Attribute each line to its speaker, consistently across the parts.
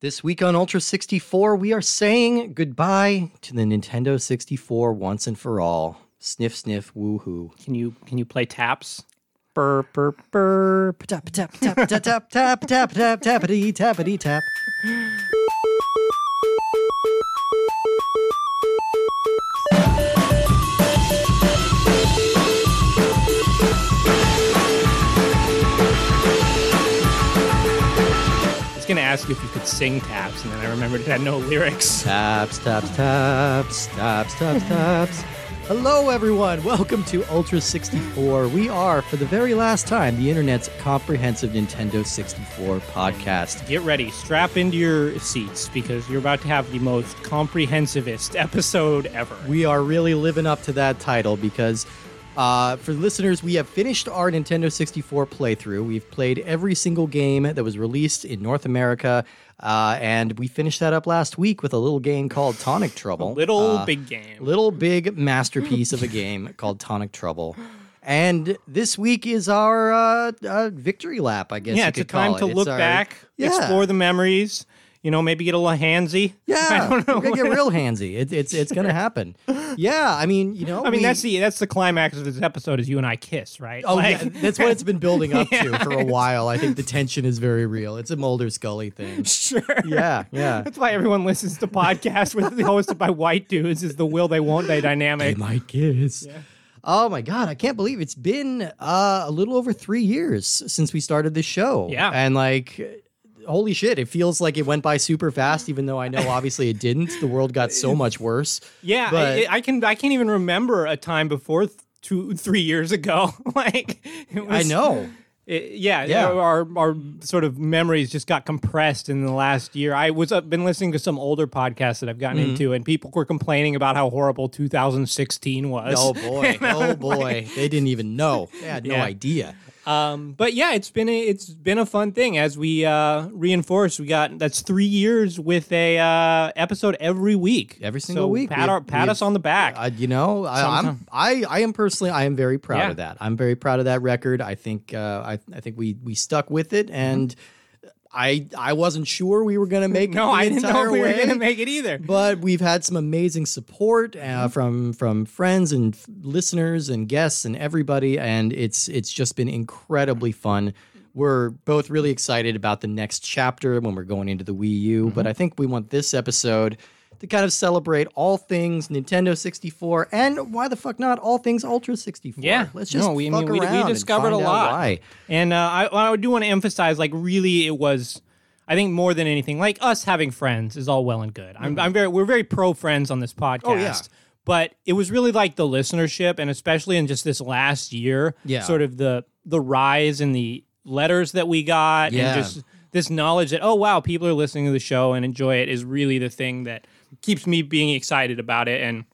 Speaker 1: This week on Ultra 64, we are saying goodbye to the Nintendo 64 once and for all. Sniff, sniff, woohoo.
Speaker 2: Can you can you play taps? Burr burr burr.
Speaker 1: Tap, tap, tap, tap, tap, tap, tap, tap, tappity, tappity, tap.
Speaker 2: I was gonna ask you if you could sing taps, and then I remembered it had no lyrics.
Speaker 1: Taps, taps, taps, taps, taps, taps. Hello, everyone. Welcome to Ultra 64. We are, for the very last time, the internet's comprehensive Nintendo 64 podcast.
Speaker 2: Get ready, strap into your seats because you're about to have the most comprehensivest episode ever.
Speaker 1: We are really living up to that title because, uh, for listeners, we have finished our Nintendo 64 playthrough. We've played every single game that was released in North America, uh, and we finished that up last week with a little game called Tonic Trouble.
Speaker 2: Little
Speaker 1: Uh,
Speaker 2: big game.
Speaker 1: Little big masterpiece of a game called Tonic Trouble. And this week is our uh, uh, victory lap, I guess.
Speaker 2: yeah,
Speaker 1: you
Speaker 2: it's a
Speaker 1: could call
Speaker 2: time to
Speaker 1: it. It's
Speaker 2: look
Speaker 1: our-
Speaker 2: back,
Speaker 1: Yeah.
Speaker 2: explore the memories. You know, maybe get a little handsy.
Speaker 1: Yeah,
Speaker 2: I don't know.
Speaker 1: We're gonna get real handsy. It, it's it's gonna happen. Yeah, I mean, you know,
Speaker 2: I mean,
Speaker 1: we-
Speaker 2: that's the that's the climax of this episode is you and I kiss, right?
Speaker 1: Oh
Speaker 2: Like-
Speaker 1: yeah, that's what it's been building up to for a while. I think the tension is very real. It's a Mulder Scully thing.
Speaker 2: sure.
Speaker 1: Yeah, yeah.
Speaker 2: That's why everyone listens to podcasts with hosted by white dudes is the will they won't they
Speaker 1: They
Speaker 2: dynamic.
Speaker 1: might kiss. Oh my god, I can't believe it's been uh, a little over three years since we started this show.
Speaker 2: Yeah.
Speaker 1: and like. Holy shit, it feels like it went by super fast, even though I know obviously it didn't. The world got so much worse.
Speaker 2: Yeah,
Speaker 1: But-
Speaker 2: I, I can I can't even remember a time before th- two three years ago. like it
Speaker 1: I
Speaker 2: was-
Speaker 1: know.
Speaker 2: it- yeah,
Speaker 1: Yeah.
Speaker 2: Our our sort of memories just got compressed in the last year. I was uh, been listening to some older podcasts that I've gotten
Speaker 1: Mm-hmm.
Speaker 2: into, and people were complaining about how horrible 2016 was.
Speaker 1: Oh boy. Oh boy. They didn't even know. They had no
Speaker 2: Yeah.
Speaker 1: idea.
Speaker 2: Um, but yeah, it's been a, it's been a fun thing as we uh, reinforce. We got that's three years with a uh, episode every week,
Speaker 1: Every single
Speaker 2: So
Speaker 1: week.
Speaker 2: Pat,
Speaker 1: We've-
Speaker 2: our, pat
Speaker 1: we've-
Speaker 2: us on the back.
Speaker 1: Uh, you know, I, I'm I I am personally I am very proud of that. I'm very proud of that record. I think uh, I I think we we stuck with it, and I I wasn't sure we were gonna make it
Speaker 2: Mm-hmm. no,
Speaker 1: the
Speaker 2: I didn't know
Speaker 1: entire
Speaker 2: we were
Speaker 1: way,
Speaker 2: gonna make it either.
Speaker 1: But we've had some amazing support
Speaker 2: Mm-hmm.
Speaker 1: uh, from from friends and f- listeners and guests and everybody, and it's it's just been incredibly fun. We're both really excited about the next chapter when we're going into the Wii U, but
Speaker 2: Mm-hmm.
Speaker 1: I think we want this episode to kind of celebrate all things Nintendo 64 and why the fuck not all things Ultra 64.
Speaker 2: Yeah.
Speaker 1: let's just
Speaker 2: No, we- I
Speaker 1: fuck
Speaker 2: mean, we- we
Speaker 1: around and
Speaker 2: discovered a
Speaker 1: find out
Speaker 2: lot.
Speaker 1: Why.
Speaker 2: And uh, I, I do want to emphasize, like, really, it was, I think, more than anything, like us having friends is all well and good. I'm, I'm very, we're very pro friends on this podcast.
Speaker 1: Mm-hmm. Oh, yeah.
Speaker 2: But it was really like the listenership, and especially in just this last year,
Speaker 1: Yeah.
Speaker 2: sort of the the rise in the letters that we got,
Speaker 1: Yeah.
Speaker 2: and just this knowledge that oh wow, people are listening to the show and enjoy it is really the thing that keeps me being excited about it and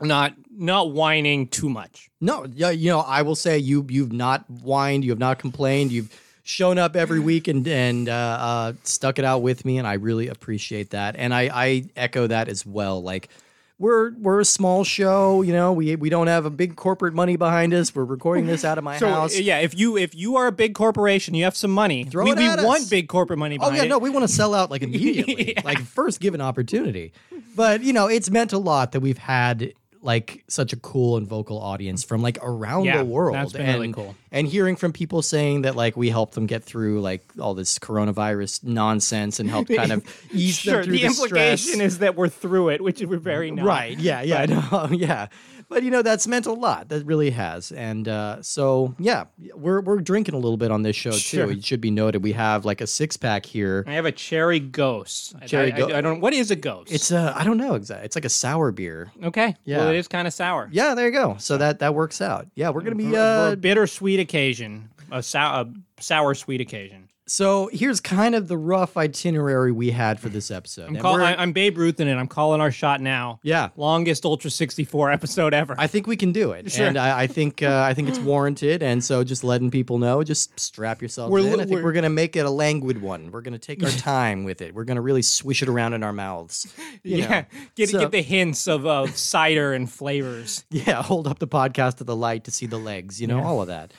Speaker 2: not not whining too much.
Speaker 1: No, yeah, you know, I will say you you've not whined, you have not complained, you've shown up every week and and uh, uh, stuck it out with me, and I really appreciate that, and I I echo that as well. Like we're we're a small show, you know, we we don't have a big corporate money behind us. We're recording this out of my
Speaker 2: So uh,
Speaker 1: house.
Speaker 2: yeah, if you if you are a big corporation, you have some money.
Speaker 1: Throw
Speaker 2: we
Speaker 1: it
Speaker 2: we
Speaker 1: at
Speaker 2: want
Speaker 1: us.
Speaker 2: big corporate money.
Speaker 1: Oh
Speaker 2: Behind
Speaker 1: yeah,
Speaker 2: it.
Speaker 1: no, we want to sell out like immediately, like first given opportunity. But you know, it's meant a lot that we've had like such a cool and vocal audience from like around
Speaker 2: Yeah,
Speaker 1: the world.
Speaker 2: that's been
Speaker 1: and,
Speaker 2: really cool.
Speaker 1: And hearing from people saying that like we helped them get through like all this coronavirus nonsense and helped kind of ease
Speaker 2: sure.
Speaker 1: them
Speaker 2: The,
Speaker 1: through the,
Speaker 2: implication
Speaker 1: stress.
Speaker 2: is that we're through it, which we're very not.
Speaker 1: Right. Yeah. Yeah. No, yeah. But you know that's meant a lot. That really has. And uh, so yeah, we're we're drinking a little bit on this show
Speaker 2: Sure.
Speaker 1: too. It should be noted we have like a six pack here.
Speaker 2: I have a cherry ghost. I-
Speaker 1: Cherry
Speaker 2: I,
Speaker 1: Ghost.
Speaker 2: I, I don't. What is a ghost?
Speaker 1: It's uh, I don't know exactly. It's like a sour beer.
Speaker 2: okay.
Speaker 1: Yeah.
Speaker 2: Well, it is kind of sour.
Speaker 1: Yeah, there you go. So that that works out. Yeah, we're gonna be.
Speaker 2: For
Speaker 1: Uh,
Speaker 2: a bittersweet occasion, a, sou- a sour sweet occasion.
Speaker 1: so here's kind of the rough itinerary we had for this episode.
Speaker 2: I'm,
Speaker 1: And
Speaker 2: call,
Speaker 1: we're-
Speaker 2: I, I'm Babe Ruth in it. I'm calling our shot now.
Speaker 1: yeah,
Speaker 2: Longest Ultra 64 episode ever.
Speaker 1: I think we can do it, and I, I think uh, I think it's warranted. And so just letting people know, just strap yourselves
Speaker 2: We're
Speaker 1: in.
Speaker 2: li-
Speaker 1: I think
Speaker 2: we're-
Speaker 1: we're gonna make it a languid one. We're gonna take our time with it. We're gonna really swish it around in our mouths. you know.
Speaker 2: yeah. Get
Speaker 1: So-
Speaker 2: get the hints of, of cider and flavors.
Speaker 1: Yeah, hold up the podcast to the light to see the legs, you know, all of that.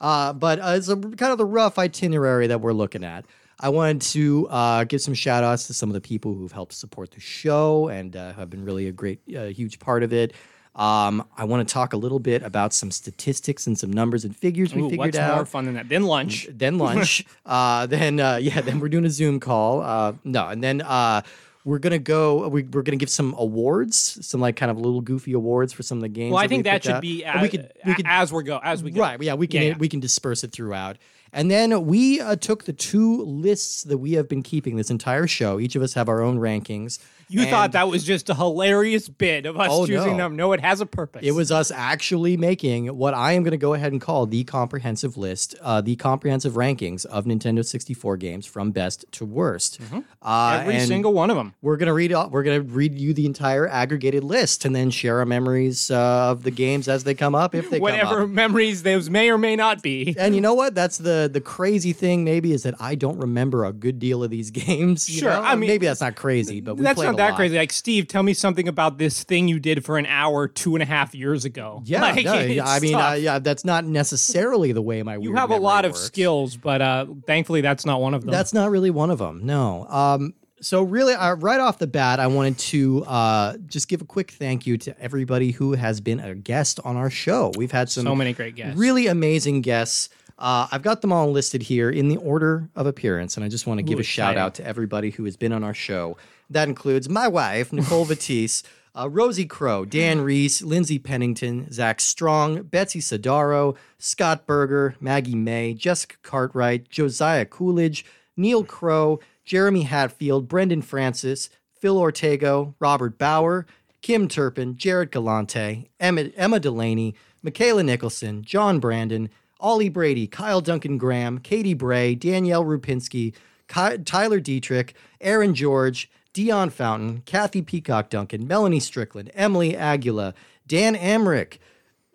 Speaker 1: Uh, but uh, it's a, kind of the rough itinerary that we're looking at. I wanted to uh, give some shout outs to some of the people who've helped support the show and uh, have been really a great, uh, huge part of it. Um, I want to talk a little bit about some statistics and some numbers and figures we
Speaker 2: Ooh,
Speaker 1: figured
Speaker 2: what's
Speaker 1: out
Speaker 2: more fun than that? Then lunch.
Speaker 1: then lunch, uh, then uh, yeah, then we're doing a Zoom call. Uh, no, and then uh, we're gonna go. We, we're gonna give some awards, some like kind of little goofy awards for some of the games.
Speaker 2: Well, I
Speaker 1: we
Speaker 2: think that
Speaker 1: picked
Speaker 2: should
Speaker 1: out.
Speaker 2: be
Speaker 1: And
Speaker 2: as,
Speaker 1: we could we could
Speaker 2: as we go as we go.
Speaker 1: right yeah we can
Speaker 2: Yeah, yeah.
Speaker 1: we can disperse it throughout. And then we uh, took the two lists that we have been keeping this entire show. Each of us have our own rankings.
Speaker 2: You thought
Speaker 1: And-
Speaker 2: that was just a hilarious bit of us
Speaker 1: Oh,
Speaker 2: choosing
Speaker 1: no.
Speaker 2: them. No, it has a purpose.
Speaker 1: It was us actually making what I am going to go ahead and call the comprehensive list, uh, the comprehensive rankings of Nintendo 64 games from best to worst. Uh,
Speaker 2: Mm-hmm. every
Speaker 1: and
Speaker 2: single one of them.
Speaker 1: We're gonna read. all- We're gonna read you the entire aggregated list, and then share our memories uh, of the games as they come up, if they come
Speaker 2: Whatever
Speaker 1: up.
Speaker 2: memories those may or may not be.
Speaker 1: And you know what? That's the the crazy thing. Maybe is that I don't remember a good deal of these games. you
Speaker 2: Sure,
Speaker 1: know?
Speaker 2: I mean,
Speaker 1: maybe that's not crazy, but we
Speaker 2: That's
Speaker 1: played
Speaker 2: not
Speaker 1: a
Speaker 2: that
Speaker 1: lot.
Speaker 2: crazy. Like Steve, tell me something about this thing you did for an hour two and a half years ago.
Speaker 1: Yeah,
Speaker 2: Like,
Speaker 1: no,
Speaker 2: it's
Speaker 1: I mean,
Speaker 2: tough.
Speaker 1: uh, yeah, that's not necessarily the way my.
Speaker 2: you
Speaker 1: weird
Speaker 2: have a lot
Speaker 1: memory
Speaker 2: of
Speaker 1: works.
Speaker 2: skills, but uh, thankfully that's not one of them.
Speaker 1: That's not really one of them. No. Um, so really, uh, right off the bat, I wanted to uh, just give a quick thank you to everybody who has been a guest on our show. We've had some
Speaker 2: so many great guests.
Speaker 1: really amazing guests. Uh, I've got them all listed here in the order of appearance, and I just want to give a shout
Speaker 2: exciting.
Speaker 1: out to everybody who has been on our show. That includes my wife, Nicole Vatisse, uh, Rosie Crow, Dan Reese, Lindsay Pennington, Zach Strong, Betsy Sodaro, Scott Berger, Maggie May, Jessica Cartwright, Josiah Coolidge, Neil Crow, Jeremy Hatfield, Brendan Francis, Phil Ortego, Robert Bauer, Kim Turpin, Jared Galante, Emma, Emma Delaney, Michaela Nicholson, John Brandon, Ollie Brady, Kyle Duncan Graham, Katie Bray, Danielle Rupinsky, Ky- Tyler Dietrich, Aaron George, Dion Fountain, Kathy Peacock Duncan, Melanie Strickland, Emily Aguila, Dan Amrick,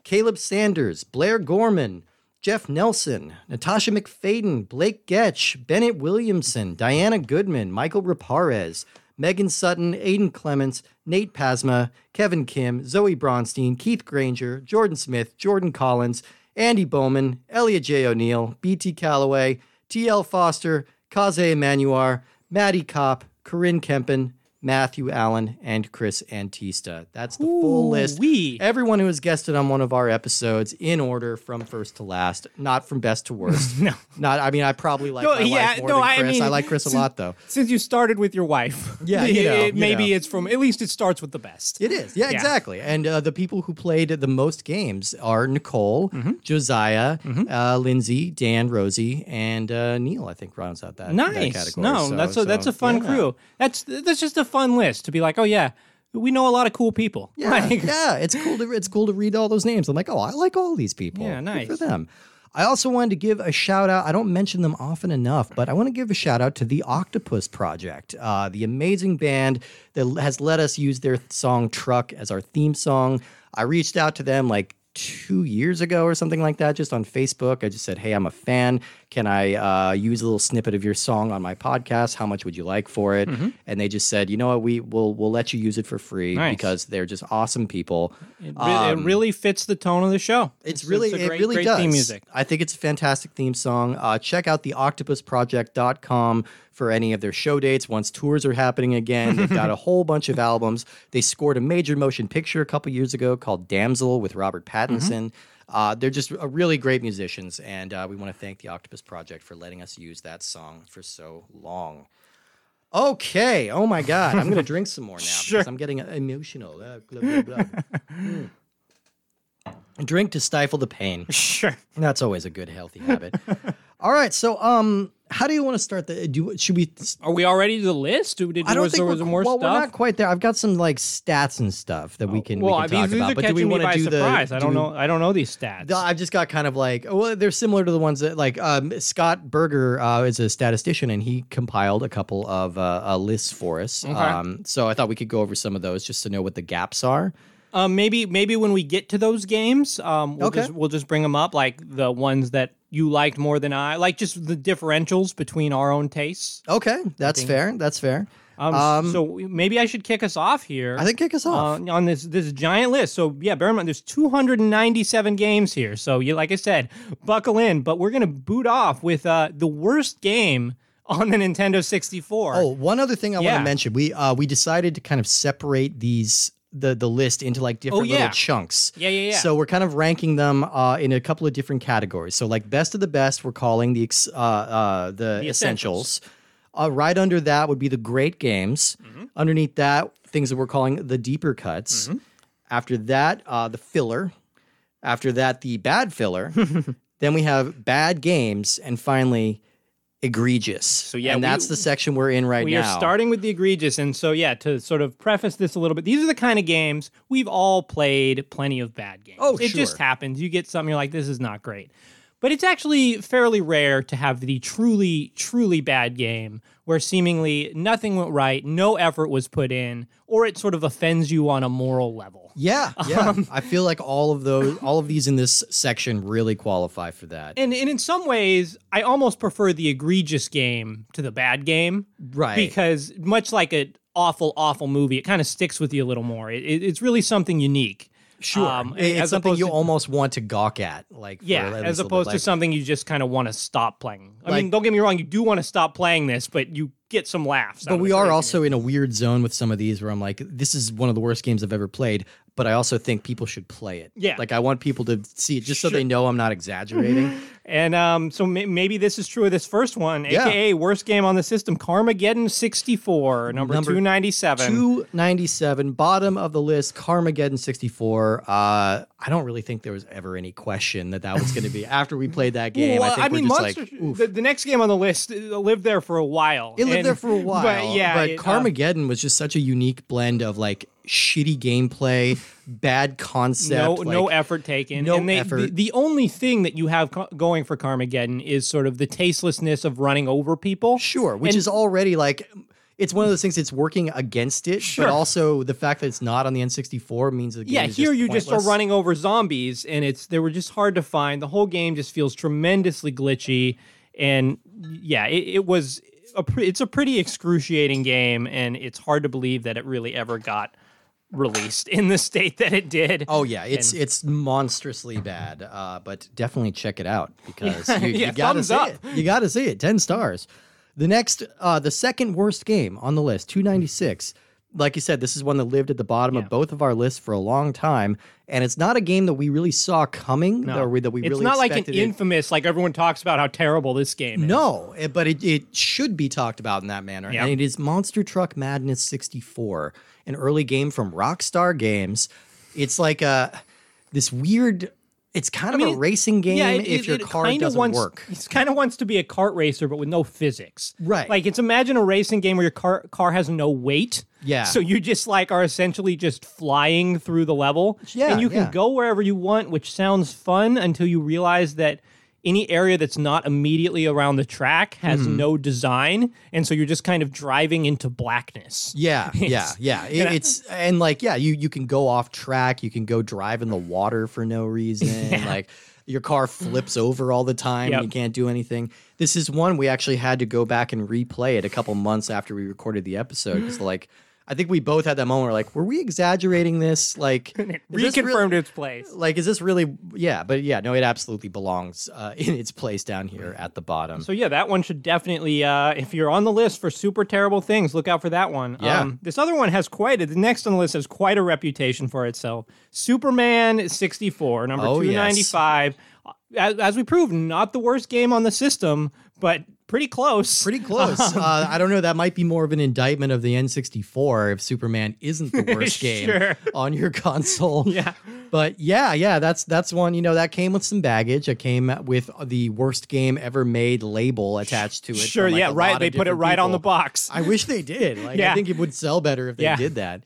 Speaker 1: Caleb Sanders, Blair Gorman, Jeff Nelson, Natasha McFadden, Blake Getch, Bennett Williamson, Diana Goodman, Michael Raparez, Megan Sutton, Aiden Clements, Nate Pasma, Kevin Kim, Zoe Bronstein, Keith Granger, Jordan Smith, Jordan Collins, Andy Bowman, Elliot J. O'Neill, BT Calloway, T.L. Foster, Kaze Emanuar, Maddie Kopp, Corinne Kempen, Matthew Allen, and Chris Antista. That's the full list.
Speaker 2: Ooh-wee.
Speaker 1: Everyone who has guested on one of our episodes in order from first to last, not from best to worst.
Speaker 2: No.
Speaker 1: Not I mean I probably like
Speaker 2: No,
Speaker 1: my
Speaker 2: yeah,
Speaker 1: wife more
Speaker 2: no,
Speaker 1: than
Speaker 2: I
Speaker 1: Chris. I,
Speaker 2: mean,
Speaker 1: like Chris a
Speaker 2: si-
Speaker 1: lot though.
Speaker 2: Since you started with your wife,
Speaker 1: Yeah, you know,
Speaker 2: it-
Speaker 1: you
Speaker 2: maybe
Speaker 1: know.
Speaker 2: it's from at least it starts with the best.
Speaker 1: It is. Yeah,
Speaker 2: Yeah.
Speaker 1: exactly. And uh, the people who played the most games are Nicole,
Speaker 2: Mm-hmm.
Speaker 1: Josiah, uh, Lindsay, Dan, Rosie, and uh, Neil, I think rounds out that, that
Speaker 2: Nice.
Speaker 1: category.
Speaker 2: No,
Speaker 1: So-
Speaker 2: that's a, that's
Speaker 1: so,
Speaker 2: a fun
Speaker 1: yeah.
Speaker 2: crew. That's that's just a fun list to be like, oh yeah, we know a lot of cool people.
Speaker 1: Yeah,
Speaker 2: Like,
Speaker 1: yeah, it's cool to it's cool to read all those names. I'm like, oh, I like all these people.
Speaker 2: Yeah,
Speaker 1: Good for
Speaker 2: nice.
Speaker 1: them. I also wanted to give a shout out. I don't mention them often enough, but I want to give a shout out to the Octopus Project, uh, the amazing band that has let us use their song "Truck" as our theme song. I reached out to them like two years ago or something like that, just on Facebook. I just said, "Hey, I'm a fan. Can I uh, use a little snippet of your song on my podcast? How much would you like for it?"
Speaker 2: Mm-hmm.
Speaker 1: And they just said, "You know what? We will we'll let you use it for free
Speaker 2: Nice.
Speaker 1: because." because they're just awesome people.
Speaker 2: It, re- it really fits the tone of the show.
Speaker 1: Um, It's really,
Speaker 2: a
Speaker 1: it
Speaker 2: great-
Speaker 1: really
Speaker 2: great
Speaker 1: does.
Speaker 2: Theme music.
Speaker 1: I think it's a fantastic theme song. Uh, check out the octopusproject.com for any of their show dates. Once tours are happening again, they've got a whole bunch of albums. They scored a major motion picture a couple years ago called Damsel with Robert
Speaker 2: Mm-hmm.
Speaker 1: Pattinson. Uh, they're just uh, really great musicians, and uh, we want to thank the Octopus Project for letting us use that song for so long. Okay. Oh my God. I'm gonna drink some more now because I'm getting emotional. Uh, blah, blah, blah. Mm. Drink to stifle the pain.
Speaker 2: Sure.
Speaker 1: That's always a good healthy habit. All right. So, um, how do you want to start the? Do should we?
Speaker 2: Are we already to the list? Did,
Speaker 1: I don't
Speaker 2: was,
Speaker 1: think
Speaker 2: there
Speaker 1: we're,
Speaker 2: was more
Speaker 1: well,
Speaker 2: stuff?
Speaker 1: we're not quite there. I've got some like stats and stuff that we can,
Speaker 2: well,
Speaker 1: we can
Speaker 2: I mean,
Speaker 1: talk
Speaker 2: these are
Speaker 1: about. But do
Speaker 2: catching
Speaker 1: we
Speaker 2: me
Speaker 1: want to
Speaker 2: by
Speaker 1: do
Speaker 2: surprise.
Speaker 1: the?
Speaker 2: I
Speaker 1: do
Speaker 2: don't
Speaker 1: we-
Speaker 2: know. I don't know these stats.
Speaker 1: No, I've just got kind of like, oh, well, they're similar to the ones that like um, Scott Berger uh, is a statistician and he compiled a couple of uh, uh, lists for us. Um, so I thought we could go over some of those just to know what the gaps are.
Speaker 2: Um, maybe maybe when we get to those games, um, we'll
Speaker 1: Okay.
Speaker 2: just we'll just bring them up, like the ones that you liked more than I, like just the differentials between our own tastes.
Speaker 1: Okay, that's fair. That's fair.
Speaker 2: Um, so we- maybe I should kick us off here.
Speaker 1: I think kick us off.
Speaker 2: uh, on this this giant list. So yeah, bear in mind there's 297 games here. So you like I said, buckle in. But we're gonna boot off with uh, the worst game on the Nintendo 64.
Speaker 1: Oh, one other thing I want
Speaker 2: Yeah.
Speaker 1: to mention. We uh we decided to kind of separate these the the list into like different
Speaker 2: yeah.
Speaker 1: little chunks.
Speaker 2: Yeah, yeah, yeah.
Speaker 1: So we're kind of ranking them uh, in a couple of different categories. So like best of the best, we're calling the ex- uh, uh, the,
Speaker 2: The essentials.
Speaker 1: essentials. Uh, right under that would be the great games. Underneath that, things that we're calling the deeper cuts. After that, uh, the filler. After that, the bad filler. then we have bad games, and finally, egregious. So
Speaker 3: yeah,
Speaker 1: and
Speaker 3: we-
Speaker 1: that's the section we're in right
Speaker 2: we
Speaker 1: now.
Speaker 2: are starting with the egregious. And so, yeah, to sort of preface this a little bit, these are the kind of games we've all played plenty of bad games.
Speaker 1: Oh,
Speaker 2: It just
Speaker 1: sure.
Speaker 2: happens. You get something, you're like, this is not great. But it's actually fairly rare to have the truly, truly bad game where seemingly nothing went right, no effort was put in, or it sort of offends you on a moral level.
Speaker 1: Yeah, yeah. I feel like all of those, all of these in this section really qualify for that.
Speaker 2: And, and in some ways, I almost prefer the egregious game to the bad game.
Speaker 1: Right.
Speaker 2: Because much like an awful, awful movie, it kind of sticks with you a little more. It, it- it's really something unique. Um, Sure.
Speaker 1: It- it's Um, something you almost want to gawk at, like for
Speaker 2: Yeah,
Speaker 1: at least
Speaker 2: as
Speaker 1: a
Speaker 2: opposed
Speaker 1: little,
Speaker 2: to
Speaker 1: like,
Speaker 2: something you just kind of want to stop playing. I mean,
Speaker 1: Like-
Speaker 2: don't get me wrong, you do want to stop playing this, but you get some laughs. out
Speaker 1: But
Speaker 2: of
Speaker 1: we
Speaker 2: it.
Speaker 1: are also in a weird zone with some of these where I'm like, this is one of the worst games I've ever played, but I also think people should play it.
Speaker 2: Yeah.
Speaker 1: Like I want people to see it just so they know I'm not exaggerating.
Speaker 2: And um, so may- maybe this is true of this first one,
Speaker 1: Yeah.
Speaker 2: aka worst game on the system, Carmageddon 64, number,
Speaker 1: Number
Speaker 2: 297.
Speaker 1: 297, bottom of the list, Carmageddon 64. Uh, I don't really think there was ever any question that that was going to be after we played that game. I
Speaker 2: Well,
Speaker 1: think
Speaker 2: I,
Speaker 1: we're
Speaker 2: mean,
Speaker 1: just
Speaker 2: Monster.
Speaker 1: like, oof.
Speaker 2: the, the next game on the list uh, lived there for a while.
Speaker 1: It lived
Speaker 2: And-
Speaker 1: there for a while,
Speaker 2: But yeah,
Speaker 1: but
Speaker 2: it, uh,
Speaker 1: Carmageddon was just such a unique blend of like shitty gameplay, bad concept,
Speaker 2: no, no
Speaker 1: like-
Speaker 2: effort taken.
Speaker 1: no
Speaker 2: and they,
Speaker 1: effort.
Speaker 2: The, the only thing that you have co- going for Carmageddon is sort of the tastelessness of running over people.
Speaker 1: Sure, which
Speaker 2: And-
Speaker 1: is already like it's one of those things that's working against it, but also the fact that it's not on the N64 means the game
Speaker 2: Yeah,
Speaker 1: is
Speaker 2: here you just
Speaker 1: pointless.
Speaker 2: are running over zombies, and it's they were just hard to find. The whole game just feels tremendously glitchy, and yeah, it, it was a pre- it's a pretty excruciating game, and it's hard to believe that it really ever got released in the state that it did.
Speaker 1: Oh yeah, it's it's monstrously bad, uh, but definitely check it out because you, you
Speaker 2: yeah,
Speaker 1: gotta
Speaker 2: thumbs
Speaker 1: see
Speaker 2: up.
Speaker 1: it. You gotta see it. Ten stars. The next, uh, the second worst game on the list, two ninety six. Like you said, this is one that lived at the bottom of both of our lists for a long time, and it's not a game that we really saw coming. Or we, that we
Speaker 2: it's
Speaker 1: really
Speaker 2: not like an
Speaker 1: expected it-
Speaker 2: infamous like everyone talks about how terrible this game is.
Speaker 1: No, it- but it, it should be talked about in that manner.
Speaker 2: Yeah.
Speaker 1: And it is Monster Truck Madness 64, an early game from Rockstar Games. It's like a this weird. It's kind of
Speaker 2: mean,
Speaker 1: a racing game
Speaker 2: Yeah, it,
Speaker 1: if
Speaker 2: it-
Speaker 1: your
Speaker 2: it
Speaker 1: car
Speaker 2: kinda
Speaker 1: doesn't
Speaker 2: wants,
Speaker 1: work.
Speaker 2: It kind of wants to be a kart racer, but with no physics.
Speaker 1: Right.
Speaker 2: Like it's imagine a racing game where your car car has no weight.
Speaker 1: Yeah.
Speaker 2: So you just like are essentially just flying through the level.
Speaker 1: Yeah,
Speaker 2: And you can
Speaker 1: yeah.
Speaker 2: go wherever you want, which sounds fun until you realize that any area that's not immediately around the track has
Speaker 1: Hmm.
Speaker 2: no design, and so you're just kind of driving into blackness.
Speaker 1: Yeah, yeah,
Speaker 2: It's-
Speaker 1: yeah. It- it's and like yeah, you you can go off track. You can go drive in the water for no reason. Like your car flips over all the time.
Speaker 2: Yep.
Speaker 1: and You can't do anything. This is one we actually had to go back and replay it a couple months after we recorded the episode because like. I think we both had that moment where like, were we exaggerating this? Like, is this
Speaker 2: Reconfirmed
Speaker 1: really-
Speaker 2: its place.
Speaker 1: like, is this really? Yeah, but yeah, no, it absolutely belongs uh, in its place down here at the bottom.
Speaker 2: So yeah, that one should definitely. Uh, if you're on the list for super terrible things, look out for that one. Um,
Speaker 1: Yeah.
Speaker 2: this other one has quite. A, the next on the list has quite a reputation for itself. Superman 64, number
Speaker 1: Oh, yes.
Speaker 2: 295. As, as we proved, not the worst game on the system, but pretty close.
Speaker 1: Pretty close. uh, I don't know. That might be more of an indictment of the N64 if Superman isn't the worst
Speaker 2: Sure.
Speaker 1: game on your console.
Speaker 2: Yeah.
Speaker 1: But yeah, yeah, that's that's one. You know, that came with some baggage. It came with the worst game ever made label attached to it.
Speaker 2: Sure.
Speaker 1: from, like, a
Speaker 2: yeah.
Speaker 1: lot
Speaker 2: Right.
Speaker 1: of
Speaker 2: They put it
Speaker 1: different
Speaker 2: right on the
Speaker 1: people.
Speaker 2: box.
Speaker 1: I wish they did. Like,
Speaker 2: Yeah.
Speaker 1: I think it would sell better if they
Speaker 2: Yeah.
Speaker 1: did that.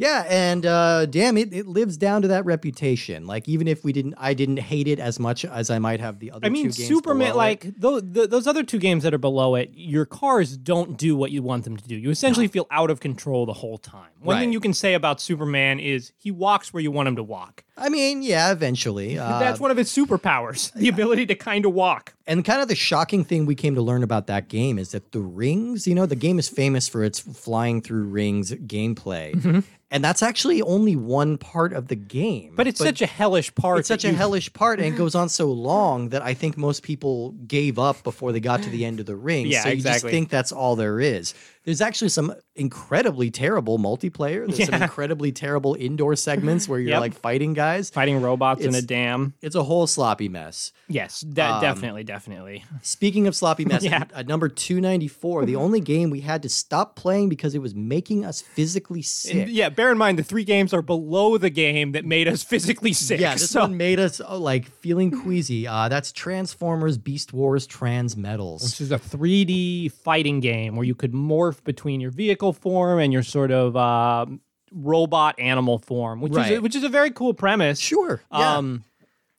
Speaker 1: Yeah, and uh, damn it, it lives down to that reputation. Like, even if we didn't, I didn't hate it as much as I might have the other.
Speaker 2: I
Speaker 1: two
Speaker 2: mean,
Speaker 1: games
Speaker 2: Superman,
Speaker 1: below it.
Speaker 2: like those, those other two games that are below it, your cars don't do what you want them to do. You essentially feel out of control the whole time. One thing
Speaker 1: Right.
Speaker 2: you can say about Superman is he walks where you want him to walk.
Speaker 1: I mean, yeah, eventually. Uh,
Speaker 2: That's one of his superpowers, the ability to kind of walk.
Speaker 1: And kind of the shocking thing we came to learn about that
Speaker 2: Mm-hmm.
Speaker 1: game is that the rings, you know, the game is famous for its flying through rings gameplay. and that's actually only one part of the game.
Speaker 2: But it's such a hellish part.
Speaker 1: it's such
Speaker 2: that
Speaker 1: a
Speaker 2: you-
Speaker 1: hellish part and goes on so long that I think most people gave up before they got to the end of the ring.
Speaker 2: Yeah,
Speaker 1: so you just
Speaker 2: exactly.
Speaker 1: think that's all there is. There's actually some incredibly terrible multiplayer. There's some
Speaker 2: Yeah.
Speaker 1: incredibly terrible indoor segments where you're
Speaker 2: Yep.
Speaker 1: like fighting guys.
Speaker 2: fighting robots in a
Speaker 1: It's-
Speaker 2: dam.
Speaker 1: It's a whole sloppy mess.
Speaker 2: Yes, de-
Speaker 1: Um,
Speaker 2: definitely, definitely.
Speaker 1: Speaking of sloppy mess,
Speaker 2: Yeah.
Speaker 1: at number 294, the only game we had to stop playing because it was making us physically sick.
Speaker 2: And yeah, bear in mind the three games are below the game that made us physically sick.
Speaker 1: Yeah, this
Speaker 2: so
Speaker 1: one made us oh, like feeling queasy. Uh, that's Transformers Beast Wars Trans Metals.
Speaker 2: this is a 3D fighting game where you could morph between your vehicle form and your sort of uh, robot animal form, which is a,
Speaker 1: Right.
Speaker 2: which is a very cool premise.
Speaker 1: Sure. yeah.
Speaker 2: Um,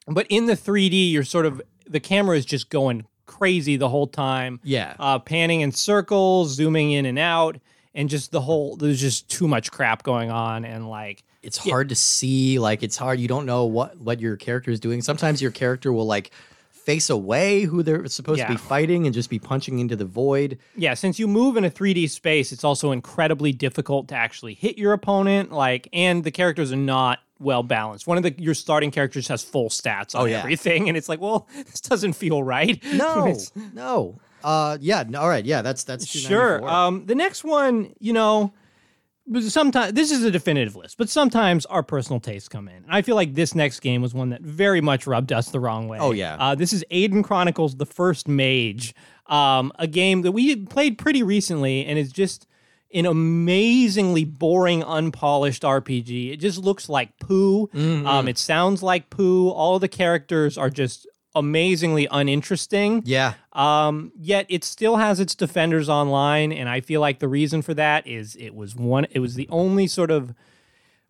Speaker 2: but in the 3D, you're sort of the camera is just going crazy the whole time.
Speaker 1: Yeah.
Speaker 2: uh, panning in circles, zooming in and out, and just the whole there's just too much crap going on, and like
Speaker 1: it's hard to see. Like it's hard. You don't know what what your character is doing. Sometimes your character will like face away who they're supposed to
Speaker 2: Yeah.
Speaker 1: be fighting and just be punching into the void.
Speaker 2: yeah, since you move in a 3D space, it's also incredibly difficult to actually hit your opponent. Like, and the characters are not well balanced. One of the your starting characters has full stats on
Speaker 1: Oh, yeah.
Speaker 2: everything, and it's like, well, this doesn't feel right.
Speaker 1: No,
Speaker 2: It's-
Speaker 1: no. Uh, yeah. n- All right. Yeah. That's that's
Speaker 2: Sure.
Speaker 1: 294.
Speaker 2: Um, the next one, you know, sometimes this is a definitive list, but sometimes our personal tastes come in. And I feel like this next game was one that very much rubbed us the wrong way.
Speaker 1: Oh, yeah.
Speaker 2: Uh, this is Aiden Chronicles: The First Mage, um, a game that we had played pretty recently, and is just an amazingly boring, unpolished RPG. It just looks like poo.
Speaker 1: Mm-hmm.
Speaker 2: Um, it sounds like poo. All the characters are just amazingly uninteresting.
Speaker 1: yeah.
Speaker 2: Um, yet it still has its defenders online, and I feel like the reason for that is it was one. It was the only sort of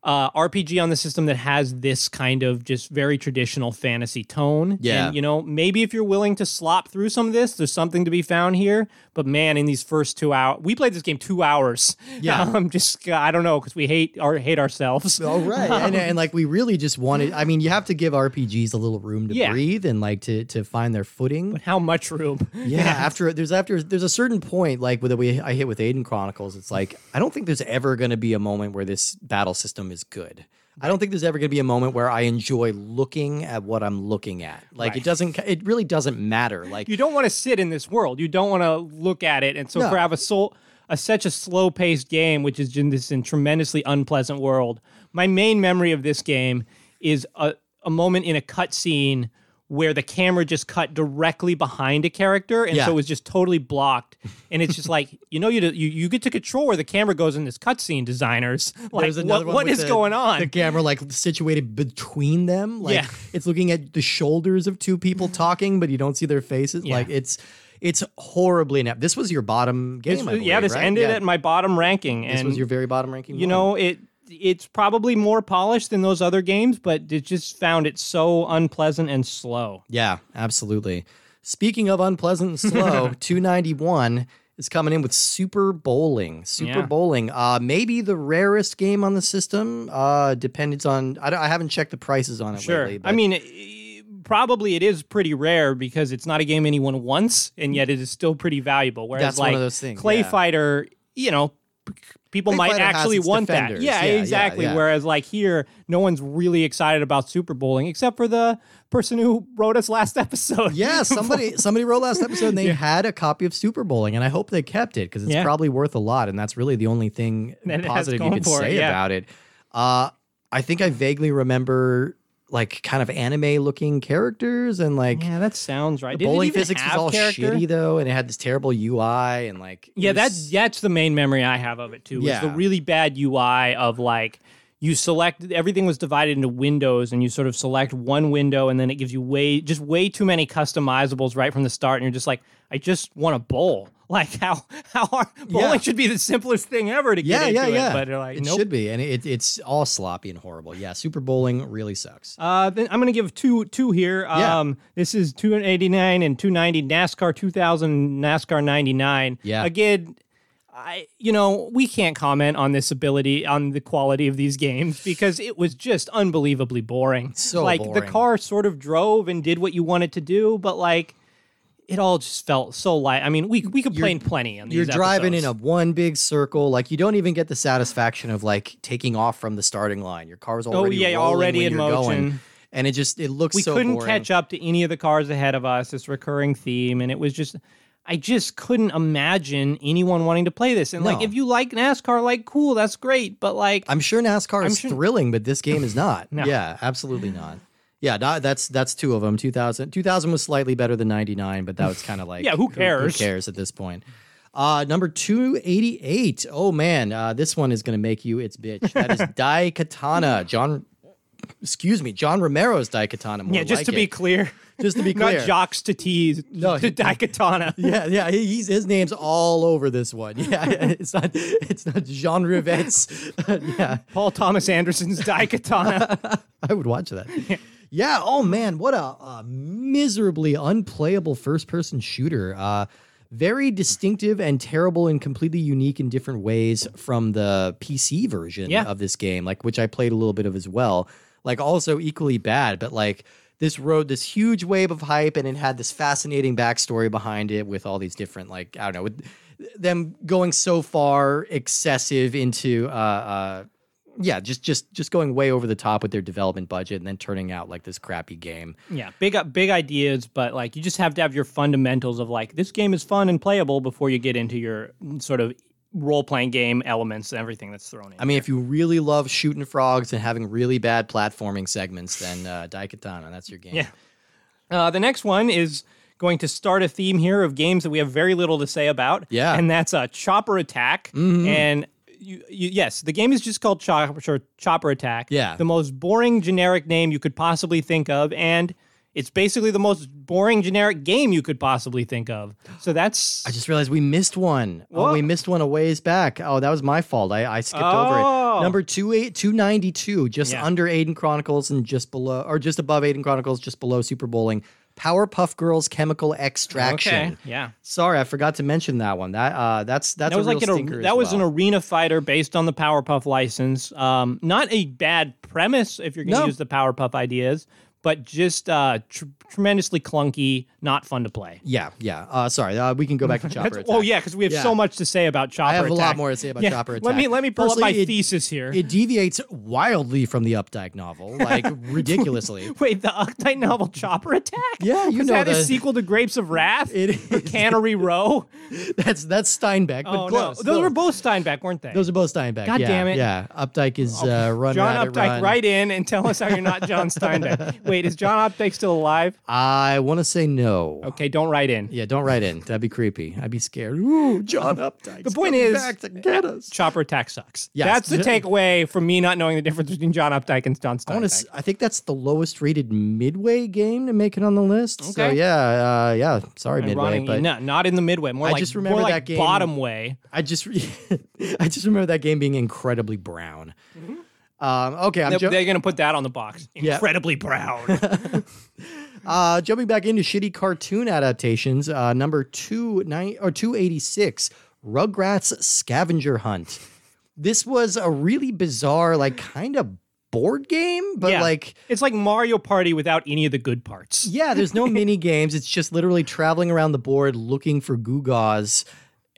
Speaker 2: uh, RPG on the system that has this kind of just very traditional fantasy tone.
Speaker 1: Yeah.
Speaker 2: and, you know, maybe if you're willing to slop through some of this, there's something to be found here. But man, in these first two hours, we played this game two hours.
Speaker 1: Yeah.
Speaker 2: um, just I don't know because we hate our hate ourselves.
Speaker 1: All Oh, right. and, and like we really just wanted. I mean, you have to give RPGs a little room to
Speaker 2: Yeah.
Speaker 1: breathe and like to to find their footing.
Speaker 2: How much room?
Speaker 1: Yeah, after there's after there's a certain point like with we I hit with Aiden Chronicles, it's like I don't think there's ever going to be a moment where this battle system is good. I don't think there's ever going to be a moment where I enjoy looking at what I'm looking at. Like
Speaker 2: Right.
Speaker 1: it doesn't it really doesn't matter. Like
Speaker 2: you don't want to sit in this world. You don't want to look at it. And so
Speaker 1: No.
Speaker 2: for have a soul a such a slow paced game, which is in this in tremendously unpleasant world. My main memory of this game is a, a moment in a cutscene where the camera just cut directly behind a character, and
Speaker 1: Yeah.
Speaker 2: so it was just totally blocked. And it's just like you know, you you you get to control where the camera goes in this cutscene. Designers, like
Speaker 1: there's another
Speaker 2: what,
Speaker 1: one
Speaker 2: what
Speaker 1: with
Speaker 2: is
Speaker 1: the-
Speaker 2: going on?
Speaker 1: The camera like situated between them. Like
Speaker 2: Yeah.
Speaker 1: it's looking at the shoulders of two people talking, but you don't see their faces. Like it's it's horribly inept. This was your bottom game. I
Speaker 2: yeah,
Speaker 1: believe,
Speaker 2: this
Speaker 1: right?
Speaker 2: ended
Speaker 1: Yeah,
Speaker 2: at my bottom ranking, and
Speaker 1: this was your very bottom ranking.
Speaker 2: you
Speaker 1: one.
Speaker 2: know it it's probably more polished than those other games but it just found it so unpleasant and slow
Speaker 1: Yeah, absolutely. Speaking of unpleasant and slow, 291 is coming in with Super Bowling. Super
Speaker 2: Yeah.
Speaker 1: Bowling, uh, maybe the rarest game on the system. Uh, depends on I, don't- I haven't checked the prices on it lately.
Speaker 2: i
Speaker 1: but-
Speaker 2: mean i- probably it is pretty rare because it's not a game anyone wants and yet it is still pretty valuable whereas
Speaker 1: That's one
Speaker 2: like
Speaker 1: of those things,
Speaker 2: clay
Speaker 1: yeah.
Speaker 2: fighter you know p- people
Speaker 1: Clay
Speaker 2: might
Speaker 1: Fighter has
Speaker 2: actually
Speaker 1: its
Speaker 2: want
Speaker 1: defenders.
Speaker 2: that yeah,
Speaker 1: Yeah, yeah,
Speaker 2: exactly
Speaker 1: yeah.
Speaker 2: whereas like here no one's really excited about super bowling except for the person who wrote us last episode
Speaker 1: yeah, somebody somebody wrote last episode and they had a copy of Super Bowling, and I hope they kept it because it's
Speaker 2: Yeah.
Speaker 1: probably worth a lot, and that's really the only thing
Speaker 2: That it has
Speaker 1: positive you can
Speaker 2: going for it,
Speaker 1: say
Speaker 2: yeah.
Speaker 1: about it. Uh, I think I vaguely remember like kind of anime looking characters and like
Speaker 2: yeah that sounds right
Speaker 1: The
Speaker 2: Did it
Speaker 1: bowling
Speaker 2: even
Speaker 1: physics was
Speaker 2: have
Speaker 1: all
Speaker 2: character?
Speaker 1: shitty though, and it had this terrible UI and like it
Speaker 2: Yeah,
Speaker 1: was-
Speaker 2: that's that's the main memory I have of it too. Is the
Speaker 1: Yeah.
Speaker 2: really bad UI of like you select everything was divided into windows and you sort of select one window and then it gives you way just way too many customizables right from the start and you're just like I just want a bowl. Like how how hard, bowling
Speaker 1: Yeah.
Speaker 2: should be the simplest thing ever to
Speaker 1: yeah,
Speaker 2: get
Speaker 1: yeah,
Speaker 2: into
Speaker 1: yeah.
Speaker 2: it. But they're like
Speaker 1: it
Speaker 2: nope.
Speaker 1: should be, and it, it's all sloppy and horrible. Yeah, Super Bowling really sucks.
Speaker 2: Uh, then I'm going to give two two here.
Speaker 1: Yeah.
Speaker 2: Um, This is 289 and 290 NASCAR 2000 NASCAR 99.
Speaker 1: Yeah.
Speaker 2: Again, I you know we can't comment on this ability on the quality of these games because it was just unbelievably boring.
Speaker 1: So
Speaker 2: like the
Speaker 1: boring.
Speaker 2: car sort of drove and did what you wanted to do, but like. it all just felt so light. I mean, we we complained plenty on these.
Speaker 1: You're driving in
Speaker 2: episodes.
Speaker 1: a one big circle. Like you don't even get the satisfaction of like taking off from the starting line. Your car's
Speaker 2: oh
Speaker 1: already
Speaker 2: yeah,
Speaker 1: rolling
Speaker 2: already
Speaker 1: when
Speaker 2: in
Speaker 1: you're going.
Speaker 2: motion.
Speaker 1: and it just it looks
Speaker 2: we
Speaker 1: so
Speaker 2: couldn't
Speaker 1: boring.
Speaker 2: catch up to any of the cars ahead of us this recurring theme and it was just i just couldn't imagine anyone wanting to play this and like
Speaker 1: No.
Speaker 2: if you like nascar like cool that's great but like
Speaker 1: I'm sure NASCAR
Speaker 2: I'm
Speaker 1: is
Speaker 2: sure-
Speaker 1: thrilling, but this game is not.
Speaker 2: No.
Speaker 1: Yeah, absolutely not. Yeah, tha- that's that's two of them. 2000, 2000 was slightly better than 99, but that was kind of like
Speaker 2: Yeah, who cares?
Speaker 1: Who, cares at this point? Uh, number 288. Oh man, uh, this one is going to make you its bitch. That is Daikatana. John Excuse me, John Romero's Daikatana. More
Speaker 2: yeah just
Speaker 1: like
Speaker 2: to be
Speaker 1: it.
Speaker 2: clear
Speaker 1: just to be clear.
Speaker 2: not jocks to tease
Speaker 1: No,
Speaker 2: to
Speaker 1: he-
Speaker 2: daikatana
Speaker 1: Yeah, yeah, he- he's, his name's all over this one. Yeah, it's not it's not Jean Rivette's. yeah,
Speaker 2: paul thomas anderson's daikatana
Speaker 1: I would watch that. yeah. Oh man, what a, a miserably unplayable first-person shooter. Uh, very distinctive and terrible and completely unique in different ways from the PC version
Speaker 2: Yeah.
Speaker 1: of this game, like which I played a little bit of as well. Like also equally bad, but like this rode this huge wave of hype and it had this fascinating backstory behind it with all these different like I don't know with them going so far excessive into uh, uh, yeah, just just just going way over the top with their development budget and then turning out like this crappy game.
Speaker 2: yeah big big ideas but like you just have to have your fundamentals of like this game is fun and playable before you get into your sort of role-playing game elements and everything that's thrown in
Speaker 1: I mean, if you really love shooting frogs and having really bad platforming segments, then uh, Daikatana, that's your game.
Speaker 2: Yeah. Uh, the next one is going to start a theme here of games that we have very little to say about.
Speaker 1: Yeah. Mm-hmm.
Speaker 2: And that's uh, Chopper Attack. And you, you, yes, the game is just called Chopper, sure, Chopper Attack.
Speaker 1: Yeah.
Speaker 2: The most boring generic name you could possibly think of. And it's basically the most boring generic game you could possibly think of. So that's.
Speaker 1: I just realized we missed one. Oh, we
Speaker 2: What?
Speaker 1: missed one a ways back. Oh, that was my fault. I, I skipped over
Speaker 2: Oh.
Speaker 1: it. Number two eight two ninety two, just
Speaker 2: Yeah.
Speaker 1: under Aiden Chronicles and just below, or just above Aiden Chronicles, just below Super Bowling. Powerpuff Girls Chemical Extraction.
Speaker 2: Okay. Yeah.
Speaker 1: Sorry, I forgot to mention that one. That uh, that's that's
Speaker 2: That
Speaker 1: a
Speaker 2: was
Speaker 1: real
Speaker 2: like
Speaker 1: stinker
Speaker 2: an,
Speaker 1: as
Speaker 2: that was
Speaker 1: well.
Speaker 2: an arena fighter based on the Powerpuff license. Um, not a bad premise if you're going to
Speaker 1: No.
Speaker 2: use the Powerpuff ideas, but just uh, tr- tremendously clunky, not fun to play.
Speaker 1: Yeah, yeah. Uh, sorry, uh, we can go back to Chopper Attack.
Speaker 2: Oh yeah, because we have
Speaker 1: Yeah.
Speaker 2: so much to say about Chopper.
Speaker 1: I have a lot
Speaker 2: Attack.
Speaker 1: more to say about
Speaker 2: Yeah,
Speaker 1: Chopper Attack.
Speaker 2: Let me let me pull
Speaker 1: Firstly,
Speaker 2: up my
Speaker 1: it-
Speaker 2: thesis here.
Speaker 1: It deviates wildly from the Updike novel, like ridiculously.
Speaker 2: Wait, the Octite novel Chopper Attack?
Speaker 1: Yeah, you
Speaker 2: Was
Speaker 1: know
Speaker 2: that a
Speaker 1: the-
Speaker 2: sequel to Grapes of Wrath?
Speaker 1: It
Speaker 2: Or
Speaker 1: is.
Speaker 2: Cannery Row.
Speaker 1: That's that's Steinbeck, but
Speaker 2: Oh, no.
Speaker 1: close.
Speaker 2: Those were both Steinbeck, weren't they?
Speaker 1: those are both Steinbeck.
Speaker 2: God
Speaker 1: yeah,
Speaker 2: damn it. Oh,
Speaker 1: Yeah, Updike is uh, run
Speaker 2: John
Speaker 1: Rabbit,
Speaker 2: Updike,
Speaker 1: Run.
Speaker 2: write in and tell us how you're not John Steinbeck. Wait, is John Updike still alive?
Speaker 1: I want to say no.
Speaker 2: Okay, don't write in.
Speaker 1: Yeah, don't write in. That'd be creepy. I'd be scared. Ooh, John Updike.
Speaker 2: The point is-
Speaker 1: back to get us.
Speaker 2: Chopper attack sucks.
Speaker 1: Yes.
Speaker 2: That's the takeaway from me not knowing the difference between John Updike and John
Speaker 1: I, wanna
Speaker 2: Steinbeck.
Speaker 1: s- I think that's the lowest rated Midway game to make it on the list. So
Speaker 2: Okay.
Speaker 1: yeah, uh, yeah. Sorry, Midway,
Speaker 2: Ronnie,
Speaker 1: but
Speaker 2: no, not in the midway. More
Speaker 1: I
Speaker 2: like,
Speaker 1: just remember
Speaker 2: more like
Speaker 1: that game-
Speaker 2: bottom way.
Speaker 1: I just re- I just remember that game being incredibly brown.
Speaker 2: Mm-hmm.
Speaker 1: Um, okay, I'm
Speaker 2: They're,
Speaker 1: jo-
Speaker 2: they're going to put that on the box. Incredibly proud.
Speaker 1: uh, jumping back into shitty cartoon adaptations. Uh, number two nine or two eighty six, Rugrats Scavenger Hunt. This was a really bizarre, like kind of board game, but
Speaker 2: Yeah.
Speaker 1: like.
Speaker 2: it's like Mario Party without any of the good parts.
Speaker 1: Yeah, there's no mini games. It's just literally traveling around the board looking for gewgaws,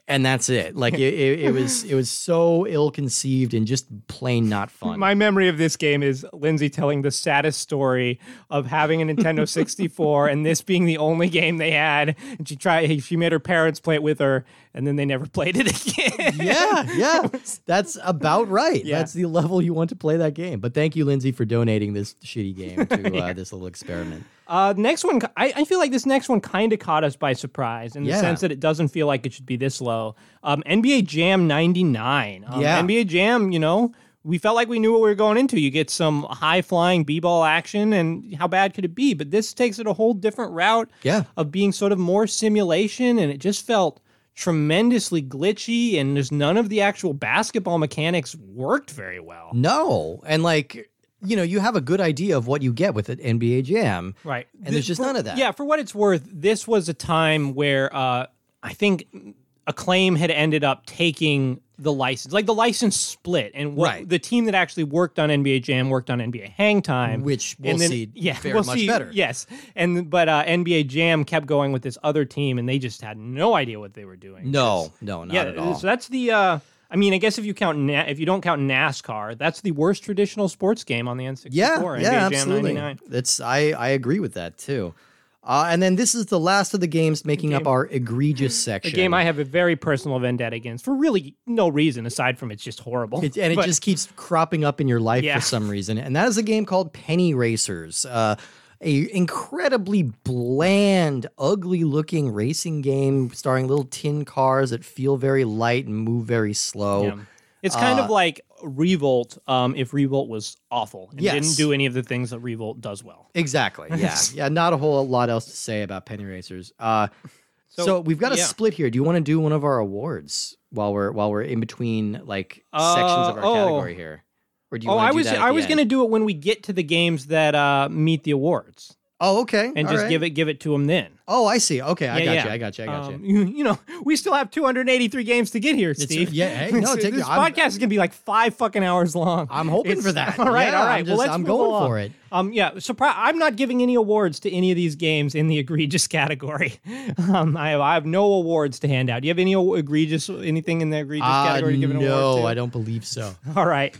Speaker 1: and that's it. Like it, it, it was, it was so ill conceived and just plain not fun.
Speaker 2: My memory of this game is Lindsay telling the saddest story of having a Nintendo 64 and this being the only game they had. And she tried, she made her parents play it with her, and then they never played it again.
Speaker 1: yeah, yeah. That's about right. That's the level you want to play that game. But thank you, Lindsay, for donating this shitty game to uh, this little experiment.
Speaker 2: Uh, next one, I, I feel like this next one kind of caught us by surprise in the
Speaker 1: Yeah.
Speaker 2: sense that it doesn't feel like it should be this low. Um, NBA Jam 99. Um,
Speaker 1: Yeah.
Speaker 2: NBA Jam, you know, we felt like we knew what we were going into. You get some high flying B ball action, and how bad could it be? But this takes it a whole different route
Speaker 1: Yeah.
Speaker 2: of being sort of more simulation, and it just felt tremendously glitchy, and there's none of the actual basketball mechanics worked very well.
Speaker 1: No, and like you know, you have a good idea of what you get with an NBA Jam.
Speaker 2: Right.
Speaker 1: And there's just
Speaker 2: for-
Speaker 1: none of that.
Speaker 2: Yeah, for what it's worth, this was a time where uh, I think Acclaim had ended up taking the license. Like the license split, and what
Speaker 1: Right.
Speaker 2: the team that actually worked on NBA Jam worked on NBA Hang Time,
Speaker 1: Which we'll
Speaker 2: and then-
Speaker 1: see
Speaker 2: Yeah,
Speaker 1: fare
Speaker 2: we'll
Speaker 1: much
Speaker 2: see,
Speaker 1: better.
Speaker 2: Yes, and but uh, NBA Jam kept going with this other team, and they just had no idea what they were doing.
Speaker 1: No, no, not
Speaker 2: yeah.
Speaker 1: at all.
Speaker 2: So that's the. Uh, I mean, I guess if you count Na- if you don't count NASCAR, that's the worst traditional sports game on the N64.
Speaker 1: yeah,
Speaker 2: NBA
Speaker 1: yeah,
Speaker 2: Jam
Speaker 1: absolutely.
Speaker 2: 99.
Speaker 1: That's I I agree with that too. Uh, and then this is the last of the games making up our egregious
Speaker 2: The
Speaker 1: section.
Speaker 2: game I have a very personal vendetta against for really no reason aside from it's just horrible.
Speaker 1: It, and it
Speaker 2: But-
Speaker 1: just keeps cropping up in your life
Speaker 2: Yeah.
Speaker 1: for some reason. And that is a game called Penny Racers. Uh, a incredibly bland, ugly-looking racing game starring little tin cars that feel very light and move very slow.
Speaker 2: Yeah. It's kind
Speaker 1: Uh,
Speaker 2: of like Revolt, um, if Revolt was awful and
Speaker 1: Yes.
Speaker 2: didn't do any of the things that Revolt does well.
Speaker 1: Exactly. Yeah. yeah. Not a whole lot else to say about Penny Racers. Uh, so,
Speaker 2: So,
Speaker 1: we've got a
Speaker 2: yeah.
Speaker 1: split here. Do you want to do one of our awards while we're while we're in between like sections of
Speaker 2: Uh,
Speaker 1: our
Speaker 2: oh.
Speaker 1: category here? Or do you
Speaker 2: Oh,
Speaker 1: wanna
Speaker 2: I
Speaker 1: do
Speaker 2: was
Speaker 1: that at
Speaker 2: I
Speaker 1: the
Speaker 2: was
Speaker 1: end?
Speaker 2: gonna do it when we get to the games that uh, meet the awards
Speaker 1: Oh, okay.
Speaker 2: and just give it give it to them then.
Speaker 1: Oh, I see. Okay, I
Speaker 2: Yeah,
Speaker 1: got
Speaker 2: yeah.
Speaker 1: you. I got you. I got you.
Speaker 2: Um, you, you know, we still have 283 games to get here, Steve.
Speaker 1: yeah, hey, no,
Speaker 2: This-
Speaker 1: take-
Speaker 2: this
Speaker 1: I'm-
Speaker 2: podcast is gonna be like five fucking hours long.
Speaker 1: I'm hoping
Speaker 2: It's-
Speaker 1: for that.
Speaker 2: All right,
Speaker 1: Yeah,
Speaker 2: all
Speaker 1: I'm
Speaker 2: right.
Speaker 1: just-
Speaker 2: well, let's
Speaker 1: I'm
Speaker 2: move
Speaker 1: going
Speaker 2: along.
Speaker 1: for it.
Speaker 2: Um, yeah. Surprise! I'm not giving any awards to any of these games in the egregious category. Um, I have I have no awards to hand out. Do you have any o- egregious anything in the egregious
Speaker 1: Uh,
Speaker 2: category to give an award
Speaker 1: no,
Speaker 2: to?
Speaker 1: I don't believe so.
Speaker 2: All right.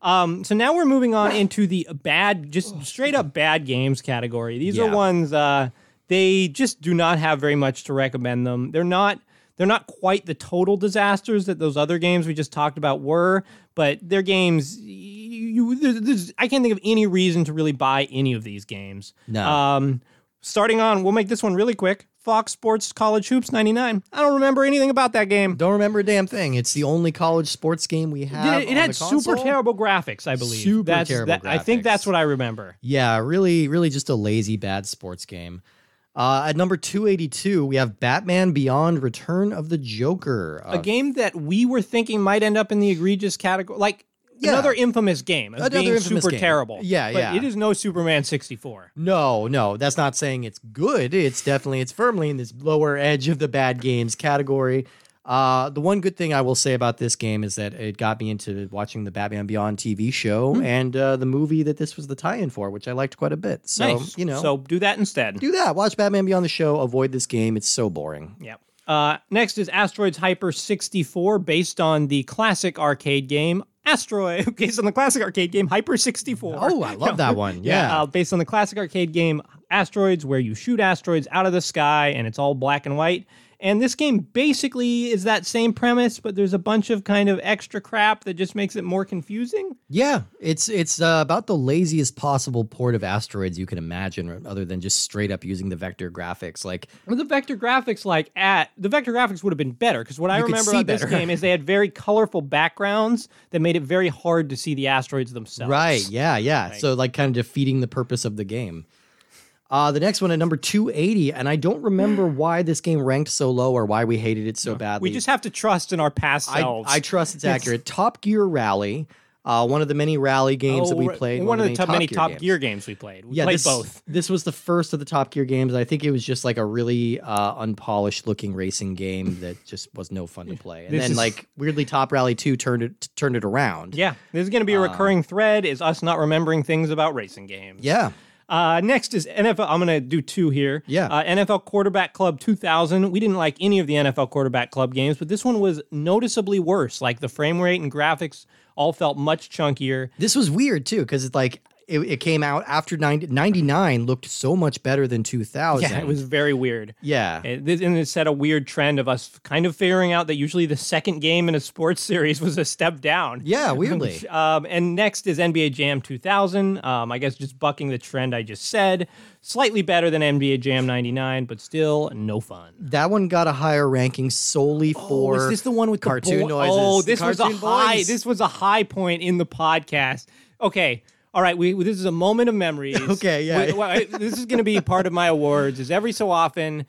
Speaker 2: Um, so now we're moving on into the bad, just straight up bad games category. These
Speaker 1: Oh. Yeah.
Speaker 2: are ones uh, they just do not have very much to recommend them. They're not they're not quite the total disasters that those other games we just talked about were, but their games. y- You, there's, there's, I can't think of any reason to really buy any of these games.
Speaker 1: No.
Speaker 2: Um, starting on, we'll make this one really quick. Fox Sports College Hoops '99. I don't remember anything about that game.
Speaker 1: Don't remember a damn thing. It's the only college sports game we have.
Speaker 2: Did it,
Speaker 1: on
Speaker 2: it had
Speaker 1: the
Speaker 2: super
Speaker 1: console.
Speaker 2: terrible graphics, I believe.
Speaker 1: Super
Speaker 2: that's,
Speaker 1: terrible
Speaker 2: that- I think that's
Speaker 1: graphics.
Speaker 2: what I remember.
Speaker 1: Yeah, really, really just a lazy bad sports game. Uh, at number 282, we have Batman Beyond Return of the Joker.
Speaker 2: A
Speaker 1: Uh,
Speaker 2: game that we were thinking might end up in the egregious category, like
Speaker 1: Yeah.
Speaker 2: another infamous game as
Speaker 1: Another
Speaker 2: being
Speaker 1: infamous
Speaker 2: super
Speaker 1: game.
Speaker 2: terrible.
Speaker 1: Yeah,
Speaker 2: but
Speaker 1: yeah.
Speaker 2: It is no Superman sixty four.
Speaker 1: no, no, that's not saying it's good. It's definitely, it's firmly in this lower edge of the bad games category. Uh, the one good thing I will say about this game is that it got me into watching the Batman Beyond TV show and uh, the movie that this was the tie-in for, which I liked quite a bit. So, you know,
Speaker 2: so do that instead.
Speaker 1: do that. Watch Batman Beyond the show. Avoid this game. It's so boring.
Speaker 2: yeah. Uh, next is Asteroids Hyper sixty four, based on the classic arcade game Asteroid, based on the classic arcade game Hyper sixty four.
Speaker 1: Oh, I love that one.
Speaker 2: Yeah,
Speaker 1: Yeah.
Speaker 2: uh, based on the classic arcade game Asteroids, where you shoot asteroids out of the sky and it's all black and white. And this game basically is that same premise, but there's a bunch of kind of extra crap that just makes it more confusing.
Speaker 1: Yeah, it's it's uh, about the laziest possible port of asteroids you can imagine, other than just straight up using the vector graphics. Like,
Speaker 2: Well, the vector graphics, like at the vector graphics, would have been better because what I
Speaker 1: You could
Speaker 2: remember
Speaker 1: see
Speaker 2: about this
Speaker 1: better.
Speaker 2: game is they had very colorful backgrounds that made it very hard to see the asteroids themselves.
Speaker 1: right? Yeah, yeah. So like, kind of defeating the purpose of the game. Uh, the next one at number two eighty, and I don't remember why this game ranked so low or why we hated it so badly.
Speaker 2: We just have to trust in our past
Speaker 1: I,
Speaker 2: selves.
Speaker 1: I trust it's accurate. Top Gear Rally, uh, one of the many rally games that we
Speaker 2: Oh,
Speaker 1: played.
Speaker 2: One, of the,
Speaker 1: many
Speaker 2: top, many Top
Speaker 1: games.
Speaker 2: Gear games we played. We
Speaker 1: yeah,
Speaker 2: played
Speaker 1: this,
Speaker 2: both.
Speaker 1: This was the first of the Top Gear games. I think it was just like a really uh, unpolished looking racing game that just was no fun to play. And
Speaker 2: This
Speaker 1: then
Speaker 2: is-
Speaker 1: like weirdly, Top Rally Two turned it t- turned it around.
Speaker 2: Yeah, this is going to be a recurring thread is us not remembering things about racing games.
Speaker 1: yeah,
Speaker 2: Uh, next is NFL. I'm going to do two here.
Speaker 1: Yeah.
Speaker 2: Uh, NFL Quarterback Club 2000. We didn't like any of the NFL Quarterback Club games, but this one was noticeably worse. Like the frame rate and graphics all felt much chunkier.
Speaker 1: this was weird too because it's like it, it came out after 90, 99 looked so much better than two thousand.
Speaker 2: Yeah, it was very weird.
Speaker 1: Yeah,
Speaker 2: It, this, and it set a weird trend of us kind of figuring out that usually the second game in a sports series was a step down.
Speaker 1: yeah, weirdly.
Speaker 2: Um, and next is NBA Jam 2000. Um, I guess just bucking the trend I just said. Slightly better than NBA Jam 99, but still no fun.
Speaker 1: That one got a higher ranking solely for
Speaker 2: Oh, the one with
Speaker 1: the cartoon
Speaker 2: boy-
Speaker 1: noises?
Speaker 2: Oh,
Speaker 1: The
Speaker 2: this was a
Speaker 1: cartoon
Speaker 2: high.
Speaker 1: voice.
Speaker 2: This was a high point in the podcast. Okay. All right, we, this is a moment of memories.
Speaker 1: Okay, yeah.
Speaker 2: We- well, I- this is going to be part of my awards. Is every so often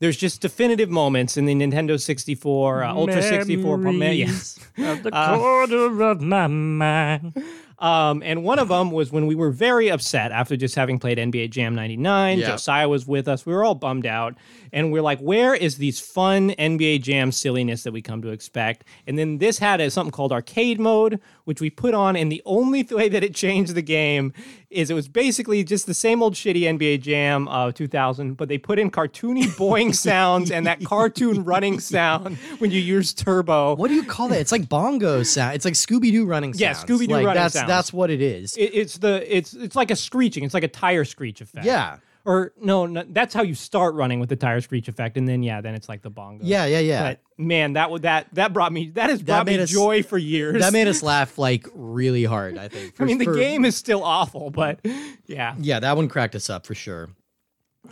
Speaker 2: there's just definitive moments in the Nintendo 64, uh, Ultra 64, yeah.
Speaker 1: Uh,
Speaker 3: Memories of the corner of my mind.
Speaker 2: Um, and one of them was when we were very upset after just having played NBA Jam 99.
Speaker 1: Yeah.
Speaker 2: Josiah was with us. We were all bummed out. And we're like, where is these fun NBA Jam silliness that we come to expect? And then this had a, something called arcade mode, which we put on. And the only way that it changed the game is it was basically just the same old shitty NBA Jam of 2000, but they put in cartoony boing sounds and that cartoon running sound when you use turbo.
Speaker 1: What do you call that? It's like bongo sound. It's like Scooby Doo running
Speaker 2: Yeah,
Speaker 1: sounds.
Speaker 2: Scooby-Doo
Speaker 1: like,
Speaker 2: running
Speaker 1: that's,
Speaker 2: sounds.
Speaker 1: That's what it is.
Speaker 2: It, it's the it's it's like a screeching. It's like a tire screech effect.
Speaker 1: Yeah.
Speaker 2: Or no, no, that's how you start running with the tire screech effect, and then yeah, then it's like the bongo.
Speaker 1: yeah, yeah, yeah.
Speaker 2: But man, that would that that brought me that has brought
Speaker 1: made
Speaker 2: me
Speaker 1: us-
Speaker 2: joy for years.
Speaker 1: that made us laugh like really hard. I think.
Speaker 2: I mean, the
Speaker 1: For- for-
Speaker 2: game is still awful, but yeah.
Speaker 1: Yeah, that one cracked us up for sure.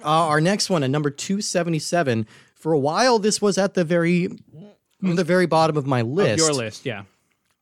Speaker 1: Uh, our next one, at number two seventy seven. For a while, this was at the very, the very bottom of my list.
Speaker 2: Your list, yeah.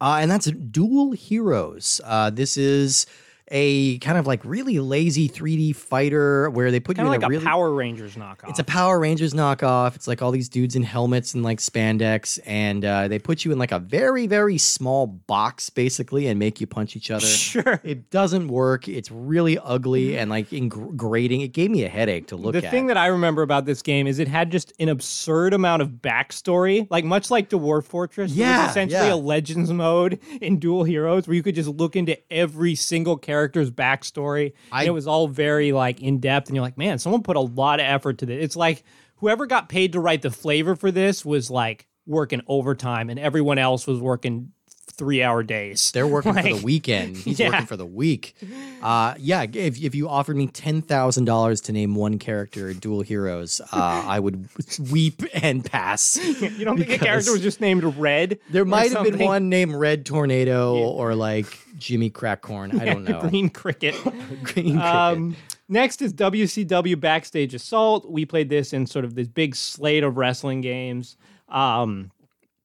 Speaker 1: Uh, and that's Dual Heroes. Uh, this is a kind of like really lazy 3D fighter where they put
Speaker 2: Kind
Speaker 1: you
Speaker 2: of
Speaker 1: in
Speaker 2: like a
Speaker 1: really.
Speaker 2: Power Rangers knockoff.
Speaker 1: it's a Power Rangers knockoff. It's like all these dudes in helmets and like spandex, and uh, they put you in like a very, very small box basically and make you punch each other.
Speaker 2: sure.
Speaker 1: It doesn't work. It's really ugly and like ingrating. It gave me a headache to look
Speaker 2: Mm-hmm. The
Speaker 1: at.
Speaker 2: thing that I remember about this game is it had just an absurd amount of backstory, like much like Dwarf Fortress. it
Speaker 1: Yeah,
Speaker 2: was essentially
Speaker 1: yeah.
Speaker 2: a Legends mode in Dual Heroes, where you could just look into every single character's backstory.
Speaker 1: I-
Speaker 2: and it was all very like in depth, and you're like, man, someone put a lot of effort to this. It's like whoever got paid to write the flavor for this was like working overtime, and everyone else was working three hour days.
Speaker 1: They're working for
Speaker 2: Like,
Speaker 1: the weekend. He's
Speaker 2: yeah.
Speaker 1: working for the week. Uh, yeah, if, if you offered me ten thousand dollars to name one character in Dual Heroes, uh, I would weep and pass.
Speaker 2: you don't think a
Speaker 1: Because-
Speaker 2: character was just named Red?
Speaker 1: There
Speaker 2: or
Speaker 1: might have been
Speaker 2: something?
Speaker 1: one named Red Tornado or like Jimmy Crackhorn. I don't know.
Speaker 2: Green Cricket.
Speaker 1: Green Cricket.
Speaker 2: Um, next is WCW Backstage Assault. We played this in sort of this big slate of wrestling games. Um,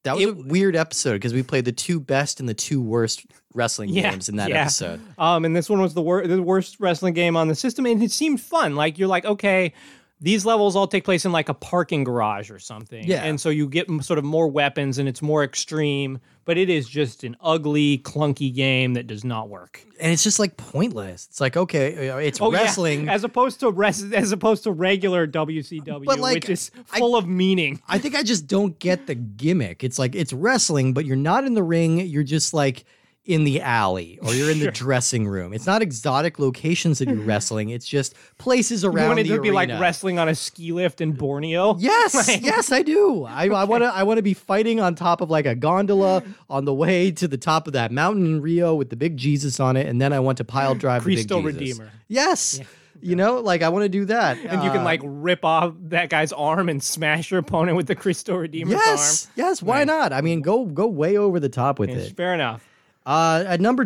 Speaker 1: that was a weird episode because we played the two best and the two worst wrestling
Speaker 2: Yeah,
Speaker 1: games in that
Speaker 2: yeah.
Speaker 1: episode.
Speaker 2: um, and this one was the, wor- the worst wrestling game on the system, and it seemed fun. Like you're like, okay, these levels all take place in like a parking garage or something.
Speaker 1: Yeah.
Speaker 2: and so you get m- sort of more weapons, and it's more extreme. But it is just an ugly, clunky game that does not work.
Speaker 1: And it's just like pointless. It's like okay, uh, it's
Speaker 2: Oh, yeah.
Speaker 1: wrestling.
Speaker 2: as opposed to res- as opposed to regular WCW,
Speaker 1: But, like,
Speaker 2: which is
Speaker 1: I-
Speaker 2: full of meaning.
Speaker 1: I think I just don't get the gimmick. It's like it's wrestling, but you're not in the ring. You're just like in the alley or you're in the dressing room. It's not exotic locations that you're wrestling. It's just places around.
Speaker 2: You want it
Speaker 1: the
Speaker 2: to be like
Speaker 1: arena.
Speaker 2: wrestling on a ski lift in Borneo?
Speaker 1: Yes,
Speaker 2: Like,
Speaker 1: yes, I do. I I want to. I want to be fighting on top of like a gondola on the way to the top of that mountain in Rio with the big Jesus on it, and then I want to pile drive
Speaker 2: Cristo
Speaker 1: the big Jesus.
Speaker 2: Redeemer.
Speaker 1: Yes, you know, like I want to do that,
Speaker 2: And you can
Speaker 1: Uh,
Speaker 2: like rip off that guy's arm and smash your opponent with the Cristo Redeemer's
Speaker 1: Yes, yes. Why not? I mean, go go way over the top with
Speaker 2: arm.
Speaker 1: it.
Speaker 2: Yes. Fair enough.
Speaker 1: Uh, at number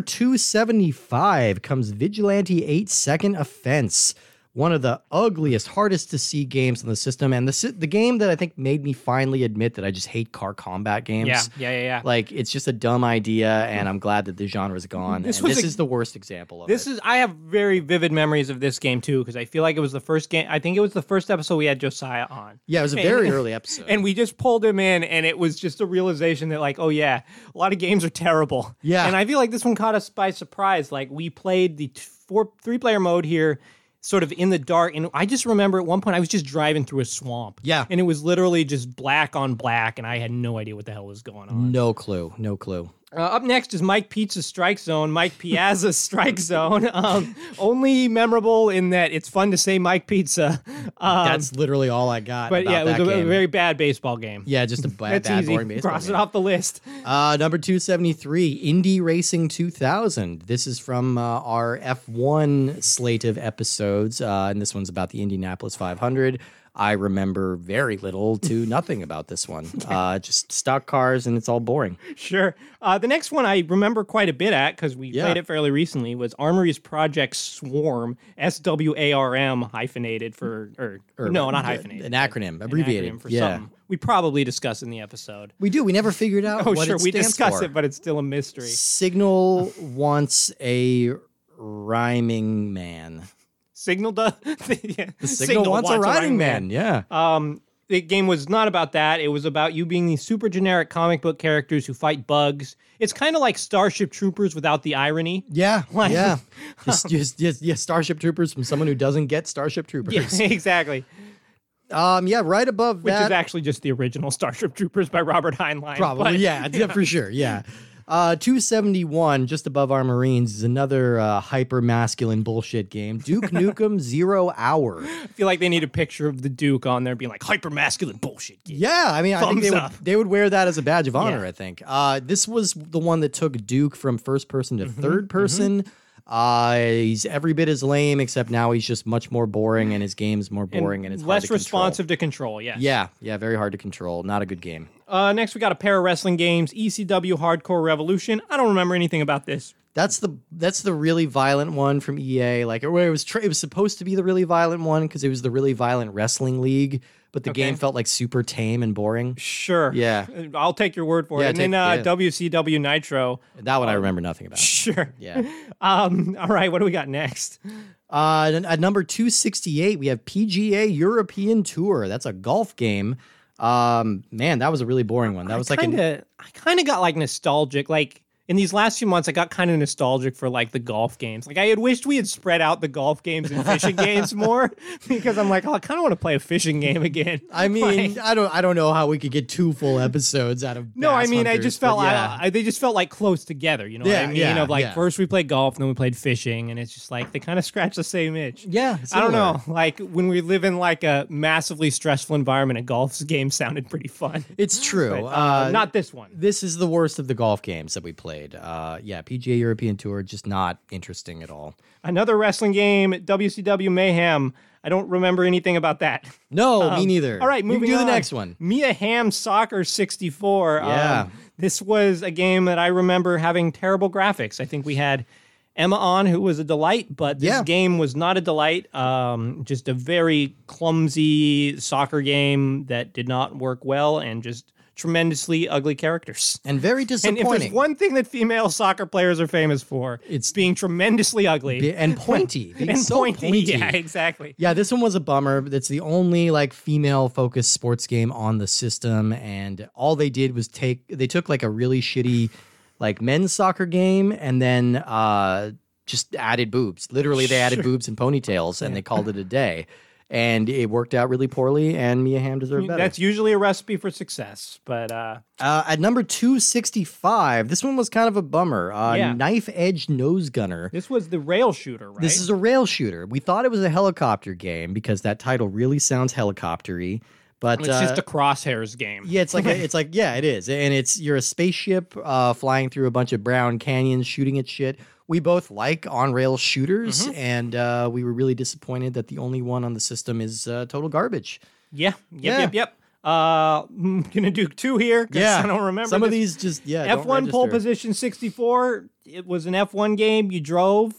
Speaker 1: 275 comes Vigilante 8 Second Offense, one of the ugliest, hardest to see games in the system, and the, si- the game that I think made me finally admit that I just hate car combat games.
Speaker 2: Yeah, yeah, yeah, yeah.
Speaker 1: Like, it's just a dumb idea, and I'm glad that the genre's gone.
Speaker 2: This
Speaker 1: and
Speaker 2: was
Speaker 1: this
Speaker 2: a-
Speaker 1: is the worst example of
Speaker 2: This
Speaker 1: it.
Speaker 2: is I have very vivid memories of this game too because I feel like it was the first game. I think it was the first episode we had Josiah on.
Speaker 1: yeah, it was a
Speaker 2: and-
Speaker 1: very early episode.
Speaker 2: And we just pulled him in, and it was just a realization that, like, oh yeah, a lot of games are terrible.
Speaker 1: Yeah.
Speaker 2: And I feel like this one caught us by surprise. Like we played the t- four three player mode here, sort of in the dark. And I just remember at one point I was just driving through a swamp.
Speaker 1: Yeah.
Speaker 2: And it was literally just black on black, and I had no idea what the hell was going on.
Speaker 1: no clue. No clue.
Speaker 2: Uh, up next is Mike Pizza's Strike Zone, Mike Piazza's Strike Zone. Um, only memorable in that it's fun to say Mike Pizza. Um,
Speaker 1: That's literally all I got.
Speaker 2: but
Speaker 1: about
Speaker 2: yeah, it was
Speaker 1: that
Speaker 2: a, a
Speaker 1: game.
Speaker 2: very bad baseball game.
Speaker 1: yeah, just a bad,
Speaker 2: That's
Speaker 1: bad boring
Speaker 2: easy.
Speaker 1: baseball
Speaker 2: Cross
Speaker 1: game.
Speaker 2: it off the list.
Speaker 1: Uh, number 273, Indie Racing 2000. This is from uh, our F1 slate of episodes, uh, and this one's about the Indianapolis 500. I remember very little to nothing about this one. Uh, just stock cars, and it's all boring.
Speaker 2: Sure. Uh, the next one I remember quite a bit at because we
Speaker 1: Yeah.
Speaker 2: played it fairly recently was Armory's Project Swarm, S W A R M hyphenated for or, no not hyphenated
Speaker 1: An acronym,
Speaker 2: an
Speaker 1: abbreviated.
Speaker 2: acronym for
Speaker 1: yeah.
Speaker 2: something we probably discuss in the episode.
Speaker 1: We do. We never figured out
Speaker 2: Oh
Speaker 1: what
Speaker 2: sure,
Speaker 1: it
Speaker 2: we
Speaker 1: stands
Speaker 2: discuss
Speaker 1: for.
Speaker 2: it, but it's still a mystery.
Speaker 1: Signal wants a rhyming man.
Speaker 2: Signal does. yeah.
Speaker 1: Signal, wants, a rhyming man. Yeah.
Speaker 2: Um, the game was not about that. It was about you being these super generic comic book characters who fight bugs. It's kind of like Starship Troopers without the irony.
Speaker 1: Yeah,
Speaker 2: Like-
Speaker 1: yeah, just, just, just, yeah. Starship Troopers from someone who doesn't get Starship
Speaker 2: Yeah,
Speaker 1: Troopers.
Speaker 2: exactly.
Speaker 1: Um, yeah, right above
Speaker 2: Which
Speaker 1: that,
Speaker 2: is actually just the original Starship Troopers by Robert Heinlein.
Speaker 1: probably
Speaker 2: but-
Speaker 1: yeah, yeah, for sure, yeah. Uh, 271, just above our Marines, is another uh, hyper masculine bullshit game. Duke Nukem Zero Hour.
Speaker 2: I feel like they need a picture of the Duke on there being like hyper masculine bullshit. Game.
Speaker 1: Yeah, I mean, I think
Speaker 2: Thumbs
Speaker 1: they would,
Speaker 2: up.
Speaker 1: they would wear that as a badge of honor. I think uh, this was the one that took Duke from first person to
Speaker 2: Mm-hmm,
Speaker 1: third person. Uh, he's every bit as lame, except now he's just much more boring, and his game's more boring, and, it's hard
Speaker 2: less
Speaker 1: to control.
Speaker 2: responsive to control. Yes.
Speaker 1: Yeah, yeah, very hard to control. Not a good game.
Speaker 2: Uh, next, we got a pair of wrestling games: ECW Hardcore Revolution. I don't remember anything about this.
Speaker 1: That's the that's the really violent one from EA. Like, or it was tra- it was supposed to be the really violent one because it was the really violent wrestling league, but the game felt like super tame and boring.
Speaker 2: Sure.
Speaker 1: Yeah.
Speaker 2: Uh, I'll take your word for it.
Speaker 1: Yeah,
Speaker 2: and
Speaker 1: take-
Speaker 2: then uh,
Speaker 1: yeah.
Speaker 2: WCW Nitro.
Speaker 1: That
Speaker 2: Oh.
Speaker 1: one I remember nothing about.
Speaker 2: Sure.
Speaker 1: Yeah.
Speaker 2: Um, all right. What do we got next?
Speaker 1: Uh, and at number 268, we have PGA European Tour. That's a golf game. Um, man, that was a really boring one. That was like,
Speaker 2: kind
Speaker 1: an,
Speaker 2: of. I kind of got like nostalgic. Like in these last few months, I got kind of nostalgic for like the golf games. Like I had wished we had spread out the golf games and fishing games more because I'm like, oh, I kind of want to play a fishing game again.
Speaker 1: I mean, I don't, I don't know how we could get two full episodes out of.
Speaker 2: No, I
Speaker 1: Bass
Speaker 2: mean, I
Speaker 1: Hunters,
Speaker 2: just
Speaker 1: but
Speaker 2: felt like
Speaker 1: yeah.
Speaker 2: I, they just felt like close together. You know
Speaker 1: Yeah,
Speaker 2: what I mean?
Speaker 1: yeah,
Speaker 2: of like
Speaker 1: yeah.
Speaker 2: first we played golf, then we played fishing, and it's just like they kind of scratch the same itch.
Speaker 1: yeah,
Speaker 2: I
Speaker 1: similar.
Speaker 2: don't know. Like when we live in like a massively stressful environment, a golf game sounded pretty fun.
Speaker 1: It's true.
Speaker 2: Uh,
Speaker 1: uh,
Speaker 2: not this one.
Speaker 1: this is the worst of the golf games that we played. Uh, yeah, PGA European Tour, just not interesting at all.
Speaker 2: Another wrestling game, WCW Mayhem. I don't remember anything about that.
Speaker 1: No, me neither.
Speaker 2: Um, All right,
Speaker 1: You can
Speaker 2: moving
Speaker 1: do
Speaker 2: on.
Speaker 1: the next one.
Speaker 2: Mia Ham Soccer 64. Um,
Speaker 1: Yeah.
Speaker 2: this was a game that I remember having terrible graphics. I think we had Emma on, who was a delight, but this
Speaker 1: Yeah.
Speaker 2: game was not a delight. Um, just a very clumsy soccer game that did not work well and just tremendously ugly characters.
Speaker 1: And very
Speaker 2: And if
Speaker 1: disappointing.
Speaker 2: there's one thing that female soccer players are famous for, it's being tremendously ugly
Speaker 1: and pointy. Being
Speaker 2: and
Speaker 1: so
Speaker 2: pointy. Yeah, exactly.
Speaker 1: Yeah, this one was a bummer. That's the only like female focused sports game on the system, and all they did was take they took like a really shitty like men's soccer game and then uh just added boobs. Literally they added boobs and ponytails and they called it a day. And it worked out really poorly and Mia Hamm deserved better.
Speaker 2: Mm, That's usually a recipe for success, but uh,
Speaker 1: Uh, at number 265, this one was kind of a bummer. Uh,
Speaker 2: Yeah.
Speaker 1: Knife Edge Nose Gunner.
Speaker 2: this was the rail shooter, right?
Speaker 1: This is a rail shooter. We thought it was a helicopter game because that title really sounds helicoptery, but
Speaker 2: it's
Speaker 1: uh,
Speaker 2: just a crosshairs game.
Speaker 1: yeah, it's like a, it's like yeah, it is. And it's you're a spaceship uh, flying through a bunch of brown canyons, shooting at shit. We both like on rail shooters,
Speaker 2: Mm-hmm.
Speaker 1: and uh, we were really disappointed that the only one on the system is uh, total garbage.
Speaker 2: Yeah. Yep.
Speaker 1: Yeah.
Speaker 2: Yep. Yep. Uh, I'm gonna do two here. 'cause I don't remember
Speaker 1: some of
Speaker 2: this.
Speaker 1: these. Just yeah, don't
Speaker 2: F1 pole
Speaker 1: register.
Speaker 2: position 64. It was an F1 game. You drove.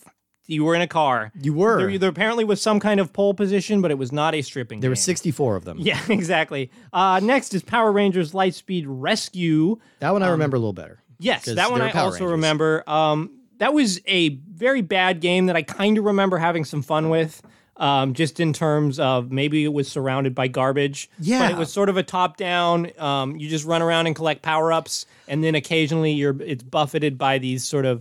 Speaker 2: You were in a car.
Speaker 1: You were
Speaker 2: There, there apparently was some kind of pole position, but it was not a stripping.
Speaker 1: there
Speaker 2: game.
Speaker 1: were 64 of them.
Speaker 2: Yeah, exactly. Uh, next is Power Rangers Lightspeed Rescue.
Speaker 1: That one I remember a little better.
Speaker 2: um, Yes,
Speaker 1: 'Cause
Speaker 2: that one
Speaker 1: they were
Speaker 2: I
Speaker 1: Power
Speaker 2: also
Speaker 1: Rangers.
Speaker 2: remember. Um, that was a very bad game that I kind of remember having some fun with. Um, just in terms of maybe it was surrounded by garbage.
Speaker 1: Yeah.
Speaker 2: but it was sort of a top down. Um, you just run around and collect power ups, and then occasionally you're it's buffeted by these sort of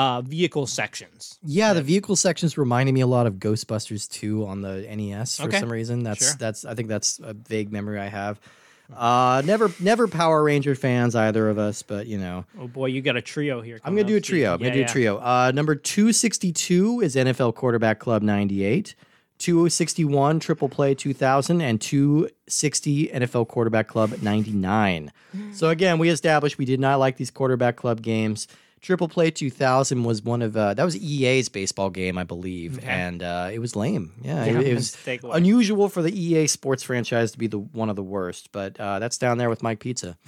Speaker 2: uh, vehicle sections.
Speaker 1: Yeah, the vehicle sections reminded me a lot of Ghostbusters 2 on the NES for
Speaker 2: Okay.
Speaker 1: some reason. That's
Speaker 2: Sure.
Speaker 1: that's I think that's a vague memory I have. Uh, never never Power Ranger fans either of us, but you know.
Speaker 2: Oh boy, you got a trio here.
Speaker 1: I'm gonna do a trio. I'm gonna do a trio. Uh, number 262 is NFL Quarterback Club 98, 261 Triple Play 2000, and 260 NFL Quarterback Club 99. so again, we established we did not like these Quarterback Club games. Triple Play 2000 was one of uh, that was EA's baseball game, I believe, and uh, it was lame. Yeah, it, it was
Speaker 2: mistake was.
Speaker 1: unusual for the EA sports franchise to be the one of the worst, but uh, that's down there with Mike Pizza.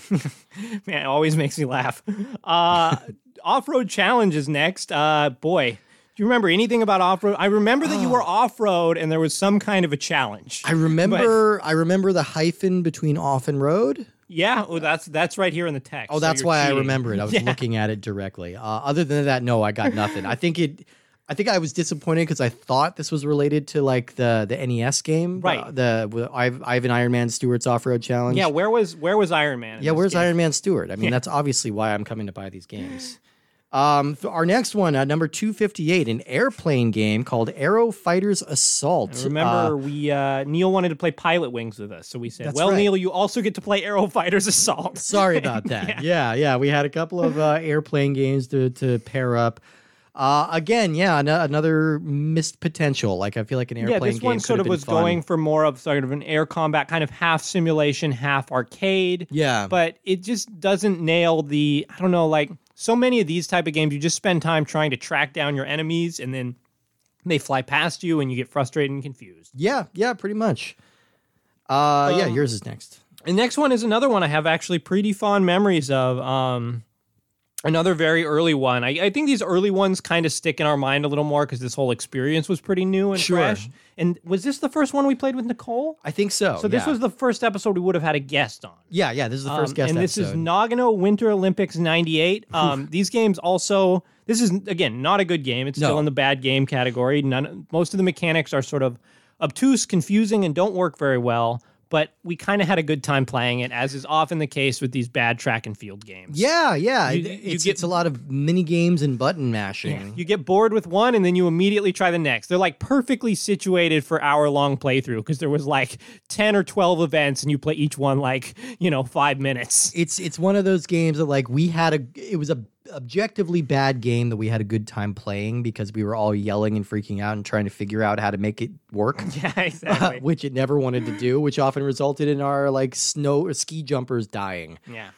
Speaker 2: Man, it always makes me laugh. Uh, off road challenge is next. Uh, boy, do you remember anything about off road? I remember that you were off road and there was some kind of a challenge.
Speaker 1: Oh. I remember I remember the hyphen between off and road.
Speaker 2: yeah, oh, that's that's right here in the text.
Speaker 1: Oh, that's why I remember it. I was
Speaker 2: Yeah.
Speaker 1: looking at it directly. Uh, other than that, no, I got nothing. I think it. I think I was disappointed because I thought this was related to like the the NES game,
Speaker 2: Right.
Speaker 1: uh, The I've Ivan Iron Man Stewart's off road challenge.
Speaker 2: Yeah, where was where was Iron Man? in
Speaker 1: yeah.
Speaker 2: this
Speaker 1: Where's
Speaker 2: game?
Speaker 1: Iron Man Stewart? I mean,
Speaker 2: Yeah.
Speaker 1: that's obviously why I'm coming to buy these games. Um, th- our next one, uh, number two fifty eight, an airplane game called Aero Fighters Assault.
Speaker 2: I
Speaker 1: Uh,
Speaker 2: Remember, we uh, Neil wanted to play Pilot Wings with us, so we said,
Speaker 1: That's
Speaker 2: "Well,
Speaker 1: right.
Speaker 2: Neil, you also get to play Arrow Fighters Assault."
Speaker 1: Sorry about that. yeah. yeah, We had a couple of uh, airplane games to to pair up. Uh, again, yeah, an- another missed potential. Like I feel like an airplane
Speaker 2: yeah, this
Speaker 1: game
Speaker 2: one
Speaker 1: could
Speaker 2: sort
Speaker 1: have
Speaker 2: of
Speaker 1: been
Speaker 2: was
Speaker 1: fun.
Speaker 2: going for more of sort of an air combat, kind of half simulation, half arcade.
Speaker 1: Yeah,
Speaker 2: but it just doesn't nail the i don't know like so many of these type of games you just spend time trying to track down your enemies and then they fly past you and you get frustrated and confused
Speaker 1: yeah, yeah, pretty much. Uh, yeah,
Speaker 2: Um,
Speaker 1: yours is next.
Speaker 2: the next one is another one i have actually pretty fond memories of um another very early one i, I think these early ones kind of stick in our mind a little more because this whole experience was pretty new and
Speaker 1: Sure.
Speaker 2: fresh and was this the first one we played with nicole
Speaker 1: I think so.
Speaker 2: so this
Speaker 1: yeah.
Speaker 2: was the first episode we would have had a guest on
Speaker 1: yeah, yeah. This is the first
Speaker 2: Um,
Speaker 1: guest
Speaker 2: and this
Speaker 1: episode.
Speaker 2: is Nagano Winter Olympics 98. Um, these games also, this is, again, not a good game. It's
Speaker 1: No.
Speaker 2: still in the bad game category. None, most of the mechanics are sort of obtuse, confusing, and don't work very well. But we kind of had a good time playing it, as is often the case with these bad track and field games.
Speaker 1: yeah, yeah.
Speaker 2: You-
Speaker 1: it-
Speaker 2: you
Speaker 1: it's,
Speaker 2: get-
Speaker 1: it's a lot of mini games and button mashing.
Speaker 2: You get bored with one and then you immediately try the next. They're like perfectly situated for hour long playthrough because there was like 10 or 12 events and you play each one like, you know, five minutes.
Speaker 1: It's it's one of those games that like we had a it was a objectively bad game that we had a good time playing because we were all yelling and freaking out and trying to figure out how to make it work.
Speaker 2: Yeah, exactly.
Speaker 1: which it never wanted to do, which often resulted in our like snow or ski jumpers dying.
Speaker 2: yeah.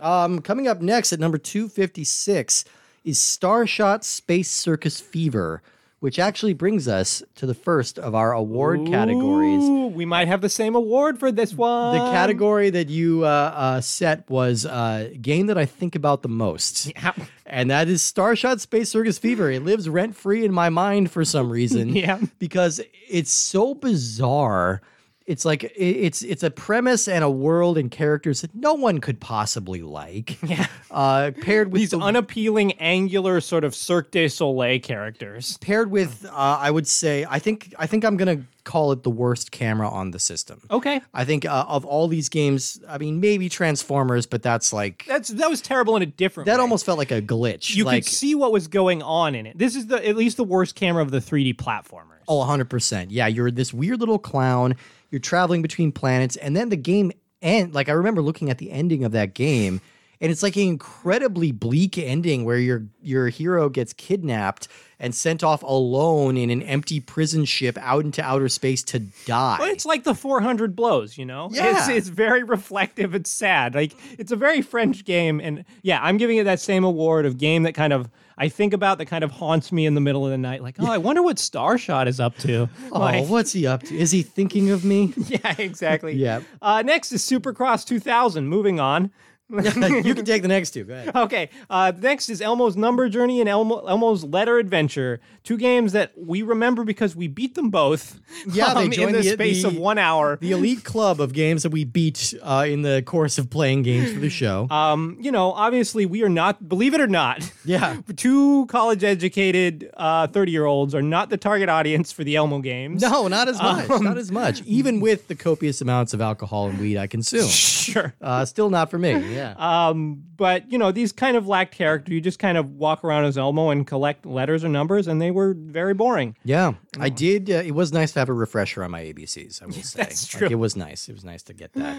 Speaker 1: Um, coming up next at number 256 is Starshot Space Circus Fever, which actually brings us to the first of our award categories.
Speaker 2: Ooh, we might have the same award for this one.
Speaker 1: The category that you uh, uh, set was uh, game that I think about the most.
Speaker 2: How-
Speaker 1: And that is Starshot Space Circus Fever. It lives rent free in my mind for some reason.
Speaker 2: Yeah.
Speaker 1: Because it's so bizarre. It's like i- it's it's a premise and a world and characters that no one could possibly like.
Speaker 2: Yeah.
Speaker 1: Uh, paired with
Speaker 2: These
Speaker 1: the-
Speaker 2: unappealing, angular, sort of Cirque du Soleil characters.
Speaker 1: paired with uh, I would say I think I think I'm gonna call it the worst camera on the system.
Speaker 2: Okay.
Speaker 1: I think uh, of all these games, I mean maybe Transformers, but that's like
Speaker 2: That's that was terrible in a different
Speaker 1: that
Speaker 2: way.
Speaker 1: almost felt like a glitch.
Speaker 2: you
Speaker 1: like
Speaker 2: could see what was going on in it. This is the at least the worst camera of the 3D platformers.
Speaker 1: Oh, 100%. Yeah, you're this weird little clown. You're traveling between planets. And then the game end. Like, I remember looking at the ending of that game. And it's like an incredibly bleak ending where your your hero gets kidnapped and sent off alone in an empty prison ship out into outer space to die.
Speaker 2: But it's like the 400 blows, you know? It's,
Speaker 1: Yeah.
Speaker 2: it's very reflective. It's sad. Like, it's a very French game. And yeah, I'm giving it that same award of game that kind of I think about that kind of haunts me in the middle of the night. Like, oh, I wonder what Starshot is up to.
Speaker 1: oh,
Speaker 2: like,
Speaker 1: what's he up to? Is he thinking of me?
Speaker 2: yeah, exactly.
Speaker 1: Yeah.
Speaker 2: Uh, next is Supercross 2000. Moving on.
Speaker 1: you can take the next two. Go ahead.
Speaker 2: Okay. Uh, next is Elmo's Number Journey and Elmo, Elmo's Letter Adventure. Two games that we remember because we beat them both. um,
Speaker 1: Yeah, they
Speaker 2: in
Speaker 1: joined
Speaker 2: the,
Speaker 1: the-
Speaker 2: space
Speaker 1: the-
Speaker 2: of one hour.
Speaker 1: The elite club of games that we beat uh, in the course of playing games for the show.
Speaker 2: um, you know, obviously we are not, believe it or not,
Speaker 1: Yeah.
Speaker 2: two college educated 30 year olds are not the target audience for the Elmo games.
Speaker 1: No, not as much.
Speaker 2: Um,
Speaker 1: not as much. Even with the copious amounts of alcohol and weed I consume,
Speaker 2: Sure.
Speaker 1: uh, still not for me. Yeah.
Speaker 2: oh. But, you know, these kind of lack character. You just kind of walk around as Elmo and collect letters or numbers, and they were very boring.
Speaker 1: yeah. I did. Uh, it was nice to have a refresher on my ABCs. I will say
Speaker 2: that's
Speaker 1: Like,
Speaker 2: true.
Speaker 1: it was nice. It was nice to get that.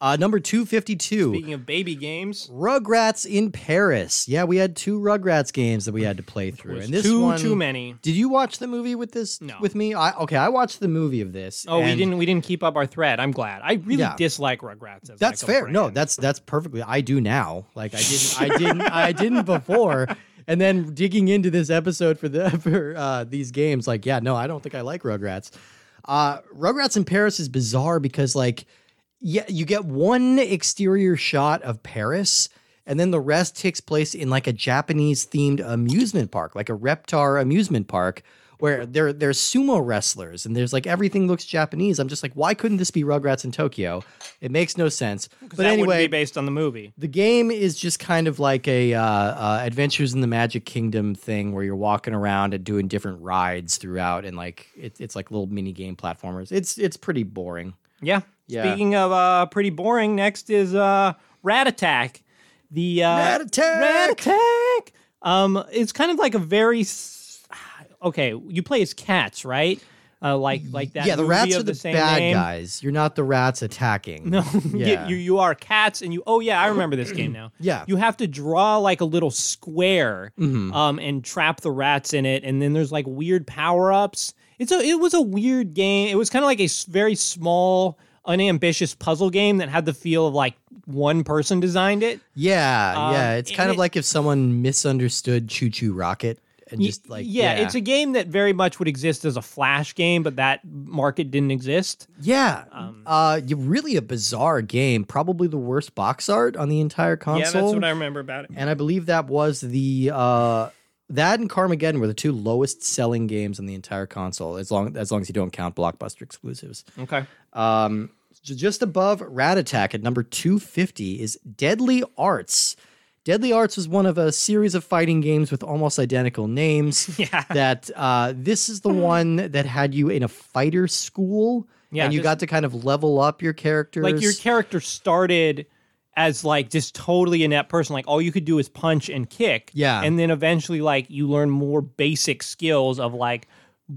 Speaker 1: Uh, number two fifty two.
Speaker 2: Speaking of baby games,
Speaker 1: Rugrats in Paris. Yeah, we had two Rugrats games that we had to play through, and this
Speaker 2: too,
Speaker 1: one
Speaker 2: too many.
Speaker 1: Did you watch the movie with this?
Speaker 2: No.
Speaker 1: With me? I, okay, I watched the movie of this.
Speaker 2: Oh, we
Speaker 1: and-
Speaker 2: didn't we didn't keep up our thread. I'm glad. I really
Speaker 1: Yeah.
Speaker 2: dislike Rugrats. As
Speaker 1: That's
Speaker 2: like a
Speaker 1: fair. No,
Speaker 2: brand.
Speaker 1: that's that's perfectly. I do now. Like I didn't. I didn't. I didn't before. And then digging into this episode for the for uh, these games, like yeah, no, I don't think I like Rugrats. Uh, Rugrats in Paris is bizarre because like yeah, you get one exterior shot of Paris, and then the rest takes place in like a Japanese themed amusement park, like a Reptar amusement park. where they're they're sumo wrestlers and there's like everything looks Japanese. I'm just like, why couldn't this be Rugrats in Tokyo? It makes no sense. But
Speaker 2: that
Speaker 1: anyway,
Speaker 2: would be based on the movie.
Speaker 1: the game is just kind of like a uh, uh, Adventures in the Magic Kingdom thing where you're walking around and doing different rides throughout, and like it, it's like little mini game platformers. It's it's pretty boring.
Speaker 2: Yeah.
Speaker 1: Yeah.
Speaker 2: Speaking of uh, pretty boring, next is uh, Rat Attack. The uh,
Speaker 1: Rat Attack!
Speaker 2: Rat Attack. Um, it's kind of like a very s- okay. You play as cats, right? Uh, like like that.
Speaker 1: yeah, the
Speaker 2: movie
Speaker 1: rats
Speaker 2: of
Speaker 1: are the,
Speaker 2: same
Speaker 1: bad
Speaker 2: name.
Speaker 1: guys. You're not the rats attacking.
Speaker 2: No,
Speaker 1: Yeah.
Speaker 2: you you are cats, and you. Oh yeah, I remember this game now.
Speaker 1: Yeah. Mm-hmm.
Speaker 2: you have to draw like a little square, um, and trap the rats in it, and then there's like weird power ups. It's a it was a weird game. It was kind of like a s- very small, unambitious puzzle game that had the feel of like one person designed it.
Speaker 1: Yeah, yeah.
Speaker 2: Um,
Speaker 1: It's kind
Speaker 2: and
Speaker 1: of
Speaker 2: it-
Speaker 1: like if someone misunderstood Choo Choo Rocket and
Speaker 2: Y-
Speaker 1: just like
Speaker 2: yeah, it's a game that very much would exist as a flash game, but that market didn't exist.
Speaker 1: yeah.
Speaker 2: Um,
Speaker 1: uh, you really a bizarre game. Probably the worst box art on the entire console.
Speaker 2: remember about it.
Speaker 1: and I believe that was the uh, that and Carmageddon were the two lowest selling games on the entire console, as long as long as you don't count blockbuster exclusives.
Speaker 2: Okay.
Speaker 1: Um, j- just above Rat Attack at number 250 is Deadly Arts. Deadly Arts was one of a series of fighting games with almost identical names.
Speaker 2: Yeah.
Speaker 1: That uh, this is the one that had you in a fighter school,
Speaker 2: Yeah,
Speaker 1: and you
Speaker 2: this-
Speaker 1: got to kind of level up your characters.
Speaker 2: like your character started as like just totally inept person like all you could do is punch and kick
Speaker 1: Yeah.
Speaker 2: and then eventually like you learn more basic skills of like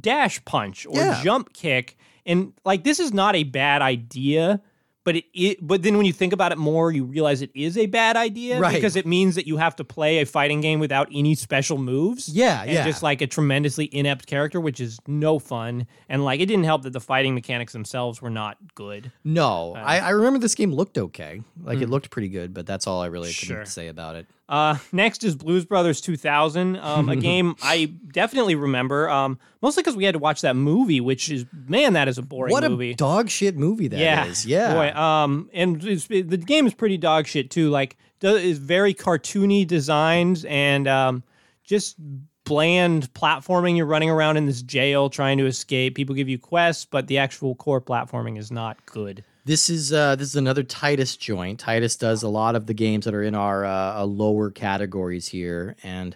Speaker 2: dash punch or
Speaker 1: Yeah.
Speaker 2: jump kick and like this is not a bad idea but it, it but then when you think about it more you realize it is a bad idea
Speaker 1: Right.
Speaker 2: because it means that you have to play a fighting game without any special moves
Speaker 1: Yeah,
Speaker 2: and
Speaker 1: yeah.
Speaker 2: just like a tremendously inept character which is no fun and like it didn't help that the fighting mechanics themselves were not good
Speaker 1: no,
Speaker 2: Uh.
Speaker 1: I, I remember this game looked okay. Like it looked pretty good, but that's all I really can
Speaker 2: Hmm. Sure.
Speaker 1: say about it.
Speaker 2: Uh, next is Blues Brothers 2000, um, a game I definitely remember, um, mostly because we had to watch that movie, which is man, that is a boring
Speaker 1: What
Speaker 2: movie.
Speaker 1: a dog shit movie that is!
Speaker 2: yeah,
Speaker 1: Yeah,
Speaker 2: Boy, um, and it's, it- the game is pretty dog shit too. Like, does, is very cartoony designs and um, just bland platforming. You're running around in this jail trying to escape. People give you quests, but the actual core platforming is not good.
Speaker 1: This is uh, this is another Titus joint. Titus does a lot of the games that are in our uh, uh, lower categories here, and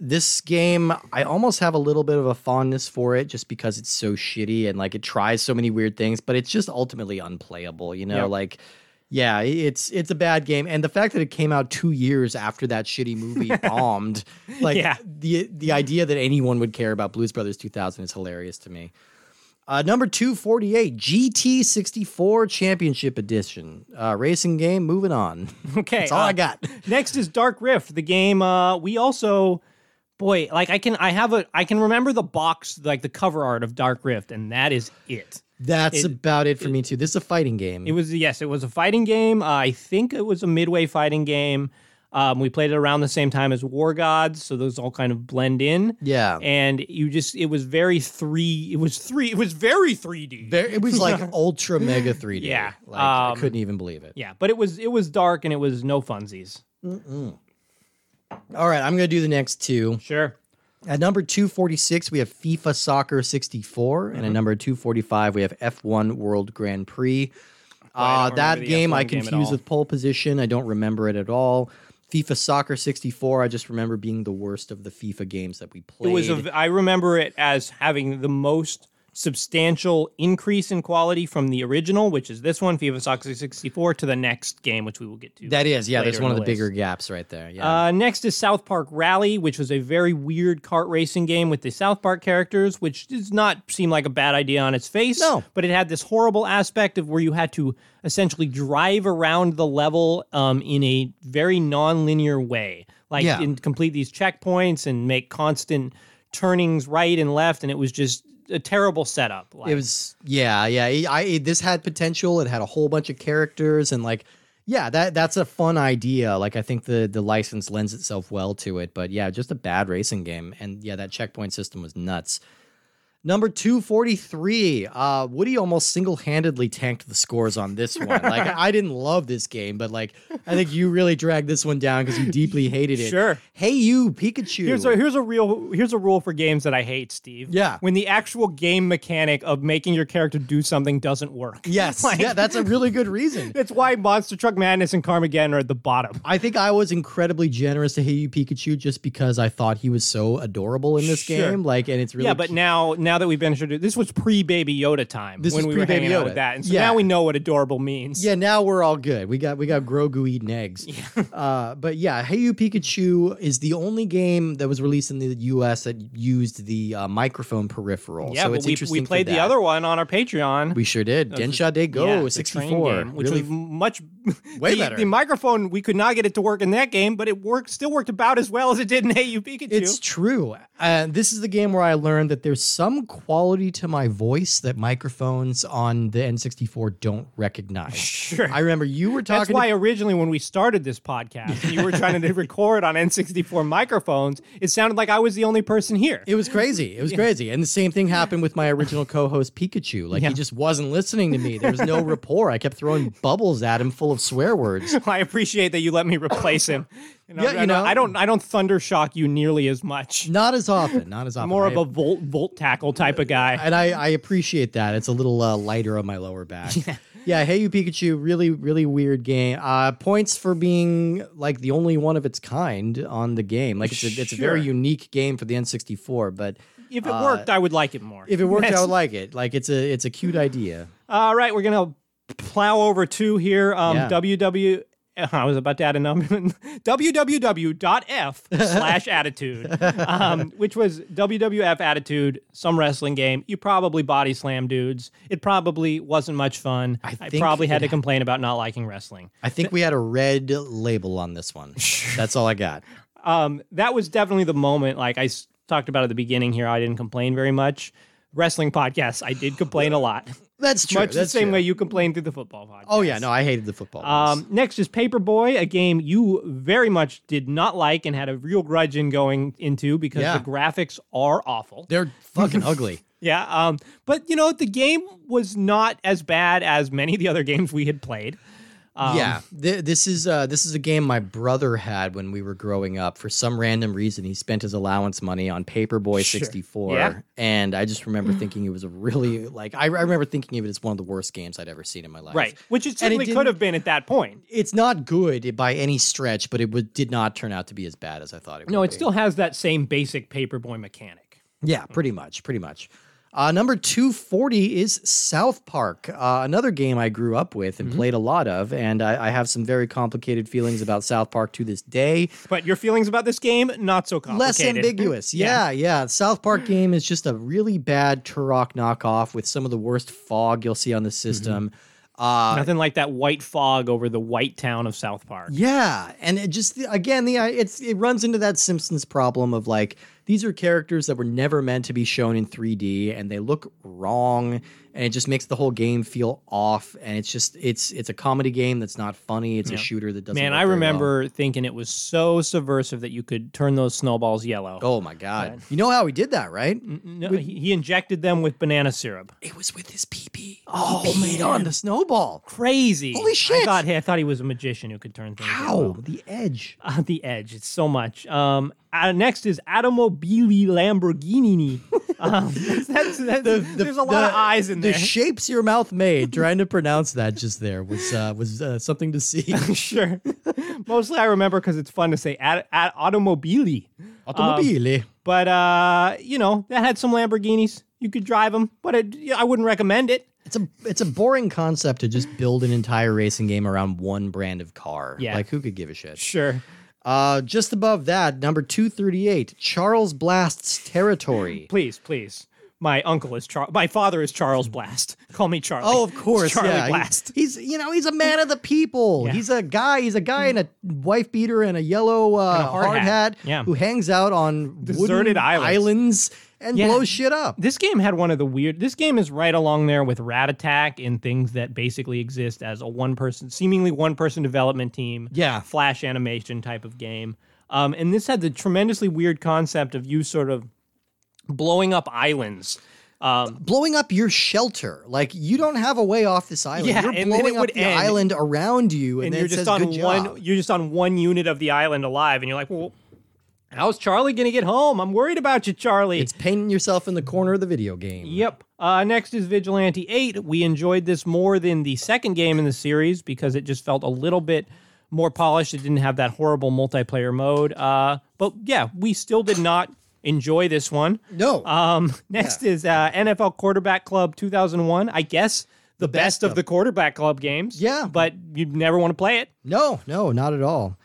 Speaker 1: this game I almost have a little bit of a fondness for it just because it's so shitty and like it tries so many weird things, but it's just ultimately unplayable. You know,
Speaker 2: Yeah.
Speaker 1: like yeah, i- it's it's a bad game, and the fact that it came out two years after that shitty movie bombed, like
Speaker 2: Yeah.
Speaker 1: the the idea that anyone would care about Blues Brothers 2000 is hilarious to me. Uh, number 248, GT64 Championship Edition. Uh, racing game, moving on.
Speaker 2: Okay,
Speaker 1: That's all I
Speaker 2: uh,
Speaker 1: got.
Speaker 2: Next is Dark Rift, the game uh we also boy, like I can I have a I can remember the box like the cover art of Dark Rift and that is it.
Speaker 1: That's about it for me, too. This is a fighting game.
Speaker 2: It was yes, it was a fighting game. Uh, I think it was a midway fighting game. Um, we played it around the same time as War Gods, so those all kind of blend in.
Speaker 1: yeah.
Speaker 2: And you just it was very 3 it was 3 it was very 3D.
Speaker 1: Ver- it was like ultra mega 3D.
Speaker 2: Yeah,
Speaker 1: Like, I
Speaker 2: um,
Speaker 1: couldn't even believe it.
Speaker 2: yeah, but it was it was dark and it was no funsies.
Speaker 1: All right, I'm going to do the next two.
Speaker 2: Sure.
Speaker 1: At number 246, we have FIFA Soccer 64. And at
Speaker 2: Mm-hmm.
Speaker 1: number 245, we have F1 World Grand Prix. Uh,
Speaker 2: don't
Speaker 1: that
Speaker 2: remember the
Speaker 1: game I
Speaker 2: F1 game at
Speaker 1: confuse
Speaker 2: all.
Speaker 1: with pole position. I don't remember it at all. FIFA Soccer 64, I just remember being the worst of the FIFA games that we played.
Speaker 2: It was a, I remember it as having the most substantial increase in quality from the original, which is this one, FIFA Soccer 64, to the next game, which we will get to.
Speaker 1: that is, yeah,
Speaker 2: later
Speaker 1: there's
Speaker 2: in
Speaker 1: one of
Speaker 2: the
Speaker 1: the bigger
Speaker 2: list.
Speaker 1: gaps right there. Yeah.
Speaker 2: Uh, next is South Park Rally, which was a very weird kart racing game with the South Park characters, which does not seem like a bad idea on its face.
Speaker 1: No.
Speaker 2: But it had this horrible aspect of where you had to essentially drive around the level um, in a very nonlinear way. Like,
Speaker 1: Yeah.
Speaker 2: and complete these checkpoints and make constant turnings right and left. And it was just a terrible setup. Like,
Speaker 1: it was yeah yeah I, I- this had potential it had a whole bunch of characters and like yeah that that's a fun idea like i think the the license lends itself well to it but yeah just a bad racing game and yeah that checkpoint system was nuts Number 243, uh, Woody almost single handedly tanked the scores on this one. Like, I didn't love this game, but like, I think you really dragged this one down because you deeply hated it.
Speaker 2: Sure.
Speaker 1: Hey, you, Pikachu.
Speaker 2: Here's a here's a real here's a rule for games that I hate, Steve.
Speaker 1: Yeah.
Speaker 2: When the actual game mechanic of making your character do something doesn't work.
Speaker 1: yes.
Speaker 2: Like,
Speaker 1: yeah, that's a really good reason.
Speaker 2: that's why Monster Truck Madness and Carmageddon are at the bottom.
Speaker 1: I think I was incredibly generous to Hey You Pikachu just because I thought he was so adorable in this
Speaker 2: Sure.
Speaker 1: game. Like, and it's really
Speaker 2: yeah, but now now that we've been introduced, this was pre Baby Yoda time
Speaker 1: This
Speaker 2: when
Speaker 1: was
Speaker 2: we were
Speaker 1: pre-Baby
Speaker 2: hanging out
Speaker 1: Yoda.
Speaker 2: with that, and so
Speaker 1: Yeah.
Speaker 2: now we know what adorable means.
Speaker 1: Yeah, now we're all good. We got we got Grogu eating eggs. Uh, but yeah, Hey You Pikachu is the only game that was released in the U.S. that used the uh, microphone peripheral.
Speaker 2: Yeah,
Speaker 1: so
Speaker 2: but
Speaker 1: it's
Speaker 2: we,
Speaker 1: interesting
Speaker 2: we
Speaker 1: for
Speaker 2: played the
Speaker 1: that.
Speaker 2: other one on our Patreon.
Speaker 1: We sure did. Densha de Go
Speaker 2: Yeah, the train
Speaker 1: 64,
Speaker 2: game, which
Speaker 1: really
Speaker 2: was much
Speaker 1: Way
Speaker 2: the,
Speaker 1: better.
Speaker 2: The microphone we could not get it to work in that game, but it worked. Still worked about as well as it did in AU Pikachu.
Speaker 1: It's true. Uh, this is the game where I learned that there's some quality to my voice that microphones on the N64 don't recognize.
Speaker 2: Sure.
Speaker 1: I remember you were
Speaker 2: That's
Speaker 1: talking.
Speaker 2: why originally when we started this podcast, you were trying to record on N64 microphones. It sounded like I was the only person here.
Speaker 1: to, it was crazy. It was crazy. And the same thing happened with my original co-host Pikachu. Like
Speaker 2: Yeah.
Speaker 1: he just wasn't listening to me. There was no rapport. I kept throwing bubbles at him full of swear words.
Speaker 2: I appreciate that you let me replace him. You know,
Speaker 1: Yeah,
Speaker 2: I
Speaker 1: you
Speaker 2: don't-
Speaker 1: know.
Speaker 2: I don't. I don't thunder shock you nearly as much.
Speaker 1: Not as often. Not as often.
Speaker 2: More of
Speaker 1: I-
Speaker 2: a volt volt tackle type of guy.
Speaker 1: and I, I appreciate that. It's a little uh, lighter on my lower back. Yeah. Hey You Pikachu, really, really weird game. Uh, points for being like the only one of its kind on the game. Like it's a, it's a very
Speaker 2: Sure.
Speaker 1: unique game for the N64, but
Speaker 2: If it
Speaker 1: uh,
Speaker 2: worked, I would like it more.
Speaker 1: if it worked, I
Speaker 2: That's-
Speaker 1: would like it. Like it's a it's a cute idea.
Speaker 2: All right, we're gonna plow over two here. Um,
Speaker 1: Yeah.
Speaker 2: WW. I was about to add a number. www.f slash attitude, um, which was WWF attitude, some wrestling game. You probably body slam dudes. It probably wasn't much fun. I,
Speaker 1: think
Speaker 2: probably
Speaker 1: it
Speaker 2: had to
Speaker 1: ha-
Speaker 2: complain about not liking wrestling.
Speaker 1: I think we had a red label on this one. That's all I got.
Speaker 2: um, that was definitely the moment. Like I s- talked about at the beginning here, I didn't complain very much. Wrestling podcasts, I did complain a lot,
Speaker 1: That's true.
Speaker 2: much the
Speaker 1: That's
Speaker 2: same
Speaker 1: true.
Speaker 2: way you complained through the football podcast.
Speaker 1: Oh yeah, no, I hated the football. ones.
Speaker 2: Um, next is Paperboy, a game you very much did not like and had a real grudge in going into because
Speaker 1: Yeah.
Speaker 2: the graphics are awful.
Speaker 1: They're fucking ugly.
Speaker 2: Yeah. Um, but you know, the game was not as bad as many of the other games we had played. Um,
Speaker 1: yeah, th- this is uh, this is a game my brother had when we were growing up. For some random reason, he spent his allowance money on Paperboy
Speaker 2: Sure.
Speaker 1: sixty four,
Speaker 2: Yeah.
Speaker 1: and I just remember thinking it was a really like I, I remember thinking of it as one of the worst games I'd ever seen in my life.
Speaker 2: Right. Which it
Speaker 1: And it
Speaker 2: certainly could
Speaker 1: didn't-
Speaker 2: have been at that point.
Speaker 1: It's not good by any stretch, but it w- did not turn out to be as bad as I thought it would.
Speaker 2: No, it
Speaker 1: be.
Speaker 2: still has that same basic Paperboy mechanic.
Speaker 1: Yeah, pretty much, pretty much. Uh, number 240 is South Park, uh, another game I grew up with and played a lot of. And I, I have some very complicated feelings about South Park to this day.
Speaker 2: But your feelings about this game, not so complicated.
Speaker 1: less ambiguous. Yeah, yeah. The South Park game is just a really bad Turok knockoff with some of the worst fog you'll see on the system. Uh,
Speaker 2: Nothing like that white fog over the white town of South Park.
Speaker 1: yeah, and it just again the it's it runs into that Simpsons problem of like these are characters that were never meant to be shown in 3D and they look wrong and it just makes the whole game feel off and it's just it's it's a comedy game that's not funny. It's a shooter that doesn't.
Speaker 2: Man,
Speaker 1: work
Speaker 2: I
Speaker 1: very well.
Speaker 2: remember thinking it was so subversive that you could turn those snowballs yellow.
Speaker 1: Oh my god! You know how he did that, right?
Speaker 2: No, he he injected them with banana syrup.
Speaker 1: It was with his pee pee. Oh, man. on the snowball.
Speaker 2: Crazy!
Speaker 1: Holy shit.
Speaker 2: I thought, hey, I thought he was a magician who could turn things.
Speaker 1: Ow, the edge.
Speaker 2: On the edge, it's so much. Um, uh, next is Automobili Lamborghini. um, that's, that's, that's- there's a lot of eyes in
Speaker 1: the
Speaker 2: there.
Speaker 1: shapes your mouth made. Trying to pronounce that just there was uh, was uh, something to see.
Speaker 2: sure. Mostly, I remember because it's fun to say at, at Automobili.
Speaker 1: Automobile.
Speaker 2: But uh, you know, that had some Lamborghinis. You could drive them, but it, yeah, I wouldn't recommend it.
Speaker 1: it's a it's a boring concept to just build an entire racing game around one brand of car.
Speaker 2: Yeah.
Speaker 1: like who could give a shit?
Speaker 2: Sure.
Speaker 1: Uh, just above that, number two thirty eight, Charles Blast's Territory.
Speaker 2: Please, please. My uncle is Charles. My father is Charles Blast. Call me Charlie.
Speaker 1: Oh, of course,
Speaker 2: Charlie
Speaker 1: yeah. He-
Speaker 2: Blast.
Speaker 1: He's you know he's a man of the people. He's a guy. He's a guy in a wife beater and a yellow uh,
Speaker 2: hard
Speaker 1: hard,
Speaker 2: hat.
Speaker 1: hat,
Speaker 2: Yeah.
Speaker 1: who hangs out on
Speaker 2: Deserted
Speaker 1: wooden
Speaker 2: islands.
Speaker 1: islands and
Speaker 2: Yeah.
Speaker 1: blows shit up.
Speaker 2: This game had one of the weird. This game is right along there with Rat Attack and things that basically exist as a one person, seemingly one person development team.
Speaker 1: Yeah.
Speaker 2: Flash animation type of game. Um, and this had the tremendously weird concept of you sort of blowing up islands. Um,
Speaker 1: blowing up your shelter. Like you don't have a way off this island.
Speaker 2: Yeah,
Speaker 1: you're
Speaker 2: and then it
Speaker 1: blowing
Speaker 2: would
Speaker 1: up the
Speaker 2: end.
Speaker 1: island around you, and,
Speaker 2: and
Speaker 1: then
Speaker 2: you're
Speaker 1: it
Speaker 2: just
Speaker 1: says,
Speaker 2: on
Speaker 1: "Good
Speaker 2: one
Speaker 1: job."
Speaker 2: you're just on one unit of the island alive and you're like well how's charlie gonna get home i'm worried about you charlie
Speaker 1: It's painting yourself in the corner of the video game.
Speaker 2: Yep. Uh, next is Vigilante 8. We enjoyed this more than the second game in the series because it just felt a little bit more polished. It didn't have that horrible multiplayer mode. Uh, but yeah, we still did not enjoy this one.
Speaker 1: No.
Speaker 2: Um, next is uh, NFL Quarterback Club 2001. I guess the, best, of the Quarterback Club games.
Speaker 1: Yeah.
Speaker 2: But you'd never want to play it.
Speaker 1: No, no, not at all.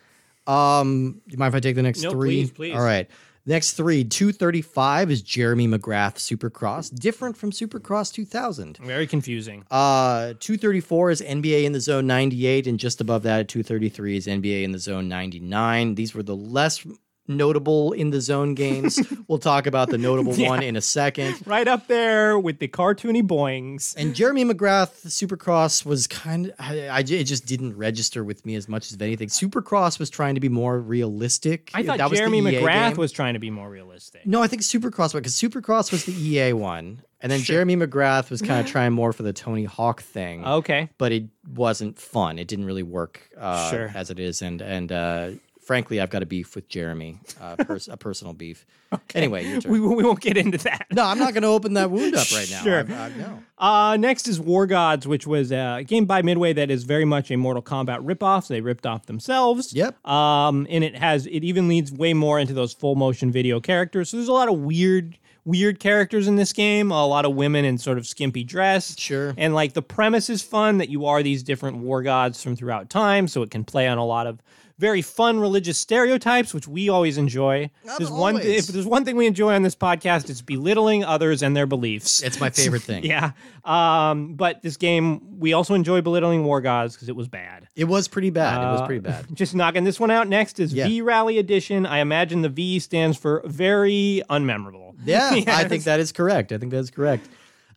Speaker 1: Um, you mind if I take the next
Speaker 2: No,
Speaker 1: three?
Speaker 2: please, please.
Speaker 1: All right. Next three, 235 is Jeremy McGrath Supercross, different from Supercross 2000.
Speaker 2: Very confusing.
Speaker 1: Uh, 234 is NBA in the zone 98, and just above that, 233 is NBA in the zone 99. These were the less notable in the zone games. we'll talk about the notable one in a second.
Speaker 2: Right up there with the cartoony boings.
Speaker 1: And Jeremy McGrath, Supercross was kind of, I, I- it just didn't register with me as much as anything. Supercross was trying to be more realistic.
Speaker 2: I thought
Speaker 1: That was the
Speaker 2: Jeremy
Speaker 1: EA
Speaker 2: McGrath
Speaker 1: game.
Speaker 2: was trying to be more realistic.
Speaker 1: No, I think Supercross, because Supercross was the EA one. And then Jeremy McGrath was kind of trying more for the Tony Hawk thing.
Speaker 2: Okay.
Speaker 1: But it wasn't fun. It didn't really work uh,
Speaker 2: Sure.
Speaker 1: as it is. And, and, uh, Frankly, I've got a beef with Jeremy, uh, pers- a personal beef. Anyway, your turn.
Speaker 2: we, we won't get into that.
Speaker 1: no, I'm not going to open that wound up right now.
Speaker 2: Sure.
Speaker 1: I- I- no.
Speaker 2: Uh, next is War Gods, which was a game by Midway that is very much a Mortal Kombat ripoff. They ripped off themselves.
Speaker 1: Yep.
Speaker 2: Um, and it has it even leads way more into those full motion video characters. So there's a lot of weird weird characters in this game. A lot of women in sort of skimpy dress.
Speaker 1: Sure.
Speaker 2: And like the premise is fun that you are these different war gods from throughout time. So it can play on a lot of very fun religious stereotypes, which we always enjoy.
Speaker 1: Not
Speaker 2: there's one
Speaker 1: always.
Speaker 2: if there's one thing we enjoy on this podcast, it's belittling others and their beliefs.
Speaker 1: It's my favorite thing.
Speaker 2: Yeah. Um, but this game, we also enjoy belittling War Gods because it was bad.
Speaker 1: It was pretty bad. it was
Speaker 2: Uh,
Speaker 1: pretty bad.
Speaker 2: Just knocking this one out. Next is
Speaker 1: Yeah.
Speaker 2: V Rally Edition. I imagine the V stands for very unmemorable.
Speaker 1: Yeah, I think that is correct. I think that's correct.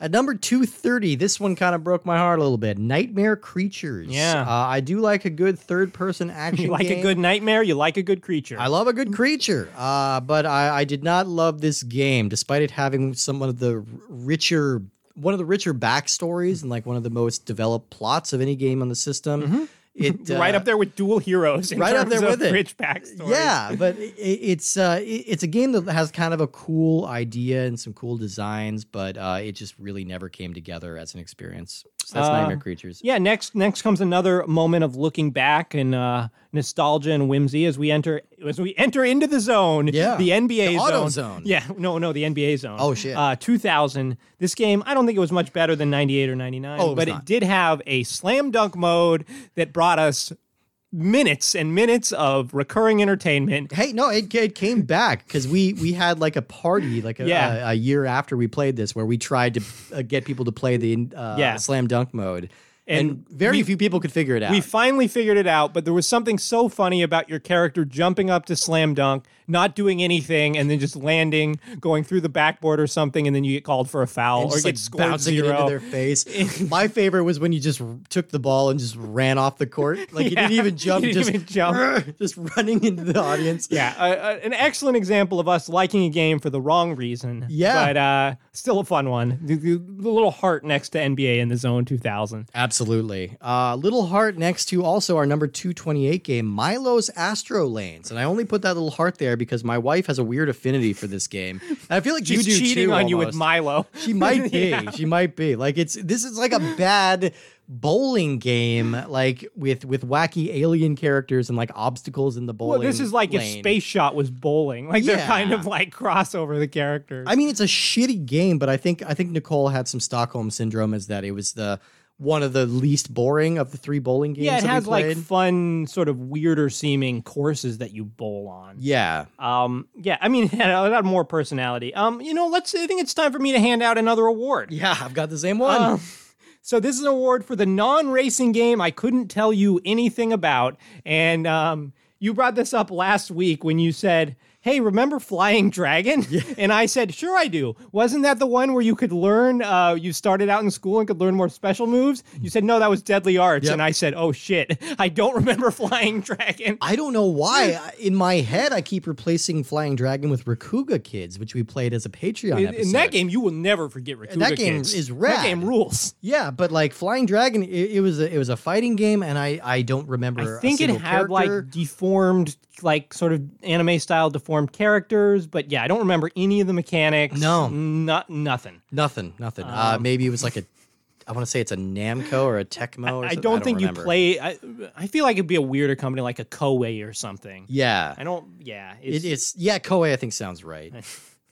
Speaker 1: At number 230, this one kind of broke my heart a little bit. Nightmare Creatures.
Speaker 2: Yeah.
Speaker 1: Uh, I do like a good third person action
Speaker 2: You like
Speaker 1: game.
Speaker 2: a good nightmare, you like a good creature.
Speaker 1: I love a good creature, uh, but I, I did not love this game, despite it having some of the r- richer, one of the richer backstories and like one of the most developed plots of any game on the system. It
Speaker 2: Mm-hmm. right
Speaker 1: uh,
Speaker 2: up there with dual heroes in
Speaker 1: right up
Speaker 2: terms
Speaker 1: there
Speaker 2: of
Speaker 1: with it.
Speaker 2: rich backstory.
Speaker 1: Yeah, but i i- it's uh, i- it's a game that has kind of a cool idea and some cool designs, but uh, it just really never came together as an experience. So that's
Speaker 2: Uh,
Speaker 1: Nightmare Creatures.
Speaker 2: Yeah, next next comes another moment of looking back and uh, nostalgia and whimsy as we enter as we enter into the zone.
Speaker 1: Yeah.
Speaker 2: the NBA
Speaker 1: The
Speaker 2: zone.
Speaker 1: auto zone.
Speaker 2: Yeah, no, no, the NBA zone.
Speaker 1: Oh, shit.
Speaker 2: Uh, Two thousand. This game, I don't think it was much better than ninety eight or ninety nine.
Speaker 1: Oh, it was
Speaker 2: but
Speaker 1: not.
Speaker 2: it did have a slam dunk mode that brought us minutes and minutes of recurring entertainment.
Speaker 1: Hey, no, it, it came back because we we had like a party like a,
Speaker 2: Yeah.
Speaker 1: a, a year after we played this where we tried to uh, get people to play the uh,
Speaker 2: Yeah.
Speaker 1: slam dunk mode, and,
Speaker 2: And
Speaker 1: very few people could figure it out.
Speaker 2: We finally figured it out, but there was something so funny about your character jumping up to slam dunk, not doing anything, and then just landing, going through the backboard or something, and then you get called for a foul
Speaker 1: And
Speaker 2: or
Speaker 1: just,
Speaker 2: get
Speaker 1: like,
Speaker 2: scored
Speaker 1: bouncing it
Speaker 2: zero.
Speaker 1: into their face. My favorite was when you just r- took the ball and just ran off the court. Like you
Speaker 2: Yeah.
Speaker 1: didn't even jump,
Speaker 2: You didn't
Speaker 1: just
Speaker 2: even jump.
Speaker 1: just running into the audience.
Speaker 2: yeah, uh, uh, an excellent example of us liking a game for the wrong reason.
Speaker 1: Yeah.
Speaker 2: but uh, still a fun one. The, the- the little heart next to NBA in the Zone 2000.
Speaker 1: Absolutely. Uh, little heart next to also our number 228 game, Milo's Astro Lanes. And I only put that little heart there because my wife has a weird affinity for this game. And I feel like
Speaker 2: She's
Speaker 1: you do
Speaker 2: cheating
Speaker 1: too,
Speaker 2: on you with
Speaker 1: almost.
Speaker 2: Milo.
Speaker 1: She might be.
Speaker 2: Yeah.
Speaker 1: She might be. Like it's this is like a bad bowling game, like with with wacky alien characters and like obstacles in the bowling.
Speaker 2: Well, this is like
Speaker 1: lane.
Speaker 2: if Space Shot was bowling. Like they're
Speaker 1: Yeah.
Speaker 2: kind of like crossover the characters.
Speaker 1: I mean, it's a shitty game, but I think I think Nicole had some Stockholm syndrome. Is that it was the one of the least boring of the three bowling games?
Speaker 2: Yeah, it
Speaker 1: that we
Speaker 2: has like
Speaker 1: played.
Speaker 2: fun, sort of weirder seeming courses that you bowl on.
Speaker 1: yeah.
Speaker 2: Um, yeah, I mean, it had a lot more personality. Um, you know, let's. I think it's time for me to hand out another award.
Speaker 1: Yeah, I've got the same one.
Speaker 2: Um, so this is an award for the non-racing game I couldn't tell you anything about, and um, you brought this up last week when you said, "Hey, remember Flying Dragon?" And I said, "Sure, I do." Wasn't that the one where you could learn? Uh, you started out in school and could learn more special moves. You said, "No, that was Deadly Arts,"
Speaker 1: Yep.
Speaker 2: and I said, "Oh shit, I don't remember Flying Dragon."
Speaker 1: I don't know why. I- In my head, I keep replacing Flying Dragon with Rakuga Kids, which we played as a Patreon
Speaker 2: In,
Speaker 1: episode.
Speaker 2: in that game, you will never forget Rakuga
Speaker 1: that game
Speaker 2: Kids.
Speaker 1: is
Speaker 2: That
Speaker 1: rad.
Speaker 2: game rules.
Speaker 1: Yeah, but like Flying Dragon, it, it was a, it was a fighting game, and I I don't remember.
Speaker 2: I think
Speaker 1: a
Speaker 2: it
Speaker 1: single
Speaker 2: had
Speaker 1: character.
Speaker 2: like deformed, like sort of anime style deformed characters, but yeah, I don't remember any of the mechanics.
Speaker 1: No.
Speaker 2: not nothing.
Speaker 1: nothing, nothing. uh,
Speaker 2: Oh.
Speaker 1: maybe it was like a, I want to say it's a Namco or a Tecmo. Or
Speaker 2: I
Speaker 1: something.
Speaker 2: don't, think
Speaker 1: remember.
Speaker 2: you play. I, I feel like it'd be a weirder company like a Koei or something.
Speaker 1: Yeah,
Speaker 2: I don't. Yeah,
Speaker 1: It- it's yeah, Koei I think sounds right.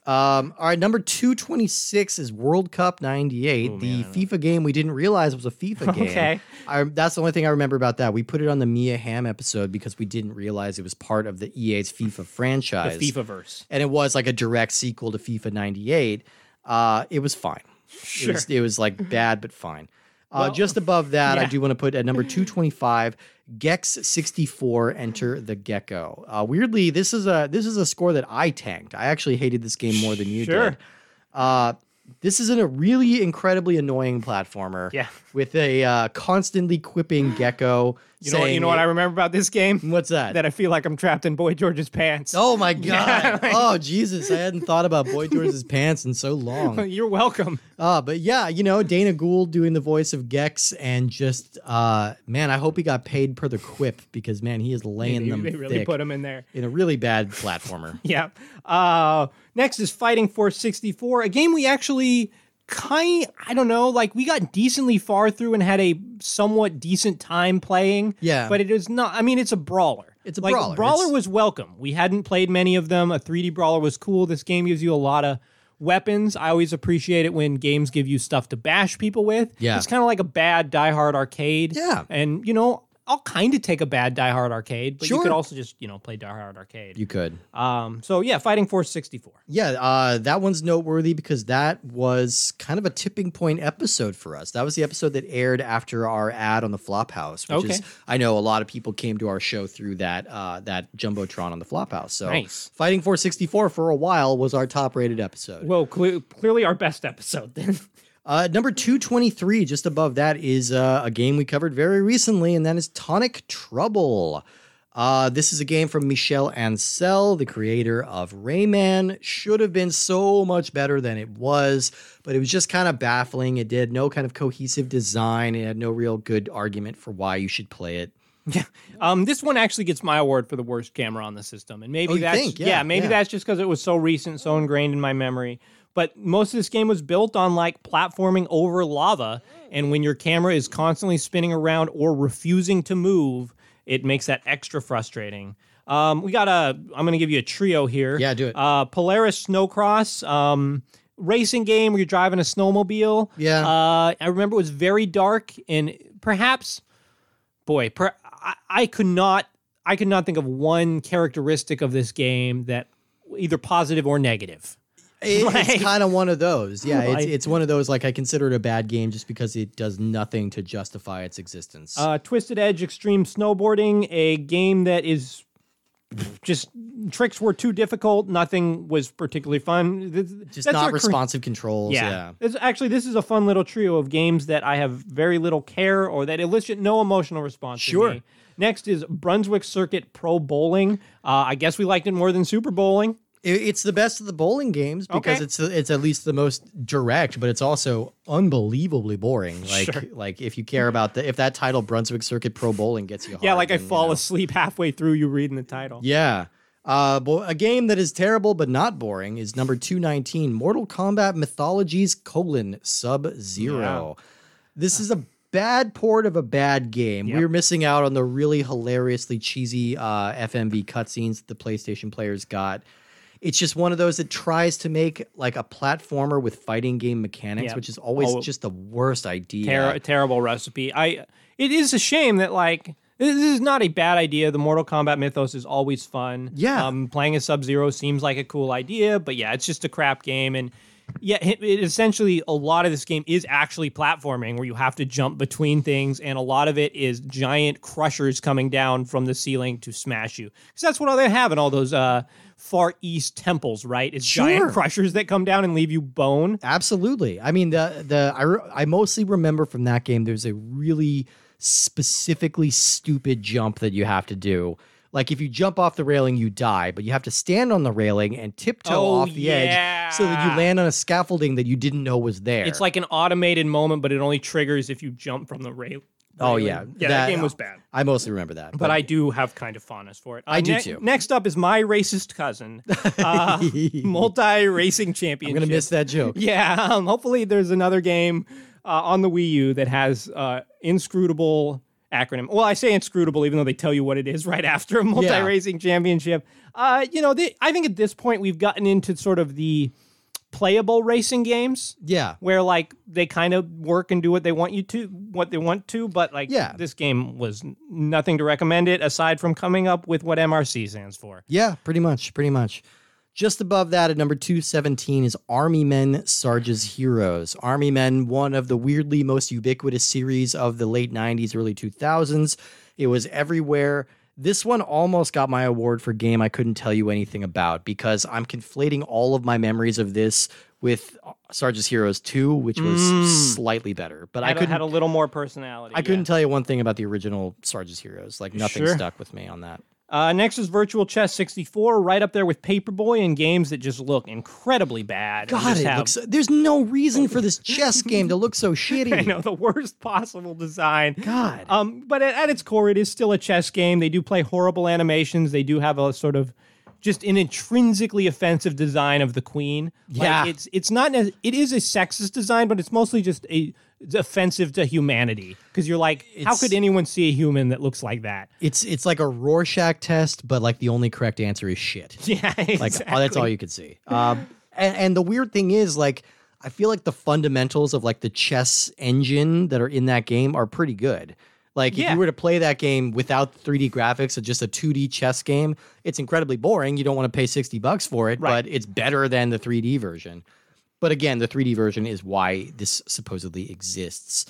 Speaker 1: um, all right, number two twenty six is World Cup ninety eight, the FIFA game we didn't realize was a FIFA game.
Speaker 2: Okay.
Speaker 1: I, that's the only thing I remember about that. We put it on the Mia Hamm episode because we didn't realize it was part of the EA's FIFA franchise.
Speaker 2: the FIFA verse.
Speaker 1: and it was like a direct sequel to FIFA 98. Uh, it was fine. It, was, it was like bad, but fine. Uh, just above that, I
Speaker 2: Mm-hmm. yeah.
Speaker 1: do want to put at number 225, Gex 64, Enter the Gecko. Uh, weirdly, this is a this is a score that I tanked. I actually hated this game more than you
Speaker 2: Sure.
Speaker 1: did. Uh, this is in a really incredibly annoying platformer.
Speaker 2: Yeah.
Speaker 1: With a uh, constantly quipping gecko.
Speaker 2: You know. what- You know what I remember about this game?
Speaker 1: What's that?
Speaker 2: That I feel like I'm trapped in Boy George's pants.
Speaker 1: Oh my god!
Speaker 2: Yeah, like-
Speaker 1: oh Jesus! I hadn't thought about Boy George's pants in so long.
Speaker 2: You're welcome.
Speaker 1: Uh, but yeah, you know Dana Gould doing the voice of Gex, and just uh, man, I hope he got paid per the quip because man, he is laying
Speaker 2: They,
Speaker 1: them
Speaker 2: they really
Speaker 1: thick
Speaker 2: put him in there.
Speaker 1: in a really bad platformer.
Speaker 2: Yeah. Uh, next is Fighting Force 64, a game we actually kind I don't know, like we got decently far through and had a somewhat decent time playing.
Speaker 1: Yeah.
Speaker 2: But it is not I mean it's a brawler.
Speaker 1: It's a
Speaker 2: like,
Speaker 1: brawler.
Speaker 2: Brawler
Speaker 1: It's-
Speaker 2: was welcome. We hadn't played many of them. A 3D brawler was cool. This game gives you a lot of weapons. I always appreciate it when games give you stuff to bash people with.
Speaker 1: Yeah.
Speaker 2: It's kind of like a bad Die Hard arcade.
Speaker 1: Yeah.
Speaker 2: And you know, I'll kind of take a bad Die Hard arcade, but you
Speaker 1: Sure.
Speaker 2: could also just, you know, play Die Hard arcade.
Speaker 1: you could.
Speaker 2: Um, so yeah, Fighting Force 64.
Speaker 1: Yeah, uh, that one's noteworthy because that was kind of a tipping point episode for us. That was the episode that aired after our ad on the Flophouse, which is
Speaker 2: Okay.
Speaker 1: I know a lot of people came to our show through that uh, that jumbotron on the Flophouse. So
Speaker 2: Nice.
Speaker 1: fighting 464 for a while was our top rated episode.
Speaker 2: Well, cle- clearly our best episode then.
Speaker 1: Uh, number 223, just above that, is uh, a game we covered very recently, and that is Tonic Trouble. Uh, this is a game from Michel Ancel, the creator of Rayman. Should have been so much better than it was, but it was just kind of baffling. It did no kind of cohesive design. It had no real good argument for why you should play it.
Speaker 2: Um, this one actually gets my award for the worst camera on the system, and maybe
Speaker 1: Oh, you
Speaker 2: that's
Speaker 1: think?
Speaker 2: yeah,
Speaker 1: Yeah,
Speaker 2: maybe
Speaker 1: yeah.
Speaker 2: that's just because it was so recent, so ingrained in my memory. But most of this game was built on like platforming over lava, and when your camera is constantly spinning around or refusing to move, it makes that extra frustrating. Um, we got a. I'm going to give you a trio here.
Speaker 1: Yeah, do it.
Speaker 2: Uh, Polaris Snowcross. Um, racing game where you're driving a snowmobile.
Speaker 1: Yeah.
Speaker 2: Uh, I remember it was very dark and perhaps boy, per, I, I could not I could not think of one characteristic of this game that either positive or negative.
Speaker 1: It-
Speaker 2: Like-
Speaker 1: it's kind of one of those. Yeah, it's,
Speaker 2: Like-
Speaker 1: it's one of those, like, I consider it a bad game just because it does nothing to justify its existence.
Speaker 2: Uh, Twisted Edge Extreme Snowboarding, a game that is just tricks were too difficult. Nothing was particularly fun. Th-
Speaker 1: just
Speaker 2: that's
Speaker 1: not
Speaker 2: our cre-
Speaker 1: responsive controls. yeah.
Speaker 2: It's, actually, this is a fun little trio of games that I have very little care or that elicit no emotional response. in
Speaker 1: Sure.
Speaker 2: me. Next is Brunswick Circuit Pro Bowling. Uh, I guess we liked it more than Super Bowling.
Speaker 1: It- It's the best of the bowling games because
Speaker 2: Okay.
Speaker 1: it's it's at least the most direct, but it's also unbelievably boring. Like like if you care about the if that title Brunswick Circuit Pro Bowling gets you, hard,
Speaker 2: Yeah, like I
Speaker 1: then, you
Speaker 2: fall
Speaker 1: know.
Speaker 2: asleep halfway through you reading the title.
Speaker 1: Yeah, uh, bo- a game that is terrible but not boring is number two nineteen, Mortal Kombat Mythologies colon Sub Zero. This is a bad port of a bad game. We were missing out on the really hilariously cheesy uh, FMV cutscenes that the PlayStation players got. It's just one of those that tries to make like a platformer with fighting game mechanics,
Speaker 2: Yeah.
Speaker 1: which is always
Speaker 2: Oh,
Speaker 1: just the worst idea.
Speaker 2: Ter- Terrible recipe. I. It is a shame that like this is not a bad idea. The Mortal Kombat mythos is always fun.
Speaker 1: Yeah.
Speaker 2: Um, playing a Sub Zero seems like a cool idea, but yeah, it's just a crap game, and yeah, it, it essentially a lot of this game is actually platforming where you have to jump between things, and a lot of it is giant crushers coming down from the ceiling to smash you. Because that's what they have in all those uh, far east temples, right? It's
Speaker 1: Sure.
Speaker 2: giant crushers that come down and leave you bone.
Speaker 1: Absolutely. I mean, the the I, re- I mostly remember from that game. There's a really specifically stupid jump that you have to do. Like if you jump off the railing, you die, but you have to stand on the railing and tiptoe
Speaker 2: Oh,
Speaker 1: off the edge so that you
Speaker 2: yeah.
Speaker 1: land on a scaffolding that you didn't know was there.
Speaker 2: It's like an automated moment, but it only triggers if you jump from the rail.
Speaker 1: Oh,
Speaker 2: railing.
Speaker 1: yeah.
Speaker 2: yeah, that,
Speaker 1: That-
Speaker 2: game was bad.
Speaker 1: I mostly remember that.
Speaker 2: But I do have kind of fondness for it. Uh,
Speaker 1: I do
Speaker 2: ne-
Speaker 1: too.
Speaker 2: Next up is my racist cousin, uh, multi racing
Speaker 1: I'm
Speaker 2: championship.
Speaker 1: gonna miss that joke.
Speaker 2: Yeah, um, hopefully there's another game uh, on the Wii U that has uh, inscrutable acronym. Well, I say inscrutable even though they tell you what it is right after a multi-racing championship. Uh, you know, they, I think at this point we've gotten into sort of the playable racing games
Speaker 1: Yeah.
Speaker 2: where like they kind of work and do what they want you to what they want to but like
Speaker 1: Yeah.
Speaker 2: this game was n- nothing to recommend it aside from coming up with what mrc stands for
Speaker 1: Yeah, pretty much, pretty much. Just above that at number 217 is Army Men Sarge's Heroes. Army Men, one of the weirdly most ubiquitous series of the late 90s, early 2000s. It was everywhere. This one almost got my award for game I couldn't tell you anything about because I'm conflating all of my memories of this with uh, Sarge's Heroes 2, which was slightly better. But I
Speaker 2: Mm. had, I
Speaker 1: couldn't
Speaker 2: had a little more personality
Speaker 1: I
Speaker 2: yeah.
Speaker 1: couldn't tell you one thing about the original Sarge's Heroes. Like nothing
Speaker 2: Sure.
Speaker 1: stuck with me on that.
Speaker 2: Uh, next is Virtual Chess 64, right up there with Paperboy and games that just look incredibly bad. and
Speaker 1: God,
Speaker 2: just
Speaker 1: it
Speaker 2: have,
Speaker 1: looks. There's no reason for this chess game to look so shitty.
Speaker 2: you know, the worst possible design.
Speaker 1: God.
Speaker 2: Um, but at, at its core, it is still a chess game. They do play horrible animations. They do have a sort of just an intrinsically offensive design of the queen.
Speaker 1: Yeah.
Speaker 2: like it's it's not as, it is a sexist design, but it's mostly just a it's offensive to humanity because you're like, how
Speaker 1: It's-
Speaker 2: could anyone see a human that looks like that?
Speaker 1: It's it's like a Rorschach test, but like the only correct answer is shit.
Speaker 2: Yeah,
Speaker 1: Like
Speaker 2: uh,
Speaker 1: oh, that's all you could see. Um, and, and the weird thing is, like, I feel like the fundamentals of like the chess engine that are in that game are pretty good. Like, if
Speaker 2: Yeah.
Speaker 1: you were to play that game without 3D graphics or just a 2D chess game, it's incredibly boring. You don't want to pay 60 bucks for it,
Speaker 2: Right.
Speaker 1: but it's better than the 3D version. But again, the 3D version is why this supposedly exists.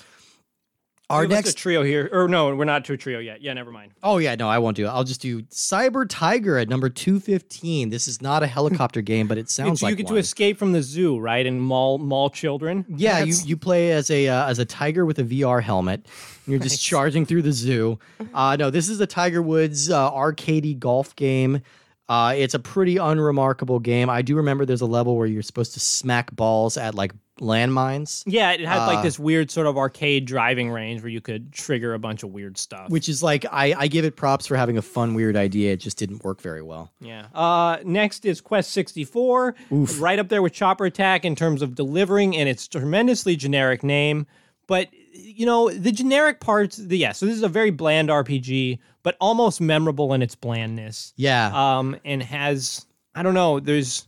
Speaker 1: Our
Speaker 2: Give us
Speaker 1: next
Speaker 2: a trio here, or no, we're not to a trio yet. Yeah, never mind.
Speaker 1: Oh yeah, no, I won't do it. I'll just do Cyber Tiger at number two fifteen. This is not a helicopter game, but it sounds
Speaker 2: It's-
Speaker 1: like
Speaker 2: you get
Speaker 1: one.
Speaker 2: to escape from the zoo, right, and maul maul children.
Speaker 1: yeah, you,
Speaker 2: That's-
Speaker 1: you play as a uh, as a tiger with a VR helmet. And you're just charging through the zoo. Uh, no, this is the Tiger Woods uh, arcadey golf game. Uh, it's a pretty unremarkable game. I do remember there's a level where you're supposed to smack balls at like landmines.
Speaker 2: yeah. It had
Speaker 1: uh,
Speaker 2: like this weird sort of arcade driving range where you could trigger a bunch of weird stuff.
Speaker 1: Which is like I, I give it props for having a fun, weird idea. It just didn't work very well.
Speaker 2: yeah. Uh, next is Quest sixty four, right up there with Chopper Attack in terms of delivering, and its tremendously generic name. But you know the generic parts. The, yeah. So this is a very bland RPG, but almost memorable in its blandness.
Speaker 1: Yeah.
Speaker 2: um, and has I don't know. There's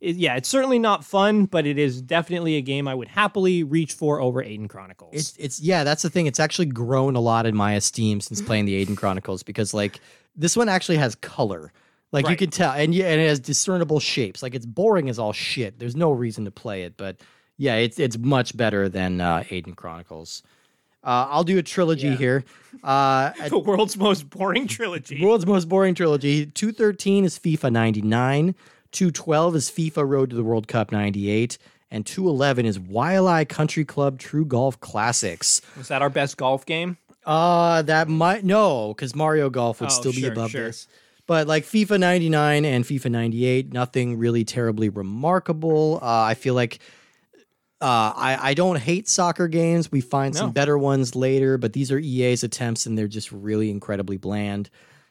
Speaker 2: it, yeah, it's certainly not fun, but it is definitely a game I would happily reach for over Aiden Chronicles.
Speaker 1: It's it's yeah, that's the thing. It's actually grown a lot in my esteem since playing the Aiden Chronicles because like this one actually has color. Like you
Speaker 2: Right.
Speaker 1: could tell and yeah, and it has discernible shapes. Like it's boring as all shit. There's no reason to play it, but yeah, it's it's much better than uh, Aiden Chronicles. Uh, I'll do a trilogy here. Uh, at
Speaker 2: the world's most boring trilogy.
Speaker 1: world's most boring trilogy. 213 is FIFA 99, 212 is FIFA Road to the World Cup 98, and 211 is Wild Eye Country Club True Golf Classics.
Speaker 2: Was that our best golf game?
Speaker 1: Uh that might no, because Mario Golf would
Speaker 2: Oh,
Speaker 1: still be
Speaker 2: sure,
Speaker 1: above
Speaker 2: sure.
Speaker 1: this. But like FIFA 99 and FIFA 98, nothing really terribly remarkable. Uh, I feel like uh, I, I don't hate soccer games. We find some
Speaker 2: No.
Speaker 1: better ones later, but these are EA's attempts and they're just really incredibly bland.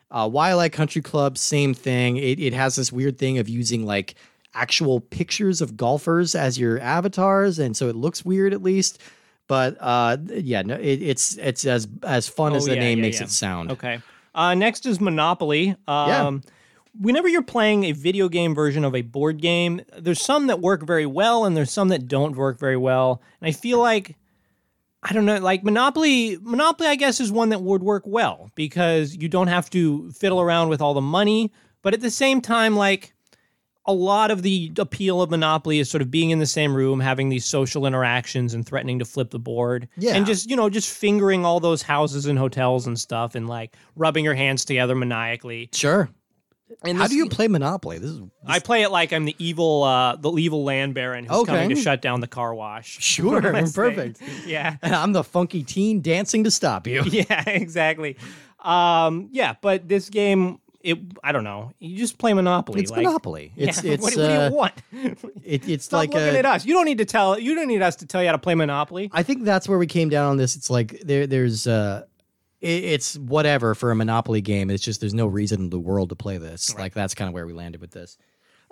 Speaker 1: Uh, Wildlife Country Club, same thing. It, it has this weird thing of using like actual pictures of golfers as your avatars, and so it looks weird at least. But uh, th- yeah, no, it, it's it's as as fun as the
Speaker 2: Oh, yeah,
Speaker 1: name
Speaker 2: yeah,
Speaker 1: makes
Speaker 2: yeah.
Speaker 1: it sound.
Speaker 2: Okay. Uh, next is Monopoly. Um, Whenever you're playing a video game version of a board game, there's some that work very well and there's some that don't work very well. And I feel like I don't know, like Monopoly. Monopoly, I guess, is one that would work well because you don't have to fiddle around with all the money. But at the same time, like a lot of the appeal of Monopoly is sort of being in the same room, having these social interactions, and threatening to flip the board.
Speaker 1: Yeah.
Speaker 2: And just, you know, just fingering all those houses and hotels and stuff and like rubbing your hands together maniacally.
Speaker 1: Sure.
Speaker 2: And
Speaker 1: How
Speaker 2: this-
Speaker 1: do you play Monopoly? This is
Speaker 2: I play it like I'm the evil, uh, the evil land baron who's
Speaker 1: Okay.
Speaker 2: coming to shut down the car wash.
Speaker 1: sure
Speaker 2: That's
Speaker 1: perfect.
Speaker 2: things. Yeah.
Speaker 1: And I'm the funky teen dancing to stop you.
Speaker 2: yeah, exactly. Um, yeah, but this game, it I don't know. You just play Monopoly.
Speaker 1: It's
Speaker 2: like,
Speaker 1: Monopoly. It's
Speaker 2: yeah,
Speaker 1: it's
Speaker 2: what, do-
Speaker 1: uh,
Speaker 2: what do you want?
Speaker 1: it, it's
Speaker 2: Stop
Speaker 1: like
Speaker 2: looking
Speaker 1: a,
Speaker 2: at us. You don't need to tell. You don't need us to tell you how to play Monopoly.
Speaker 1: I think that's where we came down on this. It's like there there's uh i- it's whatever for a Monopoly game. It's just there's no reason in the world to play this. Like that's kind of where we landed with this.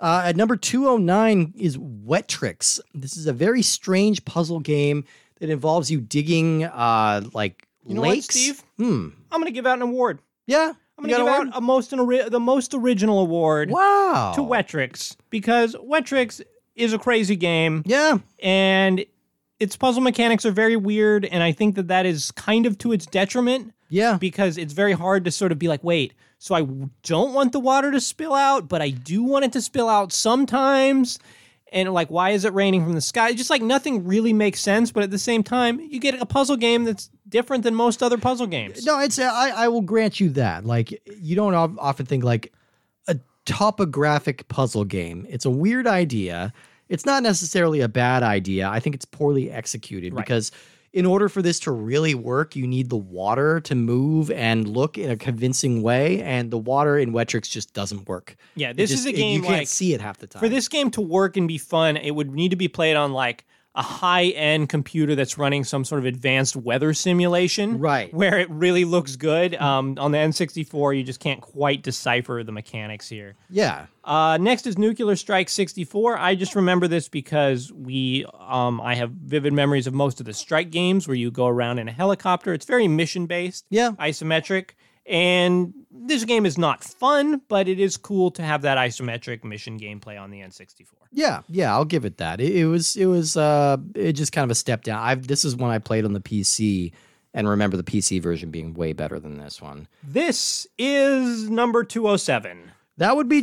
Speaker 1: Uh, at number 209 is Wet Tricks. This is a very strange puzzle game that involves you digging uh like
Speaker 2: You know what,
Speaker 1: lakes.
Speaker 2: Steve?
Speaker 1: Hmm.
Speaker 2: I'm gonna give out an award.
Speaker 1: Yeah.
Speaker 2: I'm
Speaker 1: You
Speaker 2: gonna give
Speaker 1: got
Speaker 2: out a most an ori- the most original award
Speaker 1: one? Wow.
Speaker 2: to Wetrix because Wetrix is a crazy game
Speaker 1: Yeah.
Speaker 2: and its puzzle mechanics are very weird, and I think that that is kind of to its detriment.
Speaker 1: Yeah.
Speaker 2: because it's very hard to sort of be like, wait, so I w- don't want the water to spill out, but I do want it to spill out sometimes. And like, why is it raining from the sky? Just like nothing really makes sense, but at the same time, you get a puzzle game that's different than most other puzzle games.
Speaker 1: No, it's uh, I, I will grant you that. Like you don't of- often think like a topographic puzzle game. It's a weird idea. It's not necessarily a bad idea. I think it's poorly executed
Speaker 2: Right.
Speaker 1: because in order for this to really work, you need the water to move and look in a convincing way, and the water in Wetrix just doesn't work.
Speaker 2: Yeah,
Speaker 1: It
Speaker 2: this
Speaker 1: just-
Speaker 2: is a
Speaker 1: it-
Speaker 2: game
Speaker 1: you can't
Speaker 2: like
Speaker 1: see it half the time.
Speaker 2: for this game to work and be fun, it would need to be played on like a high-end computer that's running some sort of advanced weather simulation,
Speaker 1: Right.
Speaker 2: Where it really looks good. Um, on the N64, you just can't quite decipher the mechanics here.
Speaker 1: yeah,
Speaker 2: Uh, next is Nuclear Strike 64. I just remember this because we, um, I have vivid memories of most of the strike games where you go around in a helicopter. It's very mission based,
Speaker 1: yeah,
Speaker 2: isometric, and this game is not fun, but it is cool to have that isometric mission gameplay on the N64.
Speaker 1: Yeah, yeah, I'll give it that. It, it was it was uh it just kind of a step down. I've this is one I played on the PC and remember the PC version being way better than this one.
Speaker 2: This is number 207.
Speaker 1: That would be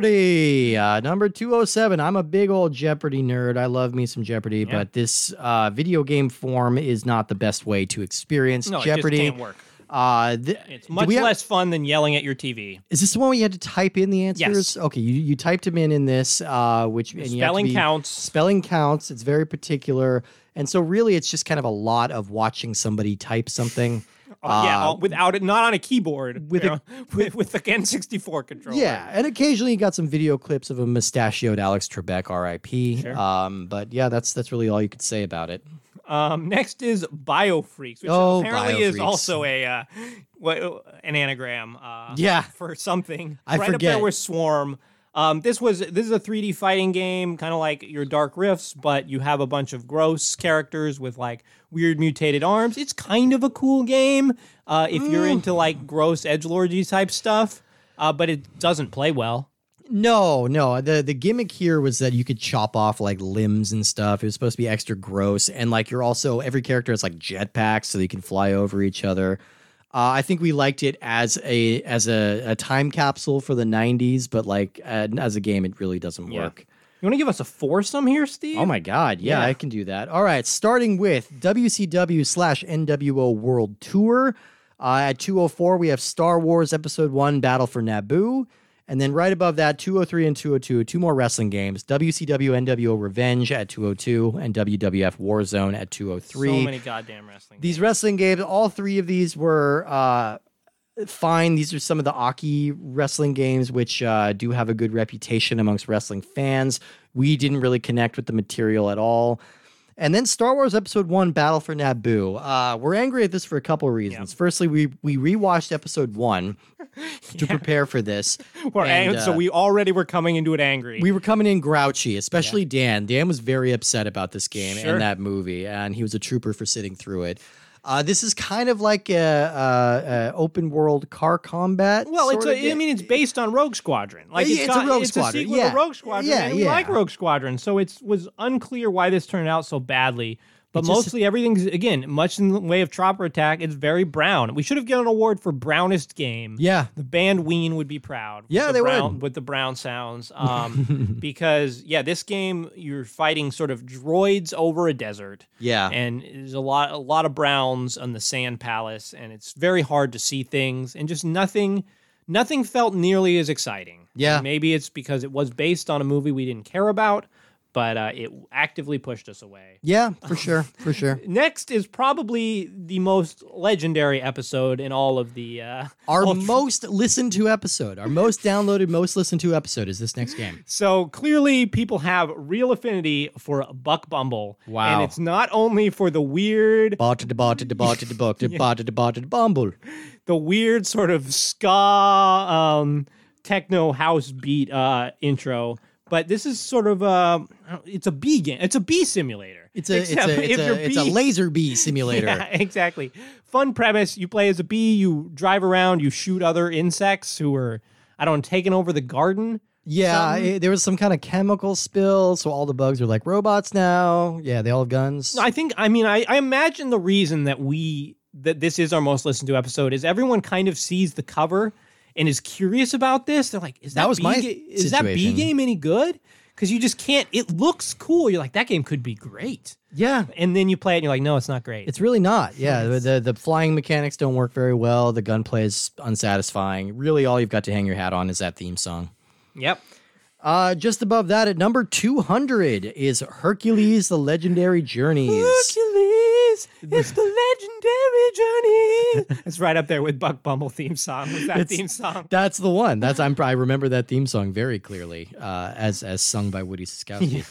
Speaker 1: Jeopardy. Uh, number 207. I'm a big old Jeopardy nerd. I love me some Jeopardy, but this uh, video game form is not the best way to experience
Speaker 2: No,
Speaker 1: Jeopardy.
Speaker 2: it just can't work.
Speaker 1: Uh, th-
Speaker 2: It's
Speaker 1: do
Speaker 2: much
Speaker 1: we have-
Speaker 2: less fun than yelling at your TV.
Speaker 1: Is this the one where you had to type in the answers? Okay, you, you typed them in in this, uh, which and you have to
Speaker 2: Spelling
Speaker 1: be-
Speaker 2: counts.
Speaker 1: spelling counts it's very particular and so really it's just kind of a lot of watching somebody type something
Speaker 2: Oh, yeah,
Speaker 1: Uh,
Speaker 2: all- without it, not on a keyboard.
Speaker 1: with
Speaker 2: you
Speaker 1: a-
Speaker 2: know, with, with the N64 controller.
Speaker 1: yeah and occasionally you got some video clips of a mustachioed alex trebek rip
Speaker 2: Sure.
Speaker 1: um, but yeah that's that's really all you could say about it
Speaker 2: Um, next is Biofreaks, which
Speaker 1: Oh,
Speaker 2: apparently is
Speaker 1: Biofreaks.
Speaker 2: also a uh, what, an anagram. Uh,
Speaker 1: Yeah.
Speaker 2: for something.
Speaker 1: I
Speaker 2: right up
Speaker 1: forget.
Speaker 2: there with Swarm. Um, this was this is a 3D fighting game, kind of like your Dark Rifts, but you have a bunch of gross characters with like weird mutated arms. It's kind of a cool game uh, if you're
Speaker 1: Mm.
Speaker 2: into like gross edge lordy type stuff, uh, but it doesn't play well.
Speaker 1: no no the the gimmick here was that you could chop off like limbs and stuff it was supposed to be extra gross and like you're also every character has like jetpacks so you can fly over each other uh, I think we liked it as a as a, a time capsule for the '90s, but like uh, as a game, it really doesn't
Speaker 2: Yeah.
Speaker 1: work.
Speaker 2: You want to give us a foursome here, Steve?
Speaker 1: Oh my God. Yeah,
Speaker 2: Yeah.
Speaker 1: I can do that. All right. Starting with WCW slash NWO World Tour. Uh, at 204, we have Star Wars Episode 1 Battle for Naboo. And then right above that, 203 and 202, two more wrestling games WCW NWO Revenge at 202 and WWF Warzone at 203.
Speaker 2: So many goddamn wrestling.
Speaker 1: These wrestling games, all three of these were uh, fine. These are some of the Aki wrestling games, which uh, do have a good reputation amongst wrestling fans. We didn't really connect with the material at all. And then Star Wars Episode One: Battle for Naboo. Uh, we're angry at this for a couple of reasons. Firstly, we we rewatched Episode One to prepare for this.
Speaker 2: We're
Speaker 1: And,
Speaker 2: ang- so
Speaker 1: uh,
Speaker 2: we already were coming into it angry.
Speaker 1: We were coming in grouchy, especially Dan. Dan was very upset about this game
Speaker 2: Sure.
Speaker 1: and that movie, and he was a trooper for sitting through it. Uh, this is kind of like a, a, a open world car combat.
Speaker 2: Well, it's
Speaker 1: sort of
Speaker 2: a, I
Speaker 1: game.
Speaker 2: mean, it's based on Rogue Squadron. Like
Speaker 1: Yeah,
Speaker 2: it's,
Speaker 1: it's a
Speaker 2: got,
Speaker 1: Rogue
Speaker 2: it's
Speaker 1: Squadron,
Speaker 2: A sequel
Speaker 1: yeah.
Speaker 2: to Rogue Squadron.
Speaker 1: Yeah,
Speaker 2: and we like
Speaker 1: yeah.
Speaker 2: Rogue Squadron, so it was unclear why this turned out so badly. But
Speaker 1: It's just-
Speaker 2: mostly everything's again, much in the way of Chopper Attack, it's very brown. We should have given an award for brownest game.
Speaker 1: Yeah.
Speaker 2: The band Ween would be proud. with
Speaker 1: Yeah,
Speaker 2: the
Speaker 1: they would.
Speaker 2: brown, with the brown sounds. Um, because yeah, this game you're fighting sort of droids over a desert,
Speaker 1: Yeah.
Speaker 2: and there's a lot a lot of browns on the sand palace, and it's very hard to see things, and just nothing nothing felt nearly as exciting.
Speaker 1: Yeah.
Speaker 2: maybe it's because it was based on a movie we didn't care about, but uh, it actively pushed us away.
Speaker 1: yeah, for sure. For sure.
Speaker 2: Next is probably the most legendary episode in all of the uh,
Speaker 1: Our
Speaker 2: all-
Speaker 1: most listened to episode, our most downloaded, most listened to episode is this next game.
Speaker 2: So clearly, people have real affinity for Buck Bumble.
Speaker 1: Wow.
Speaker 2: And it's not only for the weird,
Speaker 1: Botted, botted, botted, botted, botted, botted, bumble.
Speaker 2: the weird sort of ska um, techno house beat uh, intro, but this is sort of a it's a bee game. It's a bee simulator.
Speaker 1: It's a, it's
Speaker 2: Except
Speaker 1: a,
Speaker 2: if
Speaker 1: it's
Speaker 2: your
Speaker 1: a, it's a
Speaker 2: bee-
Speaker 1: laser bee simulator.
Speaker 2: Yeah, exactly. Fun premise. You play as a bee. You drive around. You shoot other insects who are, I don't know, taking over the garden.
Speaker 1: Yeah,
Speaker 2: something?
Speaker 1: it- there was some kind of chemical spill, so all the bugs are like robots now. Yeah, they all have guns.
Speaker 2: I think I mean I, I imagine the reason that we that this is our most listened to episode is everyone kind of sees the cover and is curious about this. They're like, is that,
Speaker 1: That was
Speaker 2: B
Speaker 1: my
Speaker 2: ga- is that B
Speaker 1: situation.
Speaker 2: game any good? Because you just can't. It looks cool. You're like, that game could be great,
Speaker 1: yeah,
Speaker 2: and then you play it and you're like, no, it's not great.
Speaker 1: it's really not. Yeah, the, the the flying mechanics don't work very well. The gunplay is unsatisfying. Really, all you've got to hang your hat on is that theme song.
Speaker 2: yep.
Speaker 1: Uh, just above that, at number two hundred is Hercules: The Legendary Journeys.
Speaker 2: Hercules, it's the legendary journey. it's right up there with Buck Bumble theme song. With that theme song.
Speaker 1: That's the one. That's I'm, I remember that theme song very clearly, uh, as as sung by Woody Siskowski.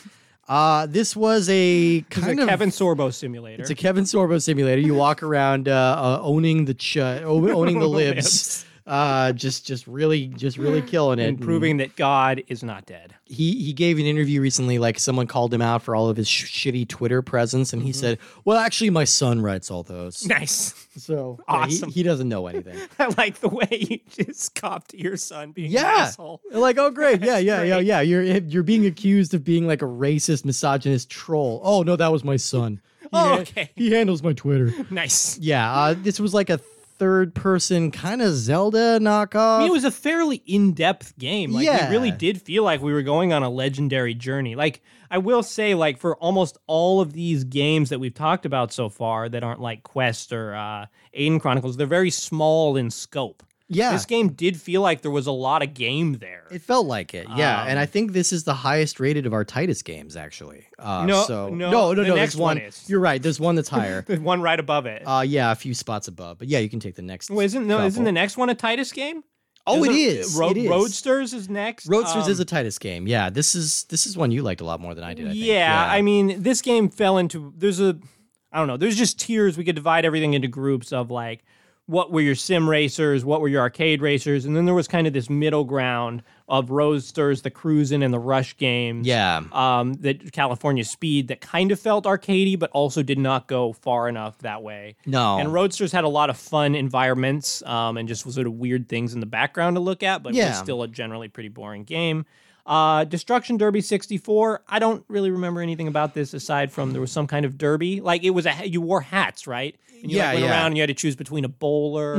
Speaker 1: Uh, this was a
Speaker 2: It's
Speaker 1: kind
Speaker 2: a
Speaker 1: of
Speaker 2: Kevin Sorbo simulator.
Speaker 1: It's a Kevin Sorbo simulator. You walk around uh, uh, owning the ch- uh, o- owning the libs. Uh, just, just really, just really killing it.
Speaker 2: and proving that God is not dead.
Speaker 1: And he he gave an interview recently. Like someone called him out for all of his sh- shitty Twitter presence, and he
Speaker 2: Mm-hmm.
Speaker 1: said, "Well, actually, my son writes all those,
Speaker 2: Nice.
Speaker 1: so yeah, he-
Speaker 2: Awesome.
Speaker 1: he, doesn't know anything."
Speaker 2: I like the way you just copped your son being an
Speaker 1: Yeah,
Speaker 2: asshole.
Speaker 1: like oh great, yeah, yeah, yeah,
Speaker 2: great.
Speaker 1: yeah. You're you're being accused of being like a racist, misogynist troll. Oh no, that was my son. He
Speaker 2: Oh,
Speaker 1: ha-
Speaker 2: okay.
Speaker 1: He handles my Twitter.
Speaker 2: Nice.
Speaker 1: Yeah, uh, this was like a third person kind of Zelda knockoff.
Speaker 2: I mean, it was a fairly in-depth game. Like
Speaker 1: Yeah.
Speaker 2: we really did feel like we were going on a legendary journey. Like I will say, like for almost all of these games that we've talked about so far that aren't like Quest or uh, Aiden Chronicles, they're very small in scope.
Speaker 1: yeah,
Speaker 2: This game did feel like there was a lot of game there.
Speaker 1: it felt like it. Yeah, and I
Speaker 2: Um,
Speaker 1: think this is the highest rated of our Titus games, actually. Uh,
Speaker 2: No,
Speaker 1: so,
Speaker 2: no,
Speaker 1: no, no,
Speaker 2: the
Speaker 1: no.
Speaker 2: next
Speaker 1: There's one.
Speaker 2: one is.
Speaker 1: You're right. There's one that's higher.
Speaker 2: The one right above it.
Speaker 1: uh, yeah, a few spots above. But yeah, you can take the next.
Speaker 2: Well, isn't no, isn't
Speaker 1: couple.
Speaker 2: the next one a Titus game?
Speaker 1: Oh, it
Speaker 2: Isn't-
Speaker 1: is.
Speaker 2: Ro-
Speaker 1: it is.
Speaker 2: Roadsters is next.
Speaker 1: Roadsters is
Speaker 2: Um,
Speaker 1: a Titus game. Yeah, this is this is one you liked a lot more than I did. I think.
Speaker 2: yeah, I mean, this game fell into there's a I don't know, there's just tiers. We could divide everything into groups of like what were your sim racers, what were your arcade racers, and then there was kind of this middle ground of Roadsters, the Cruisin' and the Rush games.
Speaker 1: yeah.
Speaker 2: Um, that California Speed that kind of felt arcadey, but also did not go far enough that way.
Speaker 1: No.
Speaker 2: And Roadsters had a lot of fun environments um, and just sort of weird things in the background to look at, but
Speaker 1: Yeah.
Speaker 2: was still a generally pretty boring game. Uh, Destruction Derby 64. I don't really remember anything about this aside from there was some kind of derby. Like it was a you wore hats, right? And you like,
Speaker 1: Yeah,
Speaker 2: went
Speaker 1: yeah. Mm-hmm,
Speaker 2: around and you had to choose between a bowler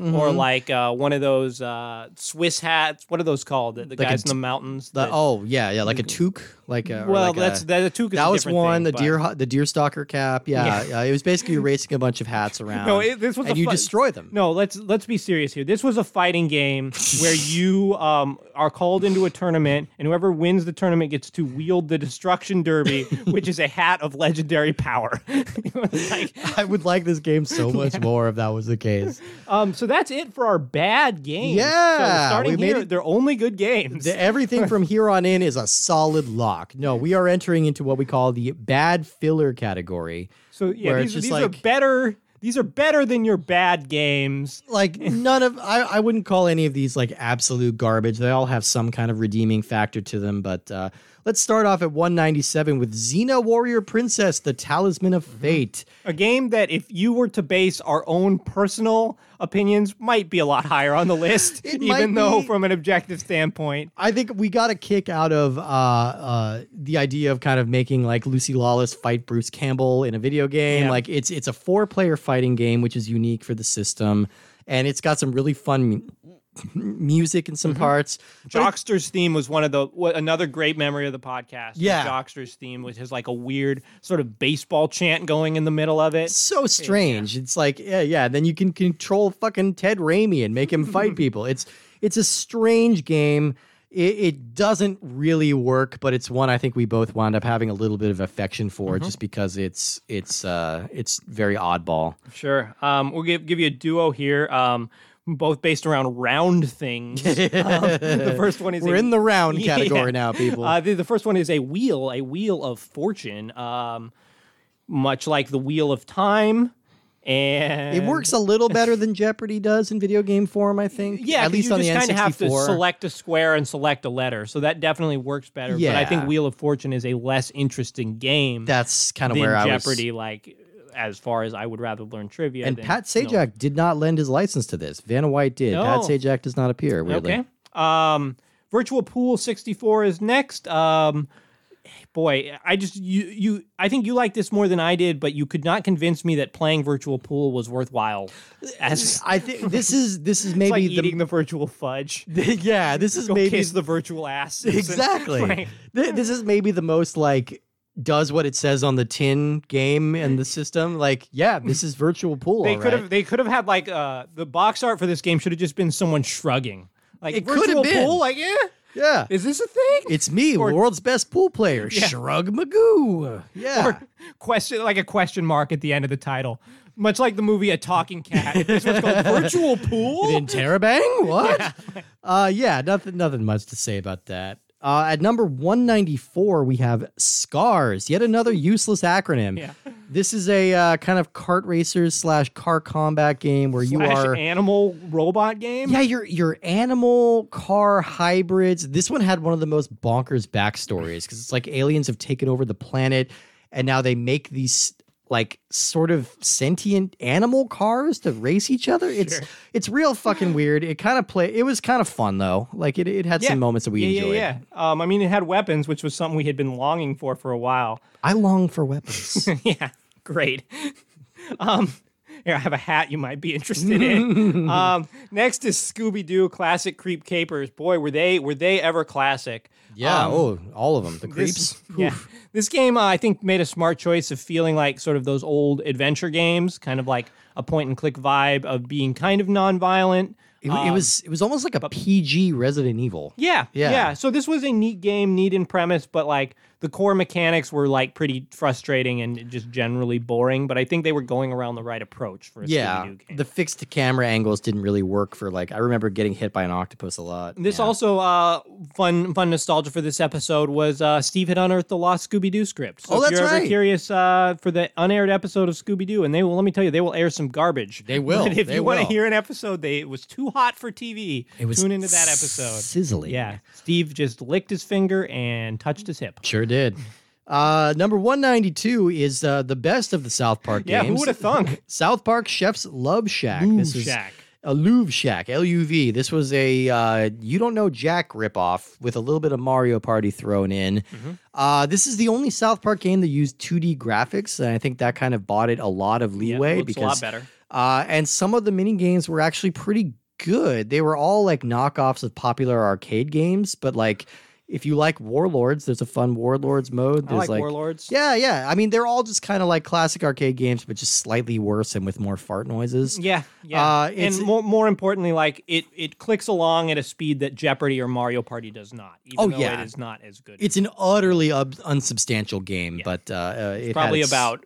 Speaker 2: or like uh, one of those uh, Swiss hats. What are those called? The, the
Speaker 1: Like a
Speaker 2: guys
Speaker 1: t-
Speaker 2: in the mountains.
Speaker 1: The-
Speaker 2: that-
Speaker 1: oh yeah, yeah, like a toque, like a or
Speaker 2: Mm-hmm. well,
Speaker 1: like a-
Speaker 2: that's that, the toque is a
Speaker 1: that was
Speaker 2: different
Speaker 1: one
Speaker 2: thing,
Speaker 1: the
Speaker 2: but-
Speaker 1: deer ho- the deer stalker cap yeah, Uh, it was basically you're racing a bunch of hats around
Speaker 2: No, it- this was
Speaker 1: and
Speaker 2: a
Speaker 1: you
Speaker 2: fun-
Speaker 1: destroy them
Speaker 2: No, let's let's be serious here. This was a fighting game where you um, are called into a tournament, and whoever wins the tournament gets to wield the Destruction Derby, which is a hat of legendary power. It was like-
Speaker 1: i would like this game so much more if that was the case
Speaker 2: um, so that's it for our bad games. so
Speaker 1: Yeah,
Speaker 2: starting
Speaker 1: we made
Speaker 2: here,
Speaker 1: it-
Speaker 2: they're only good games.
Speaker 1: The- everything from here on in is a solid lock no we are entering into what we call the bad filler category
Speaker 2: so yeah,
Speaker 1: where it's
Speaker 2: these, are-
Speaker 1: just
Speaker 2: these are
Speaker 1: like-
Speaker 2: better. These are better than your bad games.
Speaker 1: like none of I, I wouldn't call any of these like absolute garbage they all have some kind of redeeming factor to them but uh, let's start off at 197 with xena warrior
Speaker 2: Mm-hmm.
Speaker 1: princess the talisman of fate
Speaker 2: A game that if you were to base our own personal opinions might be a lot higher on the list,
Speaker 1: It
Speaker 2: even
Speaker 1: might
Speaker 2: though
Speaker 1: be.
Speaker 2: from an objective standpoint.
Speaker 1: I think we got a kick out of uh, uh, the idea of kind of making like Lucy Lawless fight Bruce Campbell in a video game.
Speaker 2: Yeah.
Speaker 1: Like it's it's a four player fighting game, which is unique for the system, and it's got some really fun mu- music in some parts. But it-
Speaker 2: Jockster's theme was one of the wa- another great memory of the podcast. was
Speaker 1: Yeah.
Speaker 2: Jockster's theme, which is like a weird sort of baseball chant going in the middle of it.
Speaker 1: so strange. It's like yeah, yeah. Then you can control fucking Ted Raimi and make him fight people. It's it's a strange game. It, it doesn't really work, but it's one I think we both wound up having a little bit of affection for,
Speaker 2: Mm-hmm.
Speaker 1: just because it's it's uh it's very oddball.
Speaker 2: Sure. Um, we'll give give you a duo here. Um, both based around round things. Um, the first one is
Speaker 1: We're
Speaker 2: a-
Speaker 1: in the round
Speaker 2: Yeah.
Speaker 1: category now, people.
Speaker 2: Uh, the, the first one is a wheel, a wheel of fortune, um, much like the wheel of time. And
Speaker 1: it works a little better than Jeopardy does in video game form, I think.
Speaker 2: Yeah,
Speaker 1: at
Speaker 2: 'cause
Speaker 1: least
Speaker 2: you
Speaker 1: on
Speaker 2: just
Speaker 1: the
Speaker 2: kind
Speaker 1: N64.
Speaker 2: of have to select a square and select a letter, so that definitely works better. But I think
Speaker 1: Yeah.
Speaker 2: Wheel of Fortune is a less interesting game
Speaker 1: That's kind of
Speaker 2: than
Speaker 1: where I was.
Speaker 2: Jeopardy. Like, as far as I would rather learn trivia.
Speaker 1: And
Speaker 2: than-
Speaker 1: Pat
Speaker 2: no.
Speaker 1: Sajak did not lend his license to this. Vanna White did. Pat
Speaker 2: No.
Speaker 1: Sajak does not appear. Weirdly.
Speaker 2: Okay. Um, Virtual Pool 64 is next. Um, boy, I just you you I think you like this more than I did, but you could not convince me that playing Virtual Pool was worthwhile. As
Speaker 1: I think this is this is
Speaker 2: it's like
Speaker 1: maybe
Speaker 2: eating the virtual fudge.
Speaker 1: the yeah this is
Speaker 2: Go
Speaker 1: maybe
Speaker 2: kiss the virtual ass.
Speaker 1: exactly
Speaker 2: Right.
Speaker 1: Th- this is maybe the most like does what it says on the tin game and the system like yeah this is virtual pool
Speaker 2: They
Speaker 1: all
Speaker 2: could
Speaker 1: right.
Speaker 2: have. They could have had like uh, the box art for this game should have just been someone shrugging. Like
Speaker 1: It could have
Speaker 2: virtual
Speaker 1: been.
Speaker 2: pool. Like, yeah,
Speaker 1: yeah
Speaker 2: is this a thing?
Speaker 1: it's me world's best pool player shrug magoo yeah
Speaker 2: question like a question mark at the end of the title, much like the movie A Talking Cat. this one's called Virtual Pool.
Speaker 1: in Terabang? What? Uh, yeah, nothing, nothing much to say about that. Uh, at number 194, we have SCARS, yet another useless acronym.
Speaker 2: Yeah.
Speaker 1: This is a uh, kind of kart racers slash car combat game where you
Speaker 2: Slash
Speaker 1: are.
Speaker 2: animal robot game.
Speaker 1: yeah, your your animal car hybrids. This one had one of the most bonkers backstories because it's like aliens have taken over the planet, and now they make these like sort of sentient animal cars to race each other. It's it's real fucking weird. It kind of play. It was kind of fun though. Like it, it had
Speaker 2: Yeah.
Speaker 1: some moments that we
Speaker 2: yeah,
Speaker 1: enjoyed.
Speaker 2: yeah, yeah. Um, I mean, it had weapons, which was something we had been longing for for a while.
Speaker 1: I long for weapons.
Speaker 2: yeah, great. um, here I have a hat you might be interested in. um, next is Scooby Doo classic creep capers. Boy, were they were they ever classic?
Speaker 1: yeah.
Speaker 2: Um,
Speaker 1: oh, all of them. The creeps.
Speaker 2: This, yeah. this game, uh, I think, made a smart choice of feeling like sort of those old adventure games, kind of like a point and click vibe of being kind of nonviolent.
Speaker 1: It, it was it was almost like a PG Resident Evil.
Speaker 2: Yeah,
Speaker 1: Yeah.
Speaker 2: yeah, So this was a neat game, neat in premise, but like the core mechanics were like pretty frustrating and just generally boring. But I think they were going around the right approach for a
Speaker 1: Yeah,
Speaker 2: Scooby-Doo game.
Speaker 1: the fixed to camera angles didn't really work for like I remember getting hit by an octopus a lot.
Speaker 2: this
Speaker 1: yeah.
Speaker 2: also uh, fun fun nostalgia for this episode was uh, Steve had unearthed the lost Scooby Doo script. So
Speaker 1: Oh,
Speaker 2: if
Speaker 1: that's
Speaker 2: you're ever
Speaker 1: right.
Speaker 2: curious uh, for the unaired episode of Scooby Doo, and they will let me tell you they will air some garbage.
Speaker 1: They will.
Speaker 2: But if
Speaker 1: They
Speaker 2: you want to
Speaker 1: will.
Speaker 2: hear an episode, they it was too hot for TV.
Speaker 1: It was
Speaker 2: tune into that episode.
Speaker 1: Sizzling.
Speaker 2: Yeah, Steve just licked his finger and touched his hip.
Speaker 1: Sure did. Uh, number 192 is uh, the best of the South Park
Speaker 2: Yeah,
Speaker 1: games.
Speaker 2: who would have thunk?
Speaker 1: South Park Chef's Love Shack. this
Speaker 2: Ooh,
Speaker 1: is
Speaker 2: Shaq.
Speaker 1: a Louvre Shack, L U V. This was a uh, you don't know Jack ripoff with a little bit of Mario Party thrown in.
Speaker 2: Mm-hmm.
Speaker 1: Uh, this is the only South Park game that used 2D graphics, and I think that kind of bought it a lot of
Speaker 2: Yeah,
Speaker 1: leeway
Speaker 2: looks
Speaker 1: because
Speaker 2: a lot better.
Speaker 1: Uh, and some of the mini games were actually pretty good. They were all like knockoffs of popular arcade games, but like if you like Warlords, there's a fun Warlords mode.
Speaker 2: I
Speaker 1: There's
Speaker 2: like, Warlords.
Speaker 1: Yeah, yeah. I mean, they're all just kind of like classic arcade games, but just slightly worse and with more fart noises.
Speaker 2: Mm, Yeah, yeah,
Speaker 1: Uh, it's-
Speaker 2: and more, more importantly, like it, it clicks along at a speed that Jeopardy or Mario Party does not. Even
Speaker 1: Oh,
Speaker 2: though
Speaker 1: yeah.
Speaker 2: it is not as good.
Speaker 1: It's an utterly ob- unsubstantial game, but uh, uh, it had
Speaker 2: probably
Speaker 1: its-
Speaker 2: about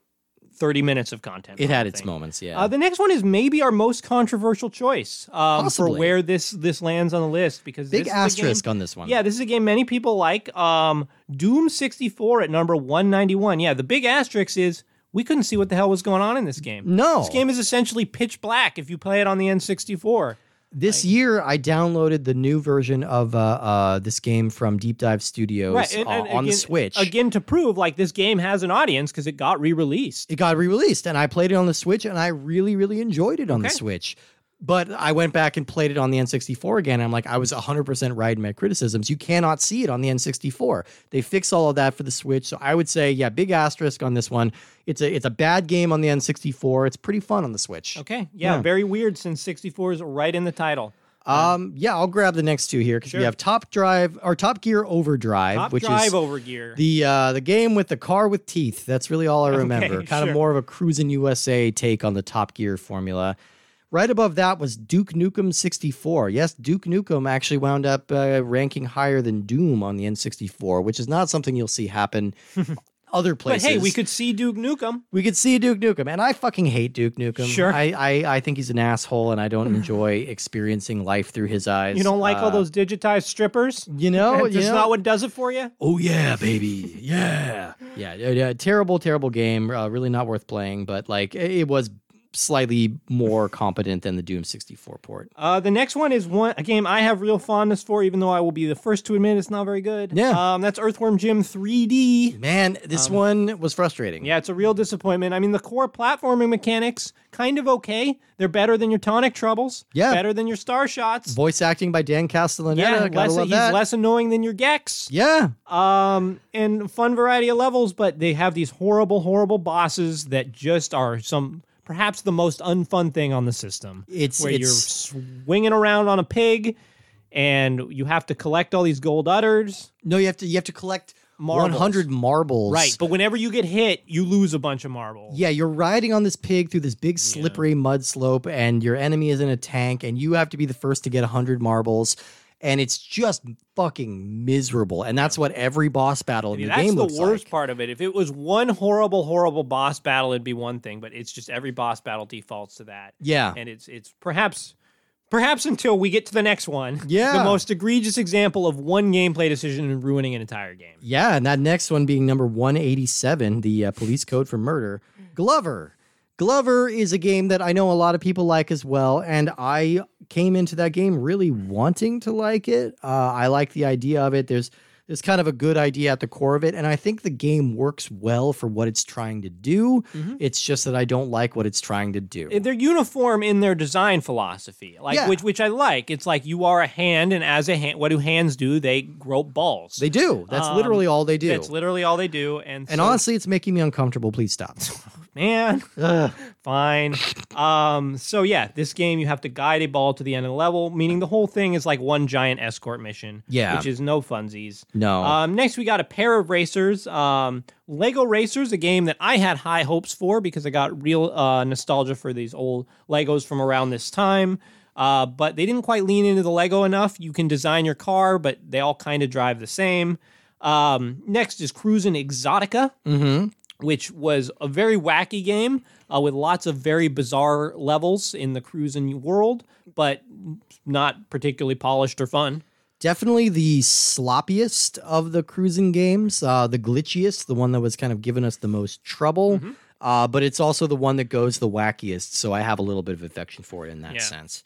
Speaker 2: 30 minutes of content.
Speaker 1: it
Speaker 2: I
Speaker 1: had
Speaker 2: would
Speaker 1: its
Speaker 2: think.
Speaker 1: moments. Yeah,
Speaker 2: Uh, the next one is maybe our most controversial choice um, for
Speaker 1: Possibly.
Speaker 2: where this this lands on the list because
Speaker 1: big
Speaker 2: this is a
Speaker 1: asterisk
Speaker 2: game-
Speaker 1: on this one.
Speaker 2: yeah, this is a game many people like. Um, Doom 64 at number 191. Yeah, the big asterisk is we couldn't see what the hell was going on in this game.
Speaker 1: No.
Speaker 2: this game is essentially pitch black if you play it on the N64.
Speaker 1: This year, I downloaded the new version of uh, uh, this game from Deep Dive Studios
Speaker 2: and-
Speaker 1: uh,
Speaker 2: and
Speaker 1: on the
Speaker 2: again-
Speaker 1: Switch.
Speaker 2: Again, to prove like this game has an audience because it got re released.
Speaker 1: it got re-released and I played it on the Switch and I really really enjoyed it on the
Speaker 2: Okay.
Speaker 1: Switch. But I went back and played it on the N64 again. And I'm like, I was 100% right in my criticisms. You cannot see it on the N64. They fix all of that for the Switch. So I would say, yeah, big asterisk on this one. It's a it's a bad game on the N64. It's pretty fun on the Switch.
Speaker 2: Okay. Yeah,
Speaker 1: Yeah.
Speaker 2: Very weird since 64 is right in the title.
Speaker 1: Um, yeah, I'll grab the next two here because
Speaker 2: Sure.
Speaker 1: we have Top Drive or Top Gear Overdrive,
Speaker 2: Top
Speaker 1: which
Speaker 2: drive
Speaker 1: is
Speaker 2: over gear.
Speaker 1: the uh, the game with the car with teeth. That's really all I remember. kind
Speaker 2: sure.
Speaker 1: of more of a cruising USA take on the Top Gear formula. Right above that was Duke Nukem 64. Yes, Duke Nukem actually wound up uh, ranking higher than Doom on the N64, which is not something you'll see happen other
Speaker 2: but
Speaker 1: places.
Speaker 2: hey, we could see Duke Nukem.
Speaker 1: We could see Duke Nukem, and I fucking hate Duke Nukem.
Speaker 2: Sure.
Speaker 1: I, I, I think he's an asshole, and I don't enjoy experiencing life through his eyes.
Speaker 2: You don't like all
Speaker 1: Uh,
Speaker 2: those digitized strippers?
Speaker 1: You know,
Speaker 2: That's
Speaker 1: you know
Speaker 2: not what does it for you?
Speaker 1: oh yeah, baby, yeah, yeah, yeah, yeah. Terrible, terrible game. Uh, really not worth playing. But like, it it was slightly more competent than the Doom 64 port.
Speaker 2: Uh, the next one is one a game I have real fondness for, even though I will be the first to admit it's not very good.
Speaker 1: Yeah.
Speaker 2: Um, that's Earthworm Jim 3D.
Speaker 1: Man, this one was frustrating.
Speaker 2: Um, Yeah, it's a real disappointment. I mean, the core platforming mechanics kind of okay. They're better than your tonic troubles.
Speaker 1: Yeah.
Speaker 2: Better than your star shots.
Speaker 1: Voice acting by Dan Castellaneta.
Speaker 2: yeah,
Speaker 1: Gotta
Speaker 2: less,
Speaker 1: love
Speaker 2: he's
Speaker 1: that.
Speaker 2: less annoying than your Gex.
Speaker 1: yeah,
Speaker 2: Um, and fun variety of levels, but they have these horrible, horrible bosses that just are some perhaps the most unfun thing on the system.
Speaker 1: It's-
Speaker 2: where
Speaker 1: it's-
Speaker 2: you're swinging around on a pig, and you have to collect all these gold udders.
Speaker 1: no, you have to you have to collect
Speaker 2: Marbles.
Speaker 1: 100 marbles.
Speaker 2: Right, but whenever you get hit, you lose a bunch of marbles.
Speaker 1: Yeah, you're riding on this pig through this big slippery mud slope, and your enemy is in a tank, and you have to be the first to get 100 marbles. And it's just fucking miserable. And that's what every boss battle in
Speaker 2: Yeah,
Speaker 1: the
Speaker 2: that's
Speaker 1: game
Speaker 2: the
Speaker 1: looks
Speaker 2: worst
Speaker 1: like.
Speaker 2: part of it. If it was one horrible, horrible boss battle, it'd be one thing. But it's just every boss battle defaults to that.
Speaker 1: Yeah.
Speaker 2: and it's it's perhaps perhaps until we get to the next one.
Speaker 1: Yeah.
Speaker 2: the most egregious example of one gameplay decision ruining an entire game.
Speaker 1: Yeah, and that next one being number 187, the uh, police code for murder, Glover. Glover is a game that I know a lot of people like as well, and I came into that game really wanting to like it. Uh, I like the idea of it. There's there's kind of a good idea at the core of it, and I think the game works well for what it's trying to do. It's just that I don't like what it's trying to do.
Speaker 2: They're uniform in their design philosophy, like
Speaker 1: Yeah.
Speaker 2: which which I like. It's like you are a hand, and as a hand, what do hands do? They grope balls.
Speaker 1: they do. That's
Speaker 2: Um,
Speaker 1: literally all they do.
Speaker 2: That's literally all they do. And
Speaker 1: and
Speaker 2: so-
Speaker 1: honestly, it's making me uncomfortable. Please stop.
Speaker 2: man.
Speaker 1: Ugh.
Speaker 2: Fine. Um, so yeah, this game you have to guide a ball to the end of the level, meaning the whole thing is like one giant escort mission.
Speaker 1: Yeah.
Speaker 2: Which is no funsies.
Speaker 1: No.
Speaker 2: Um, next we got a pair of racers. Um, Lego Racers, a game that I had high hopes for because I got real uh, nostalgia for these old Legos from around this time. Uh, but they didn't quite lean into the Lego enough. You can design your car, but they all kind of drive the same. Um, next is Cruisin' Exotica which was a very wacky game uh, with lots of very bizarre levels in the cruising world, but not particularly polished or fun.
Speaker 1: definitely the sloppiest of the cruising games, uh, the glitchiest, the one that was kind of giving us the most trouble.
Speaker 2: Mm-hmm.
Speaker 1: Uh, but it's also the one that goes the wackiest, so I have a little bit of affection for it in that
Speaker 2: Yeah.
Speaker 1: sense.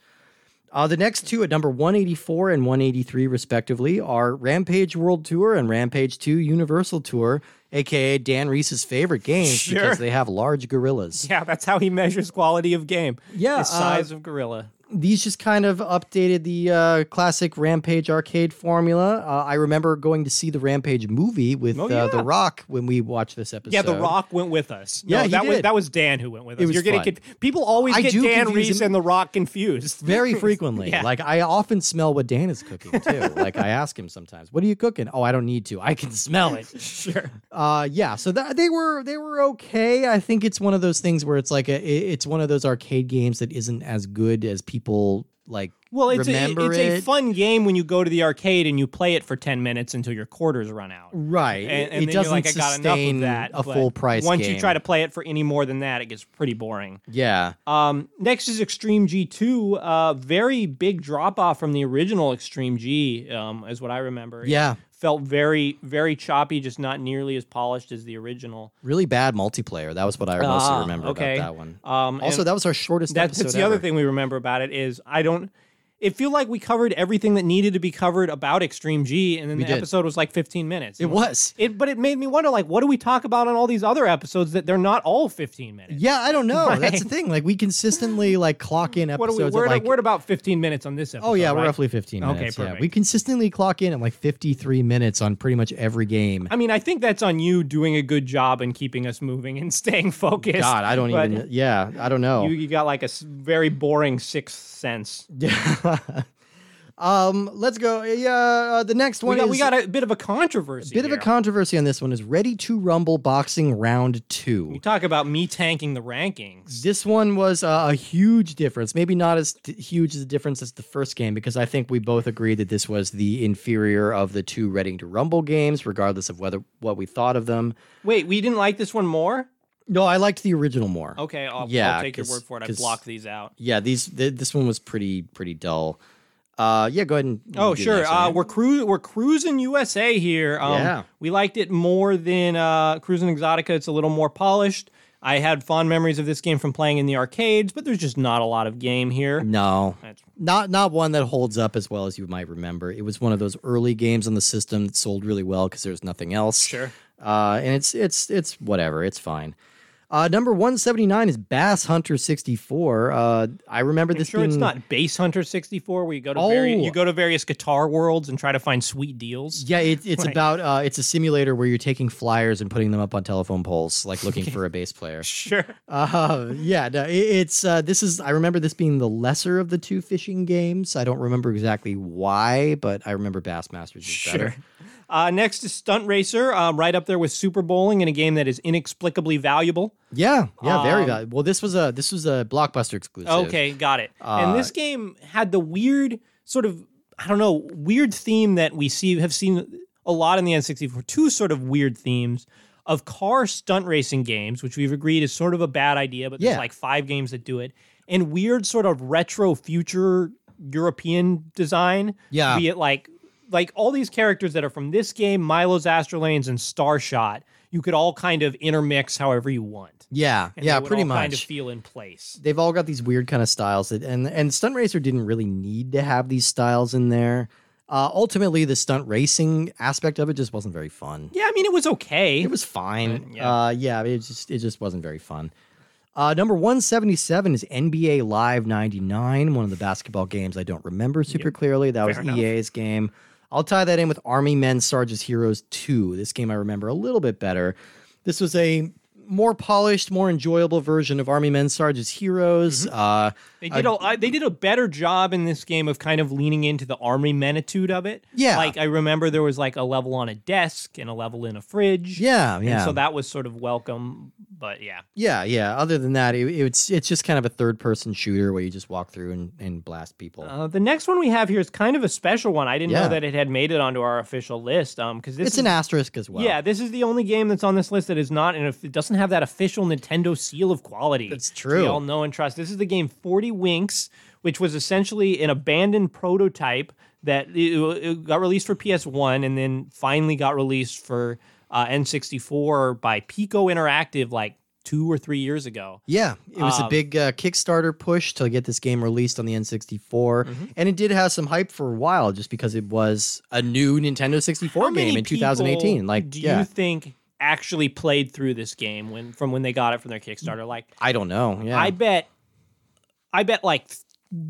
Speaker 1: Uh, the next two at number 184 and 183, respectively, are Rampage World Tour and Rampage 2 Universal Tour, aka Dan Reese's favorite games
Speaker 2: Sure.
Speaker 1: because they have large gorillas.
Speaker 2: Yeah, that's how he measures quality of game.
Speaker 1: Yeah,
Speaker 2: the size of gorilla.
Speaker 1: these just kind of updated the uh, classic Rampage arcade formula. Uh, I remember going to see the Rampage movie with
Speaker 2: Oh,
Speaker 1: uh,
Speaker 2: yeah.
Speaker 1: The Rock when we watched this episode.
Speaker 2: Yeah, The Rock went with us.
Speaker 1: Yeah,
Speaker 2: no,
Speaker 1: he
Speaker 2: that was
Speaker 1: did.
Speaker 2: that was Dan who went with us.
Speaker 1: was
Speaker 2: You're getting
Speaker 1: fun.
Speaker 2: conf- people always
Speaker 1: I
Speaker 2: get
Speaker 1: do
Speaker 2: Dan
Speaker 1: confuse
Speaker 2: Reese
Speaker 1: him-
Speaker 2: and The Rock confused.
Speaker 1: Very frequently.
Speaker 2: Yeah.
Speaker 1: Like, I often smell what Dan is cooking too. like, I ask him sometimes, What are you cooking? Oh, I don't need to. I can smell it.
Speaker 2: sure.
Speaker 1: Uh, yeah, so that, they were they were okay. I think it's one of those things where it's like a, it- it's one of those arcade games that isn't as good as people like.
Speaker 2: Well, it's a,
Speaker 1: remember
Speaker 2: it's
Speaker 1: it.
Speaker 2: a fun game when you go to the arcade and you play it for 10 minutes until your quarters run out.
Speaker 1: right.
Speaker 2: and,
Speaker 1: it
Speaker 2: and then you're
Speaker 1: doesn't
Speaker 2: like, I got enough
Speaker 1: sustain
Speaker 2: of that.
Speaker 1: a
Speaker 2: but
Speaker 1: full price.
Speaker 2: Once you
Speaker 1: game.
Speaker 2: try to play it for any more than that, it gets pretty boring.
Speaker 1: yeah,
Speaker 2: Um, next is Extreme G2. Uh, very big drop off from the original Extreme G, um, is what I remember. It
Speaker 1: yeah,
Speaker 2: felt very, very choppy, just not nearly as polished as the original.
Speaker 1: Really bad multiplayer. That was what I mostly
Speaker 2: Ah,
Speaker 1: remember
Speaker 2: okay.
Speaker 1: about that one.
Speaker 2: Um,
Speaker 1: Also,
Speaker 2: and
Speaker 1: that was our shortest
Speaker 2: that's,
Speaker 1: episode
Speaker 2: that's the other
Speaker 1: ever.
Speaker 2: thing we remember about it is I don't. it feel like we covered everything that needed to be covered about Extreme G, and then
Speaker 1: We
Speaker 2: the
Speaker 1: did.
Speaker 2: episode was like 15 minutes.
Speaker 1: It was.
Speaker 2: It, but it made me wonder, like, what do we talk about on all these other episodes that they're not all 15 minutes?
Speaker 1: Yeah, I don't know. That's the thing. Like we consistently like clock in
Speaker 2: What are
Speaker 1: episodes.
Speaker 2: we?
Speaker 1: at,
Speaker 2: We're, at-
Speaker 1: like,
Speaker 2: we're at about 15 minutes on this episode.
Speaker 1: Oh yeah, we're
Speaker 2: right?
Speaker 1: roughly 15
Speaker 2: Okay,
Speaker 1: minutes. Yeah.
Speaker 2: perfect.
Speaker 1: We consistently clock in at like 53 minutes on pretty much every game.
Speaker 2: I mean, I think that's on you doing a good job and keeping us moving and staying focused.
Speaker 1: God, I don't
Speaker 2: but
Speaker 1: even yeah, I don't know.
Speaker 2: You, you got like a s- very boring sixth sense.
Speaker 1: Yeah. um, let's go. Yeah, uh, the next
Speaker 2: We
Speaker 1: one
Speaker 2: got,
Speaker 1: is
Speaker 2: we got a bit of a controversy.
Speaker 1: bit of a
Speaker 2: here.
Speaker 1: controversy on this one is Ready to Rumble Boxing Round 2.
Speaker 2: You talk about me tanking the rankings.
Speaker 1: This one was uh, a huge difference. Maybe not as t- huge as a difference as the first game because I think we both agreed that this was the inferior of the two Ready to Rumble games regardless of whether what we thought of them.
Speaker 2: Wait, we didn't like this one more?
Speaker 1: No, I liked the original more.
Speaker 2: Okay, I'll,
Speaker 1: Yeah,
Speaker 2: I'll take your
Speaker 1: 'cause-
Speaker 2: word for it. I
Speaker 1: 'cause-
Speaker 2: blocked these out.
Speaker 1: Yeah, these th- this one was pretty pretty dull. Uh yeah, go ahead and you
Speaker 2: Oh
Speaker 1: do the
Speaker 2: sure,
Speaker 1: next one.
Speaker 2: uh, we're cru- we're cruising USA here. Um,
Speaker 1: Yeah.
Speaker 2: we liked it more than uh, cruising Exotica. It's a little more polished. I had fond memories of this game from playing in the arcades, but there's just not a lot of game here.
Speaker 1: No.
Speaker 2: That's-
Speaker 1: Not not one that holds up as well as you might remember. It was one of those early games on the system that sold really well because there's nothing else.
Speaker 2: Sure.
Speaker 1: Uh, and it's it's it's whatever. It's fine. Uh, number 179 is Bass Hunter 64. Uh, I remember
Speaker 2: I'm
Speaker 1: this
Speaker 2: sure
Speaker 1: being
Speaker 2: it's not Bass Hunter 64 where you go to vari-
Speaker 1: Oh.
Speaker 2: you go to various guitar worlds and try to find sweet deals.
Speaker 1: Yeah, it, it's
Speaker 2: Right.
Speaker 1: about uh, it's a simulator where you're taking flyers and putting them up on telephone poles, like looking for a bass player.
Speaker 2: Sure.
Speaker 1: Uh, yeah, no, it, it's uh, this is I remember this being the lesser of the two fishing games. I don't remember exactly why, but I remember Bassmasters is better.
Speaker 2: Uh, next is Stunt Racer, uh, right up there with Super Bowling in a game that is inexplicably valuable.
Speaker 1: Yeah, yeah, very
Speaker 2: Um,
Speaker 1: valuable. Well, this was a this was a blockbuster exclusive.
Speaker 2: Okay, got it.
Speaker 1: Uh,
Speaker 2: and this game had the weird sort of I don't know weird theme that we see have seen a lot in the N64. Two sort of weird themes of car stunt racing games, which we've agreed is sort of a bad idea, but there's
Speaker 1: Yeah.
Speaker 2: like five games that do it, and weird sort of retro future European design.
Speaker 1: Yeah.
Speaker 2: be it like like all these characters that are from this game, Milo's Astrolanes and Starshot. You could all kind of intermix however you want.
Speaker 1: Yeah,
Speaker 2: And
Speaker 1: yeah,
Speaker 2: they would
Speaker 1: pretty
Speaker 2: all
Speaker 1: much.
Speaker 2: kind of feel in place.
Speaker 1: They've all got these weird kind of styles that, and and Stunt Racer didn't really need to have these styles in there. Uh, ultimately, the stunt racing aspect of it just wasn't very fun.
Speaker 2: Yeah, I mean it was okay.
Speaker 1: It was fine.
Speaker 2: yeah.
Speaker 1: Uh, yeah, it just it just wasn't very fun. Uh, number 177 is NBA Live 99, one of the basketball games I don't remember super clearly. That was
Speaker 2: fair enough.
Speaker 1: EA's game. I'll tie that in with Army Men Sarge's Heroes 2. This game I remember a little bit better. This was a more polished, more enjoyable version of Army Men Sarge's Heroes.
Speaker 2: Mm-hmm.
Speaker 1: Uh,
Speaker 2: They did a, I, they did a better job in this game of kind of leaning into the army menitude of it.
Speaker 1: Yeah.
Speaker 2: Like I remember there was like a level on a desk and a level in a fridge.
Speaker 1: yeah,
Speaker 2: And
Speaker 1: yeah.
Speaker 2: so that was sort of welcome, but yeah.
Speaker 1: yeah, yeah. Other than that, it, it's it's just kind of a third person shooter where you just walk through and, and blast people.
Speaker 2: Uh, the next one we have here is kind of a special one. I didn't
Speaker 1: Yeah.
Speaker 2: know that it had made it onto our official list. Um, because this
Speaker 1: it's
Speaker 2: is,
Speaker 1: an asterisk as well.
Speaker 2: yeah, this is the only game that's on this list that is not, and it doesn't have that official Nintendo seal of quality.
Speaker 1: That's
Speaker 2: which We
Speaker 1: true.
Speaker 2: all know and trust. This is the game 40 Winks, which was essentially an abandoned prototype that it, it got released for PS1 and then finally got released for uh, N64 by Pico Interactive like two or three years ago.
Speaker 1: Yeah, it was a
Speaker 2: Um,
Speaker 1: big uh, Kickstarter push to get this game released on the N64,
Speaker 2: Mm-hmm.
Speaker 1: and it did have some hype for a while, just because it was a new Nintendo 64
Speaker 2: How many
Speaker 1: game in 2018.
Speaker 2: people
Speaker 1: Like,
Speaker 2: do
Speaker 1: yeah,
Speaker 2: you think actually played through this game when from when they got it from their Kickstarter? Like,
Speaker 1: I don't know. Yeah,
Speaker 2: I bet, I bet like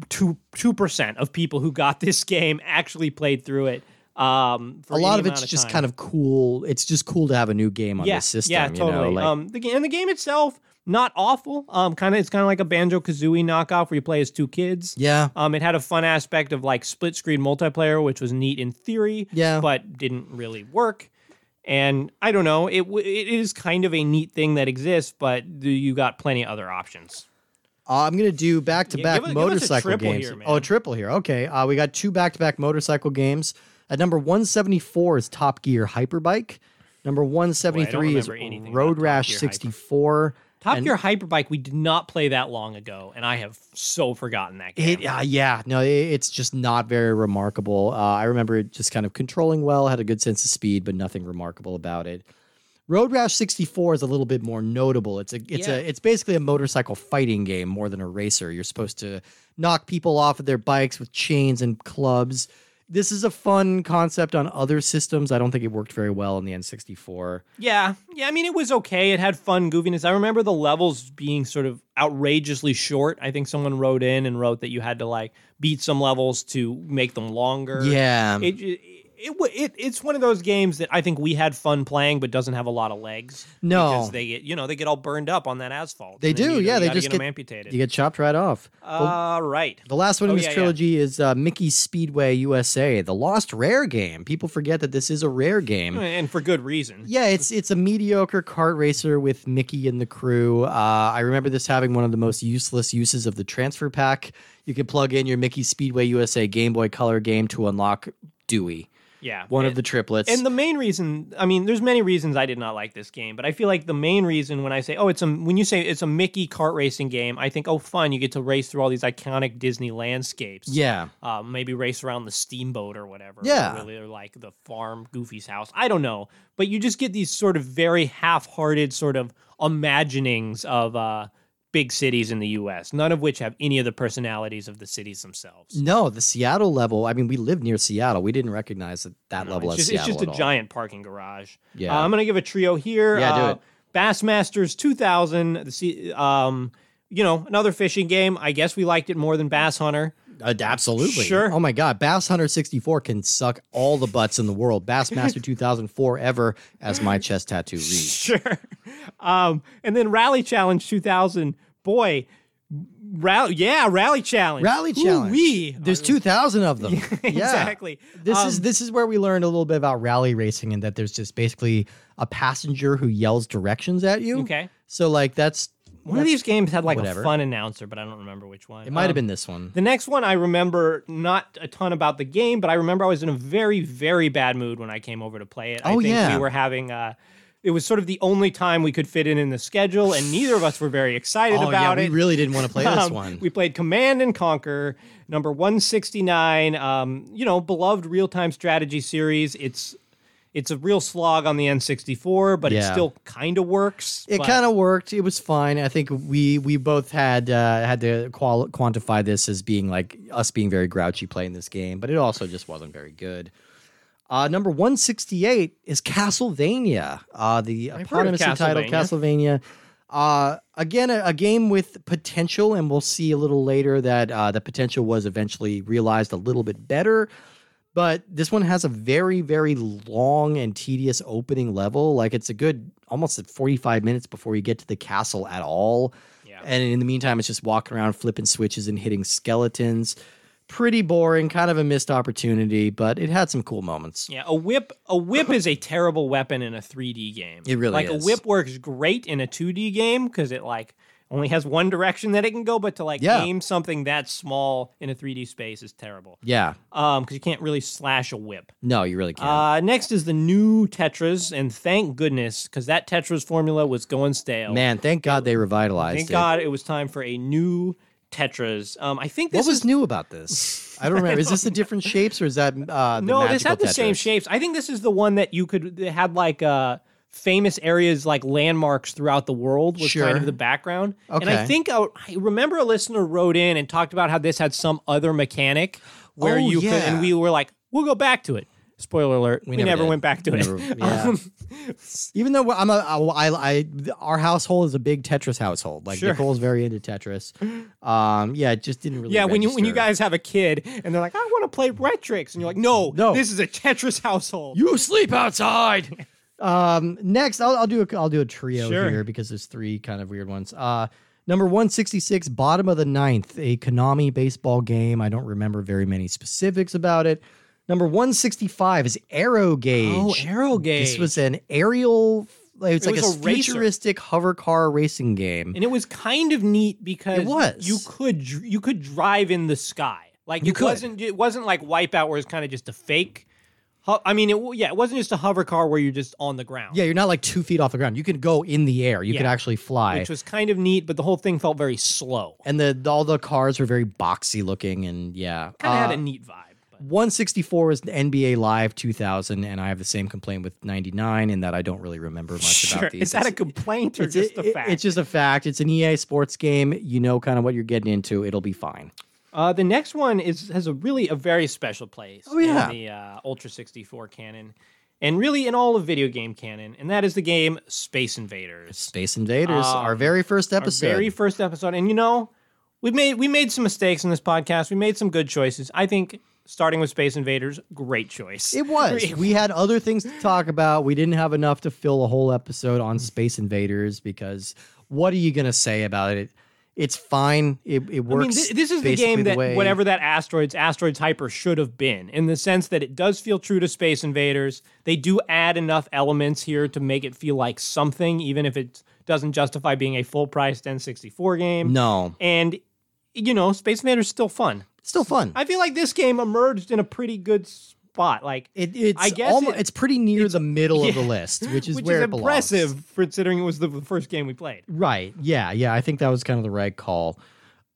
Speaker 2: two two percent of people who got this game actually played through it. Um, for
Speaker 1: a lot
Speaker 2: any
Speaker 1: of it's
Speaker 2: amount of
Speaker 1: just
Speaker 2: time.
Speaker 1: kind of cool. It's just cool to have a new game on
Speaker 2: yeah,
Speaker 1: this system.
Speaker 2: yeah,
Speaker 1: you
Speaker 2: totally.
Speaker 1: Know? Like,
Speaker 2: um, the game and the game itself not awful. Um, kind of it's kind of like a Banjo Kazooie knockoff where you play as two kids.
Speaker 1: yeah,
Speaker 2: Um, it had a fun aspect of like split screen multiplayer, which was neat in theory.
Speaker 1: Yeah.
Speaker 2: But didn't really work. And I don't know. It w- it is kind of a neat thing that exists, but you got plenty of other options.
Speaker 1: Uh, I'm gonna do back to
Speaker 2: Yeah,
Speaker 1: back
Speaker 2: give us- give us a
Speaker 1: motorcycle
Speaker 2: triple
Speaker 1: games.
Speaker 2: here, man.
Speaker 1: Oh, a triple here. Okay, uh, we got two back to back motorcycle games. At number 174 is Top Gear Hyperbike. Number 173 is
Speaker 2: remember anything about
Speaker 1: Road
Speaker 2: Top
Speaker 1: Rash
Speaker 2: Gear Hyper.
Speaker 1: 64.
Speaker 2: Top
Speaker 1: And-
Speaker 2: Gear Hyperbike, we did not play that long ago, and I have so forgotten that game.
Speaker 1: It, uh, yeah, no, it, it's just not very remarkable. Uh, I remember it just kind of controlling well, had a good sense of speed, but nothing remarkable about it. Road Rash 64 is a little bit more notable. It's a it's
Speaker 2: Yeah.
Speaker 1: a it's basically a motorcycle fighting game more than a racer. You're supposed to knock people off of their bikes with chains and clubs. This is a fun concept on other systems. I don't think it worked very well on the N64.
Speaker 2: Yeah, yeah. I mean, it was okay. It had fun goofiness. I remember the levels being sort of outrageously short. I think someone wrote in and wrote that you had to like beat some levels to make them longer.
Speaker 1: Yeah.
Speaker 2: It, it, it, wa- it it's one of those games that I think we had fun playing, but doesn't have a lot of legs.
Speaker 1: No.
Speaker 2: because they get you know they get all burned up on that asphalt.
Speaker 1: They
Speaker 2: and then
Speaker 1: do,
Speaker 2: you-
Speaker 1: yeah,
Speaker 2: you
Speaker 1: they
Speaker 2: gotta
Speaker 1: just
Speaker 2: get, them
Speaker 1: get-
Speaker 2: amputated.
Speaker 1: you get chopped right off.
Speaker 2: uh, right.
Speaker 1: The last one
Speaker 2: Oh,
Speaker 1: in this
Speaker 2: yeah, yeah.
Speaker 1: trilogy is uh, Mickey Speedway USA, the lost rare game. People forget that this is a rare game.
Speaker 2: And for good reason.
Speaker 1: Yeah, it's it's a mediocre kart racer with Mickey and the crew. Uh, I remember this having one of the most useless uses of the transfer pack. You could plug in your Mickey Speedway USA Game Boy Color game to unlock Dewey,
Speaker 2: Yeah.
Speaker 1: one of
Speaker 2: And-
Speaker 1: the triplets.
Speaker 2: And the main reason, I mean, there's many reasons I did not like this game, but I feel like the main reason when I say, oh, it's a, when you say it's a Mickey kart racing game, I think, oh, fun, you get to race through all these iconic Disney landscapes.
Speaker 1: yeah,
Speaker 2: Uh, maybe race around the steamboat or whatever.
Speaker 1: Yeah.
Speaker 2: Or, really, or like the farm, Goofy's house. I don't know. But you just get these sort of very half hearted sort of imaginings of uh, big cities in the U.S., none of which have any of the personalities of the cities themselves.
Speaker 1: no, the Seattle level. I mean, we live near Seattle. We didn't recognize that that
Speaker 2: No,
Speaker 1: level
Speaker 2: it's
Speaker 1: as
Speaker 2: just,
Speaker 1: Seattle.
Speaker 2: it's just
Speaker 1: at
Speaker 2: a
Speaker 1: all.
Speaker 2: giant parking garage.
Speaker 1: Yeah.
Speaker 2: Uh, I'm gonna give a trio here.
Speaker 1: Yeah, do
Speaker 2: Uh,
Speaker 1: it.
Speaker 2: Bassmasters 2000. The sea- um, you know, another fishing game. I guess we liked it more than Bass Hunter.
Speaker 1: Uh, absolutely.
Speaker 2: Sure.
Speaker 1: Oh my God. Bass Hunter 64 can suck all the butts in the world. Bassmaster 2004 ever, as my chest tattoo reads.
Speaker 2: Sure. Um, and then Rally Challenge 2000. Boy, rally. Yeah, Rally Challenge.
Speaker 1: Rally challenge.
Speaker 2: Woo-wee.
Speaker 1: There's 2,000 of them. Yeah.
Speaker 2: exactly. Um,
Speaker 1: This is this is where we learned a little bit about rally racing and that there's just basically a passenger who yells directions at you.
Speaker 2: okay.
Speaker 1: So like that's
Speaker 2: One of these games had like
Speaker 1: whatever.
Speaker 2: a fun announcer, but I don't remember which one.
Speaker 1: it might have been this one.
Speaker 2: The next one I remember not a ton about the game, but I remember I was in a very, very bad mood when I came over to play it. I
Speaker 1: Oh,
Speaker 2: think
Speaker 1: yeah.
Speaker 2: we were having uh it was sort of the only time we could fit in in the schedule, and neither of us were very excited
Speaker 1: oh
Speaker 2: about
Speaker 1: yeah,
Speaker 2: it.
Speaker 1: we really didn't want to play this
Speaker 2: Um,
Speaker 1: one.
Speaker 2: We played Command and Conquer, number 169. Um, you know, beloved real-time strategy series. It's it's a real slog on the N64, but it
Speaker 1: Yeah.
Speaker 2: still kind of works.
Speaker 1: It
Speaker 2: but-
Speaker 1: kind of worked. It was fine. I think we we both had uh, had to qual- quantify this as being like us being very grouchy playing this game, but it also just wasn't very good. Uh, number one sixty eight is Castlevania, uh, the
Speaker 2: heard of
Speaker 1: eponymously titled Castlevania.
Speaker 2: Castlevania.
Speaker 1: Uh, again, a, a game with potential, and we'll see a little later that uh, the potential was eventually realized a little bit better but this one has a very very long and tedious opening level like it's a good almost at 45 minutes before you get to the castle at all
Speaker 2: Yeah.
Speaker 1: and in the meantime it's just walking around flipping switches and hitting skeletons pretty boring kind of a missed opportunity but it had some cool moments
Speaker 2: Yeah, a whip a whip is a terrible weapon in a 3D game.
Speaker 1: It really
Speaker 2: like
Speaker 1: is.
Speaker 2: a whip works great in a 2D game because it like only has one direction that it can go, but to like
Speaker 1: Yeah.
Speaker 2: aim something that small in a 3D space is terrible.
Speaker 1: yeah
Speaker 2: Um, because you can't really slash a whip.
Speaker 1: no you really can't
Speaker 2: Uh, next is the new Tetris, and thank goodness because that Tetris formula was going stale.
Speaker 1: man thank god they revitalized
Speaker 2: thank
Speaker 1: it
Speaker 2: God it was time for a new Tetris. Um, I think
Speaker 1: what
Speaker 2: this
Speaker 1: was
Speaker 2: is
Speaker 1: new about this i don't remember is this the different shapes or is that uh the
Speaker 2: no, this
Speaker 1: magical
Speaker 2: had the same
Speaker 1: Tetris?
Speaker 2: shapes. I think this is the one that you could that had like uh famous areas like landmarks throughout the world was kind
Speaker 1: Sure.
Speaker 2: of the background. And I
Speaker 1: Okay.
Speaker 2: think uh, I remember a listener wrote in and talked about how this had some other mechanic where
Speaker 1: Oh,
Speaker 2: you could
Speaker 1: yeah.
Speaker 2: and we were like, we'll go back to it. Spoiler alert, we,
Speaker 1: never
Speaker 2: never,
Speaker 1: did.
Speaker 2: went back to
Speaker 1: Never-
Speaker 2: it.
Speaker 1: yeah.
Speaker 2: Um,
Speaker 1: Even though I'm a, I, I, th- our household is a big Tetris household. Like
Speaker 2: Sure.
Speaker 1: Nicole's very into Tetris. Um, yeah, it just didn't really.
Speaker 2: yeah, when you when you
Speaker 1: register.
Speaker 2: guys have a kid and they're like, I want to play Retrix, and you're like, No,
Speaker 1: No.
Speaker 2: this is a Tetris household.
Speaker 1: you sleep outside. um, next, I'll, I'll do a, I'll do a trio
Speaker 2: Sure.
Speaker 1: here because there's three kind of weird ones. Uh, number one sixty six, bottom of the ninth, a Konami baseball game. I don't remember very many specifics about it. Number one sixty five is Arrow Gauge.
Speaker 2: oh, Arrow Gauge.
Speaker 1: This was an aerial. Like, it's
Speaker 2: It
Speaker 1: like
Speaker 2: was
Speaker 1: a,
Speaker 2: a racer.
Speaker 1: futuristic hover car racing game.
Speaker 2: and it was kind of neat because
Speaker 1: It was.
Speaker 2: you could dr- you could drive in the sky like
Speaker 1: You
Speaker 2: it
Speaker 1: could.
Speaker 2: wasn't it wasn't like Wipeout where it's kind of just a fake. Ho- I mean, it, w- yeah, it wasn't just a hover car where you're just on the ground.
Speaker 1: Yeah, you're not like two feet off the ground. You can go in the air. You
Speaker 2: Yeah.
Speaker 1: could actually fly.
Speaker 2: which was kind of neat, but the whole thing felt very slow.
Speaker 1: and the all the cars were very boxy looking, and yeah,
Speaker 2: Kind of
Speaker 1: Uh,
Speaker 2: had a neat vibe. But
Speaker 1: 164 was NBA Live 2000, and I have the same complaint with 99 in that I don't really remember much
Speaker 2: sure,
Speaker 1: about these.
Speaker 2: is that a
Speaker 1: It's-
Speaker 2: complaint or
Speaker 1: it's,
Speaker 2: just
Speaker 1: it-
Speaker 2: a
Speaker 1: it-
Speaker 2: fact?
Speaker 1: It's just a fact. It's an EA sports game. You know kind of what you're getting into. It'll be fine.
Speaker 2: Uh, the next one is has a really a very special place
Speaker 1: Oh, yeah.
Speaker 2: in the uh, Ultra 64 canon, and really in all of video game canon, and that is the game Space Invaders.
Speaker 1: Space Invaders, our
Speaker 2: Um,
Speaker 1: very first episode.
Speaker 2: Our very first episode, and you know, we made we made some mistakes in this podcast. We made some good choices. I think starting with Space Invaders, great choice.
Speaker 1: It was. We had other things to talk about. We didn't have enough to fill a whole episode on Space Invaders because what are you going to say about it? It's fine. It, it
Speaker 2: I
Speaker 1: works.
Speaker 2: mean, thi- this is the
Speaker 1: basically
Speaker 2: game that
Speaker 1: way-
Speaker 2: whatever that asteroids asteroids hyper should have been, in the sense that it does feel true to Space Invaders. They do add enough elements here to make it feel like something, even if it doesn't justify being a full price 1064 game.
Speaker 1: No,
Speaker 2: And you know, Space Invaders is still fun.
Speaker 1: still fun.
Speaker 2: I feel like this game emerged in a pretty good spot. Like
Speaker 1: it, it's
Speaker 2: I guess
Speaker 1: almo-
Speaker 2: it-
Speaker 1: it's pretty near the middle of the
Speaker 2: yeah.
Speaker 1: list, which is
Speaker 2: which
Speaker 1: where
Speaker 2: is
Speaker 1: it belongs.
Speaker 2: impressive considering it was the first game we played.
Speaker 1: Right. Yeah. Yeah. I think that was kind of the right call.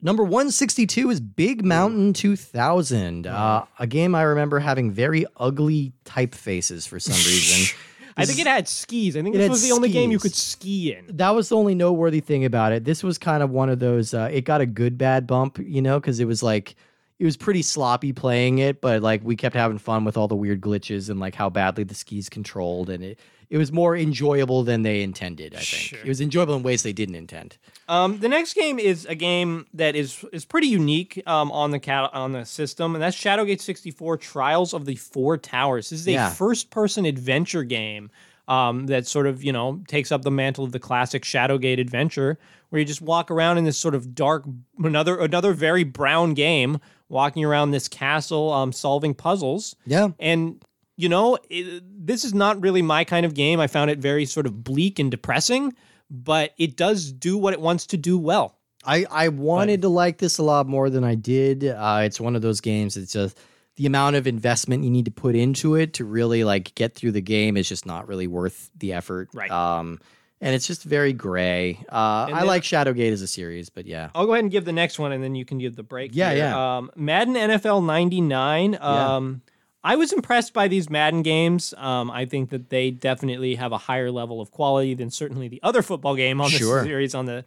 Speaker 1: Number 162 is Big Mountain 2000, uh, a game I remember having very ugly typefaces for some reason.
Speaker 2: I think it had skis. I think
Speaker 1: It
Speaker 2: this
Speaker 1: had
Speaker 2: was the only game you
Speaker 1: skis.
Speaker 2: could ski in.
Speaker 1: that was the only noteworthy thing about it. This was kind of one of those. Uh, it got a good bad bump, you know, because it was like it was pretty sloppy playing it, but like we kept having fun with all the weird glitches and like how badly the skis controlled, and it it was more enjoyable than they intended. I think
Speaker 2: Sure.
Speaker 1: it was enjoyable in ways they didn't intend.
Speaker 2: Um, the next game is a game that is is pretty unique um, on the cat- on the system, and that's Shadowgate 64: Trials of the Four Towers. This is a
Speaker 1: Yeah.
Speaker 2: first-person adventure game um, that sort of you know takes up the mantle of the classic Shadowgate adventure, where you just walk around in this sort of dark another another very brown game, walking around this castle, um, solving puzzles.
Speaker 1: Yeah,
Speaker 2: And you know, it, this is not really my kind of game. I found it very sort of bleak and depressing, but it does do what it wants to do well.
Speaker 1: I I wanted to like this a lot more than I did. Uh, it's one of those games that's just the amount of investment you need to put into it to really like get through the game is just not really worth the effort.
Speaker 2: Right.
Speaker 1: Um, and it's just very gray. Uh,
Speaker 2: And
Speaker 1: I
Speaker 2: then-
Speaker 1: like Shadowgate as a series, but yeah,
Speaker 2: I'll go ahead and give the next one, and then you can give the break.
Speaker 1: Yeah,
Speaker 2: here.
Speaker 1: yeah.
Speaker 2: Um, Madden NFL '99.
Speaker 1: Yeah.
Speaker 2: Um, I was impressed by these Madden games. Um, I think that they definitely have a higher level of quality than certainly the other football game on the
Speaker 1: Sure.
Speaker 2: series on the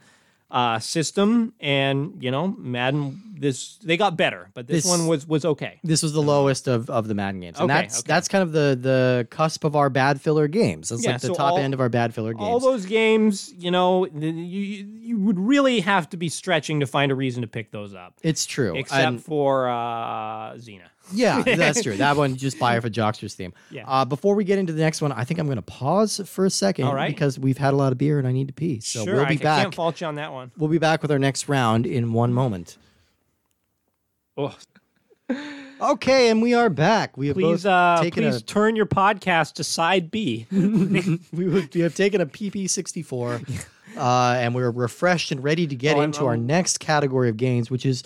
Speaker 2: uh, system. And you know, Madden this they got better, but this,
Speaker 1: This-
Speaker 2: one was was okay.
Speaker 1: this was the lowest of, of the Madden games, and
Speaker 2: Uh, Okay,
Speaker 1: that's
Speaker 2: okay.
Speaker 1: that's kind of the the cusp of our bad filler games. That's
Speaker 2: Yeah,
Speaker 1: like the
Speaker 2: so
Speaker 1: top
Speaker 2: all-
Speaker 1: end of our bad filler games.
Speaker 2: All those games, you know, th- you you would really have to be stretching to find a reason to pick those up,
Speaker 1: it's true.
Speaker 2: except
Speaker 1: And-
Speaker 2: for uh, Xena.
Speaker 1: Yeah, that's true. That one just buy it for Jockster's theme.
Speaker 2: Yeah.
Speaker 1: Uh, before we get into the next one, I think I'm going to pause for a second
Speaker 2: All right.
Speaker 1: because we've had a lot of beer and I need to pee. So
Speaker 2: sure,
Speaker 1: we'll
Speaker 2: I
Speaker 1: be
Speaker 2: c-
Speaker 1: back.
Speaker 2: can't fault you on that one.
Speaker 1: we'll be back with our next round in one moment.
Speaker 2: Oh,
Speaker 1: Okay, and we are back. We have
Speaker 2: please,
Speaker 1: both
Speaker 2: uh,
Speaker 1: taken
Speaker 2: please turn your podcast to side B.
Speaker 1: a, we, would- we have taken a PP64, uh, and we're refreshed and ready to get
Speaker 2: I'm-
Speaker 1: into our next category of games, which is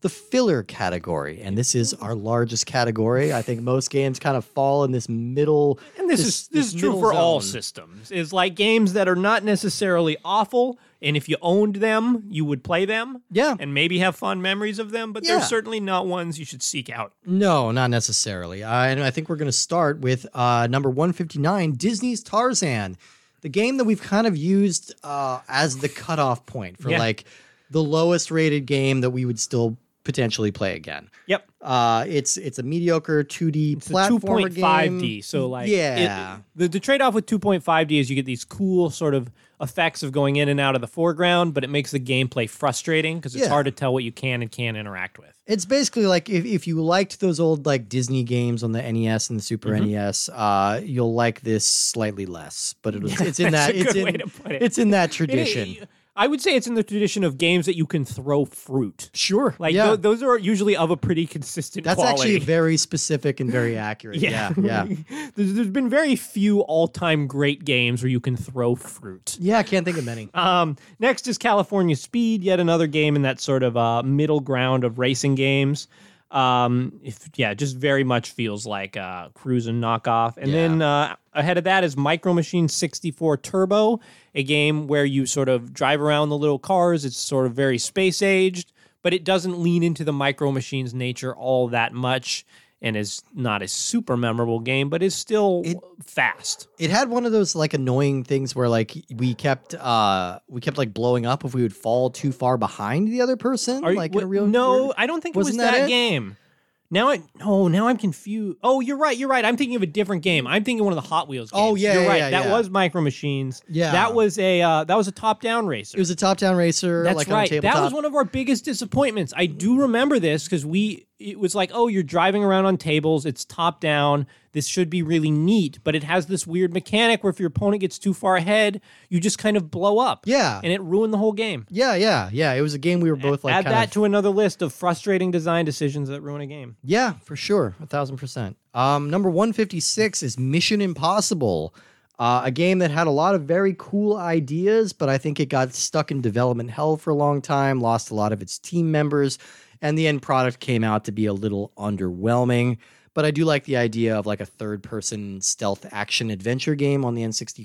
Speaker 1: the filler category. And this is our largest category. I think most games kind of fall in this middle.
Speaker 2: And this, is this, is true
Speaker 1: middle
Speaker 2: for all
Speaker 1: zone.
Speaker 2: systems. Is like games that are not necessarily awful, and if you owned them, you would play them.
Speaker 1: Yeah.
Speaker 2: and maybe have fond memories of them, but
Speaker 1: Yeah.
Speaker 2: they're certainly not ones you should seek out.
Speaker 1: No, not necessarily. Uh, and I think we're going to start with uh, number 159 Disney's Tarzan, the game that we've kind of used uh, as the cutoff point for
Speaker 2: Yeah.
Speaker 1: like the lowest rated game that we would still potentially play again.
Speaker 2: Yep.
Speaker 1: Uh, it's it's a mediocre 2D
Speaker 2: It's a
Speaker 1: platformer
Speaker 2: 2.5D.
Speaker 1: game.
Speaker 2: So like, it-
Speaker 1: Yeah.
Speaker 2: the the trade off with 2.5D is you get these cool sort of effects of going in and out of the foreground, but it makes the gameplay frustrating because it's
Speaker 1: Yeah.
Speaker 2: hard to tell what you can and can't interact with.
Speaker 1: It's basically like if, if you liked those old like Disney games on the NES and the Super
Speaker 2: Mm-hmm.
Speaker 1: NES, uh, you'll like this slightly less. But it was, it's in
Speaker 2: that's
Speaker 1: that
Speaker 2: a
Speaker 1: it's
Speaker 2: good
Speaker 1: in
Speaker 2: way to put it.
Speaker 1: it's in that
Speaker 2: It- it-
Speaker 1: tradition.
Speaker 2: I would say it's in the tradition of games that you can throw fruit.
Speaker 1: sure,
Speaker 2: Like
Speaker 1: yeah.
Speaker 2: tho- those are usually of a pretty consistent
Speaker 1: That's
Speaker 2: quality.
Speaker 1: actually very specific and very accurate.
Speaker 2: Yeah.
Speaker 1: Yeah, yeah, yeah.
Speaker 2: there's, there's been very few all-time great games where you can throw fruit.
Speaker 1: I can't think of many.
Speaker 2: Um, next is California Speed, yet another game in that sort of uh, middle ground of racing games. Um, if, yeah, just very much feels like uh, Cruise and knockoff. And then uh, ahead of that is Micro Machine 64 Turbo, a game where you sort of drive around the little cars. It's sort of very space aged, but it doesn't lean into the Micro Machines nature all that much. and is not a super memorable game, but is still
Speaker 1: It-
Speaker 2: fast.
Speaker 1: It had one of those like annoying things where like we kept uh we kept like blowing up if we would fall too far behind the other person.
Speaker 2: Are you-
Speaker 1: like in a
Speaker 2: wh-
Speaker 1: real
Speaker 2: no,
Speaker 1: world.
Speaker 2: I don't think
Speaker 1: Wasn't
Speaker 2: it was
Speaker 1: that
Speaker 2: that,
Speaker 1: it?
Speaker 2: game. Now I no, now I'm confused. Oh, you're right, you're right. I'm thinking of a different game. I'm thinking one of the Hot Wheels. Games.
Speaker 1: Oh, yeah,
Speaker 2: you're
Speaker 1: yeah,
Speaker 2: right.
Speaker 1: yeah,
Speaker 2: that
Speaker 1: yeah.
Speaker 2: was Micro Machines.
Speaker 1: Yeah.
Speaker 2: that was a uh, that was a top down racer.
Speaker 1: It was a top down racer,
Speaker 2: That's
Speaker 1: like on a
Speaker 2: right.
Speaker 1: tabletop.
Speaker 2: That was one of our biggest disappointments. I do remember this because we it was like, oh, you're driving around on tables. It's top down. This should be really neat, but it has this weird mechanic where if your opponent gets too far ahead, you just kind of blow up.
Speaker 1: Yeah.
Speaker 2: and it ruined the whole game.
Speaker 1: yeah, yeah, yeah. It was a game we were both like
Speaker 2: Add
Speaker 1: kind
Speaker 2: that
Speaker 1: of
Speaker 2: to another list of frustrating design decisions that ruin a game.
Speaker 1: Yeah, for sure. A thousand percent. Um, number 156 is Mission Impossible, uh, a game that had a lot of very cool ideas, but I think it got stuck in development hell for a long time, lost a lot of its team members, and the end product came out to be a little underwhelming. But I do like the idea of like a third person stealth action adventure game on the N64, a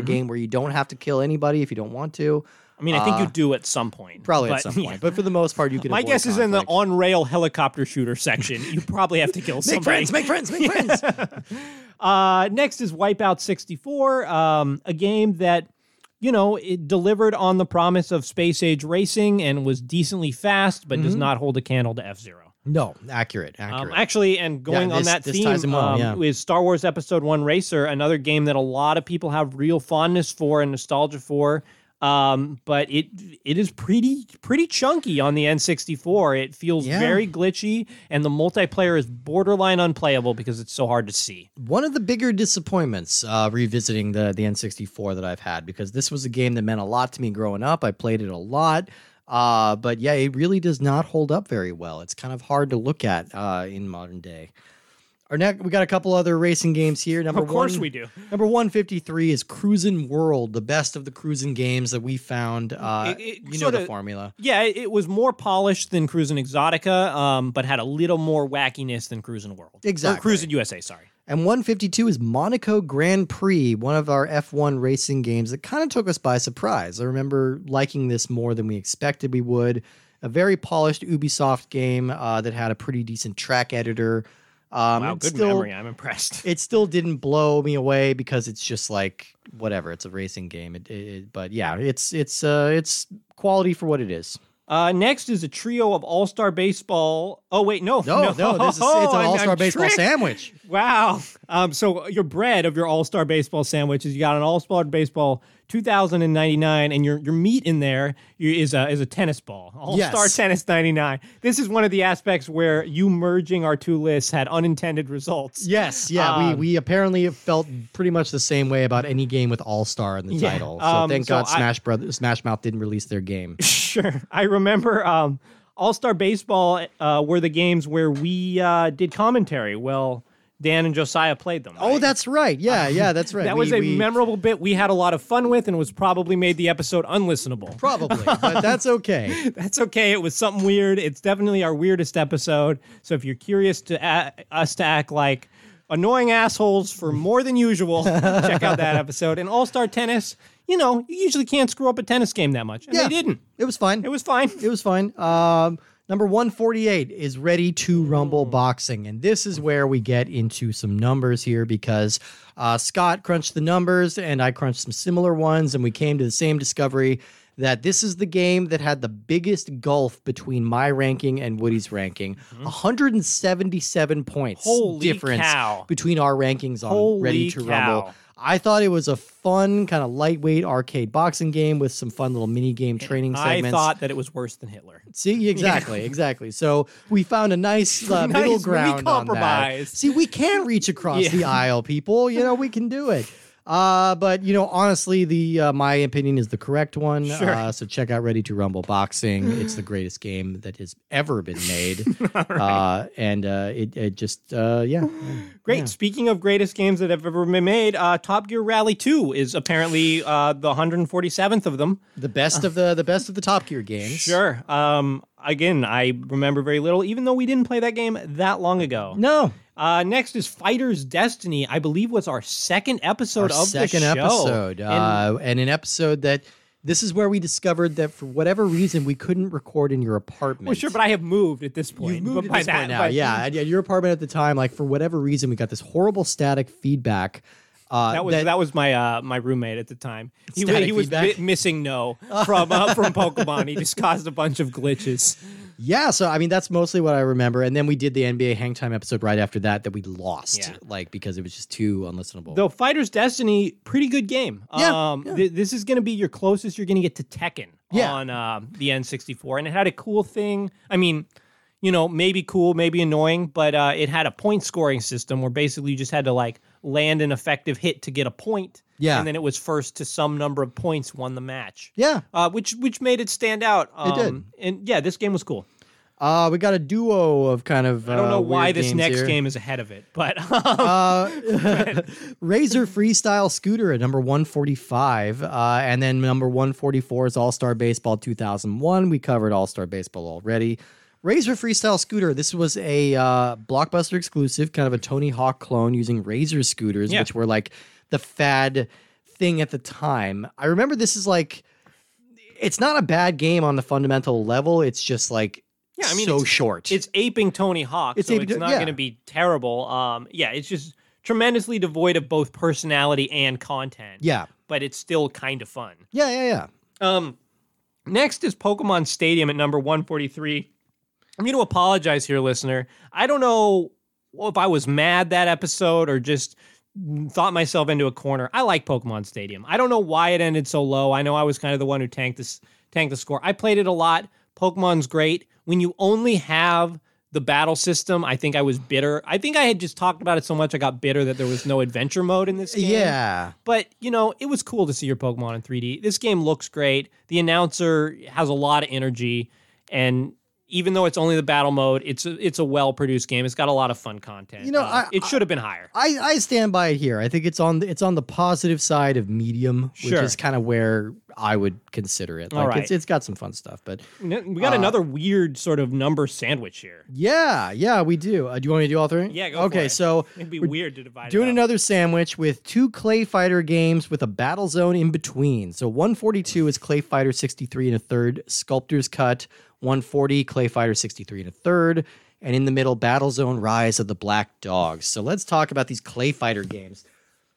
Speaker 2: Mm-hmm.
Speaker 1: game where you don't have to kill anybody if you don't want to.
Speaker 2: I mean, I think
Speaker 1: Uh,
Speaker 2: you do at some point.
Speaker 1: Probably
Speaker 2: but-
Speaker 1: at some point.
Speaker 2: yeah.
Speaker 1: But for the most part, you can
Speaker 2: My
Speaker 1: avoid
Speaker 2: guess is in the
Speaker 1: conflict.
Speaker 2: on rail helicopter shooter section. You probably have to kill somebody.
Speaker 1: Make friends, make friends, make friends.
Speaker 2: Uh, next is Wipeout 64, um, a game that, you know, it delivered on the promise of space age racing and was decently fast, but
Speaker 1: Mm-hmm.
Speaker 2: does not hold a candle to F Zero.
Speaker 1: No, accurate,
Speaker 2: Um,
Speaker 1: accurate.
Speaker 2: actually, and going on
Speaker 1: this-
Speaker 2: that
Speaker 1: this
Speaker 2: theme
Speaker 1: ties in well,
Speaker 2: um,
Speaker 1: yeah.
Speaker 2: is Star Wars Episode One Racer, another game that a lot of people have real fondness for and nostalgia for. Um, but it it is pretty pretty chunky on the N64. It feels
Speaker 1: Yeah.
Speaker 2: very glitchy, and the multiplayer is borderline unplayable because it's so hard to see.
Speaker 1: One of the bigger disappointments uh, revisiting the the N64 that I've had because this was a game that meant a lot to me growing up. I played it a lot. Uh, but yeah, it really does not hold up very well. It's kind of hard to look at uh, in modern day. Our next, we got a couple other racing games here. Number
Speaker 2: Of course
Speaker 1: one,
Speaker 2: we do.
Speaker 1: Number one fifty three is Cruisin' World, the best of the cruising games that we found. Uh,
Speaker 2: It- it
Speaker 1: you know the
Speaker 2: sorta-
Speaker 1: formula.
Speaker 2: Yeah, it it was more polished than Cruisin' Exotica, um, but had a little more wackiness than Cruisin' World.
Speaker 1: Exactly.
Speaker 2: Or Cruisin' USA, sorry.
Speaker 1: And 152 is Monaco Grand Prix, one of our F1 racing games that kind of took us by surprise. I remember liking this more than we expected we would. A very polished Ubisoft game uh, that had a pretty decent track editor. Um,
Speaker 2: Wow,
Speaker 1: it
Speaker 2: good
Speaker 1: still,
Speaker 2: memory. I'm impressed.
Speaker 1: It still didn't blow me away because it's just like whatever. It's a racing game, it, it, it- but yeah, it's it's uh, it's quality for what it is.
Speaker 2: Uh, next is a trio of All Star Baseball. Oh wait, no,
Speaker 1: No, no, this is, it's an
Speaker 2: I'm-
Speaker 1: all star
Speaker 2: I'm
Speaker 1: baseball
Speaker 2: tricked.
Speaker 1: sandwich.
Speaker 2: Wow. Um, so your bread of your All Star Baseball sandwich is you got an All Star Baseball 2099, and your your meat in there you- is a is a tennis ball. All Star
Speaker 1: Yes.
Speaker 2: Tennis 99. This is one of the aspects where you merging our two lists had unintended results.
Speaker 1: Yes, yeah. we
Speaker 2: Um,
Speaker 1: we apparently felt pretty much the same way about any game with All Star in the
Speaker 2: Yeah,
Speaker 1: title. So
Speaker 2: um,
Speaker 1: thank
Speaker 2: so
Speaker 1: God
Speaker 2: I-
Speaker 1: Smash Brothers, Smash Mouth didn't release their game.
Speaker 2: Sure. I remember um, All Star Baseball uh, were the games where we uh, did commentary. Well, Dan and Josiah played them.
Speaker 1: Oh,
Speaker 2: right?
Speaker 1: that's right. Yeah, yeah, that's right.
Speaker 2: That
Speaker 1: We-
Speaker 2: was a
Speaker 1: we-
Speaker 2: memorable bit we had a lot of fun with and was probably made the episode unlistenable.
Speaker 1: probably, but that's okay.
Speaker 2: That's okay. It was something weird. It's definitely our weirdest episode. So if you're curious to a- us to act like annoying assholes for more than usual, check out that episode. And All Star Tennis, you know, you usually can't screw up a tennis game that much. And
Speaker 1: Yeah.
Speaker 2: they didn't.
Speaker 1: It was fine.
Speaker 2: It was fine.
Speaker 1: It was fine. Um, number 148 is Ready to
Speaker 2: Hmm.
Speaker 1: Rumble Boxing. And this is where we get into some numbers here because uh, Scott crunched the numbers and I crunched some similar ones. And we came to the same discovery that this is the game that had the biggest gulf between my ranking and Woody's ranking 177 points
Speaker 2: Mm-hmm. Holy
Speaker 1: difference
Speaker 2: cow.
Speaker 1: between our rankings on
Speaker 2: Holy
Speaker 1: Ready to Rumble.
Speaker 2: cow.
Speaker 1: I thought it was a fun, kind of lightweight arcade boxing game with some fun little mini game training segments.
Speaker 2: I thought that it was worse than Hitler.
Speaker 1: See, exactly, exactly. So we found a nice, uh,
Speaker 2: Nice,
Speaker 1: middle
Speaker 2: we
Speaker 1: ground. On that.
Speaker 2: compromised.
Speaker 1: See, we can reach across
Speaker 2: Yeah.
Speaker 1: the aisle, people. You know, we can do it. Uh, but you know, honestly, the uh, my opinion is the correct one.
Speaker 2: Sure.
Speaker 1: Uh, so check out Ready to Rumble Boxing. It's the greatest game that has ever been made, uh, and uh, it, it just uh, yeah.
Speaker 2: Great. Speaking of greatest games that have ever been made, uh, Top Gear Rally 2 is apparently uh, the 147th of them.
Speaker 1: The best of the the best of the Top Gear games.
Speaker 2: Sure. Um, again, I remember very little, even though we didn't play that game that long ago.
Speaker 1: No,
Speaker 2: Uh, next is Fighter's Destiny. I believe was our second episode
Speaker 1: our
Speaker 2: of
Speaker 1: second
Speaker 2: the show.
Speaker 1: episode,
Speaker 2: And
Speaker 1: uh, and, an episode that This is where we discovered that for whatever reason we couldn't record in your apartment.
Speaker 2: Well, sure, but I have moved at this point.
Speaker 1: you moved
Speaker 2: but
Speaker 1: at
Speaker 2: by
Speaker 1: this
Speaker 2: that,
Speaker 1: point now,
Speaker 2: by-
Speaker 1: yeah. And yeah, your apartment at the time, like for whatever reason, we got this horrible static feedback. Uh,
Speaker 2: That was that, was my uh, my roommate at the time. He, wa-
Speaker 1: Static
Speaker 2: he was
Speaker 1: feedback?
Speaker 2: mi- missing no from uh, from Pokemon. He just caused a bunch of glitches.
Speaker 1: Yeah, so I mean that's mostly what I remember. And then we did the NBA hang time episode right after that that we lost,
Speaker 2: Yeah.
Speaker 1: like because it was just too unlistenable.
Speaker 2: Though Fighter's Destiny, pretty good game.
Speaker 1: Yeah,
Speaker 2: um, thi- this is going to be your closest you're going to get to Tekken
Speaker 1: Yeah.
Speaker 2: on uh, the N64, and it had a cool thing. I mean, you know, maybe cool, maybe annoying, but uh, it had a point scoring system where basically you just had to like land an effective hit to get a point.
Speaker 1: Yeah.
Speaker 2: and then it was first to some number of points won the match.
Speaker 1: yeah,
Speaker 2: uh, which which made it stand out. Um,
Speaker 1: It did.
Speaker 2: and yeah, this game was cool.
Speaker 1: uh, we got a duo of kind of.
Speaker 2: I don't know
Speaker 1: uh,
Speaker 2: why
Speaker 1: weird
Speaker 2: this
Speaker 1: games
Speaker 2: next
Speaker 1: here.
Speaker 2: game is ahead of it, but
Speaker 1: Uh, Razor Freestyle Scooter at number 145. Uh, and then number 144 is All Star Baseball 2001. We covered All Star Baseball already. Razor Freestyle Scooter. This was a uh, blockbuster exclusive, kind of a Tony Hawk clone using Razor scooters,
Speaker 2: Yeah.
Speaker 1: which were like the fad thing at the time. I remember this is like, it's not a bad game on the fundamental level. It's just like,
Speaker 2: Yeah, I mean,
Speaker 1: so
Speaker 2: it's-
Speaker 1: short.
Speaker 2: it's aping Tony Hawk,
Speaker 1: It's
Speaker 2: so
Speaker 1: aping
Speaker 2: it's
Speaker 1: To-
Speaker 2: not
Speaker 1: yeah.
Speaker 2: going to be terrible. Um, yeah, it's just tremendously devoid of both personality and content.
Speaker 1: yeah,
Speaker 2: but it's still kind of fun.
Speaker 1: yeah, yeah, yeah.
Speaker 2: Um, next is Pokemon Stadium at number 143. I'm going to apologize here, listener. I don't know if I was mad that episode or just thought myself into a corner. I like Pokemon Stadium. I don't know why it ended so low. I know I was kind of the one who tanked this tanked the score. I played it a lot. Pokemon's great. When you only have the battle system, I think I was bitter. I think I had just talked about it so much I got bitter that there was no adventure mode in this game.
Speaker 1: Yeah.
Speaker 2: But you know, it was cool to see your Pokemon in 3D. This game looks great. The announcer has a lot of energy, and even though it's only the battle mode, it's a, it's a well produced game. It's got a lot of fun content.
Speaker 1: You know,
Speaker 2: Uh,
Speaker 1: I-
Speaker 2: it should have been higher.
Speaker 1: I, I stand by it here. I think it's on the, it's on the positive side of medium,
Speaker 2: Sure.
Speaker 1: which is kind of where I would consider it.
Speaker 2: All
Speaker 1: Like
Speaker 2: right.
Speaker 1: it's it's got some fun stuff, but
Speaker 2: N- we got
Speaker 1: uh,
Speaker 2: another weird sort of number sandwich here.
Speaker 1: yeah, yeah, we do. Uh, do you want me to do all three?
Speaker 2: Yeah, go for
Speaker 1: okay.
Speaker 2: it.
Speaker 1: So
Speaker 2: It'd be
Speaker 1: we're
Speaker 2: weird to divide.
Speaker 1: doing
Speaker 2: it up.
Speaker 1: another sandwich with two Clay Fighter games with a battle zone in between. So 142 is Clay Fighter 63 and a third, Sculptor's Cut. 140 Clay Fighter 63 and a third, and in the middle Battle Zone Rise of the Black Dogs. So let's talk about these Clay Fighter games.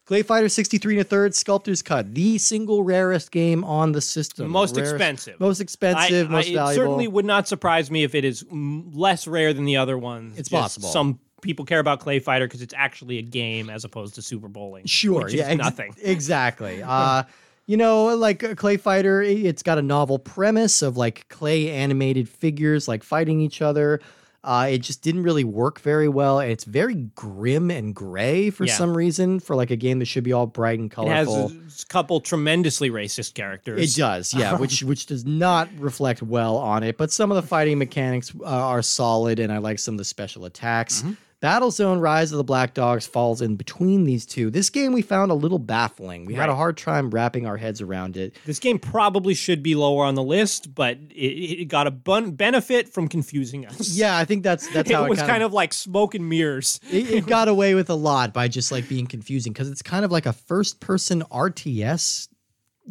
Speaker 1: Clay Fighter 63 and a third, Sculptor's Cut, the single rarest game on the system.
Speaker 2: Most
Speaker 1: Rarest-
Speaker 2: expensive.
Speaker 1: Most
Speaker 2: I-
Speaker 1: expensive,
Speaker 2: I-
Speaker 1: most valuable.
Speaker 2: It certainly would not surprise me if it is mm, less rare than the other ones.
Speaker 1: It's
Speaker 2: Just
Speaker 1: possible.
Speaker 2: Some people care about Clay Fighter because it's actually a game as opposed to Super Bowling.
Speaker 1: Sure.
Speaker 2: which is
Speaker 1: yeah. ex-
Speaker 2: nothing.
Speaker 1: Exactly. Uh, you know, like uh, Clay Fighter, i- it's got a novel premise of like clay animated figures like fighting each other. Uh, it just didn't really work very well. and It's very grim and gray for
Speaker 2: Yeah.
Speaker 1: some reason for like a game that should be all bright and
Speaker 2: It has a
Speaker 1: colorful.
Speaker 2: s- couple tremendously racist characters.
Speaker 1: It does, yeah, which which does not reflect well on it. But some of the fighting mechanics uh, are solid, and I like some of the special attacks.
Speaker 2: Mm-hmm.
Speaker 1: Battlezone Rise of the Black Dogs falls in between these two. This game we found a little baffling. We had a
Speaker 2: Right.
Speaker 1: hard time wrapping our heads around it.
Speaker 2: This game probably should be lower on the list, but it, it got a bun- benefit from confusing us.
Speaker 1: Yeah, I think that's that's
Speaker 2: it
Speaker 1: how
Speaker 2: was kind of like smoke and mirrors.
Speaker 1: it, it got away with a lot by just like being confusing because it's kind of like a first person RTS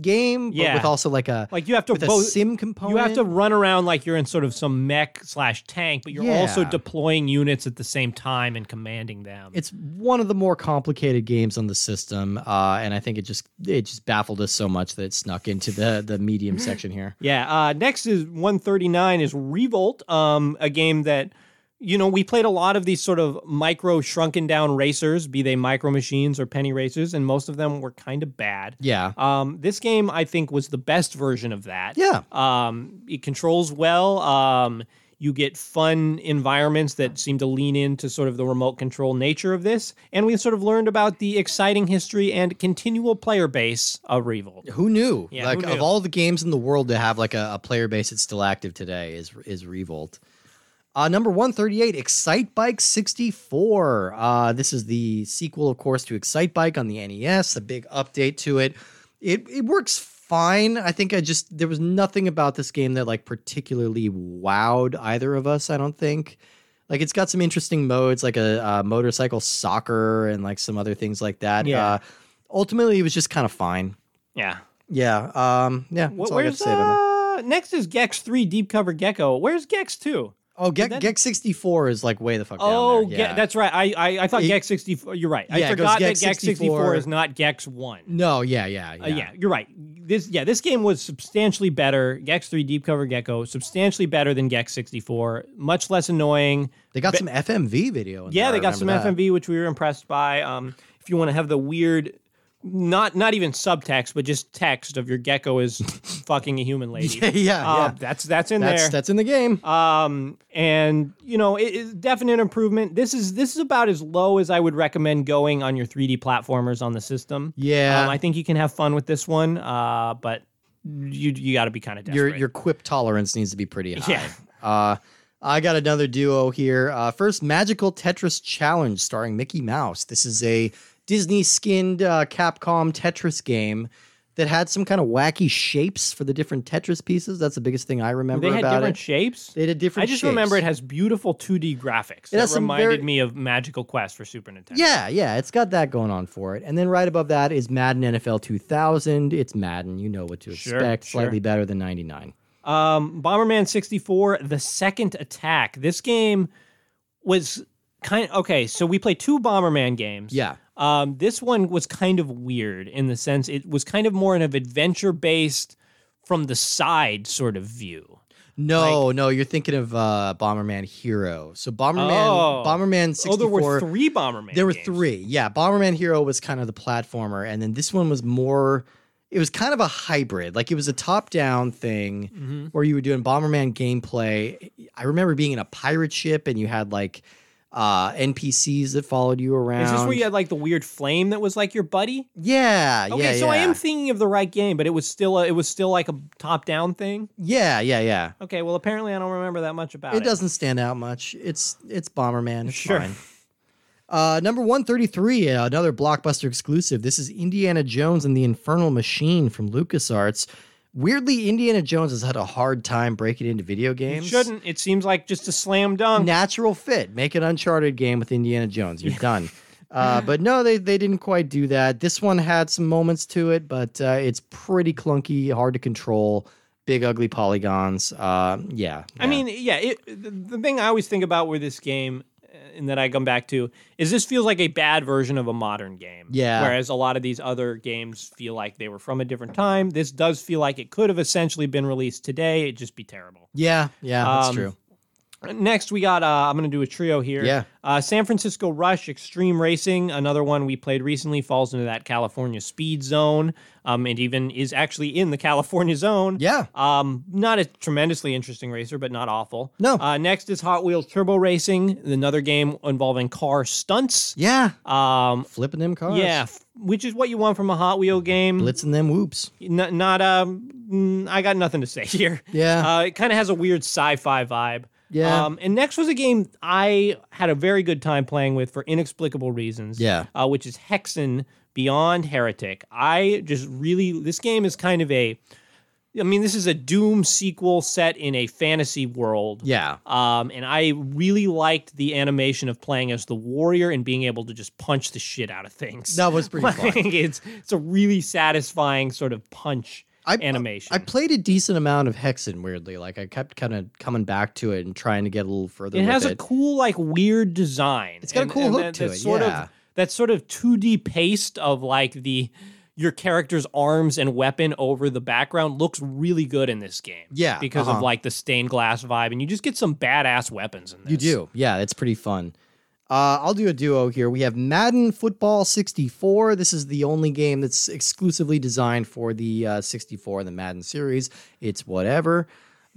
Speaker 1: game, but
Speaker 2: Yeah.
Speaker 1: with also like a
Speaker 2: Like you have to
Speaker 1: with a
Speaker 2: both.
Speaker 1: sim component.
Speaker 2: you have to run around like you're in sort of some mech slash tank, but you're also
Speaker 1: Yeah.
Speaker 2: deploying units at the same time and commanding them.
Speaker 1: it's one of the more complicated games on the system, uh, and I think it just it just baffled us so much that it snuck into the the medium section here.
Speaker 2: Yeah. Uh, next is 139 is Revolt, um, a game that, you know, we played a lot of these sort of micro shrunken down racers, be they micro machines or penny racers, and most of them were kind of bad.
Speaker 1: Yeah,
Speaker 2: Um, this game, I think, was the best version of that.
Speaker 1: yeah,
Speaker 2: Um, it controls well. Um, you get fun environments that seem to lean into sort of the remote control nature of this. And we sort of learned about the exciting history and continual player base of Revolt.
Speaker 1: who knew?
Speaker 2: Yeah,
Speaker 1: like
Speaker 2: who
Speaker 1: of
Speaker 2: knew?
Speaker 1: all the games in the world to have like a, a player base that's still active today is is Revolt. Uh, number 138, Excite Bike 64. Uh, this is the sequel, of course, to Excite Bike on the NES, a big update to it. It it works fine. I think I just there was nothing about this game that like particularly wowed either of us, I don't think. Like it's got some interesting modes, like a, uh motorcycle soccer and like some other things like that.
Speaker 2: Yeah.
Speaker 1: Uh, ultimately, it was just kind of fine.
Speaker 2: Yeah.
Speaker 1: Yeah. Um. Yeah.
Speaker 2: What,
Speaker 1: that's all I got to
Speaker 2: where's
Speaker 1: say about that.
Speaker 2: uh, next is Gex three Deep Cover Gecko. Where's Gex two?
Speaker 1: Oh, Gek
Speaker 2: that-
Speaker 1: Gek sixty four is like way the fuck
Speaker 2: Oh,
Speaker 1: down there.
Speaker 2: Ge-
Speaker 1: Yeah.
Speaker 2: that's right. I I, I thought
Speaker 1: It-
Speaker 2: Gex sixty four. You're right. I
Speaker 1: Yeah, it goes
Speaker 2: forgot
Speaker 1: Gex
Speaker 2: that Gex sixty
Speaker 1: 64.
Speaker 2: four is not Gex one.
Speaker 1: no. Yeah. Yeah. Yeah.
Speaker 2: Uh, yeah, you're right. This yeah, this game was substantially better. Gex 3 Deep Cover Gecko substantially better than Gex 64. Much less annoying.
Speaker 1: They got some FMV video. In
Speaker 2: Yeah,
Speaker 1: there,
Speaker 2: they
Speaker 1: I
Speaker 2: got some
Speaker 1: remember that.
Speaker 2: FMV which we were impressed by. Um, if you want to have the weird, not not even subtext, but just text of your gecko is fucking a human lady.
Speaker 1: yeah. Yeah.
Speaker 2: Uh, that's that's in
Speaker 1: that's
Speaker 2: there.
Speaker 1: that's in the game.
Speaker 2: Um, and you know, it is definite improvement. This is this is about as low as I would recommend going on your 3D platformers on the system.
Speaker 1: Yeah.
Speaker 2: um, I think you can have fun with this one. Uh, but you you got to be kind of desperate.
Speaker 1: your your quip tolerance needs to be pretty high.
Speaker 2: Yeah.
Speaker 1: Uh, I got another duo here. Uh, first, Magical Tetris Challenge starring Mickey Mouse. This is a Disney skinned uh, Capcom Tetris game that had some kind of wacky shapes for the different Tetris pieces. That's the biggest thing I remember
Speaker 2: they had
Speaker 1: about
Speaker 2: different
Speaker 1: it.
Speaker 2: shapes.
Speaker 1: they had different.
Speaker 2: I just
Speaker 1: shapes.
Speaker 2: remember it has beautiful 2D graphics.
Speaker 1: It has
Speaker 2: That
Speaker 1: some
Speaker 2: reminded
Speaker 1: very-
Speaker 2: me of Magical Quest for Super Nintendo.
Speaker 1: Yeah, yeah, it's got that going on for it. And then right above that is Madden NFL 2000. It's Madden, you know what to
Speaker 2: Sure,
Speaker 1: expect.
Speaker 2: sure.
Speaker 1: Slightly better than 99.
Speaker 2: Um, Bomberman 64, The Second Attack. This game was kind okay, so we played two Bomberman games.
Speaker 1: Yeah.
Speaker 2: Um, this one was kind of weird in the sense it was kind of more of an adventure based from the side sort of view.
Speaker 1: No, no, you're thinking of uh, Bomberman Hero. So Bomberman,
Speaker 2: Oh.
Speaker 1: Bomberman 64.
Speaker 2: Oh, there were three Bomberman.
Speaker 1: there were
Speaker 2: games.
Speaker 1: three. Yeah, Bomberman Hero was kind of the platformer, and then this one was more. It was kind of a hybrid. Like it was a top-down thing
Speaker 2: Mm-hmm.
Speaker 1: where you were doing Bomberman gameplay. I remember being in a pirate ship, and you had like uh, NPCs that followed you around.
Speaker 2: Is this where you had like the weird flame that was like your buddy?
Speaker 1: Yeah,
Speaker 2: Okay,
Speaker 1: yeah,
Speaker 2: so I
Speaker 1: yeah.
Speaker 2: am thinking of the right game, but it was still a, it was still like a top down thing.
Speaker 1: yeah, yeah, yeah.
Speaker 2: Okay, well apparently I don't remember that much about
Speaker 1: It
Speaker 2: it.
Speaker 1: doesn't stand out much. It's it's Bomberman. It's
Speaker 2: Sure.
Speaker 1: fine. Uh, number 133, uh, another blockbuster exclusive. This is Indiana Jones and the Infernal Machine from LucasArts. Weirdly, Indiana Jones has had a hard time breaking into video
Speaker 2: It
Speaker 1: games.
Speaker 2: shouldn't. It seems like just a slam dunk.
Speaker 1: Natural fit. Make an Uncharted game with Indiana Jones. You're done. Uh, but no, they, they didn't quite do that. This one had some moments to it, but uh, it's pretty clunky, hard to control, big, ugly polygons. Uh, yeah,
Speaker 2: I
Speaker 1: yeah.
Speaker 2: mean, yeah. It, the, the thing I always think about with this game, uh, and that I come back to, is this feels like a bad version of a modern game.
Speaker 1: Yeah.
Speaker 2: Whereas a lot of these other games feel like they were from a different time. This does feel like it could have essentially been released today. It'd just be terrible.
Speaker 1: yeah, yeah, that's
Speaker 2: Um,
Speaker 1: true.
Speaker 2: Next, we got. Uh, I'm going to do a trio here.
Speaker 1: Yeah.
Speaker 2: Uh, San Francisco Rush Extreme Racing, another one we played recently, falls into that California speed zone. Um, it even is actually in the California zone.
Speaker 1: Yeah.
Speaker 2: Um, not a tremendously interesting racer, but not awful.
Speaker 1: No.
Speaker 2: Uh, next is Hot Wheels Turbo Racing, another game involving car stunts.
Speaker 1: Yeah.
Speaker 2: Um,
Speaker 1: Flipping them cars.
Speaker 2: yeah, f- which is what you want from a Hot Wheel game.
Speaker 1: Blitzing them whoops.
Speaker 2: N- not um, mm, I got nothing to say here.
Speaker 1: Yeah.
Speaker 2: Uh, it kind of has a weird sci-fi vibe.
Speaker 1: Yeah.
Speaker 2: Um, and next was a game I had a very good time playing with for inexplicable reasons.
Speaker 1: Yeah.
Speaker 2: Uh, which is Hexen Beyond Heretic. I just really this game is kind of a, I mean this is a Doom sequel set in a fantasy world.
Speaker 1: yeah.
Speaker 2: Um, and I really liked the animation of playing as the warrior and being able to just punch the shit out of things.
Speaker 1: That was pretty
Speaker 2: Like,
Speaker 1: fun.
Speaker 2: it's it's a really satisfying sort of punch
Speaker 1: I-
Speaker 2: animation.
Speaker 1: I played a decent amount of Hexen, weirdly. Like, I kept kind of coming back to it and trying to get a little further
Speaker 2: it
Speaker 1: with
Speaker 2: has
Speaker 1: it.
Speaker 2: a cool like weird design.
Speaker 1: It's got a cool hook to
Speaker 2: that
Speaker 1: it,
Speaker 2: Sort
Speaker 1: yeah.
Speaker 2: of that sort of 2D paste of like the your character's arms and weapon over the background looks really good in this game.
Speaker 1: Yeah,
Speaker 2: because
Speaker 1: uh-huh.
Speaker 2: of like the stained glass vibe, and you just get some badass weapons in this.
Speaker 1: you do. Yeah, it's pretty fun. Uh, I'll do a duo here. We have Madden Football 64. This is the only game that's exclusively designed for the uh, 64 and the Madden series. It's whatever.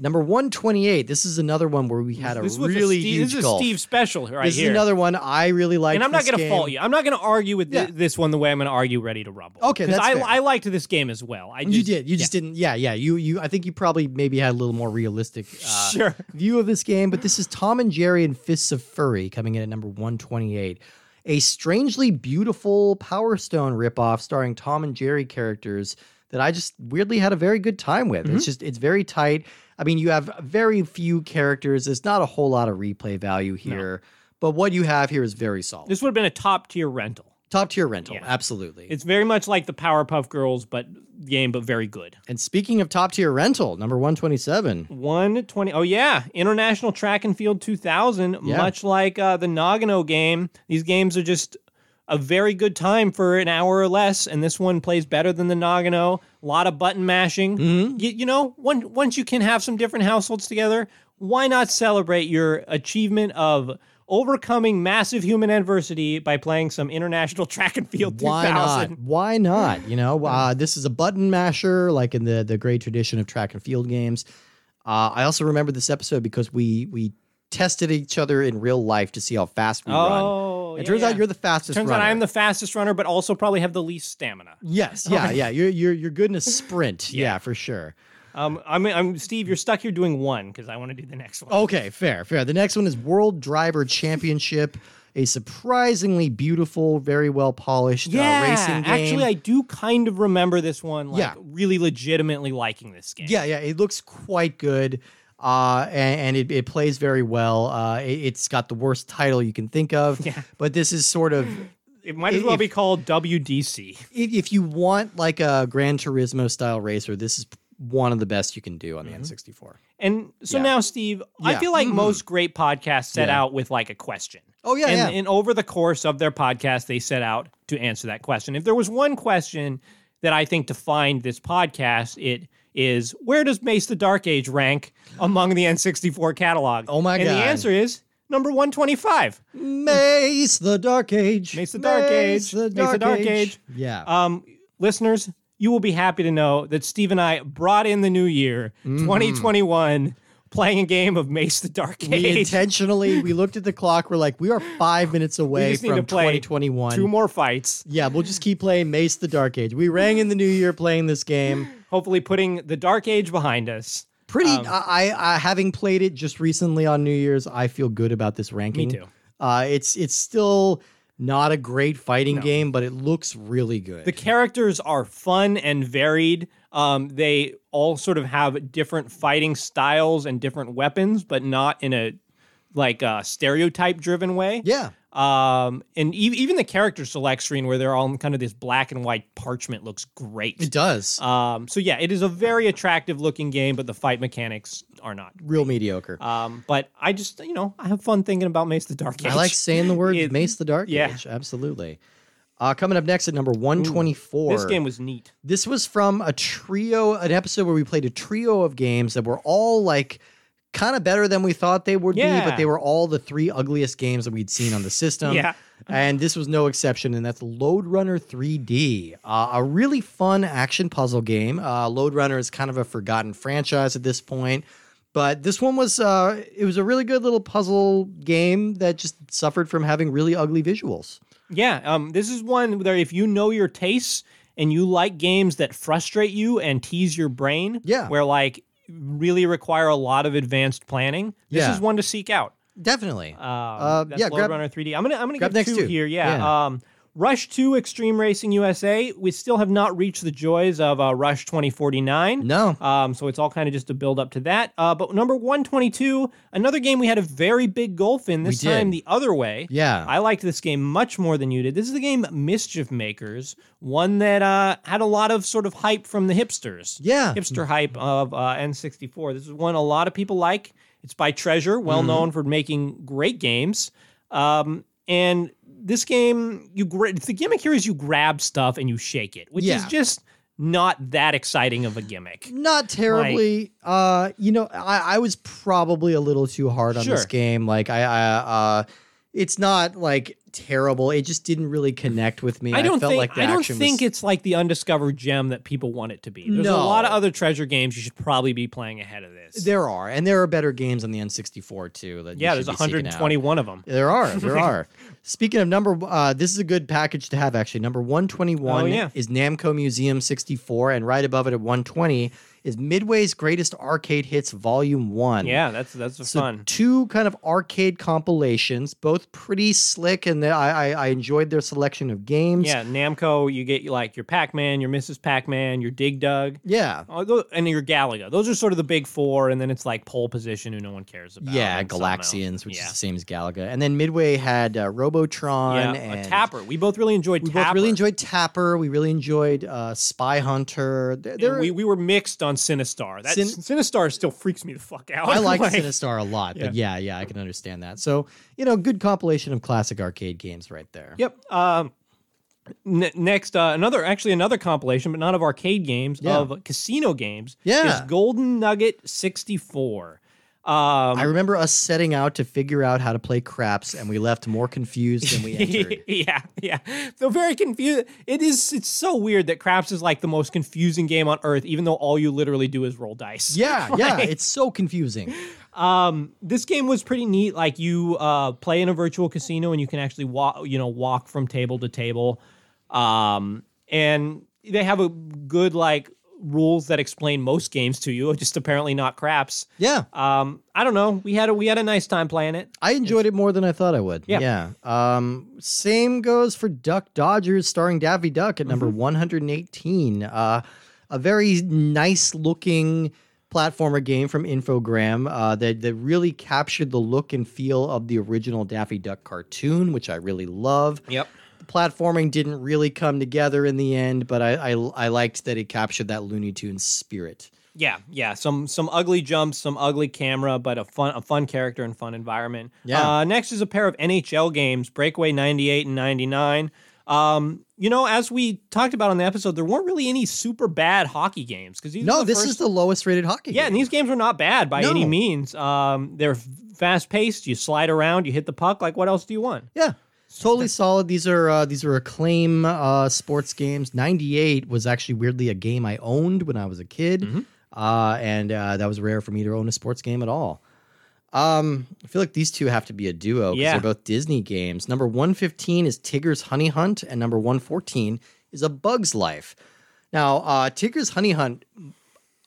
Speaker 1: Number 128. This is another one where we had a
Speaker 2: This was
Speaker 1: really
Speaker 2: a Steve,
Speaker 1: huge
Speaker 2: this is a
Speaker 1: gulf.
Speaker 2: Steve special right
Speaker 1: this
Speaker 2: here.
Speaker 1: is another one I really like.
Speaker 2: and I'm not
Speaker 1: going to
Speaker 2: going to fault you. I'm not going to argue with thi-
Speaker 1: Yeah.
Speaker 2: this one the way I'm going to argue Ready to Rumble.
Speaker 1: Okay,
Speaker 2: 'Cause
Speaker 1: that's
Speaker 2: I,
Speaker 1: fair.
Speaker 2: I liked this game as well. I just,
Speaker 1: you did. You just didn't. Yeah, yeah. You, you. I think you probably maybe had a little more realistic uh,
Speaker 2: Sure.
Speaker 1: view of this game. But this is Tom and Jerry and Fists of Furry coming in at number one twenty eight. A strangely beautiful Power Stone ripoff starring Tom and Jerry characters that I just weirdly had a very good time with. It's just it's very tight. I mean, you have very few characters. There's not a whole lot of replay value here, but what you have here is very solid.
Speaker 2: This would have been a top tier rental.
Speaker 1: Top tier rental,
Speaker 2: Yeah.
Speaker 1: absolutely.
Speaker 2: It's very much like the Powerpuff Girls, but game, but very good.
Speaker 1: and speaking of top tier rental, number 127.
Speaker 2: One twenty. Oh yeah, International Track and Field two thousand.
Speaker 1: Yeah.
Speaker 2: Much like uh, the Nagano game, these games are just a very good time for an hour or less, and this one plays better than the Nagano. A lot of button mashing.
Speaker 1: Mm-hmm.
Speaker 2: You, you know, one, once you can have some different households together, why not celebrate your achievement of overcoming massive human adversity by playing some International Track and Field two
Speaker 1: Why
Speaker 2: thousand?
Speaker 1: not? Why not? You know, uh, this is a button masher, like in the the great tradition of track and field games. Uh, I also remember this episode because we we tested each other in real life to see how fast we run.
Speaker 2: Oh,
Speaker 1: It
Speaker 2: yeah,
Speaker 1: turns
Speaker 2: yeah.
Speaker 1: out you're the fastest.
Speaker 2: Turns
Speaker 1: runner.
Speaker 2: out I'm the fastest runner, but also probably have the least stamina.
Speaker 1: Yes, yeah, yeah. You're you're you're good in a sprint. yeah. for sure.
Speaker 2: Um, I'm, I'm Steve. You're stuck here doing one because I want to do the next one. Uh,
Speaker 1: Okay, fair, fair. The next one is World Driver Championship, a surprisingly beautiful, very well polished uh, racing game.
Speaker 2: actually, I do kind of remember this one. Like,
Speaker 1: Yeah.
Speaker 2: really legitimately liking this game.
Speaker 1: yeah, yeah, it looks quite good. Uh, and, and it, it plays very well. Uh, it, it's got the worst title you can think of.
Speaker 2: Yeah.
Speaker 1: But this is sort of
Speaker 2: it might as well
Speaker 1: if-
Speaker 2: be called WDC.
Speaker 1: if, if you want like a Gran Turismo style racer, this is one of the best you can do on the
Speaker 2: Mm-hmm.
Speaker 1: N64.
Speaker 2: And so
Speaker 1: Yeah.
Speaker 2: now, Steve,
Speaker 1: Yeah.
Speaker 2: I
Speaker 1: Mm-hmm.
Speaker 2: feel like most great podcasts set
Speaker 1: Yeah.
Speaker 2: out with like a question.
Speaker 1: Oh, yeah,
Speaker 2: and,
Speaker 1: yeah.
Speaker 2: and over the course of their podcast, they set out to answer that question. If there was one question that I think defined this podcast, it is where does Mace the Dark Age rank among the N64 catalog?
Speaker 1: Oh, my
Speaker 2: And
Speaker 1: God.
Speaker 2: the answer is number 125.
Speaker 1: Mace the Dark Age.
Speaker 2: Mace the Dark Age.
Speaker 1: The
Speaker 2: Mace the
Speaker 1: Dark
Speaker 2: Dark
Speaker 1: Age.
Speaker 2: Age.
Speaker 1: Yeah.
Speaker 2: Um, listeners, you will be happy to know that Steve and I brought in the new year,
Speaker 1: Mm-hmm.
Speaker 2: 2021, playing a game of Mace the Dark Age.
Speaker 1: we intentionally we looked at the clock. We're like, we are five minutes away
Speaker 2: just need
Speaker 1: from
Speaker 2: to play
Speaker 1: 2021.
Speaker 2: Two more fights.
Speaker 1: yeah, we'll just keep playing Mace the Dark Age. We rang in the new year playing this game.
Speaker 2: Hopefully, putting the Dark Age behind us.
Speaker 1: Pretty.
Speaker 2: Um,
Speaker 1: uh, I, I, I having played it just recently on New Year's, I feel good about this ranking.
Speaker 2: too.
Speaker 1: Uh, it's it's still not a great fighting game, but it looks really good.
Speaker 2: The characters are fun and varied. Um, they all sort of have different fighting styles and different weapons, but not in a like uh, stereotype driven way.
Speaker 1: yeah.
Speaker 2: Um, and e- even the character select screen where they're all in kind of this black and white parchment looks great.
Speaker 1: It does.
Speaker 2: Um, so yeah, it is a very attractive looking game, but the fight mechanics are not.
Speaker 1: Real mediocre.
Speaker 2: Um, but I just you know I have fun thinking about Mace the Dark Age.
Speaker 1: I like saying the word
Speaker 2: It-
Speaker 1: Mace the Dark
Speaker 2: yeah.
Speaker 1: Age. Absolutely. Uh, coming up next at number 124.
Speaker 2: this game was neat.
Speaker 1: This was from a trio, an episode where we played a trio of games that were all like kind of better than we thought they would be, but
Speaker 2: Yeah.
Speaker 1: they were all the three ugliest games that we'd seen on the system.
Speaker 2: Yeah.
Speaker 1: And this was no exception, and that's Load Runner 3D, uh, a really fun action puzzle game. Uh, Load Runner is kind of a forgotten franchise at this point, but this one was uh, it was a really good little puzzle game that just suffered from having really ugly visuals.
Speaker 2: Yeah, um, this is one where if you know your tastes and you like games that frustrate you and tease your brain,
Speaker 1: Yeah.
Speaker 2: where like really require a lot of advanced planning, this
Speaker 1: Yeah.
Speaker 2: is one to seek out.
Speaker 1: Definitely.
Speaker 2: Um, that's
Speaker 1: yeah,
Speaker 2: yeah,
Speaker 1: grab-
Speaker 2: Roadrunner 3D. I'm gonna I'm gonna
Speaker 1: grab
Speaker 2: give
Speaker 1: next
Speaker 2: two
Speaker 1: two.
Speaker 2: here. Yeah.
Speaker 1: Yeah.
Speaker 2: Um, Rush 2 Extreme Racing USA. We still have not reached the joys of uh, Rush 2049.
Speaker 1: no.
Speaker 2: Um, so it's all kind of just a build up to that. Uh, but number 122, another game we had a very big gulf in this
Speaker 1: We did.
Speaker 2: time the other way.
Speaker 1: Yeah.
Speaker 2: I liked this game much more than you did. This is the game Mischief Makers, one that uh, had a lot of sort of hype from the hipsters.
Speaker 1: Yeah.
Speaker 2: Hipster hype of uh, N64. This is one a lot of people like. It's by Treasure,
Speaker 1: Mm-hmm.
Speaker 2: well known for making great games. Um, and this game, you gra- the gimmick here is you grab stuff and you shake it, which
Speaker 1: Yeah.
Speaker 2: is just not that exciting of a gimmick.
Speaker 1: not terribly. uh, you know, I, I was probably a little too hard on this
Speaker 2: Sure.
Speaker 1: game. Like I, I uh, it's not like terrible. It just didn't really connect with me.
Speaker 2: I don't
Speaker 1: felt
Speaker 2: think
Speaker 1: like the
Speaker 2: I don't
Speaker 1: action
Speaker 2: think
Speaker 1: was,
Speaker 2: it's like the undiscovered gem that people want it to be. There's
Speaker 1: No.
Speaker 2: a lot of other treasure games you should probably be playing ahead of this.
Speaker 1: There are, and there are better games on the N64 too. That you
Speaker 2: yeah,
Speaker 1: should
Speaker 2: there's
Speaker 1: be seeking out.
Speaker 2: 121 of them.
Speaker 1: There are, there are. Speaking of number, uh, this is a good package to have actually. Number one twenty one
Speaker 2: Oh, yeah.
Speaker 1: is Namco Museum sixty four, and right above it at one twenty is Midway's Greatest Arcade Hits Volume One.
Speaker 2: Yeah, that's that's
Speaker 1: So
Speaker 2: fun.
Speaker 1: two kind of arcade compilations, both pretty slick and and the, I, I I enjoyed their selection of games.
Speaker 2: Yeah, Namco, you get like your Pac Man, your Mrs. Pac Man, your Dig Dug,
Speaker 1: Yeah.
Speaker 2: oh, tho- and your Galaga. Those are sort of the big four, and then it's like pole position, who no one cares about.
Speaker 1: Yeah,
Speaker 2: and somehow-
Speaker 1: Galaxians, which
Speaker 2: yeah.
Speaker 1: is the same as Galaga, and then Midway had uh,
Speaker 2: yeah,
Speaker 1: Robotron
Speaker 2: a
Speaker 1: and
Speaker 2: Tapper. We both really enjoyed
Speaker 1: We
Speaker 2: Tapper.
Speaker 1: both really enjoyed Tapper. We really enjoyed uh, Spy Hunter. There,
Speaker 2: And
Speaker 1: there were-
Speaker 2: we, we were mixed on Sinistar. That
Speaker 1: Sin-
Speaker 2: Sinistar still freaks me the fuck out.
Speaker 1: I liked Sinistar a lot, but yeah, yeah, I can understand that. So you know, good compilation of classic arcade games right there.
Speaker 2: Yep. Um, ne- next, uh, another actually another compilation, but not of arcade games,
Speaker 1: Yeah.
Speaker 2: of casino games.
Speaker 1: Yeah.
Speaker 2: Is Golden Nugget sixty four. Um,
Speaker 1: I remember us setting out to figure out how to play craps, and we left more confused than we entered.
Speaker 2: yeah, yeah. So very confused. It is. It's so weird that craps is like the most confusing game on earth, even though all you literally do is roll dice.
Speaker 1: Yeah, yeah, it's so confusing.
Speaker 2: Um, this game was pretty neat. Like you uh, play in a virtual casino and you can actually walk, you know, walk from table to table. Um, and they have a good like rules that explain most games to you. Just apparently not craps.
Speaker 1: Yeah,
Speaker 2: Um, I don't know. We had a we had a nice time playing it.
Speaker 1: I enjoyed it more than I thought I would.
Speaker 2: Yeah.
Speaker 1: Yeah. Um, same goes for Duck Dodgers starring Daffy Duck at number
Speaker 2: Mm-hmm.
Speaker 1: 118. Uh, a very nice looking platformer game from Infogram uh, that, that really captured the look and feel of the original Daffy Duck cartoon, which I really love.
Speaker 2: Yep.
Speaker 1: The platforming didn't really come together in the end, but I, I, I liked that it captured that Looney Tunes spirit.
Speaker 2: Yeah, yeah. Some some ugly jumps, some ugly camera, but a fun a fun character and fun environment.
Speaker 1: Yeah.
Speaker 2: Uh, next is a pair of NHL games, Breakaway '98 and '99. Um, you know, as we talked about on the episode, there weren't really any super bad hockey games because
Speaker 1: No,
Speaker 2: the
Speaker 1: this
Speaker 2: first,
Speaker 1: is the lowest rated hockey
Speaker 2: yeah, and
Speaker 1: game.
Speaker 2: these games were not bad by
Speaker 1: No.
Speaker 2: any means. Um, they're fast paced. You slide around, you hit the puck. Like, what else do you want?
Speaker 1: Yeah. Totally solid. These are uh, these are acclaim uh, sports games. Ninety eight was actually weirdly a game I owned when I was a kid,
Speaker 2: Mm-hmm.
Speaker 1: uh, and uh, that was rare for me to own a sports game at all. Um, I feel like these two have to be a duo because
Speaker 2: Yeah.
Speaker 1: they're both Disney games. Number one fifteen is Tigger's Honey Hunt, and number one fourteen is A Bug's Life. Now, uh, Tigger's Honey Hunt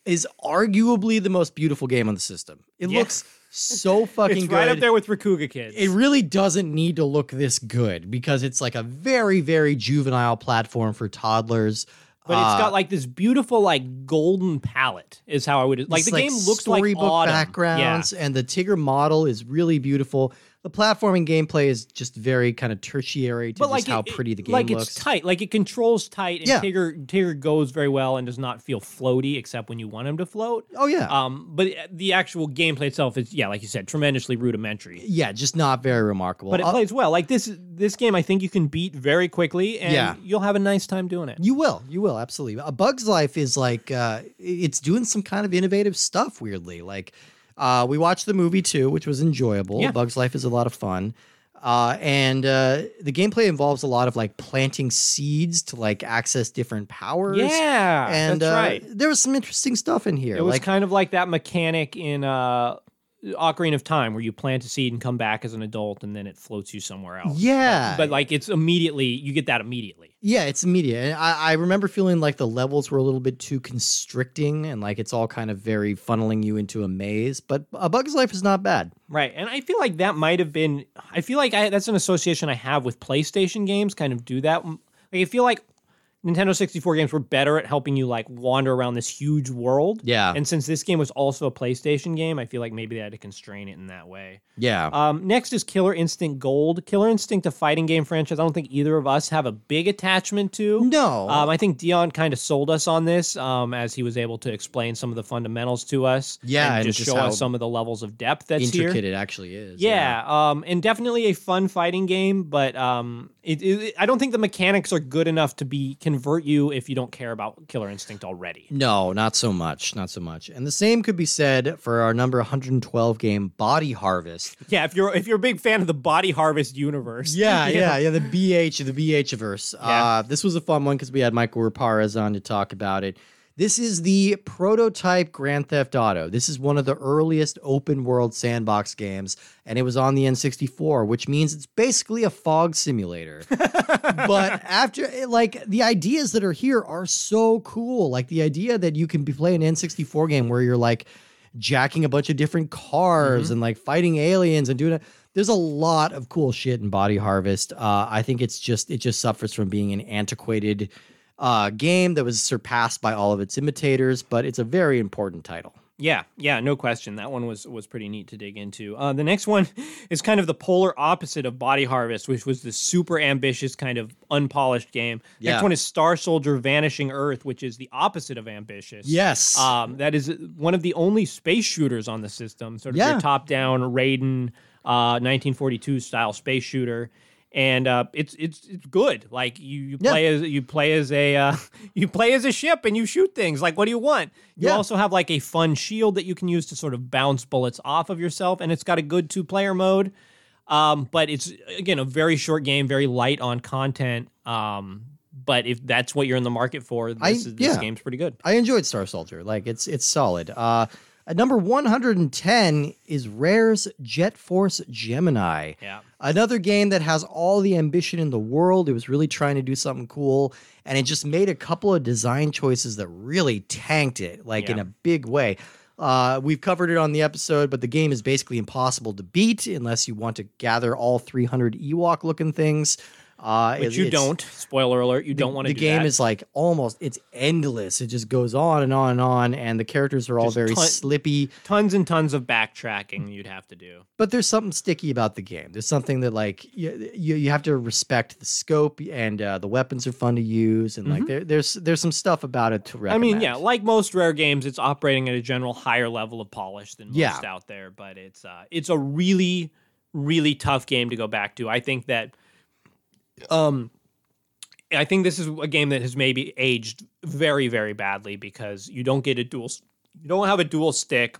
Speaker 1: is arguably the most beautiful game on the system. It
Speaker 2: Yeah.
Speaker 1: looks so fucking
Speaker 2: It's
Speaker 1: good
Speaker 2: right up there with Rakuga Kids.
Speaker 1: it really doesn't need to look this good because it's like a very very juvenile platform for toddlers Uh,
Speaker 2: but it's got like this beautiful like golden palette is how I would like
Speaker 1: It's
Speaker 2: the game looks like
Speaker 1: storybook
Speaker 2: autumn. Yeah.
Speaker 1: backgrounds and the tigger model is really beautiful the platforming gameplay is just very kind of tertiary to just how
Speaker 2: it-
Speaker 1: pretty the game
Speaker 2: like
Speaker 1: looks
Speaker 2: it's tight like it controls tight and
Speaker 1: Yeah.
Speaker 2: tigger tigger goes very well and does not feel floaty except when you want him to float
Speaker 1: oh yeah
Speaker 2: um but the actual gameplay itself is yeah like you said tremendously rudimentary
Speaker 1: yeah just not very remarkable
Speaker 2: but it
Speaker 1: Uh,
Speaker 2: plays well like this this game i think you can beat very quickly and
Speaker 1: Yeah.
Speaker 2: you'll have a nice time doing it
Speaker 1: You will, you will absolutely. A Bug's Life is like uh, it's doing some kind of innovative stuff. Weirdly, like uh, we watched the movie too, which was enjoyable.
Speaker 2: Yeah.
Speaker 1: Bug's Life is a lot of fun, uh, and uh, the gameplay involves a lot of like planting seeds to like access different powers.
Speaker 2: yeah
Speaker 1: and
Speaker 2: that's
Speaker 1: uh,
Speaker 2: right
Speaker 1: there was some interesting stuff in here.
Speaker 2: it was
Speaker 1: like
Speaker 2: kind of like that mechanic in uh Ocarina of Time, where you plant a seed and come back as an adult, and then it floats you somewhere else.
Speaker 1: yeah,
Speaker 2: But like, it's immediately you get that immediately.
Speaker 1: Yeah, it's immediate. And I, I remember feeling like the levels were a little bit too constricting and like it's all kind of very funneling you into a maze. But A Bug's Life is not bad.
Speaker 2: Right. And I feel like that might have been I feel like I that's an association I have with PlayStation games kind of do that. Like I feel like Nintendo 64 games were better at helping you like wander around this huge world.
Speaker 1: Yeah.
Speaker 2: And since this game was also a PlayStation game, I feel like maybe they had to constrain it in that way.
Speaker 1: Yeah.
Speaker 2: Um, next is Killer Instinct Gold. Killer Instinct, a fighting game franchise. I don't think either of us have a big attachment to.
Speaker 1: No.
Speaker 2: Um, I think Dion kind of sold us on this um, as he was able to explain some of the fundamentals to us.
Speaker 1: Yeah,
Speaker 2: and,
Speaker 1: and
Speaker 2: just,
Speaker 1: just
Speaker 2: show
Speaker 1: how
Speaker 2: us some of the levels of depth that's here.
Speaker 1: intricate it actually is.
Speaker 2: Yeah, um, and definitely a fun fighting game, but um, it, it, I don't think the mechanics are good enough to be convert you if you don't care about Killer Instinct already.
Speaker 1: No, not so much. Not so much. And the same could be said for our number 112 game, Body Harvest.
Speaker 2: Yeah, if you're if you're a big fan of the Body Harvest universe,
Speaker 1: Yeah, yeah, yeah. The BH, the BH verse.
Speaker 2: Yeah.
Speaker 1: Uh, this was a fun one because we had Michael Raparez on to talk about it. This is the prototype Grand Theft Auto. This is one of the earliest open world sandbox games, and it was on the N64, which means it's basically a fog simulator. but after, eh, like, the ideas that are here are so cool. Like, the idea that you can be playing an N64 game where you're like, jacking a bunch of different cars and like fighting aliens and doing it. there's a lot of cool shit in Body Harvest. Uh, I think it's just it just suffers from being an antiquated uh, game that was surpassed by all of its imitators, but it's a very important title.
Speaker 2: Yeah, yeah, no question. That one was was pretty neat to dig into. Uh, the next one is kind of the polar opposite of Body Harvest, which was the super ambitious kind of unpolished game.
Speaker 1: Yeah.
Speaker 2: Next one is Star Soldier: Vanishing Earth, which is the opposite of ambitious.
Speaker 1: Yes.
Speaker 2: um, that is one of the only space shooters on the system. Sort of
Speaker 1: Yeah.
Speaker 2: your top-down Raiden, uh, 1942 style space shooter. And uh, it's it's it's good. Like you, you
Speaker 1: Yeah.
Speaker 2: play as you play as a uh, you play as a ship and you shoot things. Like what do you want? You
Speaker 1: Yeah.
Speaker 2: also have like a fun shield that you can use to sort of bounce bullets off of yourself, and it's got a good two player mode. Um, but it's again a very short game, very light on content. Um, but if that's what you're in the market for, this,
Speaker 1: I-
Speaker 2: is, this
Speaker 1: yeah.
Speaker 2: game's pretty good.
Speaker 1: I enjoyed Star Soldier. Like it's it's solid. Uh, at number 110 is Rare's Jet Force Gemini.
Speaker 2: Yeah.
Speaker 1: Another game that has all the ambition in the world. It was really trying to do something cool, and it just made a couple of design choices that really tanked it, like in
Speaker 2: Yeah.
Speaker 1: a big way. Uh, we've covered it on the episode, but the game is basically impossible to beat unless you want to gather all 300 Ewok looking things. Uh,
Speaker 2: But
Speaker 1: it-
Speaker 2: you
Speaker 1: it's-
Speaker 2: don't. Spoiler alert: you don't want to.
Speaker 1: the
Speaker 2: do
Speaker 1: game
Speaker 2: that.
Speaker 1: is like almost it's endless it just goes on and on and on and the characters are all
Speaker 2: Just
Speaker 1: very
Speaker 2: ton-
Speaker 1: slippy
Speaker 2: tons and tons of backtracking you'd have to do.
Speaker 1: but there's something sticky about the game there's something that like you, you, you have to respect the scope and uh, the weapons are fun to use and like there, there's there's some stuff about it to
Speaker 2: Mm-hmm. I
Speaker 1: recommend
Speaker 2: mean, yeah, like most rare games, it's operating at a general higher level of polish than most
Speaker 1: Yeah.
Speaker 2: out there. But it's uh, it's a really, really tough game to go back to. I think that, um, I think this is a game that has maybe aged very, very badly because you don't get a dual, s- you don't have a dual stick,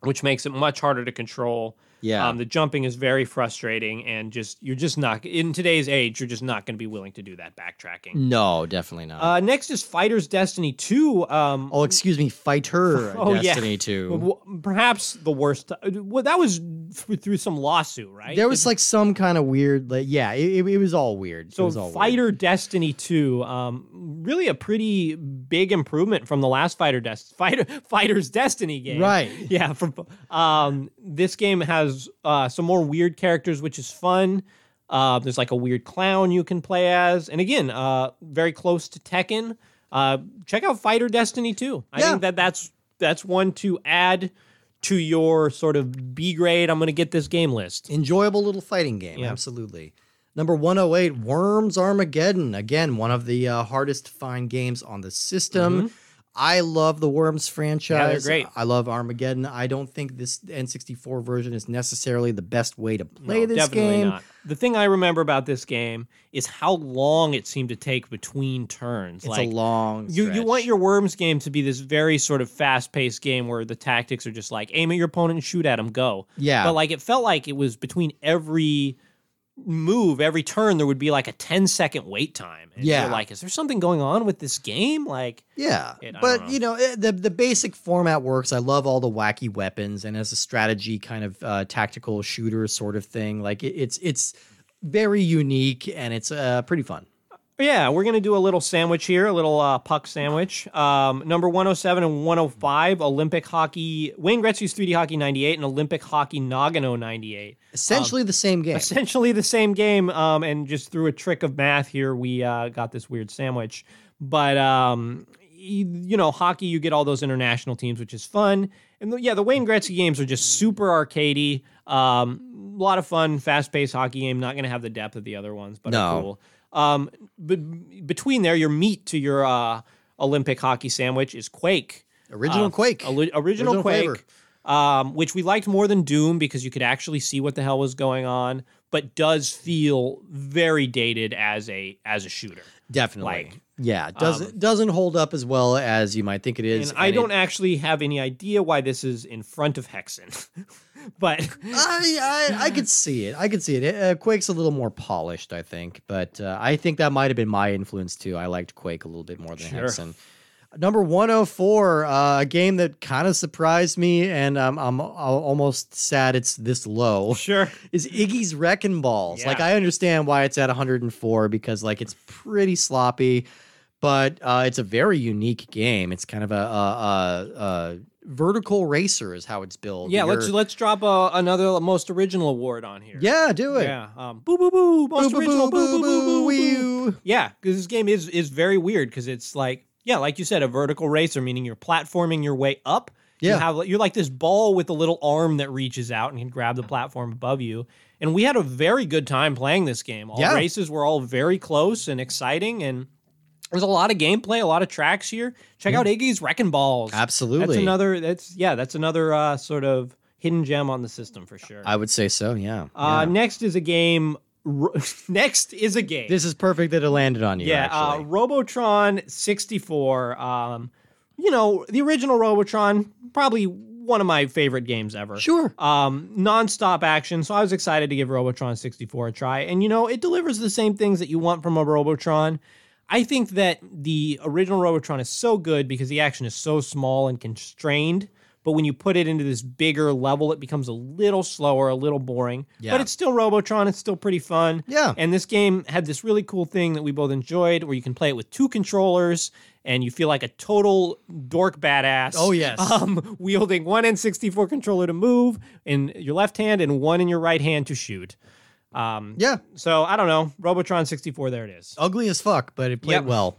Speaker 2: which makes it much harder to control.
Speaker 1: yeah
Speaker 2: Um, the jumping is very frustrating, and just you're just not in today's age. You're just not going to be willing to do that backtracking.
Speaker 1: no definitely not
Speaker 2: Uh, next is Fighters Destiny Two. Um,
Speaker 1: oh excuse me fighter
Speaker 2: Oh, yeah.
Speaker 1: destiny 2
Speaker 2: w- perhaps the worst. uh, Well, that was th- through some lawsuit, right?
Speaker 1: there was like some kind of weird like yeah it, it, it was all weird it
Speaker 2: so
Speaker 1: was all weird.
Speaker 2: Fighter Destiny Two, um, really a pretty big improvement from the last Fighter Dest Fighter Fighters Destiny game,
Speaker 1: Right.
Speaker 2: Yeah. From um, this game has uh, some more weird characters, which is fun. Uh, there's like a weird clown you can play as, and again, uh, very close to Tekken. Uh, check out Fighter Destiny Two. I
Speaker 1: Yeah.
Speaker 2: think that that's that's one to add to your sort of B grade. I'm gonna get this game list.
Speaker 1: enjoyable little fighting game.
Speaker 2: Yeah.
Speaker 1: Absolutely. Number 108, Worms Armageddon. Again, one of the uh, hardest to find games on the system. I love the Worms franchise.
Speaker 2: Mm-hmm. great.
Speaker 1: I love Armageddon. I don't think this N64 version is necessarily the best way to play
Speaker 2: No,
Speaker 1: this
Speaker 2: definitely
Speaker 1: game.
Speaker 2: Not. The thing I remember about this game is how long it seemed to take between turns.
Speaker 1: It's
Speaker 2: like
Speaker 1: a long
Speaker 2: you, you want
Speaker 1: stretch.
Speaker 2: your worms game to be this very sort of fast paced game where the tactics are just like aim at your opponent and shoot at him, go.
Speaker 1: Yeah.
Speaker 2: But like it felt like it was between every move, every turn, there would be like a 10 second wait time. And
Speaker 1: Yeah.
Speaker 2: You're like, is there something going on with this game? Like,
Speaker 1: Yeah,
Speaker 2: It- I
Speaker 1: but
Speaker 2: don't know.
Speaker 1: you know eh, the the basic format works. I love all the wacky weapons, and as a strategy kind of uh, tactical shooter sort of thing, like it, it's it's very unique and it's uh, pretty fun.
Speaker 2: Yeah, we're gonna do a little sandwich here, a little uh, puck sandwich. Um, number one hundred seven and one hundred five, Olympic hockey. Wayne Gretzky's three D hockey ninety eight and Olympic hockey Nagano ninety eight.
Speaker 1: Essentially
Speaker 2: Um,
Speaker 1: the same game.
Speaker 2: Essentially the same game, um, and just through a trick of math here, we uh, got this weird sandwich. But um, y- you know, hockey, you get all those international teams, which is fun. And the, yeah, the Wayne Gretzky games are just super arcadey. Um, a lot of fun, fast paced hockey game. Not gonna have the depth of the other ones, but are
Speaker 1: No.
Speaker 2: cool. Um, but between there, your meat to your uh, Olympic hockey sandwich is Quake.
Speaker 1: Original
Speaker 2: Uh,
Speaker 1: Quake.
Speaker 2: Ali- original,
Speaker 1: Original flavor.
Speaker 2: Quake, um, which we liked more than Doom because you could actually see what the hell was going on, but does feel very dated as a as a shooter.
Speaker 1: Definitely.
Speaker 2: like, um,
Speaker 1: yeah, doesn't doesn't hold up as well as you might think it is.
Speaker 2: And I don't
Speaker 1: It,
Speaker 2: actually have any idea why this is in front of Hexen, but
Speaker 1: I, I I could see it. I could see it. Uh, Quake's a little more polished, I think, but uh, I think that might have been my influence too. I liked Quake a little bit more than
Speaker 2: Sure.
Speaker 1: Hexen. Number 104, uh, a game that kind of surprised me, and um, I'm al- almost sad it's this low.
Speaker 2: sure.
Speaker 1: is Iggy's Wrecking Balls. Like
Speaker 2: Yeah.
Speaker 1: I understand why it's at 104 because like it's pretty sloppy, but uh, it's a very unique game. It's kind of a, a, a, a vertical racer is how it's built.
Speaker 2: Yeah, let's
Speaker 1: You're-
Speaker 2: let's drop uh, another most original award on here.
Speaker 1: yeah, do it.
Speaker 2: yeah. Um, boo boo boo,
Speaker 1: Boo,
Speaker 2: most
Speaker 1: boo,
Speaker 2: original,
Speaker 1: boo, boo, boo,
Speaker 2: boo.
Speaker 1: wee-oo.
Speaker 2: Yeah, because this game is is very weird because it's like yeah, like you said, a vertical racer, meaning you're platforming your way up.
Speaker 1: Yeah.
Speaker 2: you have, you're like this ball with a little arm that reaches out and can grab the platform above you. And we had a very good time playing this game. All
Speaker 1: Yeah.
Speaker 2: races were all very close and exciting, and there's a lot of gameplay, a lot of tracks here. Check out Iggy's Wrecking Balls.
Speaker 1: Mm. Absolutely.
Speaker 2: That's another. That's yeah. That's another uh, sort of hidden gem on the system for sure.
Speaker 1: I would say so, yeah. Yeah.
Speaker 2: Uh, Next is a game. Ro- next is a game.
Speaker 1: This is perfect that it landed on you,
Speaker 2: yeah, uh,
Speaker 1: actually.
Speaker 2: Robotron sixty four. Um, you know the original Robotron, probably one of my favorite games ever.
Speaker 1: sure.
Speaker 2: Um, nonstop action. So I was excited to give Robotron sixty four a try, and you know it delivers the same things that you want from a Robotron. I think that the original Robotron is so good because the action is so small and constrained. But when you put it into this bigger level, it becomes a little slower, a little boring.
Speaker 1: Yeah.
Speaker 2: But it's still Robotron. It's still pretty fun.
Speaker 1: Yeah.
Speaker 2: And this game had this really cool thing that we both enjoyed where you can play it with two controllers and you feel like a total dork badass.
Speaker 1: Oh, yes.
Speaker 2: Um, wielding one N64 controller to move in your left hand and one in your right hand to shoot. Um,
Speaker 1: Yeah.
Speaker 2: So I don't know. Robotron 64, there it is.
Speaker 1: Ugly as fuck, but it played
Speaker 2: Yep.
Speaker 1: well.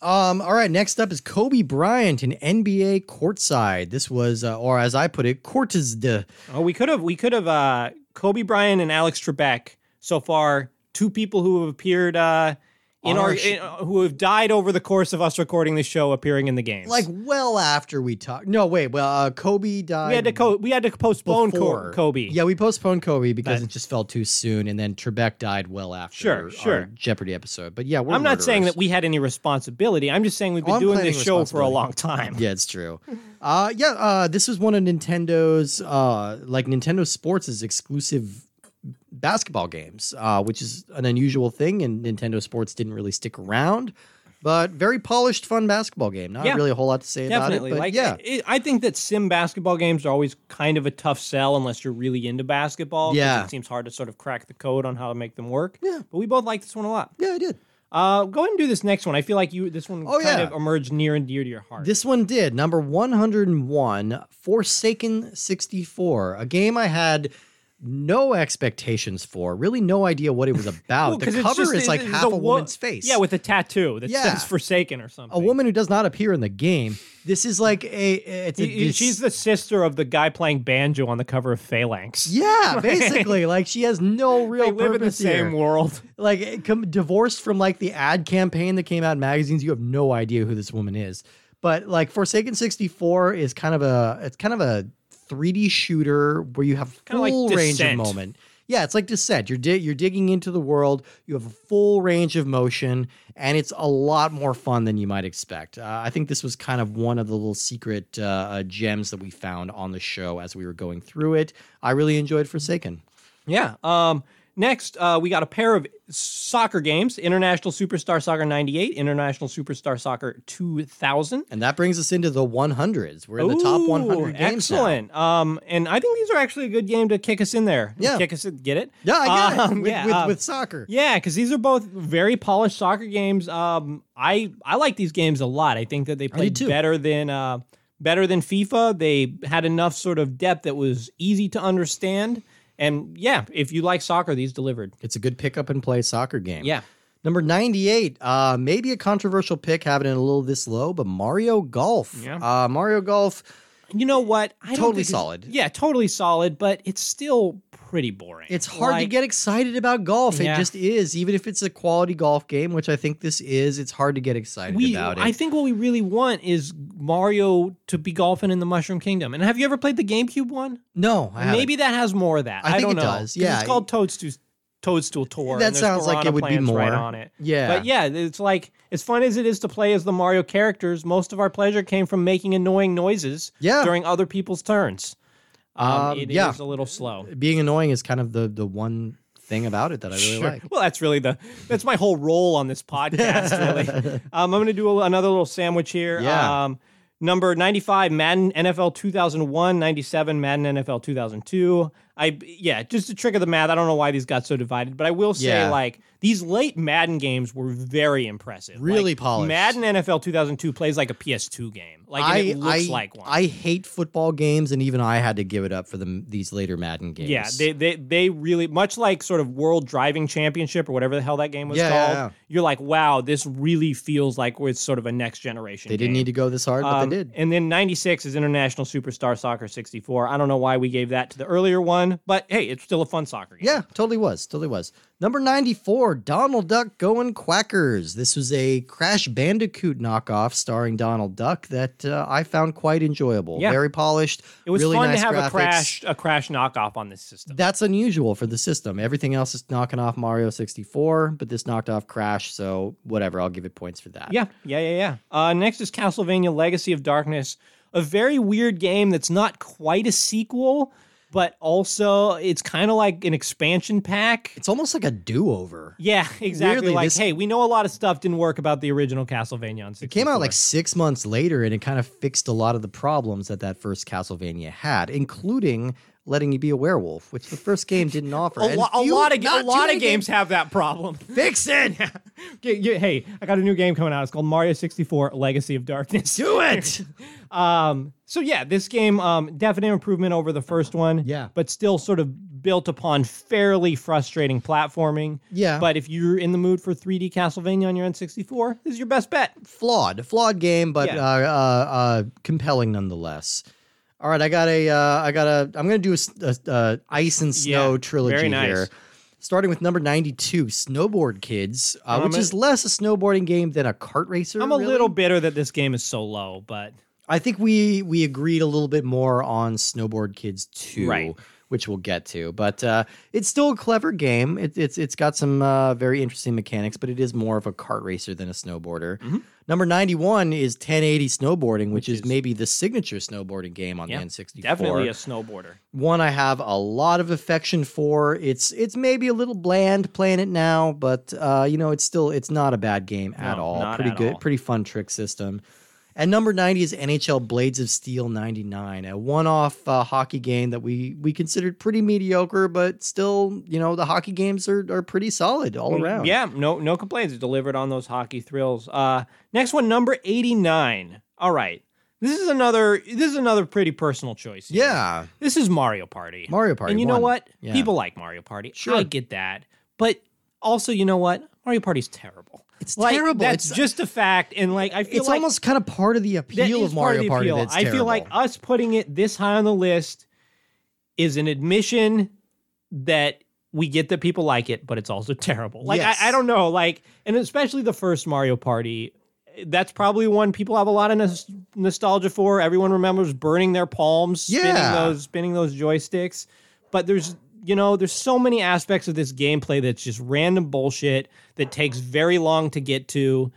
Speaker 1: Um, all right, next up is Kobe Bryant in NBA courtside. This was, uh, or as I put it, courtes de.
Speaker 2: Oh, we could have, we could have, uh, Kobe Bryant and Alex Trebek so far, two people who have appeared, uh, in
Speaker 1: On
Speaker 2: our,
Speaker 1: our sh-
Speaker 2: in- uh, who have died over the course of us recording this show appearing in the games.
Speaker 1: Like well after we talked. No, wait. Well, uh, Kobe died.
Speaker 2: we had to co- we had to postpone
Speaker 1: before.
Speaker 2: Co- Kobe.
Speaker 1: Yeah, we postponed Kobe because
Speaker 2: But-
Speaker 1: it just fell too soon, and then Trebek died well after
Speaker 2: Sure,
Speaker 1: our
Speaker 2: sure.
Speaker 1: Jeopardy episode. But yeah, we're
Speaker 2: I'm not saying
Speaker 1: murderers.
Speaker 2: that we had any responsibility. I'm just saying we've been
Speaker 1: Oh, I'm
Speaker 2: doing
Speaker 1: claiming
Speaker 2: this show for a
Speaker 1: responsibility.
Speaker 2: long time.
Speaker 1: Yeah, it's true. Uh, yeah, uh, this is one of Nintendo's uh, like Nintendo Sports' exclusive basketball games, uh, which is an unusual thing, and Nintendo Sports didn't really stick around. But very polished, fun basketball game. Not
Speaker 2: Yeah.
Speaker 1: really a whole lot to say about it.
Speaker 2: Definitely.
Speaker 1: But
Speaker 2: like,
Speaker 1: yeah,
Speaker 2: I, I think that sim basketball games are always kind of a tough sell unless you're really into basketball. 'cause
Speaker 1: Yeah.
Speaker 2: It seems hard to sort of crack the code on how to make them work.
Speaker 1: Yeah.
Speaker 2: But we both like this one a lot.
Speaker 1: yeah, I did.
Speaker 2: Uh, go ahead and do this next one. I feel like you this one
Speaker 1: Oh,
Speaker 2: kind
Speaker 1: yeah.
Speaker 2: of emerged near and dear to your heart.
Speaker 1: This one did. Number 101, Forsaken 64, a game I had no expectations for, really no idea what it was about.
Speaker 2: Well, Oh, 'cause
Speaker 1: oh, the
Speaker 2: it's
Speaker 1: cover
Speaker 2: just-
Speaker 1: is like
Speaker 2: it's
Speaker 1: half a,
Speaker 2: wo-
Speaker 1: woman's face.
Speaker 2: Yeah, with a tattoo that
Speaker 1: Yeah.
Speaker 2: says Forsaken or something.
Speaker 1: a woman who does not appear in the game. This is like a it's a
Speaker 2: He- he-
Speaker 1: dis-
Speaker 2: She's the sister of the guy playing banjo on the cover of Phalanx.
Speaker 1: yeah, basically like she has no real
Speaker 2: They live in the
Speaker 1: purpose here.
Speaker 2: same world.
Speaker 1: like it com- divorced from like the ad campaign that came out in magazines you have no idea who this woman is but like forsaken 64 is kind of a it's kind of a 3d shooter where you have
Speaker 2: Kinda like
Speaker 1: full range of
Speaker 2: Descent.
Speaker 1: moment yeah it's like descent you're di- you're digging into the world you have a full range of motion and it's a lot more fun than you might expect uh, i think this was kind of one of the little secret uh, uh, gems that we found on the show as we were going through it i really enjoyed forsaken
Speaker 2: Yeah. Um, next, uh, we got a pair of soccer games International Superstar Soccer 98, International Superstar Soccer 2000.
Speaker 1: And that brings us into the 100s. We're in the top
Speaker 2: Ooh,
Speaker 1: 100 games
Speaker 2: Excellent. Um, and I think these are actually a good game to kick us in there.
Speaker 1: Yeah.
Speaker 2: Kick us in, get it?
Speaker 1: now. Yeah, I got it.
Speaker 2: Um,
Speaker 1: With,
Speaker 2: yeah,
Speaker 1: with,
Speaker 2: um,
Speaker 1: with soccer.
Speaker 2: Yeah, because these are both very polished soccer games. Um, I I like these games a lot. I think that they played
Speaker 1: too.
Speaker 2: better than uh, better than FIFA. They had enough sort of depth that was easy to understand. And yeah, if you like soccer, these delivered.
Speaker 1: It's a good pick up and play soccer game.
Speaker 2: Yeah.
Speaker 1: Number 98, uh, maybe a controversial pick having it a little this low, but Mario Golf.
Speaker 2: Yeah.
Speaker 1: Uh, Mario Golf,
Speaker 2: You know what? I don't
Speaker 1: Totally
Speaker 2: think it's-
Speaker 1: solid.
Speaker 2: Yeah, totally solid, but it's still pretty boring.
Speaker 1: it's hard to
Speaker 2: Like,
Speaker 1: get excited about golf.
Speaker 2: Yeah.
Speaker 1: It just is. Even if it's a quality golf game, which I think this is, it's hard to get excited
Speaker 2: We,
Speaker 1: about it.
Speaker 2: I think what we really want is Mario to be golfing in the Mushroom Kingdom. And have you ever played the GameCube one?
Speaker 1: no, I haven't.
Speaker 2: Maybe that has more of that.
Speaker 1: I
Speaker 2: I,
Speaker 1: think
Speaker 2: don't
Speaker 1: it
Speaker 2: know.
Speaker 1: does,
Speaker 2: 'Cause
Speaker 1: yeah.
Speaker 2: it's called Toadstool Toadstool Tour.
Speaker 1: That
Speaker 2: and there's
Speaker 1: sounds like it
Speaker 2: piranha
Speaker 1: would be
Speaker 2: plants right
Speaker 1: more.
Speaker 2: on it.
Speaker 1: Yeah.
Speaker 2: But yeah, it's like as fun as it is to play as the Mario characters, most of our pleasure came from making annoying noises
Speaker 1: Yeah.
Speaker 2: during other people's turns. Um,
Speaker 1: Um,
Speaker 2: it is
Speaker 1: yeah.
Speaker 2: a little slow.
Speaker 1: Being annoying is kind of the, the one thing about it that I really
Speaker 2: Sure.
Speaker 1: like.
Speaker 2: Well, that's really the that's my whole role on this podcast. Really, um, I'm going to do a, another little sandwich here.
Speaker 1: Yeah.
Speaker 2: Um, number 95, Madden NFL 2001, 97, Madden NFL 2002. I yeah, just a trick of the math. I don't know why these got so divided, but I will say
Speaker 1: Yeah.
Speaker 2: like these late Madden games were very impressive.
Speaker 1: Really
Speaker 2: Like,
Speaker 1: polished.
Speaker 2: Madden NFL 2002 plays like a PS2 game. Like and it looks
Speaker 1: I,
Speaker 2: like one.
Speaker 1: I hate football games, and even I had to give it up for the, these later Madden games.
Speaker 2: yeah, they, they they really much like sort of World Driving Championship or whatever the hell that game was
Speaker 1: Yeah, yeah,
Speaker 2: called.
Speaker 1: yeah.
Speaker 2: You're like, wow, this really feels like it's sort of a next generation.
Speaker 1: They didn't
Speaker 2: game.
Speaker 1: need to go this hard, but
Speaker 2: Um,
Speaker 1: they did.
Speaker 2: And then 96 is International Superstar Soccer 64. I don't know why we gave that to the earlier one, but hey, it's still a fun soccer game.
Speaker 1: Yeah, totally was. Totally was. Number 94, Donald Duck Going Quackers. This was a Crash Bandicoot knockoff starring Donald Duck that uh, I found quite enjoyable.
Speaker 2: Yeah.
Speaker 1: Very polished.
Speaker 2: It was
Speaker 1: really
Speaker 2: fun
Speaker 1: nice
Speaker 2: to have
Speaker 1: graphics.
Speaker 2: a crash a crash knockoff on this system.
Speaker 1: That's unusual for the system. Everything else is knocking off Mario 64, but this knocked off Crash, so whatever. I'll give it points for that.
Speaker 2: yeah, yeah, yeah, yeah. Uh, next is Castlevania Legacy of Darkness, a very weird game that's not quite a sequel, but also it's kind of like an expansion pack.
Speaker 1: It's almost like a do over.
Speaker 2: Yeah, exactly.
Speaker 1: Weirdly,
Speaker 2: like,
Speaker 1: this-
Speaker 2: hey, we know a lot of stuff didn't work about the original Castlevania on 64.
Speaker 1: It came out like six months later, and it kind of fixed a lot of the problems that that first Castlevania had, including letting you be a werewolf, which the first game didn't offer.
Speaker 2: a,
Speaker 1: And
Speaker 2: lo- a
Speaker 1: few-
Speaker 2: lot of
Speaker 1: not
Speaker 2: a
Speaker 1: too
Speaker 2: lot
Speaker 1: many
Speaker 2: of games have that problem.
Speaker 1: Fix it.
Speaker 2: Yeah, yeah, hey, I got a new game coming out. It's called Mario 64 Legacy of Darkness.
Speaker 1: Do it.
Speaker 2: Um, so yeah, this game, um, definite improvement over the first one.
Speaker 1: Yeah.
Speaker 2: But still sort of built upon fairly frustrating platforming.
Speaker 1: Yeah.
Speaker 2: But if you're in the mood for 3D Castlevania on your N64, this is your best bet.
Speaker 1: flawed, flawed game, but
Speaker 2: Yeah.
Speaker 1: uh, uh, uh, compelling nonetheless. All right, I got a, uh, I got a, I'm gonna do a, s- a- a ice and
Speaker 2: Yeah,
Speaker 1: snow
Speaker 2: very
Speaker 1: trilogy
Speaker 2: nice.
Speaker 1: here. Starting with number 92, Snowboard Kids, uh,
Speaker 2: Um,
Speaker 1: which is less a snowboarding game than a kart racer.
Speaker 2: I'm a
Speaker 1: really.
Speaker 2: little bitter that this game is so low, but
Speaker 1: I think we we agreed a little bit more on Snowboard Kids 2,
Speaker 2: Right.
Speaker 1: which we'll get to. But uh, it's still a clever game. It, it's it's got some uh, very interesting mechanics, but it is more of a kart racer than a snowboarder. Number 91 is 1080 Snowboarding, which, is,
Speaker 2: Mm-hmm. is-
Speaker 1: maybe the signature snowboarding game on
Speaker 2: Yeah,
Speaker 1: the N64.
Speaker 2: definitely a snowboarder.
Speaker 1: One I have a lot of affection for. It's it's maybe a little bland playing it now, but uh, you know it's still it's not a bad game at
Speaker 2: No,
Speaker 1: all.
Speaker 2: not
Speaker 1: Pretty
Speaker 2: at
Speaker 1: good,
Speaker 2: all.
Speaker 1: pretty fun trick system. And number ninety is NHL Blades of Steel '99, a one-off uh, hockey game that we we considered pretty mediocre, but still, you know, the hockey games are are pretty solid all around.
Speaker 2: Yeah, no, no complaints. It delivered on those hockey thrills. Uh, next one, number eighty-nine. All right, this is another. This is another pretty personal choice. here.
Speaker 1: yeah,
Speaker 2: this is Mario Party.
Speaker 1: Mario Party.
Speaker 2: and you know
Speaker 1: won.
Speaker 2: what?
Speaker 1: Yeah.
Speaker 2: People like Mario Party.
Speaker 1: Sure.
Speaker 2: I get that, but also, you know what? Mario Party's terrible.
Speaker 1: It's
Speaker 2: Like,
Speaker 1: terrible.
Speaker 2: That's
Speaker 1: It's-
Speaker 2: just a fact. And like, I feel
Speaker 1: It's
Speaker 2: like
Speaker 1: almost kind of part of the
Speaker 2: that
Speaker 1: appeal
Speaker 2: is
Speaker 1: of
Speaker 2: part
Speaker 1: Mario
Speaker 2: the
Speaker 1: Party.
Speaker 2: appeal.
Speaker 1: That's
Speaker 2: I feel like
Speaker 1: terrible.
Speaker 2: us putting it this high on the list is an admission that we get that people like it, but it's also terrible. Like
Speaker 1: Yes.
Speaker 2: I, I don't know, like, and especially the first Mario Party. That's probably one people have a lot of nos- nostalgia for. Everyone remembers burning their palms, spinning
Speaker 1: Yeah.
Speaker 2: those, spinning those joysticks. But there's, you know, there's so many aspects of this gameplay that's just random bullshit that takes very long to get to.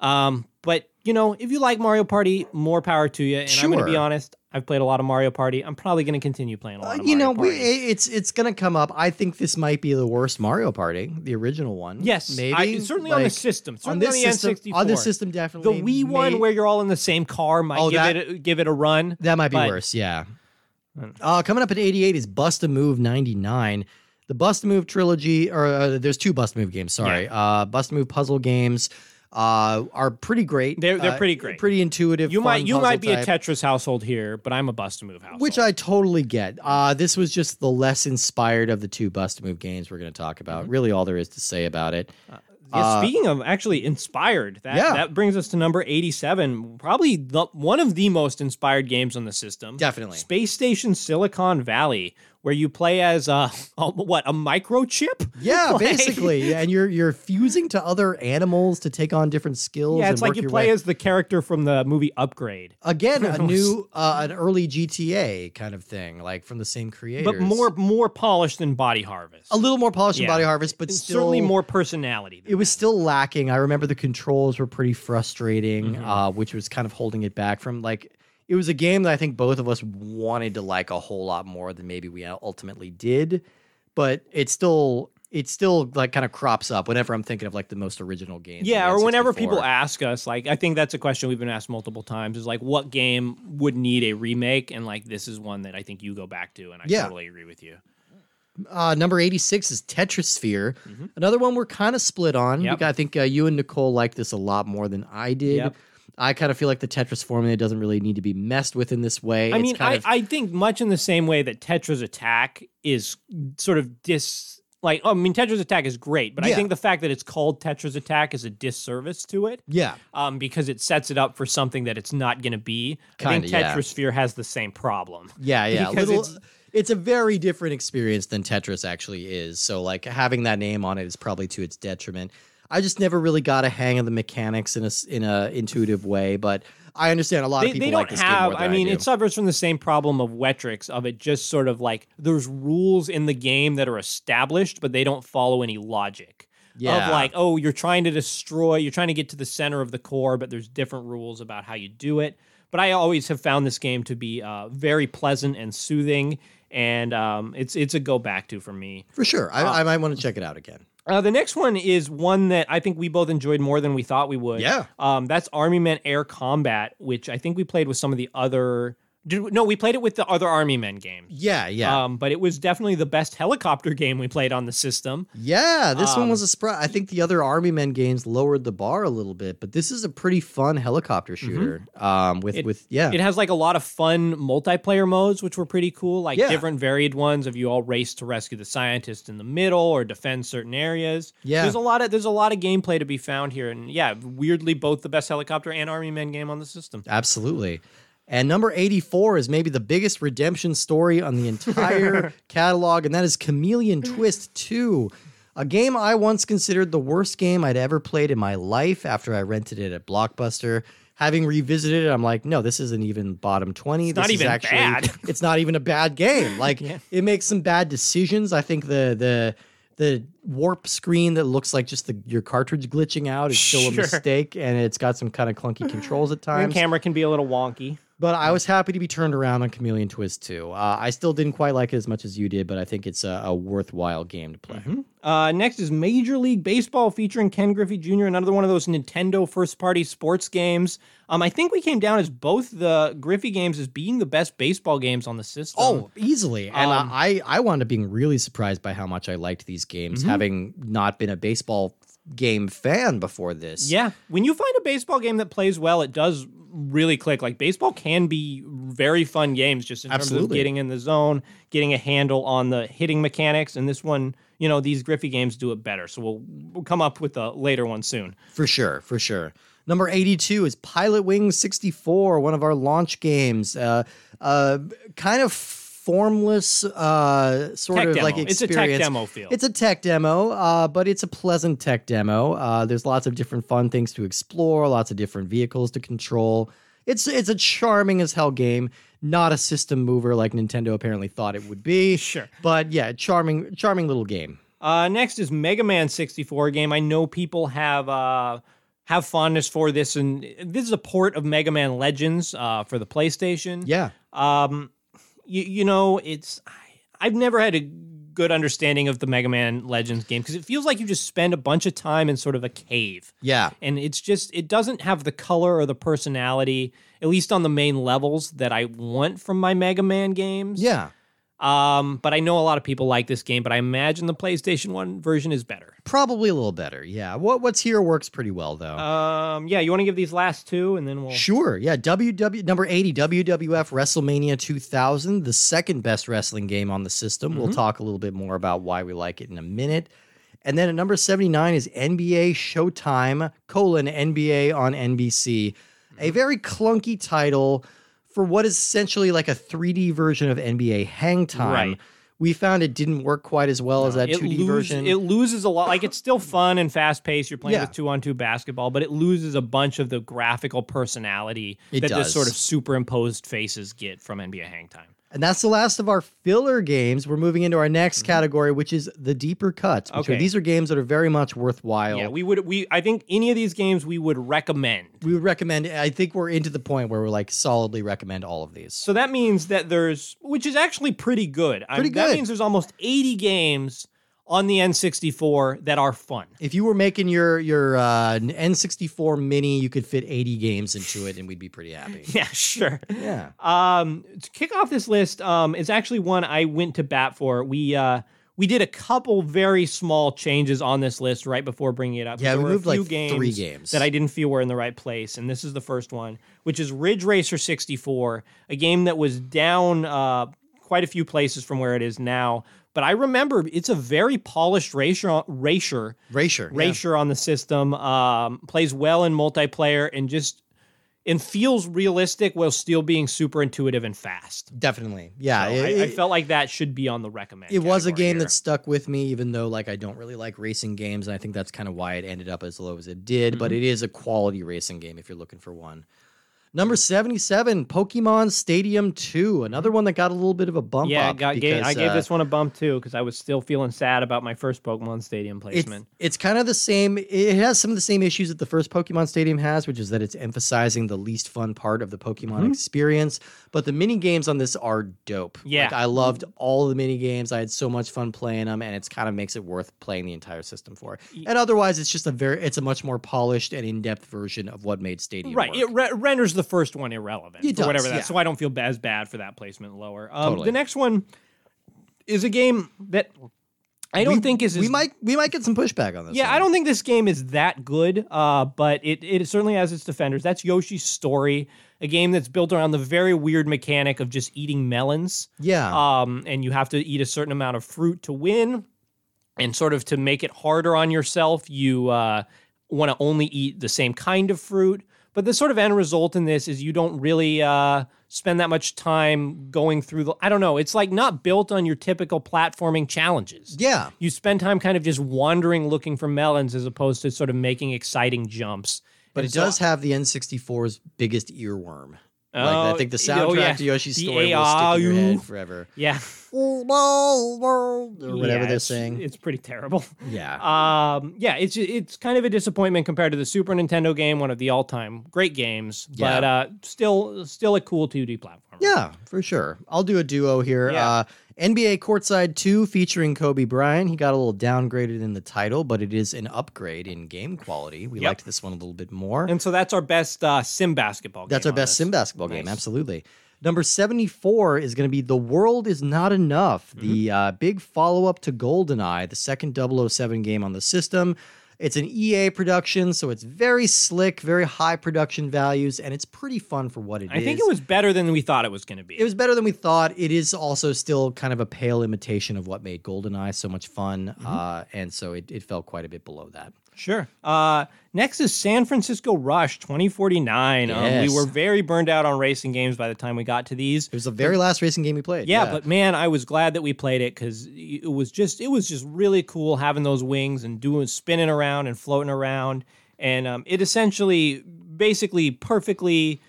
Speaker 2: Um, but you know, if you like Mario Party, more power to you. And I'm going to be
Speaker 1: Sure.
Speaker 2: honest, I've played a lot of Mario Party. I'm probably going to continue playing a lot.
Speaker 1: Uh,
Speaker 2: Of
Speaker 1: you
Speaker 2: Mario
Speaker 1: know, we,
Speaker 2: Party.
Speaker 1: i- it's it's gonna come up. I think this might be the worst Mario Party, the original one.
Speaker 2: yes,
Speaker 1: maybe
Speaker 2: I, certainly on the
Speaker 1: Like,
Speaker 2: system,
Speaker 1: on
Speaker 2: certainly
Speaker 1: this
Speaker 2: the
Speaker 1: system,
Speaker 2: N64,
Speaker 1: on this system
Speaker 2: the
Speaker 1: definitely. may-
Speaker 2: Wii one where you're all in the same car might
Speaker 1: Oh,
Speaker 2: give
Speaker 1: that-
Speaker 2: it a, give it a run.
Speaker 1: that might be
Speaker 2: but-
Speaker 1: worse. Yeah.
Speaker 2: Mm.
Speaker 1: Uh, coming up at 88 is Bust a Move 99. The Bust a Move trilogy, or uh, there's two Bust a Move games. Sorry, uh, Bust a Move puzzle games uh, are pretty great.
Speaker 2: They're- they're
Speaker 1: Uh,
Speaker 2: pretty great.
Speaker 1: Pretty intuitive.
Speaker 2: You might
Speaker 1: fun
Speaker 2: you
Speaker 1: puzzle
Speaker 2: might be
Speaker 1: type.
Speaker 2: a Tetris household here, but I'm a bust to move household.
Speaker 1: Which I totally get. Uh, this was just the less inspired of the two Bust a Move games we're going to talk about.
Speaker 2: Mm-hmm.
Speaker 1: Really, all there is to say about it.
Speaker 2: Yeah,
Speaker 1: uh,
Speaker 2: speaking of actually inspired, that
Speaker 1: Yeah.
Speaker 2: that brings us to number 87, probably the, one of the most inspired games on the system.
Speaker 1: Definitely.
Speaker 2: Space Station Silicon Valley, where you play as a, a what a microchip.
Speaker 1: Yeah,
Speaker 2: Like-
Speaker 1: basically, and you're you're fusing to other animals to take on different skills.
Speaker 2: Yeah,
Speaker 1: and
Speaker 2: it's like
Speaker 1: work
Speaker 2: you
Speaker 1: your
Speaker 2: play
Speaker 1: way.
Speaker 2: as the character from the movie Upgrade,
Speaker 1: again a new uh, an early GTA kind of thing, like from the same creators,
Speaker 2: but more more polished than Body Harvest.
Speaker 1: a little more polished than
Speaker 2: Yeah.
Speaker 1: Body Harvest, but
Speaker 2: And
Speaker 1: still
Speaker 2: certainly more personality. than
Speaker 1: It was
Speaker 2: that.
Speaker 1: still lacking. I remember the controls were pretty frustrating,
Speaker 2: Mm-hmm.
Speaker 1: uh, which was kind of holding it back from like. It was a game that I think both of us wanted to like a whole lot more than maybe we ultimately did, but it still it still like kind of crops up whenever I'm thinking of like the most original games. on
Speaker 2: Yeah,
Speaker 1: the
Speaker 2: or whenever people
Speaker 1: N64.
Speaker 2: ask us, like, I think that's a question we've been asked multiple times is like, what game would need a remake? And like, this is one that I think you go back to, and I
Speaker 1: Yeah.
Speaker 2: totally agree with you.
Speaker 1: Uh, number 86 is Tetrasphere. Another one we're kind of split on.
Speaker 2: Mm-hmm. Yep.
Speaker 1: I think uh, you and Nicole liked this a lot more than I did.
Speaker 2: Yep.
Speaker 1: I kind of feel like the Tetris formula doesn't really need to be messed with in this way.
Speaker 2: I
Speaker 1: It's
Speaker 2: mean,
Speaker 1: kind
Speaker 2: I,
Speaker 1: of,
Speaker 2: I think much in the same way that Tetra's attack is sort of dis like oh, I mean Tetra's attack is great, but
Speaker 1: Yeah.
Speaker 2: I think the fact that it's called Tetra's attack is a disservice to it.
Speaker 1: yeah.
Speaker 2: Um, because it sets it up for something that it's not going to be. I
Speaker 1: Kinda,
Speaker 2: think
Speaker 1: yeah.
Speaker 2: Tetrasphere has the same problem.
Speaker 1: Yeah, yeah.
Speaker 2: Because
Speaker 1: Little, it's,
Speaker 2: it's-
Speaker 1: a very different experience than Tetris actually is. So like having that name on it is probably to its detriment. I just never really got a hang of the mechanics in a s- in a intuitive way, but I understand a lot
Speaker 2: They,
Speaker 1: of people
Speaker 2: they don't
Speaker 1: like this game
Speaker 2: have.
Speaker 1: more than
Speaker 2: I mean,
Speaker 1: do.
Speaker 2: it suffers from the same problem of Wetrix of it just sort of like there's rules in the game that are established, but they don't follow any logic.
Speaker 1: Yeah.
Speaker 2: Of like, oh, you're trying to destroy, you're trying to get to the center of the core, but there's different rules about how you do it. But I always have found this game to be uh, very pleasant and soothing, and um, it's it's a go back to for me.
Speaker 1: for sure. I, I might want to check it out again.
Speaker 2: Uh, the next one is one that I think we both enjoyed more than we thought we would.
Speaker 1: Yeah.
Speaker 2: Um, that's Army Men Air Combat, which I think we played with some of the other. Did, we- no, we played it with the other Army Men games.
Speaker 1: Yeah, yeah,
Speaker 2: Um, but it was definitely the best helicopter game we played on the system.
Speaker 1: yeah. This
Speaker 2: um,
Speaker 1: one was a surprise. I think the other Army Men games lowered the bar a little bit, but this is a pretty fun helicopter shooter. Um, with
Speaker 2: Mm-hmm. It-
Speaker 1: with yeah,
Speaker 2: It has like a lot of fun multiplayer modes, which were pretty cool, like
Speaker 1: Yeah.
Speaker 2: different varied ones of you all race to rescue the scientist in the middle or defend certain areas.
Speaker 1: Yeah.
Speaker 2: there's a lot of there's a lot of gameplay to be found here, and yeah, weirdly both the best helicopter and Army Men game on the system.
Speaker 1: Absolutely. And number 84 is maybe the biggest redemption story on the entire catalog, and that is Chameleon Twist 2, a game I once considered the worst game I'd ever played in my life after I rented it at Blockbuster. Having revisited it, I'm like, no, this isn't even bottom 20. It's this
Speaker 2: not
Speaker 1: is
Speaker 2: even
Speaker 1: actually,
Speaker 2: bad.
Speaker 1: It's not even a bad game. Like, it makes some bad decisions. I think the, the, the warp screen that looks like just the, your cartridge glitching out is still a
Speaker 2: Sure.
Speaker 1: mistake, and it's got some kind of clunky controls at
Speaker 2: The
Speaker 1: times.
Speaker 2: camera can be a little wonky.
Speaker 1: But I was happy to be turned around on Chameleon Twist 2. Uh, I still didn't quite like it as much as you did, but I think it's a, a worthwhile game to play.
Speaker 2: Uh, next is Major League Baseball featuring Ken Griffey Jr., another one of those Nintendo first party sports games. Um, I think we came down as both the Griffey games as being the best baseball games on the system.
Speaker 1: Oh, easily. And uh, I, I wound up being really surprised by how much I liked these games, having not been a baseball game fan before this.
Speaker 2: yeah. When you find a baseball game that plays well, it does really click. Like baseball can be very fun games just in terms
Speaker 1: Absolutely.
Speaker 2: of getting in the zone, getting a handle on the hitting mechanics. And this one, you know, these Griffey games do it better. So we'll, we'll come up with a later one soon.
Speaker 1: For sure, for sure. Number 82 is Pilot Wing 64, one of our launch games. Uh, uh, kind of formless, uh, sort
Speaker 2: Tech
Speaker 1: of
Speaker 2: demo.
Speaker 1: like
Speaker 2: It's a tech
Speaker 1: experience.
Speaker 2: demo feel.
Speaker 1: It's a tech demo, uh, but it's a pleasant tech demo. Uh, there's lots of different fun things to explore, lots of different vehicles to control. It's it's a charming as hell game, not a system mover like Nintendo apparently thought it would be.
Speaker 2: Sure.
Speaker 1: but yeah, charming, charming little game.
Speaker 2: Uh, next is Mega Man 64 game. I know people have uh, have fondness for this, and this is a port of Mega Man Legends uh, for the PlayStation.
Speaker 1: Yeah,
Speaker 2: Um, you, you know, it's I, I've never had a good understanding of the Mega Man Legends game because it feels like you just spend a bunch of time in sort of a cave
Speaker 1: yeah.
Speaker 2: and it's just it doesn't have the color or the personality at least on the main levels that i want from my mega man games
Speaker 1: Yeah,
Speaker 2: um, but I know a lot of people like this game, but I imagine the PlayStation 1 version is better.
Speaker 1: probably a little better. Yeah, what what's here works pretty well though.
Speaker 2: Um, yeah, you want to give these last two and then we'll.
Speaker 1: Sure. Yeah. WW number 80, WWF WrestleMania 2000, the second best wrestling game on the system.
Speaker 2: Mm-hmm.
Speaker 1: We'll talk a little bit more about why we like it in a minute. And then at number 79 is NBA Showtime colon NBA on NBC.
Speaker 2: Mm-hmm.
Speaker 1: A very clunky title for what is essentially like a 3D version of NBA Hang Time.
Speaker 2: Right.
Speaker 1: We found it didn't work quite as well as that
Speaker 2: It,
Speaker 1: 2D
Speaker 2: lose-
Speaker 1: version.
Speaker 2: it loses a lot. Like it's still fun and fast paced. You're playing
Speaker 1: Yeah.
Speaker 2: with two on two basketball, but it loses a bunch of the graphical personality
Speaker 1: It
Speaker 2: that
Speaker 1: does.
Speaker 2: this sort of superimposed faces get from NBA Hang Time.
Speaker 1: And that's the last of our filler games. We're moving into our next category, which is the deeper cuts. Which are,
Speaker 2: Mm-hmm. Okay.
Speaker 1: these are games that are very much worthwhile.
Speaker 2: Yeah, we would. We I think any of these games we would recommend.
Speaker 1: we would recommend. I think we're into the point where we're like solidly recommend all of these.
Speaker 2: So that means that there's, which is actually pretty good. I-
Speaker 1: Pretty good.
Speaker 2: That means there's almost 80 games on the N64 that are fun.
Speaker 1: If you were making your your uh, N64 Mini, you could fit 80 games into it, and we'd be pretty happy.
Speaker 2: Yeah, sure.
Speaker 1: yeah.
Speaker 2: Um, to kick off this list um, is actually one I went to bat for. We uh, we did a couple very small changes on this list right before bringing it up.
Speaker 1: Yeah,
Speaker 2: There
Speaker 1: we
Speaker 2: were a
Speaker 1: moved, like,
Speaker 2: few
Speaker 1: three games.
Speaker 2: that I didn't feel were in the right place, and this is the first one, which is Ridge Racer 64, a game that was down uh, quite a few places from where it is now. But I remember it's a very polished racer, racer,
Speaker 1: Rasher. yeah.
Speaker 2: racer on the system. Um, plays well in multiplayer and just and feels realistic while still being super intuitive and fast.
Speaker 1: Definitely. Yeah.
Speaker 2: So
Speaker 1: it-
Speaker 2: I, I
Speaker 1: it-
Speaker 2: felt like that should be on the recommend.
Speaker 1: it was a
Speaker 2: category
Speaker 1: game
Speaker 2: here.
Speaker 1: that stuck with me even though like i don't really like racing games and i think that's kind of why it ended up as low as it did but
Speaker 2: Mm-hmm.
Speaker 1: it is a quality racing game if you're looking for one number 77 pokemon stadium 2 another one that got a little bit of a bump
Speaker 2: yeah,
Speaker 1: up
Speaker 2: got, gave,
Speaker 1: because,
Speaker 2: I gave
Speaker 1: uh,
Speaker 2: this one a bump too because I was still feeling sad about my first Pokemon Stadium
Speaker 1: it's,
Speaker 2: placement.
Speaker 1: it's kind of the same. It has some of the same issues that the first Pokemon Stadium has, which is that it's emphasizing the least fun part of the Pokemon
Speaker 2: Mm-hmm.
Speaker 1: experience. But the mini games on this are dope.
Speaker 2: Yeah.
Speaker 1: Like, I loved all the mini games. I had so much fun playing them, and it's kind of makes it worth playing the entire system for. And otherwise, it's just a very, it's a much more polished and in depth version of what made Stadium
Speaker 2: Right,
Speaker 1: work.
Speaker 2: it re- renders the first one irrelevant
Speaker 1: It
Speaker 2: for whatever
Speaker 1: does,
Speaker 2: that.
Speaker 1: yeah.
Speaker 2: So I don't feel ba- as bad for that placement lower. Um,
Speaker 1: Totally.
Speaker 2: The next one is a game that I don't think is
Speaker 1: we
Speaker 2: as
Speaker 1: might we might get some pushback on this.
Speaker 2: Yeah,
Speaker 1: one.
Speaker 2: I don't think this game is that good, uh, but it, it certainly has its defenders. That's Yoshi's Story, a game that's built around the very weird mechanic of just eating melons.
Speaker 1: Yeah.
Speaker 2: Um, and you have to eat a certain amount of fruit to win. And sort of to make it harder on yourself, you uh, want to only eat the same kind of fruit. But the sort of end result in this is you don't really uh, spend that much time going through the. I don't know. It's like not built on your typical platforming challenges
Speaker 1: yeah.
Speaker 2: you spend time kind of just wandering looking for melons as opposed to sort of making exciting jumps.
Speaker 1: But
Speaker 2: And
Speaker 1: it
Speaker 2: so-
Speaker 1: does have the N64's biggest earworm. like I
Speaker 2: Oh,
Speaker 1: think the
Speaker 2: y-
Speaker 1: soundtrack
Speaker 2: oh, yeah.
Speaker 1: to Yoshi's
Speaker 2: The
Speaker 1: Story will stick in your
Speaker 2: AAU.
Speaker 1: head forever.
Speaker 2: Yeah.
Speaker 1: or
Speaker 2: Yeah,
Speaker 1: whatever they're
Speaker 2: it's-
Speaker 1: saying.
Speaker 2: It's pretty terrible.
Speaker 1: yeah.
Speaker 2: Um, yeah, it's it's kind of a disappointment compared to the Super Nintendo game, one of the all-time great games, but
Speaker 1: Yeah.
Speaker 2: uh, still still a cool 2D platform.
Speaker 1: yeah, for sure. I'll do a duo here.
Speaker 2: Yeah.
Speaker 1: Uh, NBA Courtside 2 featuring Kobe Bryant. He got a little downgraded in the title, but it is an upgrade in game quality. We
Speaker 2: Yep.
Speaker 1: liked this one a little bit more.
Speaker 2: And so that's our best uh, sim basketball
Speaker 1: That's
Speaker 2: game
Speaker 1: our
Speaker 2: on
Speaker 1: best
Speaker 2: this.
Speaker 1: sim basketball game,
Speaker 2: Nice.
Speaker 1: absolutely. Number 74 is going to be The World Is Not Enough,
Speaker 2: Mm-hmm.
Speaker 1: the uh, big follow up to GoldenEye, the second 007 game on the system. It's an EA production, so it's very slick, very high production values, and it's pretty fun for what it is.
Speaker 2: I think it was better than we thought it was going to be.
Speaker 1: It was better than we thought. It is also still kind of a pale imitation of what made GoldenEye so much fun,
Speaker 2: Mm-hmm.
Speaker 1: uh, and so it, it fell quite a bit below that.
Speaker 2: Sure. Uh, next is San Francisco Rush 2049. Um, we
Speaker 1: Yes.
Speaker 2: were very burned out on racing games by the time we got to these.
Speaker 1: It was the very last racing game we played.
Speaker 2: Yeah, but man, I was glad that we played it because it was just it was just really cool having those wings and doing spinning around and floating around, and um, it essentially basically perfectly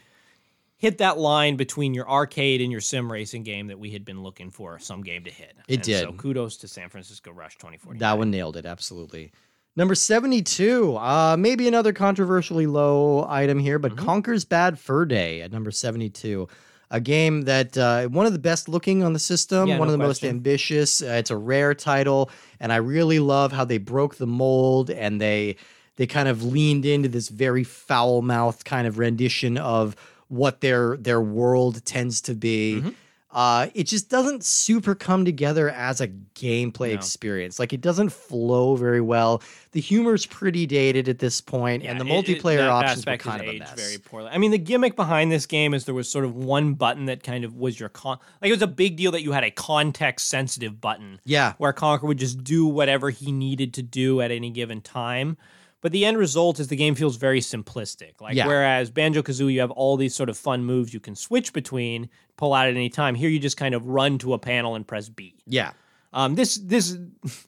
Speaker 2: hit that line between your arcade and your sim racing game that we had been looking for some game to hit.
Speaker 1: It
Speaker 2: And
Speaker 1: did.
Speaker 2: So kudos to San Francisco Rush 2049.
Speaker 1: That one nailed it, absolutely. Number 72, uh, maybe another controversially low item here, but
Speaker 2: Mm-hmm.
Speaker 1: Conker's Bad Fur Day at number 72. A game that uh, one of the best looking on the system,
Speaker 2: Yeah,
Speaker 1: one
Speaker 2: no
Speaker 1: of the most
Speaker 2: question.
Speaker 1: ambitious. Uh, it's a rare title, and I really love how they broke the mold and they they kind of leaned into this very foul mouthed kind of rendition of what their their world tends to be.
Speaker 2: Mm-hmm.
Speaker 1: Uh, it just doesn't super come together as a gameplay
Speaker 2: No.
Speaker 1: experience. Like it doesn't flow very well. The humor's pretty dated at this point, and the
Speaker 2: Yeah, it- it-
Speaker 1: multiplayer
Speaker 2: that
Speaker 1: options were
Speaker 2: aspect is
Speaker 1: kind of a
Speaker 2: aged
Speaker 1: mess.
Speaker 2: Very poorly. I mean, the gimmick behind this game is there was sort of one button that kind of was your con. Like it was a big deal that you had a context sensitive button
Speaker 1: yeah,
Speaker 2: where Conker would just do whatever he needed to do at any given time. But the end result is the game feels very simplistic. Like
Speaker 1: Yeah.
Speaker 2: whereas Banjo Kazooie, you have all these sort of fun moves you can switch between, pull out at any time. Here, you just kind of run to a panel and press B.
Speaker 1: yeah.
Speaker 2: Um, this this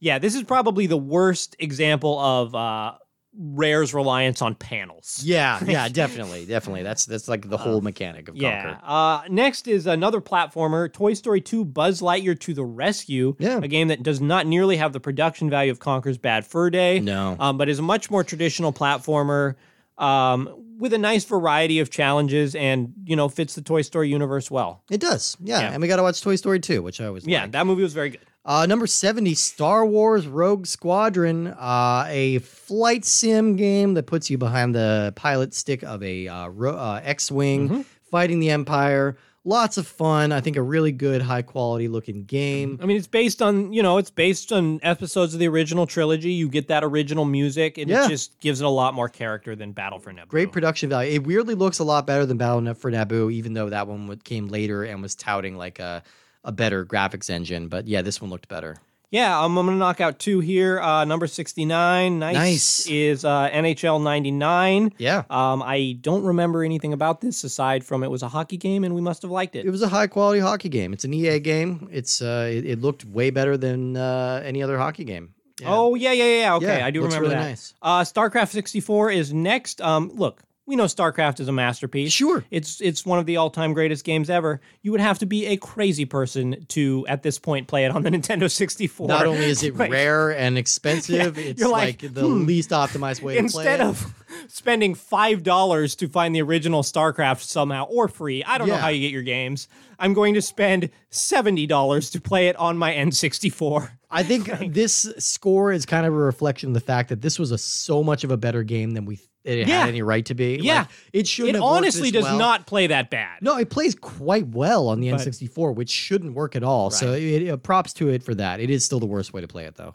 Speaker 2: yeah, this is probably the worst example of uh, Rare's reliance on panels.
Speaker 1: Yeah, yeah, definitely, definitely. That's that's like the whole mechanic of
Speaker 2: Uh, Yeah.
Speaker 1: Conquer.
Speaker 2: Uh, next is another platformer, Toy Story 2 Buzz Lightyear to the Rescue.
Speaker 1: Yeah.
Speaker 2: A game that does not nearly have the production value of Conker's Bad Fur Day.
Speaker 1: No.
Speaker 2: Um, but is a much more traditional platformer um, with a nice variety of challenges and, you know, fits the Toy Story universe well.
Speaker 1: It does, yeah.
Speaker 2: Yeah.
Speaker 1: And we got to watch Toy Story 2, which I always
Speaker 2: Yeah,
Speaker 1: like.
Speaker 2: that movie was very good.
Speaker 1: Uh, number 70, Star Wars Rogue Squadron, uh, a flight sim game that puts you behind the pilot stick of a uh, ro- uh, X Wing fighting the Empire. lots of fun. I think a really good, high quality looking game.
Speaker 2: I mean, it's based on you know, it's based on episodes of the original trilogy. You get that original music, and
Speaker 1: Yeah.
Speaker 2: it just gives it a lot more character than Battle for Naboo.
Speaker 1: Great production value. It weirdly looks a lot better than Battle for Naboo, even though that one would- came later and was touting like a a better graphics engine. But yeah, this one looked better.
Speaker 2: Yeah, I'm, I'm gonna knock out two here. Uh, number sixty nine, nice,
Speaker 1: Nice.
Speaker 2: is uh, NHL ninety nine.
Speaker 1: Yeah.
Speaker 2: Um, I don't remember anything about this aside from it was a hockey game, and we must have liked it.
Speaker 1: It was a high quality hockey game. It's an EA game. It's uh, it, it looked way better than uh, any other hockey game. Yeah.
Speaker 2: Oh yeah, yeah, yeah. yeah. Okay,
Speaker 1: Yeah,
Speaker 2: I do
Speaker 1: looks
Speaker 2: remember
Speaker 1: really
Speaker 2: that.
Speaker 1: nice.
Speaker 2: Uh, StarCraft 64 is next. Um, look, we know StarCraft is a masterpiece.
Speaker 1: Sure.
Speaker 2: It's it's one of the all-time greatest games ever. You would have to be a crazy person to at this point play it on the Nintendo 64.
Speaker 1: Not only is it
Speaker 2: Like,
Speaker 1: rare and expensive, it's
Speaker 2: you're
Speaker 1: like,
Speaker 2: like, hmm.
Speaker 1: the least optimized way to play
Speaker 2: instead
Speaker 1: it.
Speaker 2: of spending five dollars to find the original StarCraft somehow or free, I don't
Speaker 1: Yeah.
Speaker 2: know how you get your games. I'm going to spend seventy dollars to play it on my N64.
Speaker 1: I think this score is kind of a reflection of the fact that this was a so much of a better game than we it
Speaker 2: Yeah.
Speaker 1: had any right to be.
Speaker 2: Yeah.
Speaker 1: Like, it shouldn't.
Speaker 2: It
Speaker 1: have worked
Speaker 2: honestly
Speaker 1: this
Speaker 2: does
Speaker 1: well.
Speaker 2: not play that bad.
Speaker 1: No, it plays quite well on the N64, which shouldn't work at all. So it, uh, props to it for that. It is still the worst way to play it, though.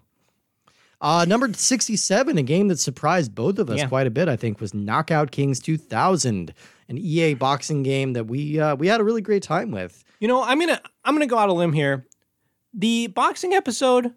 Speaker 1: Uh, number 67, a game that surprised both of us
Speaker 2: Yeah.
Speaker 1: quite a bit, I think, was Knockout Kings 2000, an EA boxing game that we uh, we had a really great time with.
Speaker 2: You know, I'm gonna I'm gonna go out on a limb here. The boxing episode,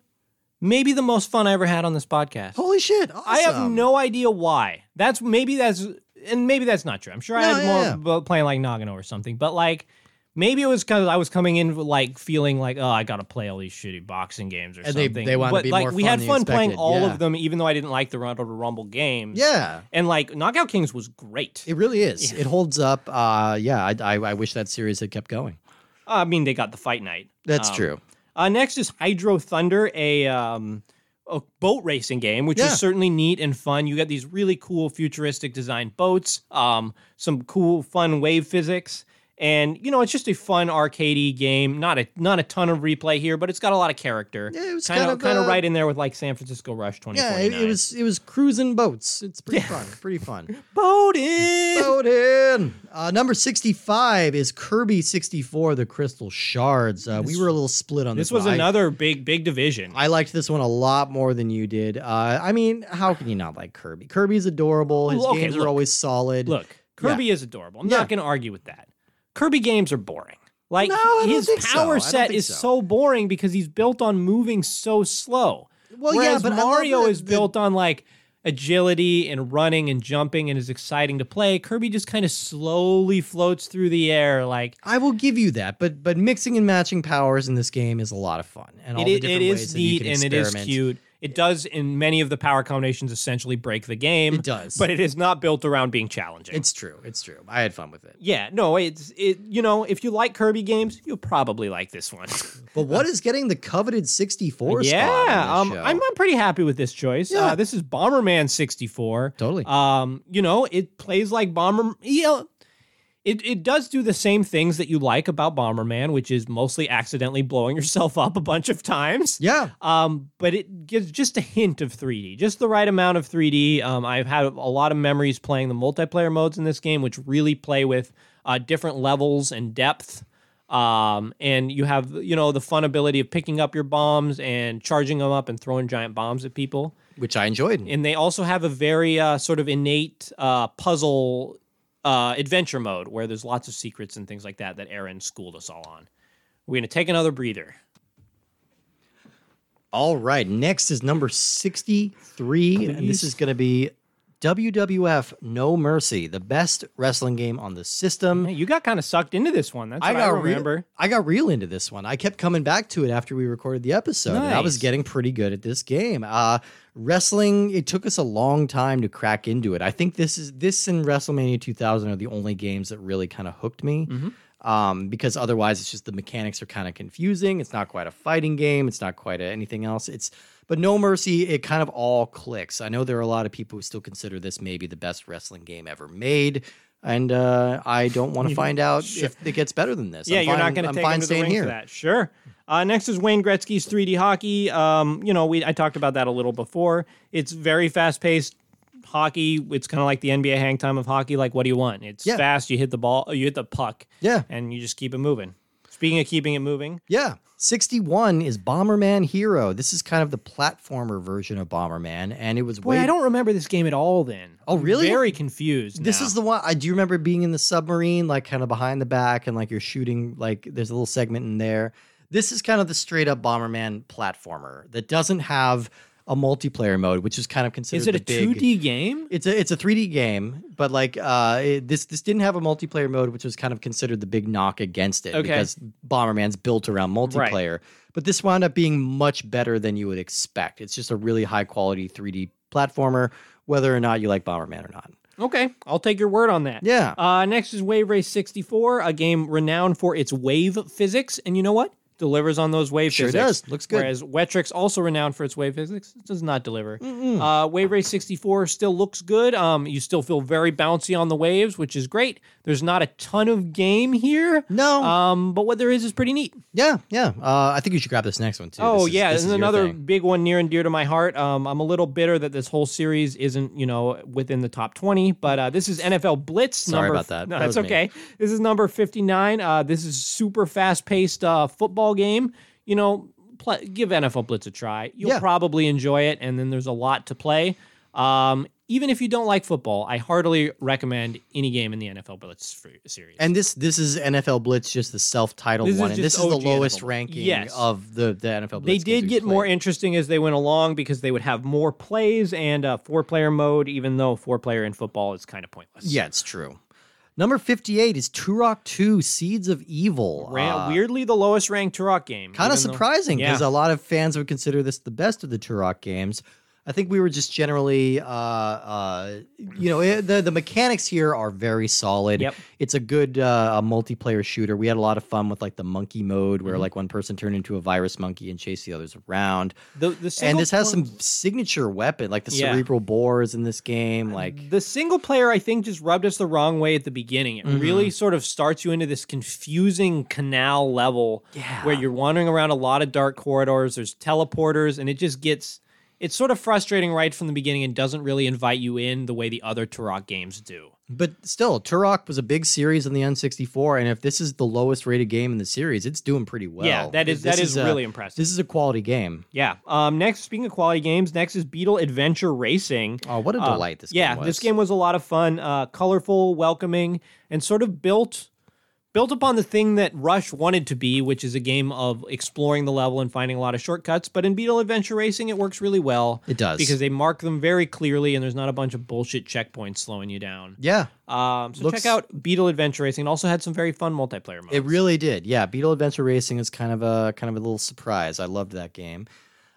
Speaker 2: maybe the most fun I ever had on this podcast.
Speaker 1: Holy shit!
Speaker 2: I have
Speaker 1: awesome.
Speaker 2: no idea why. That's maybe that's and maybe that's not true. I'm sure I
Speaker 1: No,
Speaker 2: had
Speaker 1: yeah,
Speaker 2: more
Speaker 1: yeah.
Speaker 2: about playing like Nagano or something, but like maybe it was because I was coming in with, like feeling like oh I gotta play all these shitty boxing games or
Speaker 1: And they-
Speaker 2: something.
Speaker 1: they wanna
Speaker 2: but
Speaker 1: be
Speaker 2: like
Speaker 1: more
Speaker 2: we
Speaker 1: fun
Speaker 2: had
Speaker 1: than you
Speaker 2: fun playing
Speaker 1: expected,
Speaker 2: all
Speaker 1: yeah.
Speaker 2: of them, even though I didn't like the Rumble to Rumble games.
Speaker 1: Yeah.
Speaker 2: and like Knockout Kings was great.
Speaker 1: It really is. It holds up. Uh, yeah, I, I, I wish that series had kept going.
Speaker 2: I mean, they got the fight night.
Speaker 1: That's
Speaker 2: Um,
Speaker 1: true.
Speaker 2: Uh, next is Hydro Thunder, a um, a boat racing game, which
Speaker 1: Yeah.
Speaker 2: is certainly neat and fun. You got these really cool, futuristic designed boats, um, some cool, fun wave physics, and you know it's just a fun arcadey game. Not a not a ton of replay here, but it's got a lot of character.
Speaker 1: Yeah, it was
Speaker 2: kind
Speaker 1: kind
Speaker 2: of
Speaker 1: of,
Speaker 2: kind
Speaker 1: uh,
Speaker 2: of right in there with like San Francisco Rush twenty
Speaker 1: Yeah,
Speaker 2: forty
Speaker 1: it,
Speaker 2: nine.
Speaker 1: it was it was cruising boats. It's pretty fun. Pretty fun.
Speaker 2: boating.
Speaker 1: Bowden. Uh, number 65 is Kirby 64, The Crystal Shards. Uh, we were a little split on this.
Speaker 2: This was
Speaker 1: one. I-
Speaker 2: another big big division.
Speaker 1: I, liked this one a lot more than you did. Uh, I mean, how can you not like Kirby? Kirby's adorable. His
Speaker 2: Well, okay,
Speaker 1: games are
Speaker 2: look.
Speaker 1: always solid.
Speaker 2: Look, Kirby is adorable. I'm
Speaker 1: Mm. Yeah.
Speaker 2: not going to argue with that. Kirby games are boring. Like
Speaker 1: No, I don't
Speaker 2: his
Speaker 1: think so. I
Speaker 2: power
Speaker 1: don't
Speaker 2: set
Speaker 1: think
Speaker 2: is
Speaker 1: so.
Speaker 2: so. boring because he's built on moving so slow.
Speaker 1: Well, yeah,
Speaker 2: Whereas
Speaker 1: but I love
Speaker 2: Mario
Speaker 1: the-
Speaker 2: is
Speaker 1: the-
Speaker 2: built on like agility and running and jumping and is exciting to play. Kirby just kind of slowly floats through the air like
Speaker 1: I will give you that, but but mixing and matching powers in this game is a lot of fun, and all
Speaker 2: it,
Speaker 1: the
Speaker 2: it- it
Speaker 1: different ways
Speaker 2: is
Speaker 1: that you
Speaker 2: neat
Speaker 1: can
Speaker 2: and it
Speaker 1: experiment.
Speaker 2: is cute. It does in many of the power combinations essentially break the game.
Speaker 1: It does.
Speaker 2: But it is not built around being challenging.
Speaker 1: It's true. It's true. I had fun with it.
Speaker 2: yeah, no, it's it you know, if you like Kirby games, you'll probably like this one.
Speaker 1: But what is getting the coveted 64 spot?
Speaker 2: Uh, Yeah,
Speaker 1: on
Speaker 2: um,
Speaker 1: this show?
Speaker 2: I'm, I'm pretty happy with this choice.
Speaker 1: Yeah.
Speaker 2: Uh, this is Bomberman 64.
Speaker 1: Totally.
Speaker 2: Um, you know, it plays like Bomber. You know, it, it does do the same things that you like about Bomberman, which is mostly accidentally blowing yourself up a bunch of times.
Speaker 1: yeah.
Speaker 2: Um, but it gives just a hint of 3D, just the right amount of 3D. Um, I've had a lot of memories playing the multiplayer modes in this game, which really play with uh, different levels and depth. Um, and you have, you know, the fun ability of picking up your bombs and charging them up and throwing giant bombs at people.
Speaker 1: Which I enjoyed.
Speaker 2: And they also have a very uh, sort of innate uh, puzzle uh, adventure mode where there's lots of secrets and things like that that Aaron schooled us all on. We're going to take another breather.
Speaker 1: All right, next is number 63, and this
Speaker 2: Please.
Speaker 1: is going to be WWF No Mercy, the best wrestling game on the system.
Speaker 2: Hey, You got kind of sucked into this one. That's what I,
Speaker 1: got
Speaker 2: remember.
Speaker 1: real, I got real into this one. I kept coming back to it after we recorded the episode. and I was
Speaker 2: Nice.
Speaker 1: getting pretty good at this game. Uh, wrestling, it took us a long time to crack into it. I think this is this and WrestleMania 2000 are the only games that really kind of hooked me. Um, because otherwise, it's just the mechanics are kind of confusing. It's not quite a fighting game. It's not quite a, anything else. It's but No Mercy, it kind of all clicks. I know there are a lot of people who still consider this maybe the best wrestling game ever made. And uh, I don't want to find out if it gets better than this.
Speaker 2: Yeah,
Speaker 1: I'm
Speaker 2: you're
Speaker 1: fine-
Speaker 2: not going to
Speaker 1: I'm
Speaker 2: take
Speaker 1: fine
Speaker 2: him to the
Speaker 1: staying
Speaker 2: ring
Speaker 1: here.
Speaker 2: for that. Sure. Uh, next is Wayne Gretzky's 3D hockey. Um, you know, we I talked about that a little before. It's very fast paced hockey, it's kind of like the NBA hang time of hockey. Like, what do you want? It's
Speaker 1: Yeah.
Speaker 2: fast. You hit the ball, you hit the puck,
Speaker 1: Yeah.
Speaker 2: and you just keep it moving. Speaking of keeping it moving,
Speaker 1: Yeah. 61 is Bomberman Hero. This is kind of the platformer version of Bomberman. And it was
Speaker 2: boy,
Speaker 1: way
Speaker 2: I don't remember this game at all. Then
Speaker 1: Oh,
Speaker 2: I'm
Speaker 1: really?
Speaker 2: very confused.
Speaker 1: This
Speaker 2: now.
Speaker 1: is the one I do remember being in the submarine, like kind of behind the back, and like you're shooting, like there's a little segment in there. This is kind of the straight up Bomberman platformer that doesn't have a multiplayer mode, which is kind of considered.
Speaker 2: is it
Speaker 1: the
Speaker 2: a
Speaker 1: big-
Speaker 2: two D game?
Speaker 1: It's a it's a 3D game, but like uh, it, this this didn't have a multiplayer mode, which was kind of considered the big knock against it
Speaker 2: Okay.
Speaker 1: because Bomberman's built around multiplayer. But this wound up being much better than you would expect. It's just a really high quality 3D platformer, whether or not you like Bomberman or not.
Speaker 2: Okay, I'll take your word on that.
Speaker 1: Yeah.
Speaker 2: Uh, next is Wave Race 64, a game renowned for its wave physics. And you know what? Delivers on those wave
Speaker 1: Sure
Speaker 2: physics.
Speaker 1: does. Looks good.
Speaker 2: Whereas Wetrix, also renowned for its wave physics, does not deliver. Uh, wave Race 64 still looks good. Um, you still feel very bouncy on the waves, which is great. There's not a ton of game here.
Speaker 1: No.
Speaker 2: Um, but what there is is pretty neat.
Speaker 1: Yeah, yeah. Uh, I think you should grab this next one too.
Speaker 2: Oh
Speaker 1: This is- this
Speaker 2: yeah, this
Speaker 1: is
Speaker 2: is
Speaker 1: your
Speaker 2: another
Speaker 1: thing.
Speaker 2: big one near and dear to my heart. Um, I'm a little bitter that this whole series isn't, you know, within the top 20. But uh, this is NFL Blitz.
Speaker 1: Sorry
Speaker 2: number,
Speaker 1: about that.
Speaker 2: No,
Speaker 1: That
Speaker 2: that's
Speaker 1: was me.
Speaker 2: okay. This is number 59. Uh, this is super fast-paced uh, football game. You know, pl- give NFL Blitz a try. You'll
Speaker 1: Yeah.
Speaker 2: probably enjoy it. And then there's a lot to play. Um, even if you don't like football, I heartily recommend any game in the NFL Blitz fr- series.
Speaker 1: And this this is NFL Blitz, just the self-titled
Speaker 2: This is
Speaker 1: one. and this
Speaker 2: just
Speaker 1: is the
Speaker 2: OG
Speaker 1: lowest
Speaker 2: NFL.
Speaker 1: ranking
Speaker 2: Yes.
Speaker 1: of the the NFL. Blitz
Speaker 2: they
Speaker 1: games
Speaker 2: did
Speaker 1: we've
Speaker 2: get more
Speaker 1: played.
Speaker 2: interesting as they went along because they would have more plays and uh, four player mode, even though four player in football is kind of pointless.
Speaker 1: Yeah, it's true. Number fifty-eight is Turok Two: Seeds of Evil.
Speaker 2: Ran- weirdly, the lowest ranked Turok game.
Speaker 1: kind of
Speaker 2: even though-
Speaker 1: surprising because
Speaker 2: yeah.
Speaker 1: a lot of fans would consider this the best of the Turok games. I think we were just generally, uh, uh, you know, it, the the mechanics here are very solid.
Speaker 2: Yep.
Speaker 1: It's a good uh, a multiplayer shooter. We had a lot of fun with like the monkey mode,
Speaker 2: Mm-hmm.
Speaker 1: where like one person turned into a virus monkey and chased the others around.
Speaker 2: The, the
Speaker 1: and
Speaker 2: single
Speaker 1: this has
Speaker 2: pl-
Speaker 1: some signature weapon, like the
Speaker 2: Yeah.
Speaker 1: cerebral bores in this game. Like,
Speaker 2: The single player, I think, just rubbed us the wrong way at the beginning.
Speaker 1: Mm-hmm.
Speaker 2: It really sort of starts you into this confusing canal level where you're wandering around a lot of dark corridors, there's teleporters, and it just gets. It's sort of frustrating right from the beginning and doesn't really invite you in the way the other Turok games do.
Speaker 1: but still, Turok was a big series on the N64, and if this is the lowest rated game in the series, it's doing pretty well.
Speaker 2: Yeah, that is-
Speaker 1: This
Speaker 2: that is
Speaker 1: a-
Speaker 2: really impressive.
Speaker 1: This is a quality game.
Speaker 2: Yeah. Um, next, speaking of quality games, next is Beetle Adventure Racing.
Speaker 1: Oh, what a
Speaker 2: Uh,
Speaker 1: delight this
Speaker 2: yeah,
Speaker 1: game was.
Speaker 2: this game was a lot of fun, uh, colorful, welcoming, and sort of built built upon the thing that Rush wanted to be, which is a game of exploring the level and finding a lot of shortcuts. But in Beetle Adventure Racing, it works really well.
Speaker 1: It does.
Speaker 2: because they mark them very clearly, and there's not a bunch of bullshit checkpoints slowing you down.
Speaker 1: Yeah,
Speaker 2: Um, so
Speaker 1: Looks-
Speaker 2: check out Beetle Adventure Racing. It also had some very fun multiplayer modes.
Speaker 1: it really did. Yeah, Beetle Adventure Racing is kind of a kind of a little surprise. I loved that game.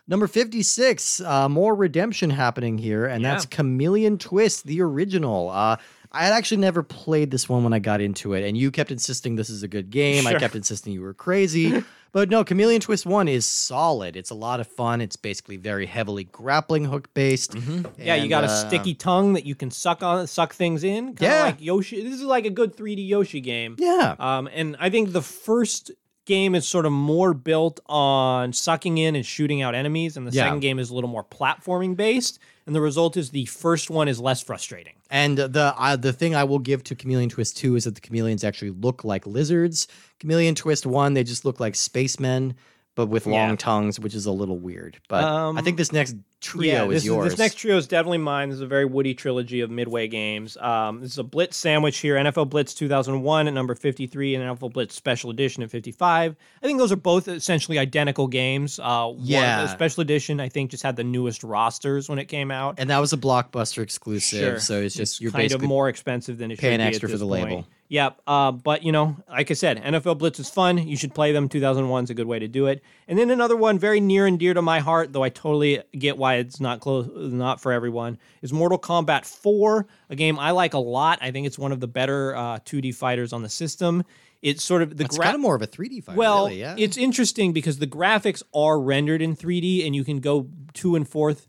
Speaker 1: Number 56, uh, more redemption happening here, and that's Chameleon Twist, the original. Uh, I had actually never played this one when I got into it, and you kept insisting this is a good game. I
Speaker 2: Sure.
Speaker 1: kept insisting you were crazy. but no, Chameleon Twist 1 is solid. It's a lot of fun. It's basically very heavily grappling hook based.
Speaker 2: Mm-hmm. Yeah, you
Speaker 1: And,
Speaker 2: got a
Speaker 1: uh,
Speaker 2: sticky tongue that you can suck on, suck things in. Kinda
Speaker 1: Yeah.
Speaker 2: like Yoshi. This is like a good 3D Yoshi game.
Speaker 1: Yeah.
Speaker 2: Um, and I think the first game is sort of more built on sucking in and shooting out enemies, and the
Speaker 1: Yeah.
Speaker 2: second game is a little more platforming based. And the result is the first one is less frustrating.
Speaker 1: And the uh, the thing I will give to Chameleon Twist two is that the chameleons actually look like lizards. Chameleon Twist one, they just look like spacemen, but with long
Speaker 2: Yeah.
Speaker 1: tongues, which is a little weird. But I
Speaker 2: Um,
Speaker 1: think this next trio
Speaker 2: yeah,
Speaker 1: is
Speaker 2: this
Speaker 1: yours.
Speaker 2: this next trio is definitely mine. This is a very Woody trilogy of Midway games. Um, this is a Blitz sandwich here. NFL Blitz 2001 at number 53 and NFL Blitz Special Edition at 55. I think those are both essentially identical games. Uh, one-
Speaker 1: Yeah.
Speaker 2: the Special Edition, I think, just had the newest rosters when it came out.
Speaker 1: and that was a blockbuster exclusive,
Speaker 2: Sure.
Speaker 1: so it's just you're
Speaker 2: kind of
Speaker 1: basically
Speaker 2: more expensive than it
Speaker 1: paying
Speaker 2: should be at
Speaker 1: extra for
Speaker 2: this
Speaker 1: the
Speaker 2: point.
Speaker 1: label.
Speaker 2: Yep. Uh, but you know, like I said, NFL Blitz is fun. You should play them. 2001 is a good way to do it. And then another one, very near and dear to my heart, though I totally get why it's not close, not for everyone, is Mortal Kombat 4, a game I like a lot. I think it's one of the better uh, 2D fighters on the system. It's sort of the
Speaker 1: it's
Speaker 2: gra-
Speaker 1: kind of more of a 3D fighter.
Speaker 2: well,
Speaker 1: really, yeah.
Speaker 2: it's interesting because the graphics are rendered in 3D and you can go to and forth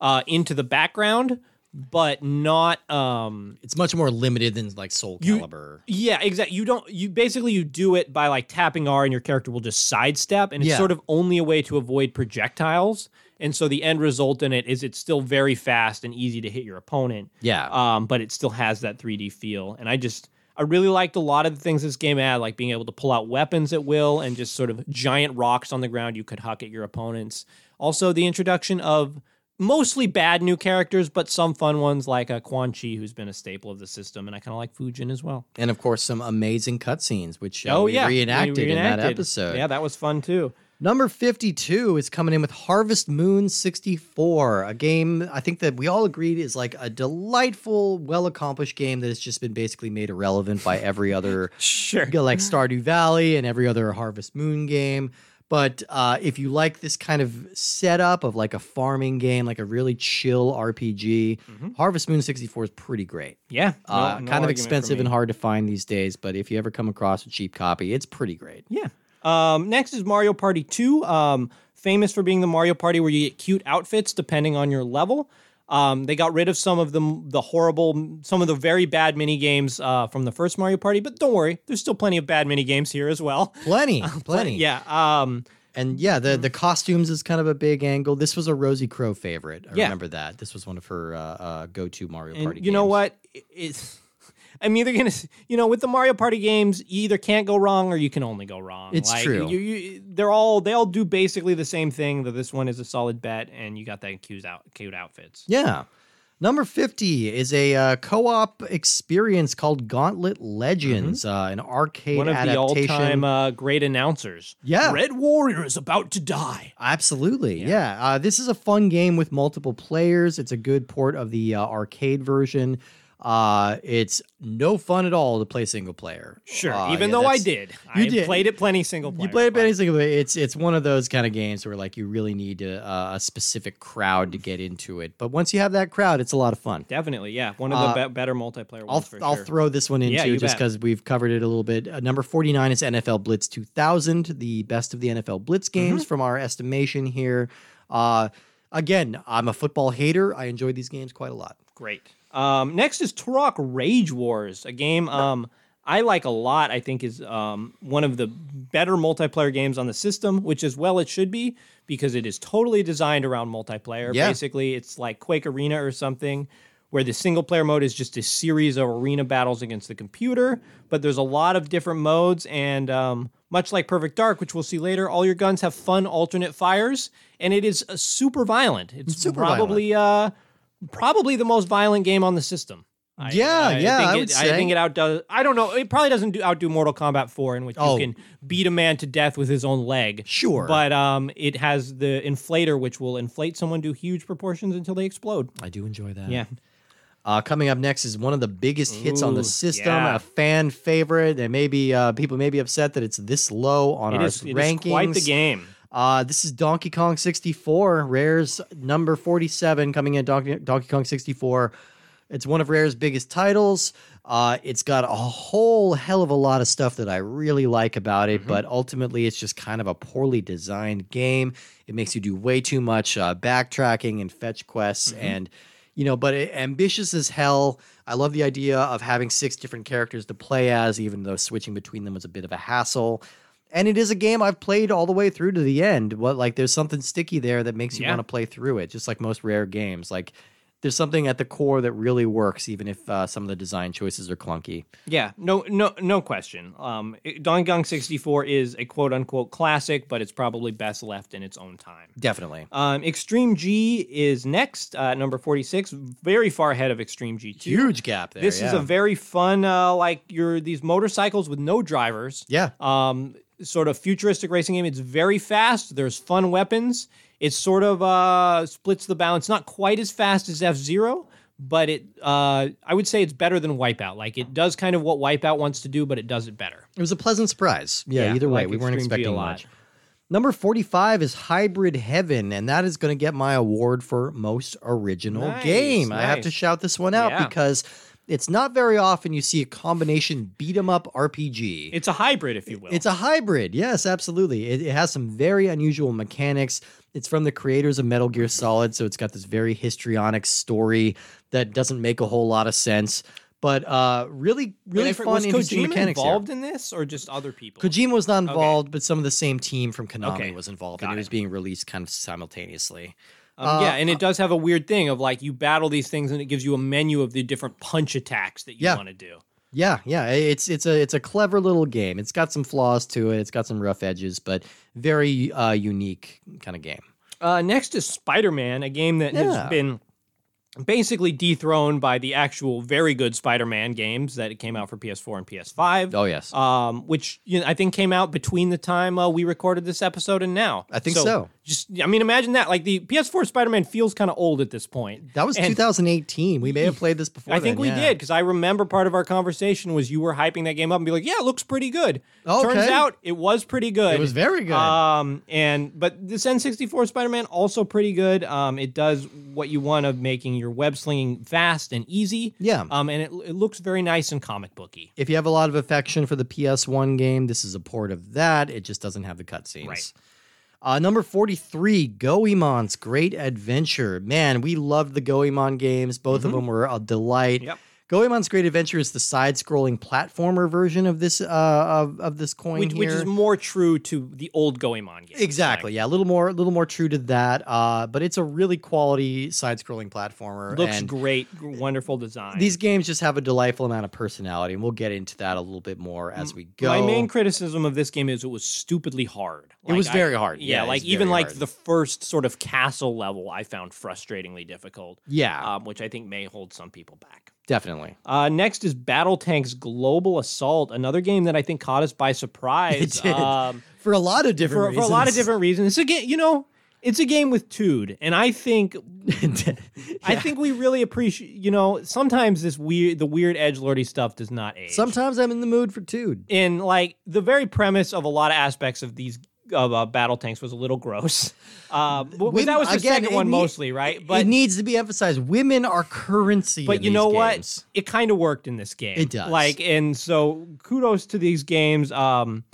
Speaker 2: uh, into the background. but not um
Speaker 1: It's much more limited than like Soul
Speaker 2: You-
Speaker 1: Calibur.
Speaker 2: yeah, exactly. You don't you basically you do it by like tapping R and your character will just sidestep and it's
Speaker 1: Yeah.
Speaker 2: sort of only a way to avoid projectiles. And so the end result in it is it's still very fast and easy to hit your opponent.
Speaker 1: Yeah.
Speaker 2: um, but it still has that 3D feel. And I just, I really liked a lot of the things this game had, like being able to pull out weapons at will and just sort of giant rocks on the ground you could huck at your opponents. Also, the introduction of mostly bad new characters, but some fun ones like uh, Quan Chi, who's been a staple of the system, and I kind of like Fujin as well.
Speaker 1: and of course, some amazing cutscenes, which uh, we
Speaker 2: Oh, we
Speaker 1: reenacted, in that
Speaker 2: reenacted.
Speaker 1: episode.
Speaker 2: Yeah, that was fun too.
Speaker 1: Number 52 is coming in with Harvest Moon 64, a game I think that we all agreed is like a delightful, well accomplished game that has just been basically made irrelevant by every other,
Speaker 2: Sure.
Speaker 1: like Stardew Valley and every other Harvest Moon game. But uh, if you like this kind of setup of like a farming game, like a really chill RPG, Harvest Moon 64 is pretty great.
Speaker 2: Yeah. Mm-hmm. no-
Speaker 1: uh,
Speaker 2: no
Speaker 1: kind of
Speaker 2: argument for
Speaker 1: expensive
Speaker 2: me.
Speaker 1: and hard to find these days, but if you ever come across a cheap copy, it's pretty great.
Speaker 2: Yeah. Um, next is Mario Party 2, um, famous for being the Mario Party where you get cute outfits depending on your level. Um, they got rid of some of the, the horrible, some of the very bad mini games uh, from the first Mario Party, but don't worry, there's still plenty of bad mini games here as well.
Speaker 1: Plenty, plenty.
Speaker 2: Yeah. Um,
Speaker 1: and yeah, the the costumes is kind of a big angle. This was a Rosie Crow favorite. I
Speaker 2: Yeah.
Speaker 1: remember that. This was one of her uh, uh, go to Mario
Speaker 2: and
Speaker 1: Party.
Speaker 2: you know
Speaker 1: games.
Speaker 2: what? It- It's, I'm either gonna, s- you know, with the Mario Party games, you either can't go wrong or you can only go wrong.
Speaker 1: It's true.
Speaker 2: You, you, they're all they all do basically the same thing. That this one is a solid bet, and you got that cute out cute outfits.
Speaker 1: Yeah. Number 50 is a uh, co op experience called Gauntlet Legends, uh, an arcade
Speaker 2: Mm-hmm. one of the
Speaker 1: adaptation.
Speaker 2: all-time uh, great announcers.
Speaker 1: Yeah.
Speaker 2: Red Warrior is about to die.
Speaker 1: Absolutely, yeah. Uh, this is a fun game with multiple players. It's a good port of the uh, arcade version. Uh, it's no fun at all to play single player.
Speaker 2: Sure,
Speaker 1: Uh,
Speaker 2: even
Speaker 1: yeah,
Speaker 2: though I
Speaker 1: that's-
Speaker 2: did,
Speaker 1: You
Speaker 2: I
Speaker 1: did.
Speaker 2: played it plenty single player.
Speaker 1: You play it
Speaker 2: but-
Speaker 1: but it's like it's it's one of those kind of games where like you really need a, uh, a specific crowd to get into it. But once you have that crowd, it's a lot of fun.
Speaker 2: Definitely, yeah. One of the be- better multiplayer ones
Speaker 1: Uh, I'll
Speaker 2: for
Speaker 1: I'll
Speaker 2: sure.
Speaker 1: throw this one in
Speaker 2: Yeah,
Speaker 1: too,
Speaker 2: you
Speaker 1: just
Speaker 2: bet.
Speaker 1: because we've covered it a little bit. Uh, number forty nine is NFL Blitz two thousand, the best of the NFL Blitz
Speaker 2: Mm-hmm.
Speaker 1: games from our estimation here. Uh, again, I'm a football hater. I enjoyed these games quite a lot.
Speaker 2: Great. Um, next is Turok Rage Wars, a game um, I like a lot. I think is um, one of the better multiplayer games on the system, which is well it should be because it is totally designed around multiplayer.
Speaker 1: Yeah.
Speaker 2: Basically, it's like Quake Arena or something. Where the single player mode is just a series of arena battles against the computer, but there's a lot of different modes, and um, much like Perfect Dark, which we'll see later, all your guns have fun alternate fires, and it is uh, super violent. It's
Speaker 1: super violent.
Speaker 2: probably uh, probably the most violent game on the system. I,
Speaker 1: Yeah, yeah,
Speaker 2: Think
Speaker 1: I
Speaker 2: it,
Speaker 1: would say.
Speaker 2: I think it outdoes. I don't know. It probably doesn't do, outdo Mortal Kombat 4, in which
Speaker 1: Oh.
Speaker 2: you can beat a man to death with his own leg.
Speaker 1: Sure.
Speaker 2: but um, it has the inflator, which will inflate someone to huge proportions until they explode.
Speaker 1: I do enjoy that.
Speaker 2: Yeah,
Speaker 1: Uh, coming up next is one of the biggest hits on the
Speaker 2: Ooh,
Speaker 1: system,
Speaker 2: yeah.
Speaker 1: a fan favorite, and maybe uh, people may be upset that it's this low on
Speaker 2: it
Speaker 1: our
Speaker 2: is. It is
Speaker 1: rankings.
Speaker 2: quite the game.
Speaker 1: Uh, this is Donkey Kong 64, Rare's number 47, coming in Donkey, Donkey Kong 64. It's one of Rare's biggest titles. Uh, it's got a whole hell of a lot of stuff that I really like about it, but ultimately it's just kind of a poorly designed game. It makes you do way too much uh, backtracking and fetch quests and you know, but it, ambitious as hell. I love the idea of having six different characters to play as, even though switching between them was a bit of a hassle. And it is a game I've played all the way through to the end. What like there's something sticky there that makes you
Speaker 2: Yeah.
Speaker 1: want to play through it, just like most rare games. Like there's something at the core that really works, even if uh, some of the design choices are clunky.
Speaker 2: Yeah, no, no, no question. Um, it- Donkey Kong 64 is a quote unquote classic, but it's probably best left in its own time.
Speaker 1: Definitely
Speaker 2: Um, Extreme G is next, uh, at number 46, very far ahead of Extreme G2.
Speaker 1: huge gap there.
Speaker 2: This is
Speaker 1: yeah.
Speaker 2: a very fun, uh, like your these motorcycles with no drivers.
Speaker 1: yeah.
Speaker 2: Um, sort of futuristic racing game. It's very fast. There's fun weapons. It sort of uh, splits the balance. Not quite as fast as F Zero, but it uh, I would say it's better than Wipeout. Like it does kind of what Wipeout wants to do, but it does it better.
Speaker 1: It was a pleasant surprise. Yeah,
Speaker 2: Yeah,
Speaker 1: either way,
Speaker 2: like
Speaker 1: we weren't
Speaker 2: Extreme G a
Speaker 1: expecting
Speaker 2: lot.
Speaker 1: much. Number 45 is Hybrid Heaven, and that is going to get my award for most original
Speaker 2: Nice,
Speaker 1: game. I have to
Speaker 2: nice.
Speaker 1: shout this one out
Speaker 2: Yeah.
Speaker 1: because It's not very often you see a combination beat 'em up RPG.
Speaker 2: It's a hybrid, if you will.
Speaker 1: It's a hybrid. Yes, absolutely. It, it has some very unusual mechanics. It's from the creators of Metal Gear Solid, so it's got this very histrionic story that doesn't make a whole lot of sense, but uh, really, really
Speaker 2: Wait, I fr-
Speaker 1: fun,
Speaker 2: was
Speaker 1: interesting
Speaker 2: Kojima
Speaker 1: mechanics. here.
Speaker 2: involved in this, or just other people?
Speaker 1: Kojima was not involved, but some of the same team from Konami
Speaker 2: Okay.
Speaker 1: was involved,
Speaker 2: Got
Speaker 1: and
Speaker 2: it.
Speaker 1: it was being released kind of simultaneously.
Speaker 2: Um, yeah,
Speaker 1: uh,
Speaker 2: and it does have a weird thing of like you battle these things, and it gives you a menu of the different punch attacks that you
Speaker 1: Yeah.
Speaker 2: want to do.
Speaker 1: Yeah, yeah, i- it's it's a it's a clever little game. It's got some flaws to it. It's got some rough edges, but very uh, unique kind of game.
Speaker 2: Uh, next is Spider Man, a game that
Speaker 1: Yeah.
Speaker 2: has been basically dethroned by the actual very good Spider Man games that came out for PS4 and PS5.
Speaker 1: Oh yes,
Speaker 2: um, which you know, I think came out between the time uh, we recorded this episode and now.
Speaker 1: I think so.
Speaker 2: Just, I mean, imagine that. Like the PS4 Spider Man feels kind of old at this point.
Speaker 1: that was
Speaker 2: and-
Speaker 1: 2018. We may have played this before.
Speaker 2: I think
Speaker 1: then,
Speaker 2: we
Speaker 1: yeah.
Speaker 2: did because I remember part of our conversation was you were hyping that game up and be like, "Yeah, it looks pretty good." Turns
Speaker 1: Okay.
Speaker 2: out it was pretty good.
Speaker 1: It was very good.
Speaker 2: Um, and but this N64 Spider-Man also pretty good. Um, it does what you want of making your web slinging fast and easy.
Speaker 1: Yeah.
Speaker 2: Um, and it, it looks very nice and comic booky.
Speaker 1: if you have a lot of affection for the PS1 game, this is a port of that. It just doesn't have the cutscenes.
Speaker 2: Right.
Speaker 1: Uh, number 43, Goemon's Great Adventure. Man, we loved the Goemon games. Both of them were a delight.
Speaker 2: Mm-hmm. Yep.
Speaker 1: Goemon's Great Adventure is the side-scrolling platformer version of this uh, of, of this coin
Speaker 2: Which,
Speaker 1: here.
Speaker 2: which is more true to the old Goemon game.
Speaker 1: exactly, yeah, a little more, a little more true to that. Uh, but it's a really quality side-scrolling platformer.
Speaker 2: Looks
Speaker 1: and
Speaker 2: great, g- wonderful design.
Speaker 1: These games just have a delightful amount of personality, and we'll get into that a little bit more as we go.
Speaker 2: My main criticism of this game is it was stupidly hard.
Speaker 1: It was very hard.
Speaker 2: Yeah,
Speaker 1: Yeah, it
Speaker 2: like
Speaker 1: was
Speaker 2: even
Speaker 1: very
Speaker 2: like
Speaker 1: hard.
Speaker 2: the first sort of castle level, I found frustratingly difficult,
Speaker 1: yeah,
Speaker 2: um, which I think may hold some people back.
Speaker 1: definitely.
Speaker 2: Uh, next is Battle Tanks Global Assault, another game that I think caught us by surprise.
Speaker 1: It did.
Speaker 2: Um,
Speaker 1: For a lot of
Speaker 2: for,
Speaker 1: different
Speaker 2: for a lot of
Speaker 1: reasons.
Speaker 2: different reasons. It's a game, you know, it's a game with Tude, and I think I think we really appreciate. You know, sometimes this weird, the weird edge lordy stuff does not age.
Speaker 1: Sometimes I'm in the mood for dude.
Speaker 2: in like the very premise of a lot of aspects of these of uh, battle tanks was a little gross. Uh, but
Speaker 1: Women-
Speaker 2: that was the
Speaker 1: again,
Speaker 2: second
Speaker 1: it
Speaker 2: one
Speaker 1: nee-
Speaker 2: mostly, right?
Speaker 1: But it
Speaker 2: But
Speaker 1: needs to be emphasized. Women are currency.
Speaker 2: but
Speaker 1: in
Speaker 2: you
Speaker 1: these
Speaker 2: know what?
Speaker 1: games.
Speaker 2: It kind of worked in this game.
Speaker 1: It does.
Speaker 2: Like and so kudos to these games. Um,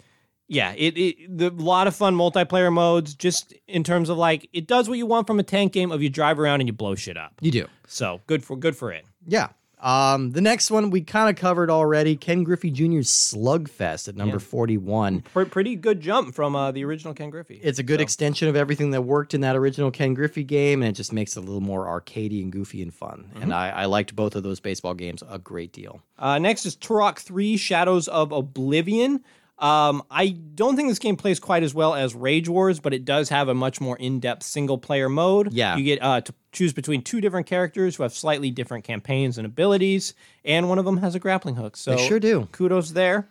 Speaker 2: yeah, it, it the lot of fun multiplayer modes. Just in terms of like it does what you want from a tank game of you drive around and you blow shit up.
Speaker 1: You do.
Speaker 2: So good for good for it.
Speaker 1: Yeah. Um, the next one we kind of covered already. Ken Griffey Jr.'s Slugfest at number 41.
Speaker 2: Pre- pretty good jump from uh, the original Ken Griffey.
Speaker 1: It's a good extension of everything that worked in that original Ken Griffey game, and it just makes it a little more arcadey and goofy and fun.
Speaker 2: Mm-hmm.
Speaker 1: And I, I liked both of those baseball games a great deal.
Speaker 2: Uh, next is Turok 3 Shadows of Oblivion. Um, I don't think this game plays quite as well as Rage Wars, but it does have a much more in depth single player mode.
Speaker 1: Yeah.
Speaker 2: You get uh, to choose between two different characters who have slightly different campaigns and abilities, and one of them has a grappling hook. So
Speaker 1: They sure do.
Speaker 2: kudos there.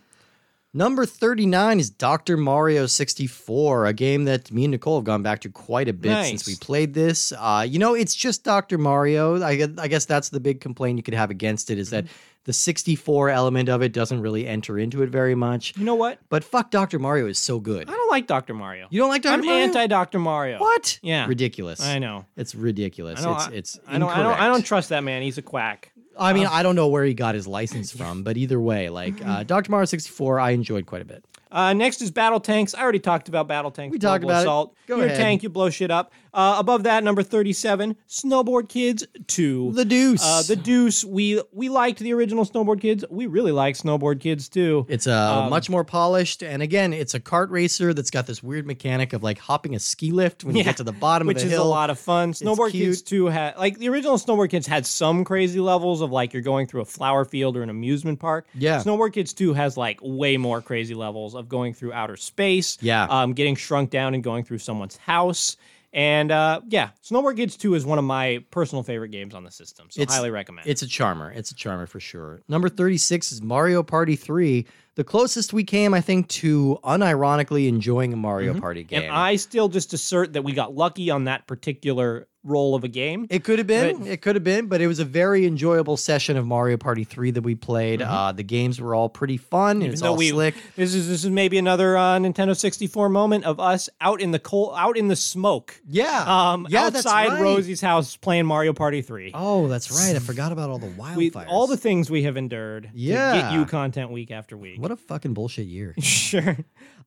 Speaker 1: Number 39 is Dr. Mario 64, a game that me and Nicole have gone back to quite a bit since
Speaker 2: Nice.
Speaker 1: we played this. Uh, you know, it's just Dr. Mario. I, gue- I guess that's the big complaint you could have against it is that
Speaker 2: Mm-hmm.
Speaker 1: the 64 element of it doesn't really enter into it very much.
Speaker 2: You know what?
Speaker 1: But fuck, Dr. Mario is so good.
Speaker 2: I don't like Dr. Mario.
Speaker 1: You don't like Dr.
Speaker 2: I'm
Speaker 1: Mario?
Speaker 2: anti Dr. Mario.
Speaker 1: What?
Speaker 2: Yeah.
Speaker 1: Ridiculous.
Speaker 2: I know.
Speaker 1: It's ridiculous.
Speaker 2: I don't,
Speaker 1: it's
Speaker 2: I-
Speaker 1: it's
Speaker 2: I don't, I, don't, I don't um
Speaker 1: incorrect.
Speaker 2: trust that man. He's a quack.
Speaker 1: I mean, I don't know where he got his license from, but either way, like uh, Dr. Mario 64, I enjoyed quite a bit.
Speaker 2: Uh, next is battle tanks. I already talked about battle tanks.
Speaker 1: We talked
Speaker 2: Global
Speaker 1: about it.
Speaker 2: assault.
Speaker 1: Go
Speaker 2: You're
Speaker 1: ahead.
Speaker 2: a tank. You blow shit up. Uh, above that, number thirty-seven, snowboard kids two.
Speaker 1: The Deuce.
Speaker 2: uh, the Deuce. We we liked the original Snowboard Kids. We really like Snowboard Kids too.
Speaker 1: It's a
Speaker 2: Um,
Speaker 1: much more polished, and again, it's a kart racer that's got this weird mechanic of like hopping a ski lift when you get to the bottom
Speaker 2: which
Speaker 1: of a
Speaker 2: is
Speaker 1: hill.
Speaker 2: a lot of fun. Snowboard
Speaker 1: cute.
Speaker 2: Kids 2 had like the original Snowboard Kids had some crazy levels of like you're going through a flower field or an amusement park.
Speaker 1: Yeah.
Speaker 2: Snowboard Kids 2 has like way more crazy levels of going through outer space.
Speaker 1: Yeah.
Speaker 2: Um, getting shrunk down and going through someone's house. And uh, yeah, Snowboard Kids 2 is one of my personal favorite games on the system. So highly recommend.
Speaker 1: It's a charmer. It's a charmer for sure. Number thirty six is Mario Party three. the closest we came, I think, to unironically enjoying a Mario Party game.
Speaker 2: Mm-hmm. And I still just assert that we got lucky on that particular roll of a game.
Speaker 1: It could have been. it could have been, but it was a very enjoyable session of Mario Party 3 that we played. Uh, the games were all pretty fun. and it's
Speaker 2: Mm-hmm. though
Speaker 1: all
Speaker 2: we-
Speaker 1: slick.
Speaker 2: This is this is maybe another uh, Nintendo 64 moment of us out in the cold, out in the smoke.
Speaker 1: Yeah.
Speaker 2: Um,
Speaker 1: yeah, that's
Speaker 2: outside
Speaker 1: right.
Speaker 2: Rosie's house playing Mario Party 3.
Speaker 1: Oh, that's right. I forgot about all the
Speaker 2: we,
Speaker 1: wildfires.
Speaker 2: all the things we have endured to
Speaker 1: Yeah.
Speaker 2: get you content week after week.
Speaker 1: what a fucking bullshit year.
Speaker 2: Sure.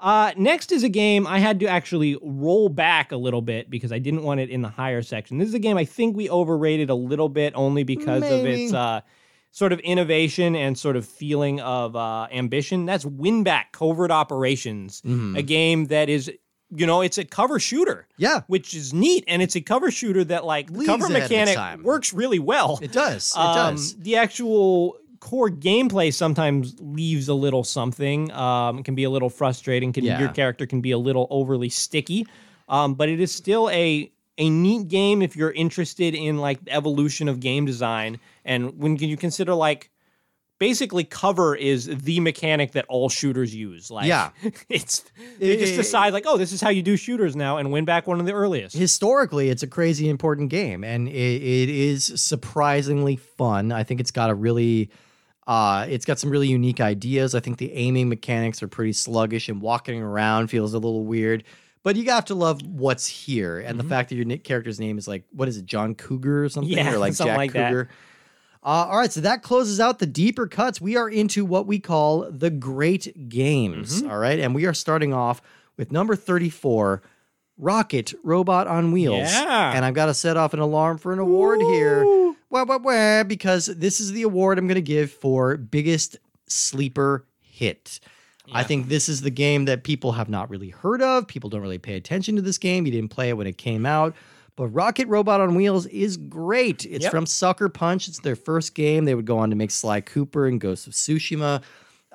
Speaker 2: Uh, next is a game I had to actually roll back a little bit because I didn't want it in the higher section. This is a game I think we overrated a little bit only because of
Speaker 1: Maybe.
Speaker 2: its uh, sort of innovation and sort of feeling of uh, ambition. That's Winback Covert Operations,
Speaker 1: Mm.
Speaker 2: a game that is, you know, it's a cover shooter.
Speaker 1: Yeah.
Speaker 2: Which is neat, and it's a cover shooter that like the
Speaker 1: Leagues
Speaker 2: cover
Speaker 1: ahead of its
Speaker 2: mechanic
Speaker 1: time.
Speaker 2: works really well.
Speaker 1: It does. It
Speaker 2: Um,
Speaker 1: does.
Speaker 2: The actual core gameplay sometimes leaves a little something. Um, it can be a little frustrating. Can
Speaker 1: Yeah.
Speaker 2: your character can be a little overly sticky. Um, but it is still a a neat game if you're interested in like the evolution of game design and when can you consider like basically cover is the mechanic that all shooters use like
Speaker 1: Yeah.
Speaker 2: it's they just
Speaker 1: It-
Speaker 2: decide like oh this is how you do shooters now and win back one of the earliest
Speaker 1: historically it's a crazy important game and it, it is surprisingly fun i think it's got a really uh, it's got some really unique ideas i think the aiming mechanics are pretty sluggish and walking around feels a little weird but you have to love what's here and
Speaker 2: Mm-hmm.
Speaker 1: the fact that your ni- character's name is like what is it john cougar or something
Speaker 2: Yeah,
Speaker 1: or like
Speaker 2: something
Speaker 1: jack
Speaker 2: like that.
Speaker 1: cougar uh, all right, so that closes out the deeper cuts. We are into what we call the great games. all right, and we are starting off with number 34 Rocket Robot on Wheels.
Speaker 2: Yeah.
Speaker 1: And I've got to set off an alarm for an award here. Wah, wah, wah, because this is the award I'm going to give for biggest sleeper hit. I think this is the game that people have not really heard of. People don't really pay attention to this game. You didn't play it when it came out. But Rocket Robot on Wheels is great. It's
Speaker 2: Yep.
Speaker 1: from Sucker Punch. It's their first game. They would go on to make Sly Cooper and Ghost of Tsushima.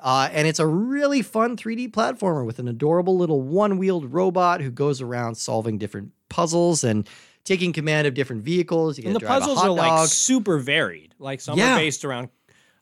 Speaker 1: Uh, and it's a really fun 3D platformer with an adorable little one wheeled robot who goes around solving different puzzles and taking command of different vehicles. You
Speaker 2: and
Speaker 1: gotta
Speaker 2: the
Speaker 1: drive a
Speaker 2: puzzles
Speaker 1: hot
Speaker 2: are like
Speaker 1: dog.
Speaker 2: super varied. Like some
Speaker 1: Yeah.
Speaker 2: are based around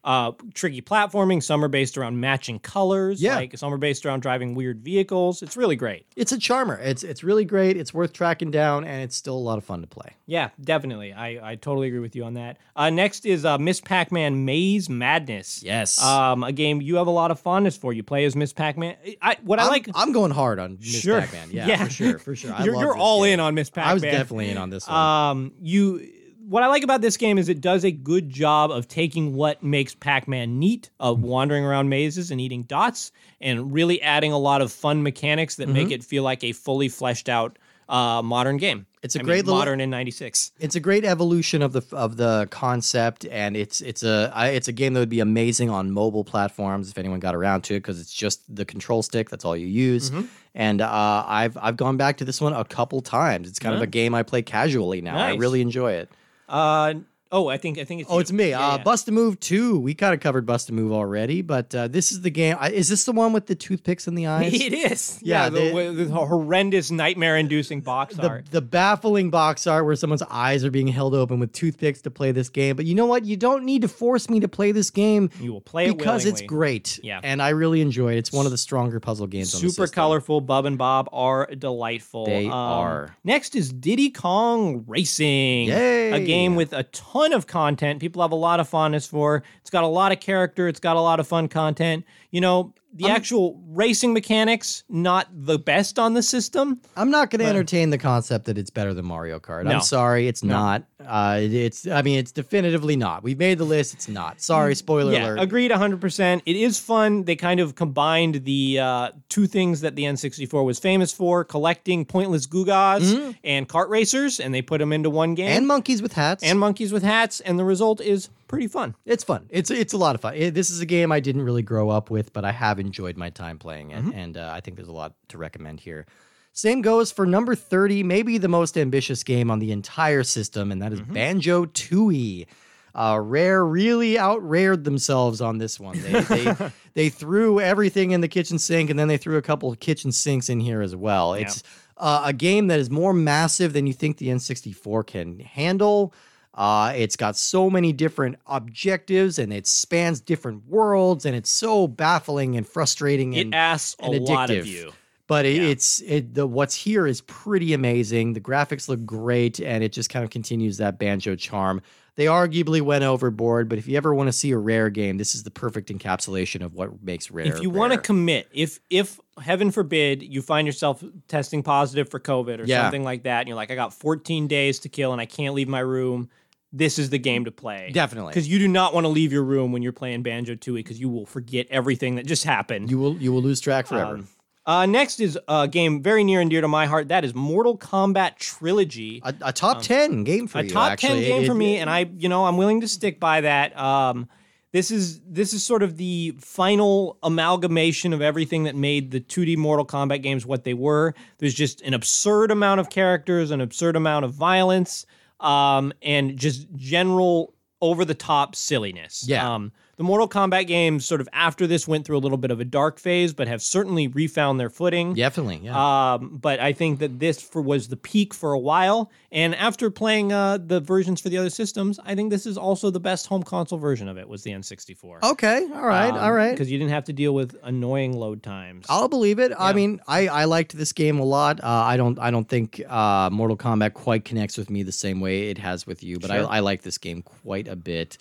Speaker 2: uh, tricky platforming, some are based around matching colors.
Speaker 1: Yeah.
Speaker 2: Like some are based around driving weird vehicles. It's really great.
Speaker 1: It's a charmer. It's it's really great. It's worth tracking down, and it's still a lot of fun to play.
Speaker 2: Yeah, definitely. I, I totally agree with you on that. Uh, next is uh, Miss Pac Man Maze Madness.
Speaker 1: Yes.
Speaker 2: Um, a game you have a lot of fondness for. You play as Miss Pac Man. I what i
Speaker 1: I'm,
Speaker 2: like.
Speaker 1: I'm going hard on Ms.
Speaker 2: Sure.
Speaker 1: Pac-Man. Yeah,
Speaker 2: Yeah.
Speaker 1: for sure, for sure. I
Speaker 2: you're
Speaker 1: love
Speaker 2: you're
Speaker 1: this
Speaker 2: all
Speaker 1: game.
Speaker 2: in on Miss Pac Man.
Speaker 1: I was definitely in on this one.
Speaker 2: Um, you, what I like about this game is it does a good job of taking what makes Pac-Man neat, of wandering around mazes and eating dots, and really adding a lot of fun mechanics that
Speaker 1: Mm-hmm.
Speaker 2: make it feel like a fully fleshed out uh, modern game.
Speaker 1: It's a
Speaker 2: I
Speaker 1: great
Speaker 2: mean,
Speaker 1: little-
Speaker 2: modern in '96.
Speaker 1: it's a great evolution of the of the concept, and it's it's a I- it's a game that would be amazing on mobile platforms if anyone got around to it because it's just the control stick. That's all you use.
Speaker 2: Mm-hmm.
Speaker 1: And uh, I've I've gone back to this one a couple times. It's kind of a game I play casually now. I
Speaker 2: Nice.
Speaker 1: really enjoy it.
Speaker 2: Uh, oh, I think I think it's
Speaker 1: Oh,
Speaker 2: you.
Speaker 1: it's me.
Speaker 2: Yeah,
Speaker 1: uh,
Speaker 2: yeah.
Speaker 1: Bust a Move 2. We kind of covered Bust a Move already, but uh, this is the game. I, is this the one with the toothpicks in the eyes?
Speaker 2: It is.
Speaker 1: Yeah,
Speaker 2: Yeah,
Speaker 1: they-
Speaker 2: the, way- the horrendous nightmare-inducing box
Speaker 1: the,
Speaker 2: art.
Speaker 1: the baffling box art where someone's eyes are being held open with toothpicks to play this game. But you know what? You don't need to force me to play this game
Speaker 2: You will play it
Speaker 1: because it's
Speaker 2: willingly.
Speaker 1: great.
Speaker 2: Yeah.
Speaker 1: And I really enjoy it. It's one of the stronger puzzle games on the
Speaker 2: Super
Speaker 1: system.
Speaker 2: colorful. Bub and Bob are delightful. Um,
Speaker 1: They are.
Speaker 2: Next is Diddy Kong Racing.
Speaker 1: Yay.
Speaker 2: A game with a ton of content. People have a lot of fondness for. It's got a lot of character. It's got a lot of fun content. You know, the actual racing mechanics, not the best on the system.
Speaker 1: I'm not going to entertain the concept that it's better than Mario Kart.
Speaker 2: No.
Speaker 1: I'm sorry, it's not. Uh, it- it's I mean, it's definitively not. We've made the list. It's not. Sorry, spoiler
Speaker 2: Mm. Yeah,
Speaker 1: alert.
Speaker 2: agreed 100%. It is fun. They kind of combined the uh, two things that the N64 was famous for collecting pointless Googas
Speaker 1: Mm-hmm.
Speaker 2: and kart racers, and they put them into one game.
Speaker 1: and monkeys with hats.
Speaker 2: and monkeys with hats, and the result is pretty fun.
Speaker 1: it's fun. It's it's a lot of fun. It- this is a game I didn't really grow up with, but I have enjoyed my time playing it, and uh, I think there's a lot to recommend here. Same goes for number thirty, maybe the most ambitious game on the entire system, and that Banjo Tooie. Uh, Rare really outrared themselves on this one. They, they they threw everything in the kitchen sink, and then they threw a couple of kitchen sinks in here as well. It's uh, a game that is more massive than you think the N64 can handle. Uh, Uh, it's got so many different objectives and it spans different worlds and it's so baffling and frustrating
Speaker 3: It
Speaker 1: and
Speaker 3: asks a
Speaker 1: and
Speaker 3: lot of
Speaker 1: addictive.
Speaker 3: you.
Speaker 1: but it,
Speaker 3: Yeah.
Speaker 1: it's it, the what's here is pretty amazing. The graphics look great, and it just kind of continues that banjo charm. They arguably went overboard, but if you ever want to see a rare game, this is the perfect encapsulation of what makes rare.
Speaker 2: if you want to
Speaker 1: rare.
Speaker 2: commit if if heaven forbid you find yourself testing positive for covid or
Speaker 1: Yeah.
Speaker 2: something like that and you're like i got 14 days to kill and i can't leave my room this is the game to play
Speaker 1: definitely,
Speaker 2: because you do not want to leave your room when you're playing banjo tooie because you will forget everything that just happened
Speaker 1: you will you will lose track forever.
Speaker 2: Um, uh, next is a game very near and dear to my heart that is mortal kombat trilogy
Speaker 1: a, a top ten game for
Speaker 2: um, a
Speaker 1: you,
Speaker 2: top
Speaker 1: actually.
Speaker 2: ten game
Speaker 1: It-
Speaker 2: for me, and I, you know, I'm willing to stick by that. Um, this is this is sort of the final amalgamation of everything that made the 2D Mortal Kombat games what they were. There's just an absurd amount of characters, an absurd amount of violence, um, and just general over the top silliness.
Speaker 1: Yeah.
Speaker 2: Um, the Mortal Kombat games, sort of after this, went through a little bit of a dark phase, but have certainly refound their footing.
Speaker 1: definitely, yeah.
Speaker 2: Um, but I think that this for was the peak for a while. And after playing uh, the versions for the other systems, I think this is also the best home console version of it was the N64.
Speaker 1: okay, all right,
Speaker 2: um,
Speaker 1: all right.
Speaker 2: Because you didn't have to deal with annoying load times.
Speaker 1: Um, I'll believe it. I mean, I, I liked this game a lot. Uh, I don't I don't think uh, Mortal Kombat quite connects with me the same way it has with you, but
Speaker 2: Sure.
Speaker 1: I, I like this game quite a bit.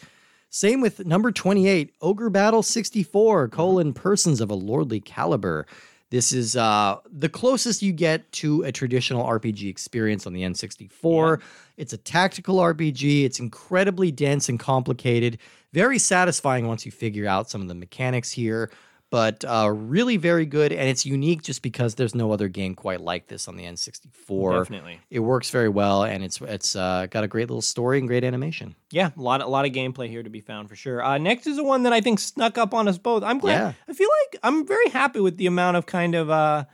Speaker 1: Same with number 28, Ogre Battle 64, colon, persons of a lordly caliber. This is uh, the closest you get to a traditional RPG experience on the N64. It's a tactical RPG. It's incredibly dense and complicated. Very satisfying once you figure out some of the mechanics here, but uh, really very good. And it's unique just because there's no other game quite like this on the N64.
Speaker 2: Definitely.
Speaker 1: It works very well, and it's it's uh, got a great little story and great animation.
Speaker 2: Yeah, a lot, a lot of gameplay here to be found for sure. Uh, next is the one that I think snuck up on us both. I'm glad.
Speaker 1: Yeah.
Speaker 2: I feel like I'm very happy with the amount of kind of uh,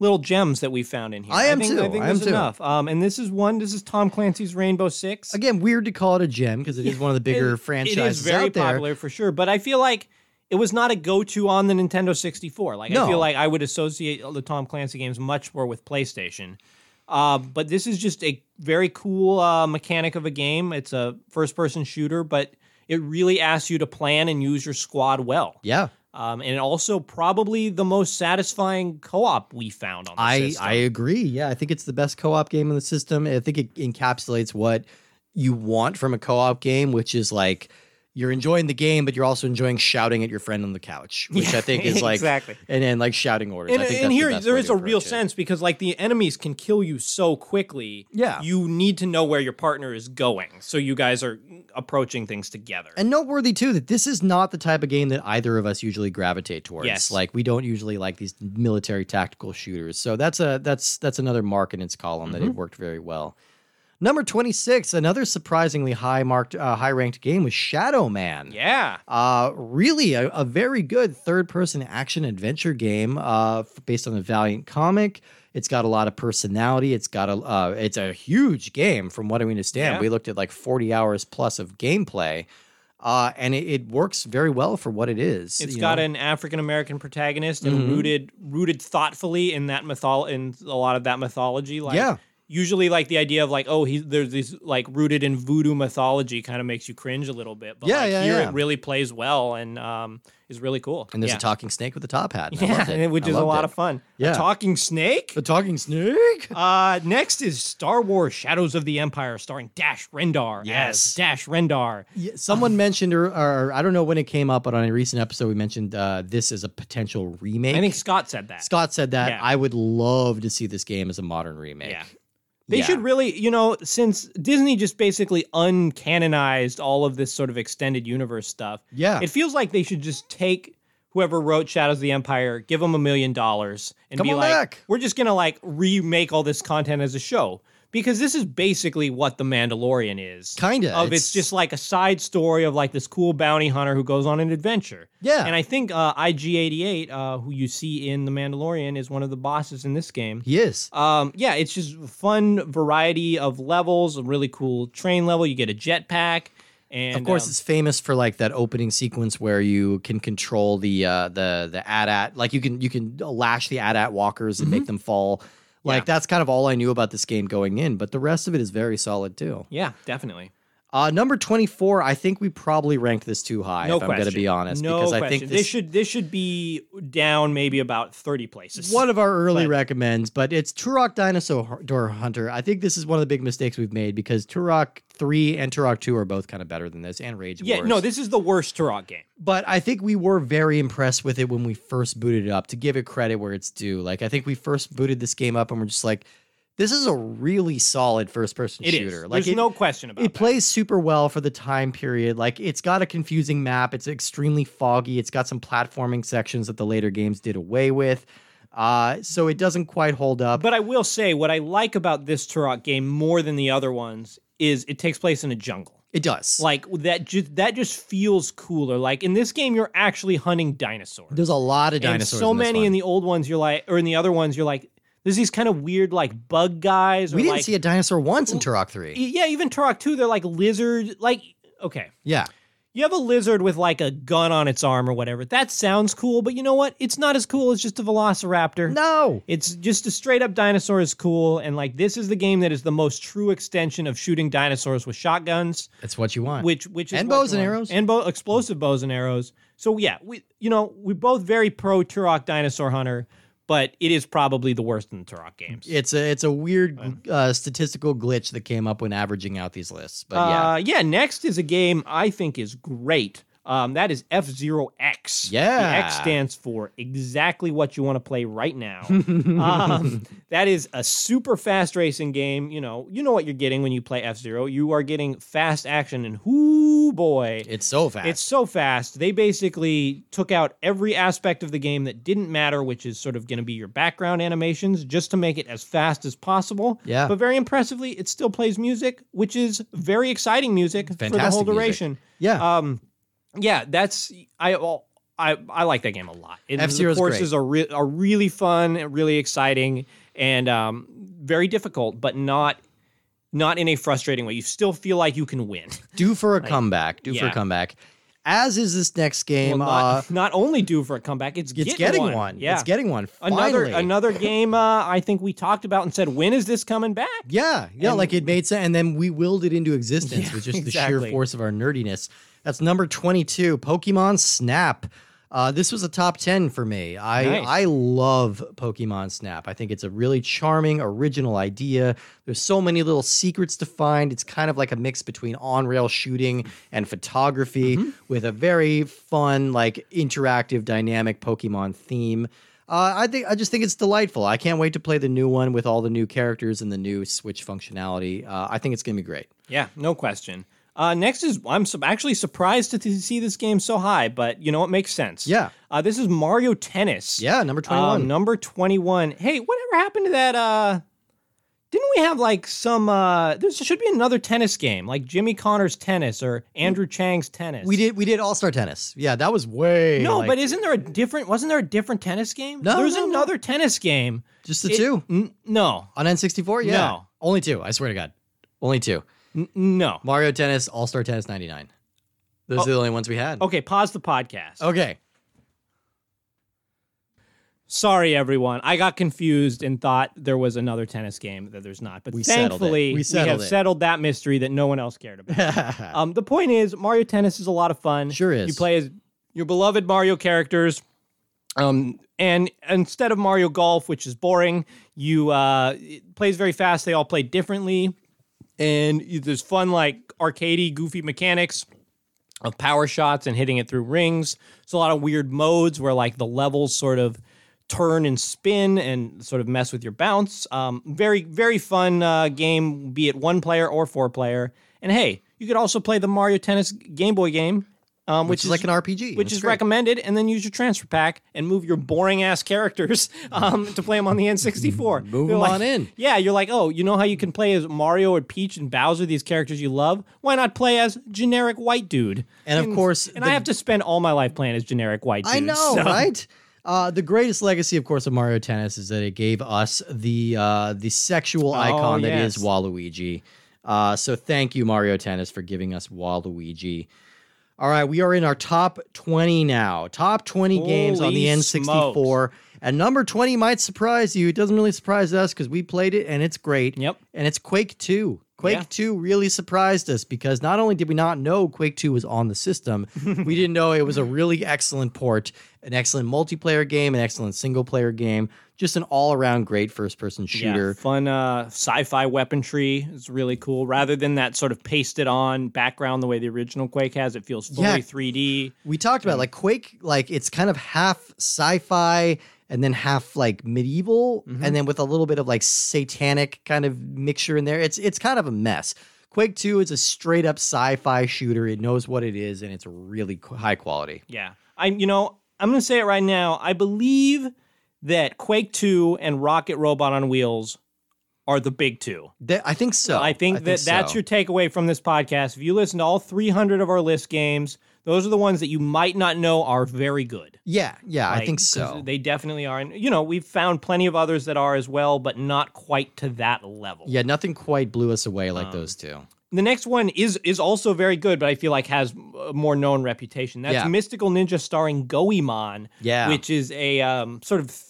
Speaker 2: little gems that we found in here.
Speaker 1: I am
Speaker 2: think,
Speaker 1: too.
Speaker 2: I think
Speaker 1: I am
Speaker 2: there's
Speaker 1: too.
Speaker 2: enough. Um, and this is one. This is Tom Clancy's Rainbow Six.
Speaker 1: Again, weird to call it a gem because it is one of the bigger
Speaker 2: it-
Speaker 1: franchises
Speaker 2: It is very
Speaker 1: out there.
Speaker 2: popular for sure, but I feel like it was not a go-to on the Nintendo 64. Like I
Speaker 1: No.
Speaker 2: feel like I would associate the Tom Clancy games much more with PlayStation. Uh, but this is just a very cool uh, mechanic of a game. It's a first-person shooter, but it really asks you to plan and use your squad well.
Speaker 1: Yeah,
Speaker 2: Um, and also probably the most satisfying co-op we found on the
Speaker 1: I
Speaker 2: system.
Speaker 1: I agree. Yeah, I think it's the best co-op game in the system. I think it encapsulates what you want from a co-op game, which is like you're enjoying the game, but you're also enjoying shouting at your friend on the couch, which I think is like
Speaker 2: exactly.
Speaker 1: and then like shouting orders.
Speaker 2: And,
Speaker 1: I think
Speaker 2: and
Speaker 1: that's the
Speaker 2: here
Speaker 1: best
Speaker 2: there
Speaker 1: way
Speaker 2: is
Speaker 1: to
Speaker 2: a real
Speaker 1: approach it.
Speaker 2: sense because like the enemies can kill you so quickly.
Speaker 1: Yeah.
Speaker 2: You need to know where your partner is going. So you guys are approaching things together.
Speaker 1: And noteworthy too that this is not the type of game that either of us usually gravitate towards.
Speaker 2: Yes.
Speaker 1: Like we don't usually like these military tactical shooters. So that's a that's that's another mark in its column that it worked very well. Number 26, another surprisingly high marked uh, high ranked game was Shadow Man.
Speaker 2: yeah.
Speaker 1: Uh, really a, a very good third person action adventure game uh, f- based on the Valiant comic. It's got a lot of personality. It's got a uh, it's a huge game from what I understand.
Speaker 2: Yeah.
Speaker 1: We looked at like 40 hours plus of gameplay. Uh, and it, it works very well for what it is.
Speaker 2: It's
Speaker 1: you
Speaker 2: got
Speaker 1: know? Mm-hmm.
Speaker 2: an African American protagonist and rooted rooted thoughtfully in that mythol in a lot of that mythology. Like
Speaker 1: Yeah.
Speaker 2: usually like the idea of like, oh, he's there's these like rooted in voodoo mythology kind of makes you cringe a little bit. But
Speaker 1: Yeah,
Speaker 2: like
Speaker 1: yeah,
Speaker 2: here
Speaker 1: yeah.
Speaker 2: it really plays well and um is really cool.
Speaker 1: and there's
Speaker 2: yeah.
Speaker 1: a talking snake with a top hat. and I
Speaker 2: yeah,
Speaker 1: loved it.
Speaker 2: and which
Speaker 1: I
Speaker 2: is a
Speaker 1: loved
Speaker 2: lot
Speaker 1: it.
Speaker 2: of fun.
Speaker 1: Yeah.
Speaker 2: A talking snake?
Speaker 1: The talking snake.
Speaker 2: Uh, next is Star Wars Shadows of the Empire, starring Dash Rendar.
Speaker 1: Yes.
Speaker 2: As Dash Rendar.
Speaker 1: Yeah, someone mentioned, or, or I don't know when it came up, but on a recent episode, we mentioned uh, this is a potential remake.
Speaker 2: I think Scott said that.
Speaker 1: Scott said that.
Speaker 2: Yeah.
Speaker 1: I would love to see this game as a modern remake.
Speaker 2: Yeah. They
Speaker 1: Yeah.
Speaker 2: should really, you know, since Disney just basically uncanonized all of this sort of extended universe stuff,
Speaker 1: Yeah.
Speaker 2: it feels like they should just take whoever wrote Shadows of the Empire, give them a million dollars, and
Speaker 1: Come
Speaker 2: be
Speaker 1: on
Speaker 2: like,
Speaker 1: back.
Speaker 2: we're just gonna like remake all this content as a show. Because this is basically what The Mandalorian is.
Speaker 1: Kinda,
Speaker 2: Of
Speaker 1: it's-
Speaker 2: it's just like a side story of like this cool bounty hunter who goes on an adventure.
Speaker 1: Yeah.
Speaker 2: And I think uh, IG88, uh, who you see in The Mandalorian, is one of the bosses in this game.
Speaker 1: He is.
Speaker 2: Um, yeah, it's just fun variety of levels, a really cool train level. You get a jetpack, and
Speaker 1: Of course,
Speaker 2: um,
Speaker 1: it's famous for like that opening sequence where you can control the uh, the the AT-AT. Like you can you can lash the AT-AT walkers and make them fall. Like
Speaker 2: Mm-hmm. Yeah.
Speaker 1: that's kind of all I knew about this game going in, but the rest of it is very solid too.
Speaker 2: yeah, definitely.
Speaker 1: Uh, number 24, I think we probably ranked this too high,
Speaker 2: No
Speaker 1: if I'm going to
Speaker 2: question.
Speaker 1: be honest.
Speaker 2: no
Speaker 1: because
Speaker 2: question.
Speaker 1: I think
Speaker 2: this, should this should be down maybe about thirty places.
Speaker 1: one of our early
Speaker 2: but-
Speaker 1: recommends, but it's Turok Dinosaur Door Hunter. I think this is one of the big mistakes we've made because Turok 3 and Turok 2 are both kind of better than this and Rage
Speaker 2: yeah,
Speaker 1: Wars.
Speaker 2: no, this is the worst Turok game.
Speaker 1: but I think we were very impressed with it when we first booted it up to give it credit where it's due. Like I think we first booted this game up and we're just like this is a really solid first person
Speaker 2: It is.
Speaker 1: shooter. Like
Speaker 2: There's
Speaker 1: it,
Speaker 2: no question about
Speaker 1: it
Speaker 2: that.
Speaker 1: plays super well for the time period. Like it's got a confusing map. It's extremely foggy. It's got some platforming sections that the later games did away with. Uh, so it doesn't quite hold up.
Speaker 2: But I will say what I like about this Turok game more than the other ones is it takes place in a jungle.
Speaker 1: it does.
Speaker 2: Like that just that just feels cooler. Like in this game you're actually hunting dinosaurs.
Speaker 1: There's a lot of
Speaker 2: And
Speaker 1: dinosaurs.
Speaker 2: so
Speaker 1: in this
Speaker 2: many
Speaker 1: one.
Speaker 2: in the old ones you're like or in the other ones you're like there's these kind of weird like bug guys or
Speaker 1: we didn't
Speaker 2: like E
Speaker 1: see a dinosaur once in Turok 3.
Speaker 2: yeah, even Turok 2 they're like lizard like okay.
Speaker 1: Yeah.
Speaker 2: You have a lizard with like a gun on its arm or whatever. That sounds cool, but you know what? It's not as cool as just a velociraptor.
Speaker 1: No.
Speaker 2: It's just a straight up dinosaur is cool, and like this is the game that is the most true extension of shooting dinosaurs with shotguns,
Speaker 1: That's what you want.
Speaker 2: which which is
Speaker 1: And
Speaker 2: what
Speaker 1: bows
Speaker 2: you
Speaker 1: and
Speaker 2: want.
Speaker 1: arrows.
Speaker 2: and bo- explosive bows and arrows. So yeah, we you know we're both very pro Turok Dinosaur Hunter, but it is probably the worst in the Turok games.
Speaker 1: It's a it's a weird uh, statistical glitch that came up when averaging out these lists. But yeah,
Speaker 2: Uh, yeah. Next is a game I think is great. Um, that is F Zero X.
Speaker 1: Yeah.
Speaker 2: The X stands for exactly what you want to play right now. um, that is a super fast racing game. You know, you know what you're getting when you play F Zero. You are getting fast action, and whoo boy,
Speaker 1: it's so fast.
Speaker 2: it's so fast. They basically took out every aspect of the game that didn't matter, which is sort of going to be your background animations, just to make it as fast as possible.
Speaker 1: Yeah.
Speaker 2: But very impressively, it still plays music, which is very exciting music for the whole
Speaker 1: Fantastic music.
Speaker 2: duration.
Speaker 1: yeah.
Speaker 2: Um, yeah, that's I well, I I like that game a lot. And
Speaker 1: F-Zero's
Speaker 2: the
Speaker 1: great.
Speaker 2: courses are re- are really fun, and really exciting, and um, very difficult, but not not in a frustrating way. You still feel like you can win.
Speaker 1: due for a comeback. Due for a
Speaker 2: yeah.
Speaker 1: comeback. As is this next game.
Speaker 2: Well,
Speaker 1: uh,
Speaker 2: not, not only due for a comeback, it's,
Speaker 1: it's
Speaker 2: getting,
Speaker 1: getting
Speaker 2: one.
Speaker 1: one.
Speaker 2: Yeah.
Speaker 1: It's getting one.
Speaker 2: another
Speaker 1: Finally.
Speaker 2: another game uh, I think we talked about and said, when is this coming back?
Speaker 1: Yeah, yeah,
Speaker 2: And-
Speaker 1: like it made sense, and then we willed it into existence with just the
Speaker 2: exactly.
Speaker 1: sheer force of our nerdiness. That's number twenty-two, Pokemon Snap. Uh, this was a top ten for me. I
Speaker 2: Nice.
Speaker 1: I love Pokemon Snap. I think it's a really charming, original idea. There's so many little secrets to find. It's kind of like a mix between on-rail shooting and photography,
Speaker 2: Mm-hmm.
Speaker 1: with a very fun, like interactive, dynamic Pokemon theme. Uh, I think I just think it's delightful. I can't wait to play the new one with all the new characters and the new Switch functionality. Uh, I think it's gonna be great.
Speaker 2: Yeah, no question. Uh, next is I'm su- actually surprised to, to see this game so high, but you know it makes sense.
Speaker 1: Yeah.
Speaker 2: Uh, this is Mario Tennis.
Speaker 1: Yeah, number
Speaker 2: Um,
Speaker 1: twenty-one.
Speaker 2: number twenty-one. Hey, whatever happened to that? Uh, didn't we have like some? Uh, there should be another tennis game, like Jimmy Connor's tennis or Andrew Chang's tennis.
Speaker 1: we did we did All Star Tennis. Yeah, that was way
Speaker 2: No,
Speaker 1: like,
Speaker 2: but isn't there a different? Wasn't there a different tennis game?
Speaker 1: No,
Speaker 2: there's
Speaker 1: no, no.
Speaker 2: another tennis game.
Speaker 1: just the
Speaker 2: It-
Speaker 1: two
Speaker 2: N- no,
Speaker 1: on N sixty-four. Yeah,
Speaker 2: No.
Speaker 1: only two. I swear to God, only two.
Speaker 2: N- no.
Speaker 1: Mario Tennis, All Star Tennis ninety-nine. Those
Speaker 2: Oh.
Speaker 1: are the only ones we had.
Speaker 2: Okay, pause the podcast.
Speaker 1: Okay.
Speaker 2: Sorry, everyone. I got confused and thought there was another tennis game that there's not. But
Speaker 1: We settled it.
Speaker 2: thankfully,
Speaker 1: We
Speaker 2: we have
Speaker 1: settled it.
Speaker 2: settled that mystery that no one else cared about. um, the point is, Mario Tennis is a lot of fun.
Speaker 1: Sure is.
Speaker 2: You play as your beloved Mario characters. Um, and instead of Mario Golf, which is boring, you uh, it plays very fast. They all play differently, and you- there's fun like arcadey, goofy mechanics of power shots and hitting it through rings. It's a lot of weird modes where like the levels sort of turn and spin and sort of mess with your bounce. Um, very very fun uh, game, be it one player or four player. And hey, you could also play the Mario Tennis Game Boy game, um,
Speaker 1: Which, is, like an RPG.
Speaker 2: which
Speaker 1: It's
Speaker 2: is
Speaker 1: great.
Speaker 2: recommended, and then use your transfer pack and move your boring ass characters um, to play them on the N64.
Speaker 1: Move
Speaker 2: You're
Speaker 1: 'em
Speaker 2: like-
Speaker 1: on in.
Speaker 2: Yeah, you're like, oh, you know how you can play as Mario or Peach and Bowser, these characters you love? Why not play as generic white dude?
Speaker 1: And of course,
Speaker 2: and I
Speaker 1: the-
Speaker 2: have to spend all my life playing as generic white dude.
Speaker 1: I know,
Speaker 2: so-
Speaker 1: right? Uh, the greatest legacy, of course, of Mario Tennis is that it gave us the uh, the sexual icon that
Speaker 2: Oh, yes.
Speaker 1: is Waluigi. Uh, so thank you, Mario Tennis, for giving us Waluigi. All right, we are in our top 20 now. Top 20 games on the
Speaker 2: Holy
Speaker 1: N64. And number 20 might surprise you. It doesn't really surprise us because we played it and it's great.
Speaker 2: Yep.
Speaker 1: And it's Quake 2. Quake
Speaker 2: Yeah.
Speaker 1: 2 really surprised us because not only did we not know Quake 2 was on the system, we didn't know it was a really excellent port, an excellent multiplayer game, an excellent single player game, just an all around great first person
Speaker 2: Yeah,
Speaker 1: shooter.
Speaker 2: fun uh, sci-fi weaponry is really cool. Rather than that sort of pasted on background the way the original Quake has, it feels fully
Speaker 1: Yeah.
Speaker 2: 3D.
Speaker 1: We talked about like Quake, like it's kind of half sci fi and then half like medieval, and then with a little bit of like satanic kind of mixture in there. It's it's kind of a mess. Quake 2 is a straight up sci fi shooter. It knows what it is and it's really qu- high quality.
Speaker 2: Yeah. I you know, I'm going to say it right now. I believe that Quake 2 and Rocket Robot on Wheels are the big two.
Speaker 1: Th- Oh, I think so.
Speaker 2: I think that that's
Speaker 1: so.
Speaker 2: your takeaway from this podcast. If you listen to all 300 of our list games, those are the ones that you might not know are very good.
Speaker 1: Yeah, yeah, I
Speaker 2: Like,
Speaker 1: think
Speaker 2: 'cause
Speaker 1: so.
Speaker 2: They definitely are. And, you know, we've found plenty of others that are as well, but not quite to that level.
Speaker 1: yeah, nothing quite blew us away
Speaker 2: Um,
Speaker 1: like those two.
Speaker 2: The next one is is also very good, but I feel like has a more known reputation. That's
Speaker 1: Yeah.
Speaker 2: Mystical Ninja starring Goemon,
Speaker 1: Yeah.
Speaker 2: which is a um, sort of th-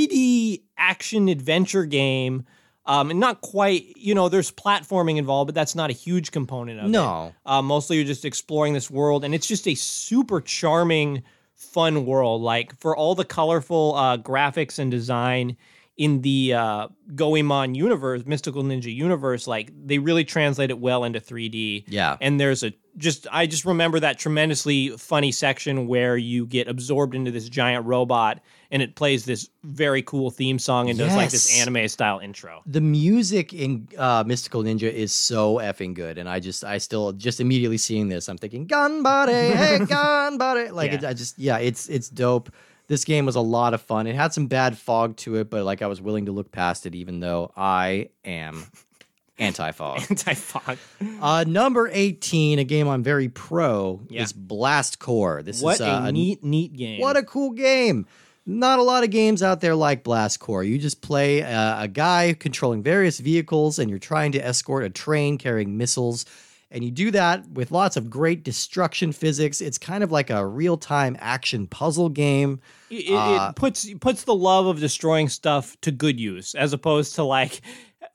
Speaker 2: 3D action adventure game. Um, and not quite, you know, there's platforming involved, but that's not a huge component of it.
Speaker 1: No.
Speaker 2: Uh, mostly you're just exploring this world, and it's just a super charming, fun world. Like for all the colorful uh, graphics and design in the uh, Goemon universe, Mystical Ninja universe, like they really translate it well into 3D.
Speaker 1: Yeah.
Speaker 2: And there's a just I just remember that tremendously funny section where you get absorbed into this giant robot and it plays this very cool theme song and does like this
Speaker 1: Yes.
Speaker 2: anime style intro.
Speaker 1: The music in uh, Mystical Ninja is so effing good, and I just, I still, just immediately seeing this, I'm thinking Ganbare, hey Ganbare, like
Speaker 2: Yeah.
Speaker 1: it, I just, yeah, it's it's dope. This game was a lot of fun. It had some bad fog to it, but like I was willing to look past it, even though I am anti fog.
Speaker 2: Anti-fog.
Speaker 1: Uh, number 18, a game I'm very pro,
Speaker 2: Yeah.
Speaker 1: is Blast Core. This is
Speaker 2: What
Speaker 1: uh,
Speaker 2: a
Speaker 1: a
Speaker 2: neat, neat game.
Speaker 1: What a cool game. Not a lot of games out there like Blast Core. You just play uh, a guy controlling various vehicles and you're trying to escort a train carrying missiles. And you do that with lots of great destruction physics. It's kind of like a real time action puzzle game.
Speaker 2: It- it,
Speaker 1: Uh,
Speaker 2: it puts puts the love of destroying stuff to good use as opposed to like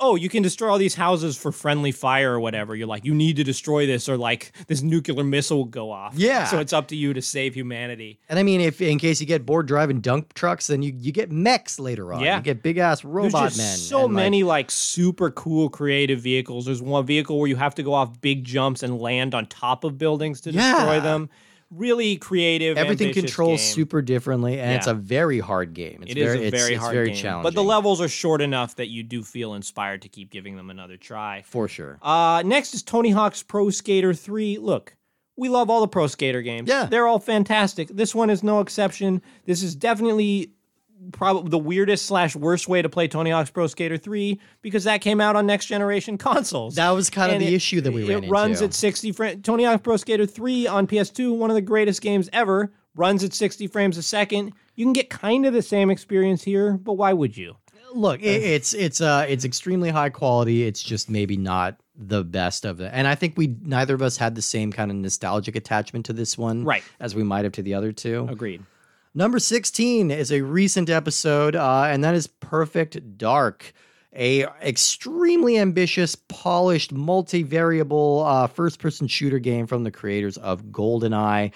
Speaker 2: oh you can destroy all these houses for friendly fire or whatever you're like you need to destroy this or like this nuclear missile will go off
Speaker 1: Yeah.
Speaker 2: so it's up to you to save humanity
Speaker 1: And I mean, if in case you get bored driving dump trucks, then you, you get mechs later on.
Speaker 2: Yeah.
Speaker 1: You get big ass
Speaker 2: there's
Speaker 1: robot
Speaker 2: just
Speaker 1: men.
Speaker 2: so
Speaker 1: and, like,
Speaker 2: many like super cool creative vehicles there's one vehicle where you have to go off big jumps and land on top of buildings to destroy
Speaker 1: Yeah.
Speaker 2: them really creative
Speaker 1: Everything
Speaker 2: ambitious
Speaker 1: controls
Speaker 2: game.
Speaker 1: super differently, and it's
Speaker 2: Yeah.
Speaker 1: a very hard game. It's
Speaker 2: It is
Speaker 1: very,
Speaker 2: a
Speaker 1: it's-
Speaker 2: very
Speaker 1: it's
Speaker 2: hard
Speaker 1: very
Speaker 2: game,
Speaker 1: challenging.
Speaker 2: but the levels are short enough that you do feel inspired to keep giving them another try.
Speaker 1: for sure.
Speaker 2: Uh, next is Tony Hawk's Pro Skater 3. Look, we love all the Pro Skater games.
Speaker 1: Yeah.
Speaker 2: They're all fantastic. This one is no exception. This is definitely probably the weirdest slash worst way to play Tony Hawk's Pro Skater 3 because that came out on next generation consoles.
Speaker 1: That was kind of
Speaker 2: And
Speaker 1: the
Speaker 2: it-
Speaker 1: issue that we
Speaker 2: it
Speaker 1: ran
Speaker 2: runs
Speaker 1: into.
Speaker 2: at 60 frames. Tony Hawk Pro Skater 3 on PS2, one of the greatest games ever, runs at 60 frames a second. You can get kind of the same experience here, but why would you?
Speaker 1: Look, it, it's it's uh it's extremely high quality. It's just maybe not the best of the. And I think we neither of us had the same kind of nostalgic attachment to this one,
Speaker 2: Right.
Speaker 1: As we might have to the other two.
Speaker 2: Agreed.
Speaker 1: Number 16 is a recent episode, uh, and that is Perfect Dark, a extremely ambitious, polished, multivariable uh, first-person shooter game from the creators of GoldenEye.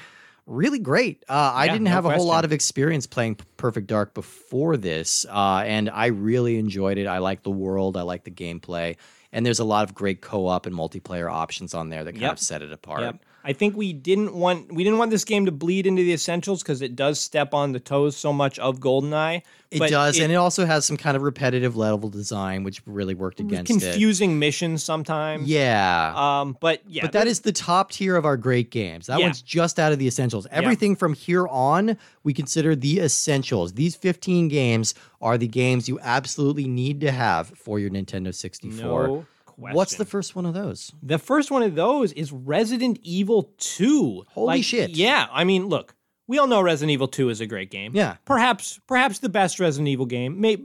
Speaker 1: Really great. Uh, I
Speaker 2: Yeah,
Speaker 1: didn't
Speaker 2: no
Speaker 1: have a whole lot
Speaker 2: question.
Speaker 1: of experience playing P- Perfect Dark before this, uh, and I really enjoyed it. I like the world, I like the gameplay, and there's a lot of great co-op and multiplayer options on there that kind
Speaker 2: Yep.
Speaker 1: of set it apart.
Speaker 2: Yep. I think we didn't want we didn't want this game to bleed into the essentials because it does step on the toes so much of Goldeneye.
Speaker 1: It
Speaker 2: but
Speaker 1: does, and it also has some kind of repetitive level design, which really worked against it.
Speaker 2: confusing missions sometimes.
Speaker 1: Yeah.
Speaker 2: Um. But yeah.
Speaker 1: but that is the top tier of our great games. That
Speaker 2: Yeah.
Speaker 1: one's just out of the essentials. Everything from here on, we consider the essentials. These 15 games are the games you absolutely need to have for your Nintendo 64.
Speaker 2: no question.
Speaker 1: What's the first one of those?
Speaker 2: The first one of those is Resident Evil 2.
Speaker 1: Holy shit.
Speaker 2: Yeah, I mean, look, we all know Resident Evil 2 is a great game.
Speaker 1: Yeah.
Speaker 2: Perhaps perhaps the best Resident Evil game. May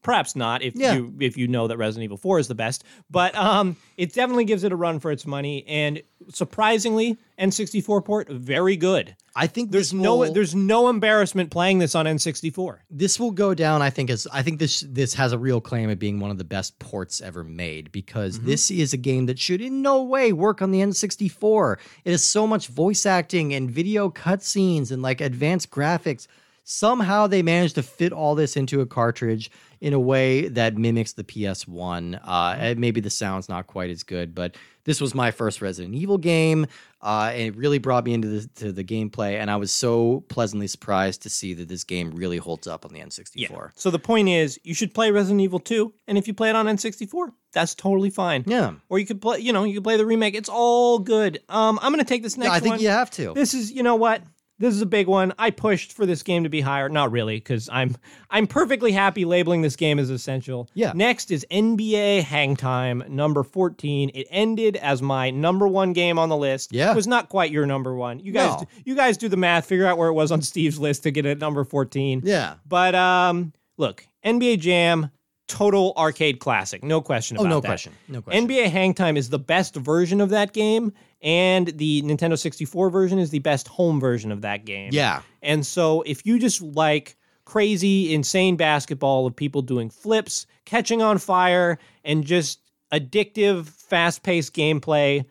Speaker 2: Perhaps not if
Speaker 1: Yeah.
Speaker 2: you if you know that Resident Evil 4 is the best, but um, it definitely gives it a run for its money. And surprisingly, N64 port very good.
Speaker 1: I think
Speaker 2: There's
Speaker 1: this will,
Speaker 2: no there's no embarrassment playing this on N64.
Speaker 1: this will go down. I think as I think this this has a real claim of being one of the best ports ever made because this is a game that should in no way work on the N64. It has so much voice acting and video cutscenes and like advanced graphics. Somehow they managed to fit all this into a cartridge in a way that mimics the PS1. Uh,
Speaker 2: Mm-hmm.
Speaker 1: and maybe the sound's not quite as good, but this was my first Resident Evil game, uh, and it really brought me into the to the gameplay. And I was so pleasantly surprised to see that this game really holds up on the N64.
Speaker 2: So the point is, you should play Resident Evil 2, and if you play it on N64, that's totally fine.
Speaker 1: Yeah.
Speaker 2: Or you could play, you know, you could play the remake. It's all good. Um, I'm gonna take this next
Speaker 1: Yeah, I think
Speaker 2: one.
Speaker 1: you have to.
Speaker 2: This is, you know what? This is a big one. I pushed for this game to be higher. Not really, because I'm I'm perfectly happy labeling this game as essential.
Speaker 1: Yeah.
Speaker 2: Next is NBA Hang Time number 14. It ended as my number one game on the list.
Speaker 1: Yeah.
Speaker 2: It was not quite your number one. You guys
Speaker 1: No.
Speaker 2: you guys do the math, figure out where it was on Steve's list to get it at number 14.
Speaker 1: Yeah.
Speaker 2: But um look, NBA Jam, total arcade classic. No question
Speaker 1: Oh,
Speaker 2: about
Speaker 1: no
Speaker 2: that.
Speaker 1: question. No question.
Speaker 2: NBA Hang Time is the best version of that game, and the Nintendo 64 version is the best home version of that game.
Speaker 1: yeah.
Speaker 2: And so if you just like crazy, insane basketball of people doing flips, catching on fire, and just addictive, fast paced gameplay,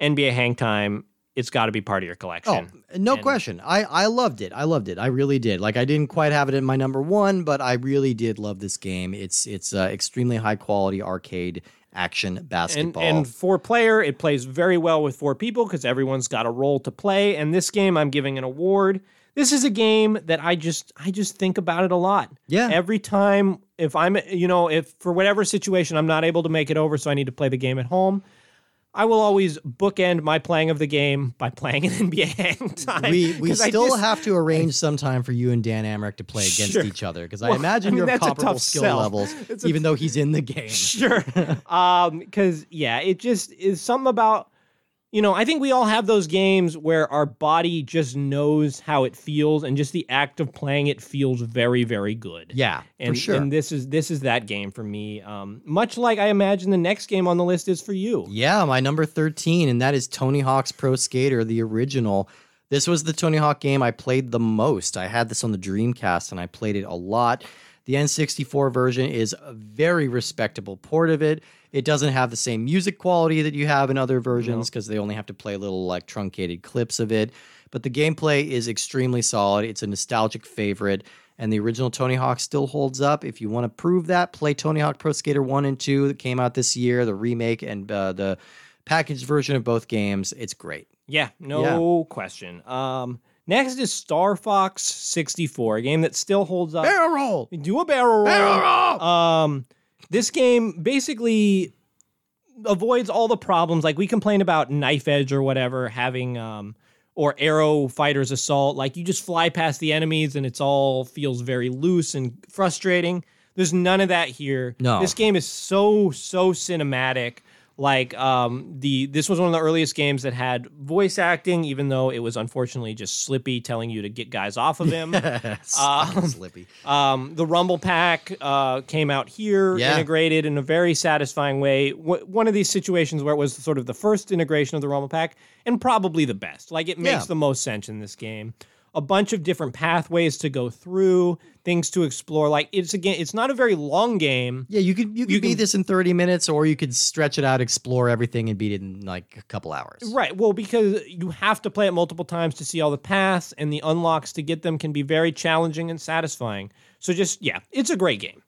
Speaker 2: NBA Hang Time, it's got to be part of your collection.
Speaker 1: Oh, no
Speaker 2: And-
Speaker 1: question. I I loved it. I loved it. I really did. Like I didn't quite have it in my number one, but I really did love this game. It's it's uh, extremely high quality arcade action
Speaker 2: and,
Speaker 1: basketball.
Speaker 2: and four player, it plays very well with four people because everyone's got a role to play. And this game, I'm giving an award. This is a game that I just I just think about it a lot.
Speaker 1: Yeah.
Speaker 2: Every time if I'm you know if for whatever situation I'm not able to make it over, so I need to play the game at home. I will always bookend my playing of the game by playing an NBA hang time.
Speaker 1: we we
Speaker 2: 'cause I
Speaker 1: still
Speaker 2: just-
Speaker 1: have to arrange some time for you and Dan Amrick to play against
Speaker 2: Sure.
Speaker 1: each other because I
Speaker 2: Well,
Speaker 1: imagine
Speaker 2: I mean,
Speaker 1: you're of
Speaker 2: that's a
Speaker 1: comparable
Speaker 2: tough
Speaker 1: skill
Speaker 2: sell.
Speaker 1: levels,
Speaker 2: It's a-
Speaker 1: even though he's in the game.
Speaker 2: sure um because yeah it just is something about you know i think we all have those games where our body just knows how it feels and just the act of playing it feels very very good
Speaker 1: Yeah,
Speaker 2: and,
Speaker 1: for sure.
Speaker 2: and this is this is that game for me um much like i imagine the next game on the list is for you
Speaker 1: yeah, my number thirteen, and that is Tony Hawk's Pro Skater, the original. This was the Tony Hawk game I played the most. I had this on the Dreamcast, and I played it a lot. The N64 version is a very respectable port of it. It doesn't have the same music quality that you have in other versions because they only have to play little like truncated clips of it. But the gameplay is extremely solid. It's a nostalgic favorite, and the original Tony Hawk still holds up. If you want to prove that, play Tony Hawk Pro Skater 1 and 2 that came out this year, the remake and uh, the packaged version of both games. It's great.
Speaker 2: Yeah, no question. Um, next is Star Fox 64, a game that still holds up. Barrel roll. Do a barrel roll. Barrel roll. Um, this game basically avoids all the problems. Like we complain about knife edge or whatever having um or arrow fighters assault. Like you just fly past the enemies and it's all feels very loose and frustrating. There's none of that here.
Speaker 1: No.
Speaker 2: This game is so so cinematic. Like um the this was one of the earliest games that had voice acting, even though it was unfortunately just Slippy telling you to get guys off of him.
Speaker 1: Fucking Slippy.
Speaker 2: Um, the Rumble Pack uh, came out here,
Speaker 1: Yeah.
Speaker 2: integrated in a very satisfying way. W- one of these situations where it was sort of the first integration of the Rumble Pack and probably the best. Like it makes
Speaker 1: Yeah.
Speaker 2: the most sense in this game. A bunch of different pathways to go through, things to explore. Like it's again, it's not a very long game.
Speaker 1: Yeah, you could you could
Speaker 2: You
Speaker 1: beat
Speaker 2: can-
Speaker 1: this in 30 minutes, or you could stretch it out, explore everything, and beat it in like a couple hours.
Speaker 2: Right. Well, because you have to play it multiple times to see all the paths, and the unlocks to get them can be very challenging and satisfying. So just yeah, it's a great game.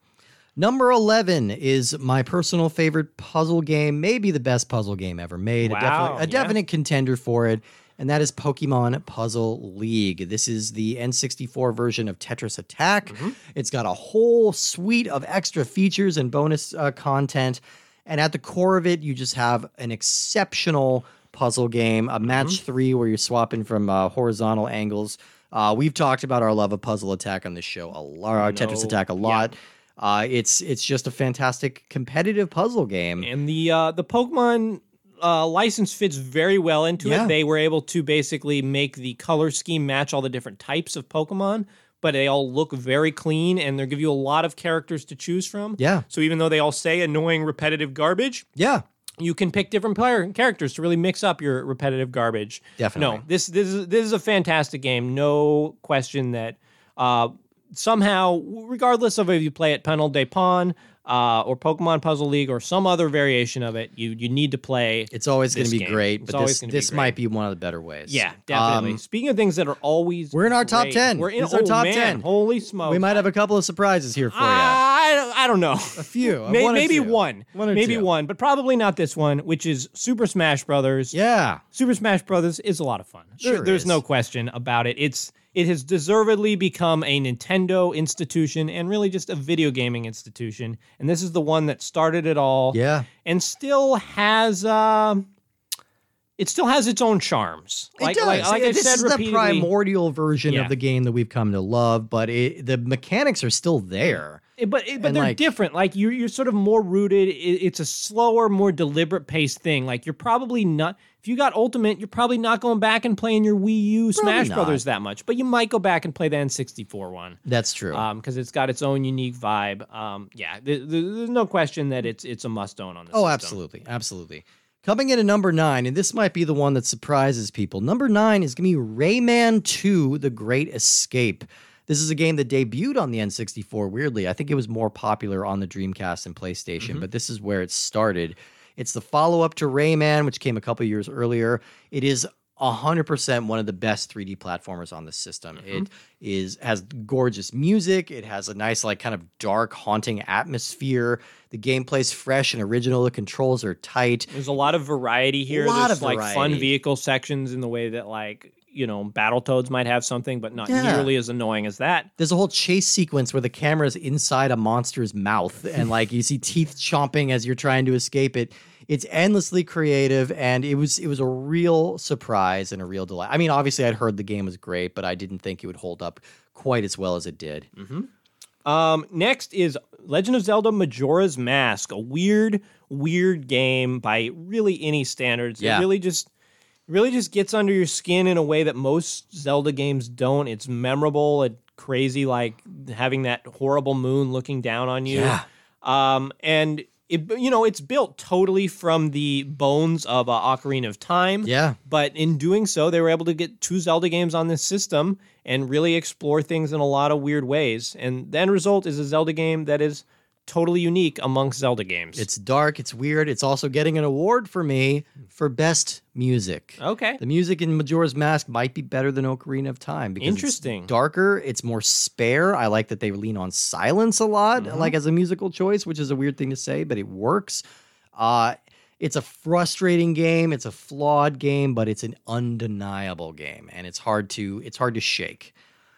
Speaker 1: Number 11 is my personal favorite puzzle game, maybe the best puzzle game ever made. a
Speaker 2: Wow,
Speaker 1: definite, a
Speaker 2: yeah.
Speaker 1: definite contender for it, and that is Pokemon Puzzle League. This is the N64 version of Tetris Attack.
Speaker 2: Mm-hmm.
Speaker 1: It's got a whole suite of extra features and bonus uh, content. And at the core of it, you just have an exceptional puzzle game, a match
Speaker 2: Mm-hmm.
Speaker 1: three where you're swapping from uh, horizontal angles. Uh, we've talked about our love of Puzzle Attack on this show a lot, our Tetris
Speaker 2: No,
Speaker 1: Attack a
Speaker 2: yeah.
Speaker 1: lot. Uh, it's it's just a fantastic competitive puzzle game.
Speaker 2: and the uh, the Pokemon uh, license fits very well into
Speaker 1: Yeah.
Speaker 2: it. They were able to basically make the color scheme match all the different types of Pokemon, but they all look very clean and they give you a lot of characters to choose from.
Speaker 1: Yeah.
Speaker 2: So even though they all say annoying, repetitive garbage,
Speaker 1: Yeah.
Speaker 2: you can pick different player characters to really mix up your repetitive garbage.
Speaker 1: Definitely.
Speaker 2: No, this this is this is a fantastic game. No question that uh, somehow, regardless of if you play it Penal de Pon uh, or Pokemon Puzzle League or some other variation of it, you you need to play.
Speaker 1: It's always going to
Speaker 2: This
Speaker 1: be
Speaker 2: game.
Speaker 1: great,
Speaker 2: It's
Speaker 1: but
Speaker 2: always
Speaker 1: this
Speaker 2: gonna be
Speaker 1: this
Speaker 2: great.
Speaker 1: might be one of the better ways.
Speaker 2: yeah, definitely.
Speaker 1: Um,
Speaker 2: Speaking of things that are always
Speaker 1: We're in our top
Speaker 2: great,
Speaker 1: 10.
Speaker 2: We're in
Speaker 1: This is our
Speaker 2: oh,
Speaker 1: top
Speaker 2: man,
Speaker 1: 10.
Speaker 2: Holy smokes!
Speaker 1: Um, we might Oh, have a couple of surprises here for you.
Speaker 2: I, I don't know.
Speaker 1: a few.
Speaker 2: Ah,
Speaker 1: uh,
Speaker 2: May-
Speaker 1: one or
Speaker 2: maybe
Speaker 1: two.
Speaker 2: one,
Speaker 1: One or
Speaker 2: maybe
Speaker 1: two.
Speaker 2: one, but probably not this one, which is Super Smash Brothers.
Speaker 1: Yeah.
Speaker 2: Super Smash Brothers is a lot of fun. There-
Speaker 1: Sure
Speaker 2: there's
Speaker 1: is.
Speaker 2: no question about it. It's it has deservedly become a Nintendo institution and really just a video gaming institution. And this is the one that started it all.
Speaker 1: Yeah.
Speaker 2: And still has um it still has its own charms.
Speaker 1: it does.
Speaker 2: like, like I've
Speaker 1: this
Speaker 2: said
Speaker 1: is the
Speaker 2: repeatedly.
Speaker 1: primordial version
Speaker 2: Yeah.
Speaker 1: of the game that we've come to love, but it, the mechanics are still there.
Speaker 2: It- Eh, but it, but
Speaker 1: And,
Speaker 2: they're
Speaker 1: like-
Speaker 2: different. Like you're you're sort of more rooted. i- it's a slower, more deliberate paced thing. Like you're probably not. If you got Ultimate, you're probably not going back and playing your Wii U Smash
Speaker 1: not.
Speaker 2: Brothers that much. But you might go back and play the N64 one
Speaker 1: That's true.
Speaker 2: because it's got its own unique vibe. Um, yeah, th- th- there's no question that it's it's a must own on this.
Speaker 1: oh,
Speaker 2: system.
Speaker 1: absolutely. Absolutely. Coming in at number nine, and this might be the one that surprises people. Number nine is going to be Rayman 2 The Great Escape. This is a game that debuted on the N64, weirdly. I think it was more popular on the Dreamcast and PlayStation,
Speaker 2: Mm-hmm.
Speaker 1: but this is where it started. It's the follow up to Rayman, which came a couple years earlier. It is 100% one of the best 3D platformers on the system. It is has gorgeous music, it has a nice like kind of dark haunting atmosphere. The gameplay's fresh and original, the controls are tight.
Speaker 2: There's a lot of variety here.
Speaker 1: Lot
Speaker 2: There's
Speaker 1: of
Speaker 2: like fun
Speaker 1: variety.
Speaker 2: vehicle sections in the way that like you know Battletoads might have something, but not
Speaker 1: Yeah.
Speaker 2: nearly as annoying as that.
Speaker 1: There's a whole chase sequence where the camera is inside a monster's mouth and like you see teeth chomping as you're trying to escape it. It's endlessly creative and it was it was a real surprise and a real delight. I mean, obviously I'd heard the game was great, but I didn't think it would hold up quite as well as it did.
Speaker 2: Um, next is Legend of Zelda Majora's Mask, a weird, weird game by really any standards.
Speaker 1: Yeah.
Speaker 2: It really just really just gets under your skin in a way that most Zelda games don't. It's memorable and crazy, like having that horrible moon looking down on you.
Speaker 1: Yeah.
Speaker 2: Um, and it, you know, it's built totally from the bones of uh, Ocarina of Time.
Speaker 1: Yeah.
Speaker 2: But in doing so, they were able to get two Zelda games on this system and really explore things in a lot of weird ways. And the end result is a Zelda game that is totally unique amongst Zelda games.
Speaker 1: It's dark, it's weird. It's also getting an award for me for best music.
Speaker 2: okay.
Speaker 1: The music in Majora's Mask might be better than Ocarina of Time because
Speaker 2: Interesting.
Speaker 1: it's darker, it's more spare. I like that they lean on silence a lot, like as a musical choice, which is a weird thing to say, but it works. Uh, it's a frustrating game, it's a flawed game, but it's an undeniable game, and it's hard to it's hard to shake.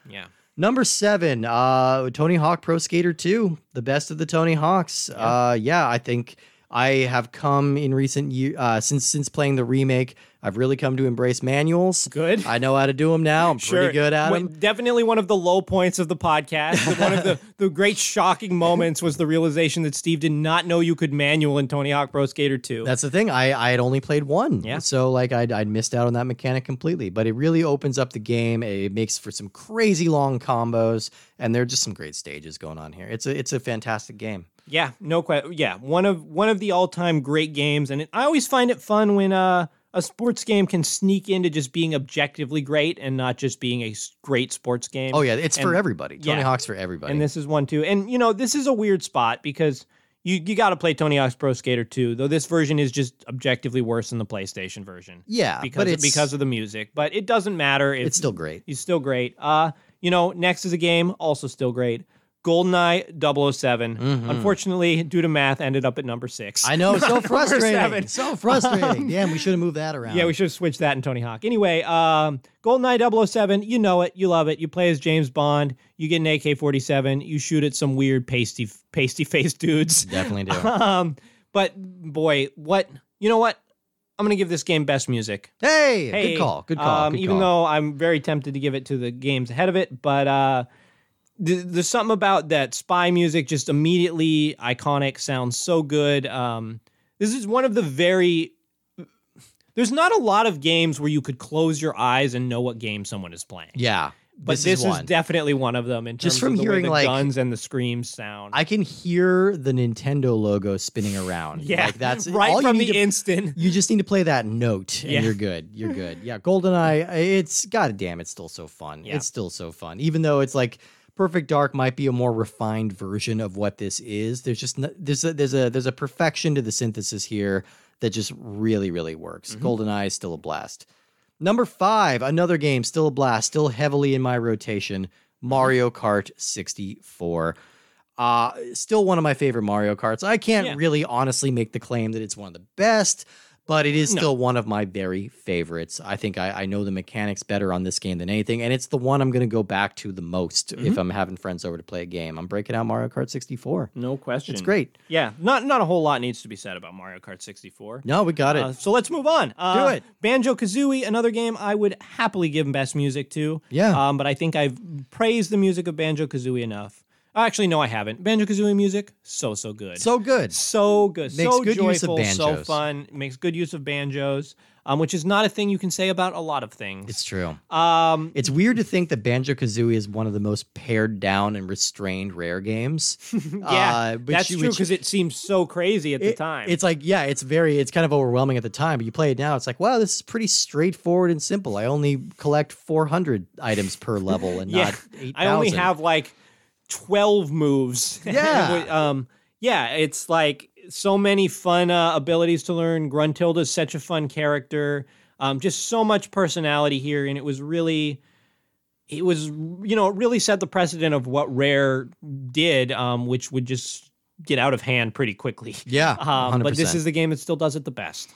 Speaker 2: Yeah.
Speaker 1: Number seven, uh, Tony Hawk Pro Skater 2, the best of the Tony Hawks. Yeah, uh, yeah I think I have come in recent years, uh, since since playing the remake, I've really come to embrace manuals.
Speaker 2: Good.
Speaker 1: I know how to do them now. I'm pretty good at
Speaker 2: Well,
Speaker 1: them.
Speaker 2: Definitely one of the low points of the podcast. one of the, the great shocking moments was the realization that Steve did not know you could manual in Tony Hawk Pro Skater 2.
Speaker 1: That's the thing. I, I had only played one.
Speaker 2: Yeah.
Speaker 1: So like I'd, I'd missed out on that mechanic completely, but it really opens up the game. It makes for some crazy long combos and there are just some great stages going on here. It's a, it's a fantastic game.
Speaker 2: Yeah, no question. Yeah, one of one of the all time great games, and it, I always find it fun when uh, a sports game can sneak into just being objectively great and not just being a s- great sports game.
Speaker 1: Oh yeah. It's for
Speaker 2: And-
Speaker 1: everybody. Tony
Speaker 2: yeah.
Speaker 1: Hawk's for everybody.
Speaker 2: and this is one too. And you know, this is a weird spot because you you got to play Tony Hawk's Pro Skater 2, though this version is just objectively worse than the PlayStation version
Speaker 1: yeah.
Speaker 2: because
Speaker 1: but
Speaker 2: of,
Speaker 1: it's,
Speaker 2: because of the music. But it doesn't matter. It's,
Speaker 1: it's still great.
Speaker 2: He's still great. Uh, you know, next is a game, also still great. GoldenEye 7 Unfortunately, due to math, ended up at number six.
Speaker 1: I know, so frustrating.
Speaker 2: seven.
Speaker 1: So frustrating. Damn, we should have moved that around.
Speaker 2: Um, yeah, we should have switched that in Tony Hawk. Anyway, um, GoldenEye 007, you know it, you love it. You play as James Bond, you get an AK 47, you shoot at some weird pasty pasty faced dudes.
Speaker 1: definitely do.
Speaker 2: Um, but boy, what you know what? I'm gonna give this game best music.
Speaker 1: hey,
Speaker 2: Hey,
Speaker 1: good call. Good call.
Speaker 2: Um,
Speaker 1: good
Speaker 2: even
Speaker 1: call.
Speaker 2: though I'm very tempted to give it to the games ahead of it, but uh, th- there's something about that spy music just immediately iconic. Sounds so good. Um, this is one of the very. There's not a lot of games where you could close your eyes and know what game someone is playing.
Speaker 1: yeah,
Speaker 2: but this, is,
Speaker 1: one.
Speaker 2: definitely one of them. And
Speaker 1: Just
Speaker 2: just
Speaker 1: from
Speaker 2: from of the way
Speaker 1: hearing,
Speaker 2: the
Speaker 1: like-
Speaker 2: guns and the screams sound.
Speaker 1: I can hear the Nintendo logo spinning around.
Speaker 2: yeah,
Speaker 1: like that's
Speaker 2: right
Speaker 1: all
Speaker 2: from
Speaker 1: you
Speaker 2: the
Speaker 1: need to-
Speaker 2: instant.
Speaker 1: You just need to play that note, and
Speaker 2: Yeah.
Speaker 1: you're good. You're good. Yeah, GoldenEye. It's goddamn. It's still so fun.
Speaker 2: Yeah.
Speaker 1: It's still so fun, even though it's like Perfect Dark might be a more refined version of what this is. There's just no, there's a, there's a there's a perfection to the synthesis here that just really really works.
Speaker 2: Mm-hmm.
Speaker 1: GoldenEye is still a blast. Number five, another game, still a blast, still heavily in my rotation. Mario Kart 64. Uh, still one of my favorite Mario Karts. I can't
Speaker 2: Yeah.
Speaker 1: really honestly make the claim that it's one of the best, but it is
Speaker 2: No.
Speaker 1: still one of my very favorites. I think I, I know the mechanics better on this game than anything, and it's the one I'm going to go back to the most
Speaker 2: Mm-hmm.
Speaker 1: if I'm having friends over to play a game. I'm breaking out Mario Kart 64.
Speaker 2: No question.
Speaker 1: It's great.
Speaker 2: Yeah, not not a whole lot needs to be said about Mario Kart 64.
Speaker 1: No, we got it.
Speaker 2: Uh, so let's move on. Uh,
Speaker 1: Do it.
Speaker 2: Banjo Kazooie, another game I would happily give best music to.
Speaker 1: Yeah.
Speaker 2: Um, but I think I've praised the music of Banjo Kazooie enough. Actually, no, I haven't. Banjo Kazooie music, so so good.
Speaker 1: so good.
Speaker 2: so good,
Speaker 1: Makes
Speaker 2: so
Speaker 1: good
Speaker 2: joyful,
Speaker 1: use of
Speaker 2: so
Speaker 1: banjos.
Speaker 2: fun. Makes good use of banjos, um, which is not a thing you can say about a lot of things.
Speaker 1: It's true.
Speaker 2: Um,
Speaker 1: It's weird to think that Banjo Kazooie is one of the most pared down and restrained rare games.
Speaker 2: yeah,
Speaker 1: Uh, which-
Speaker 2: that's true
Speaker 1: which-
Speaker 2: because it seems so crazy at the
Speaker 1: it-
Speaker 2: time.
Speaker 1: It's like, yeah, it's very, it's kind of overwhelming at the time, but you play it now, it's like, wow, this is pretty straightforward and simple. I only collect 400 items per level and
Speaker 2: yeah,
Speaker 1: not 8,000.
Speaker 2: I only have like twelve moves.
Speaker 1: Yeah.
Speaker 2: um, yeah, it's like so many fun uh, abilities to learn. Gruntilda's such a fun character. Um, just so much personality here, and it was really, it was you know, it really set the precedent of what Rare did, um, which would just get out of hand pretty quickly.
Speaker 1: Yeah,
Speaker 2: Um, but this
Speaker 1: 100%.
Speaker 2: is the game that still does it the best.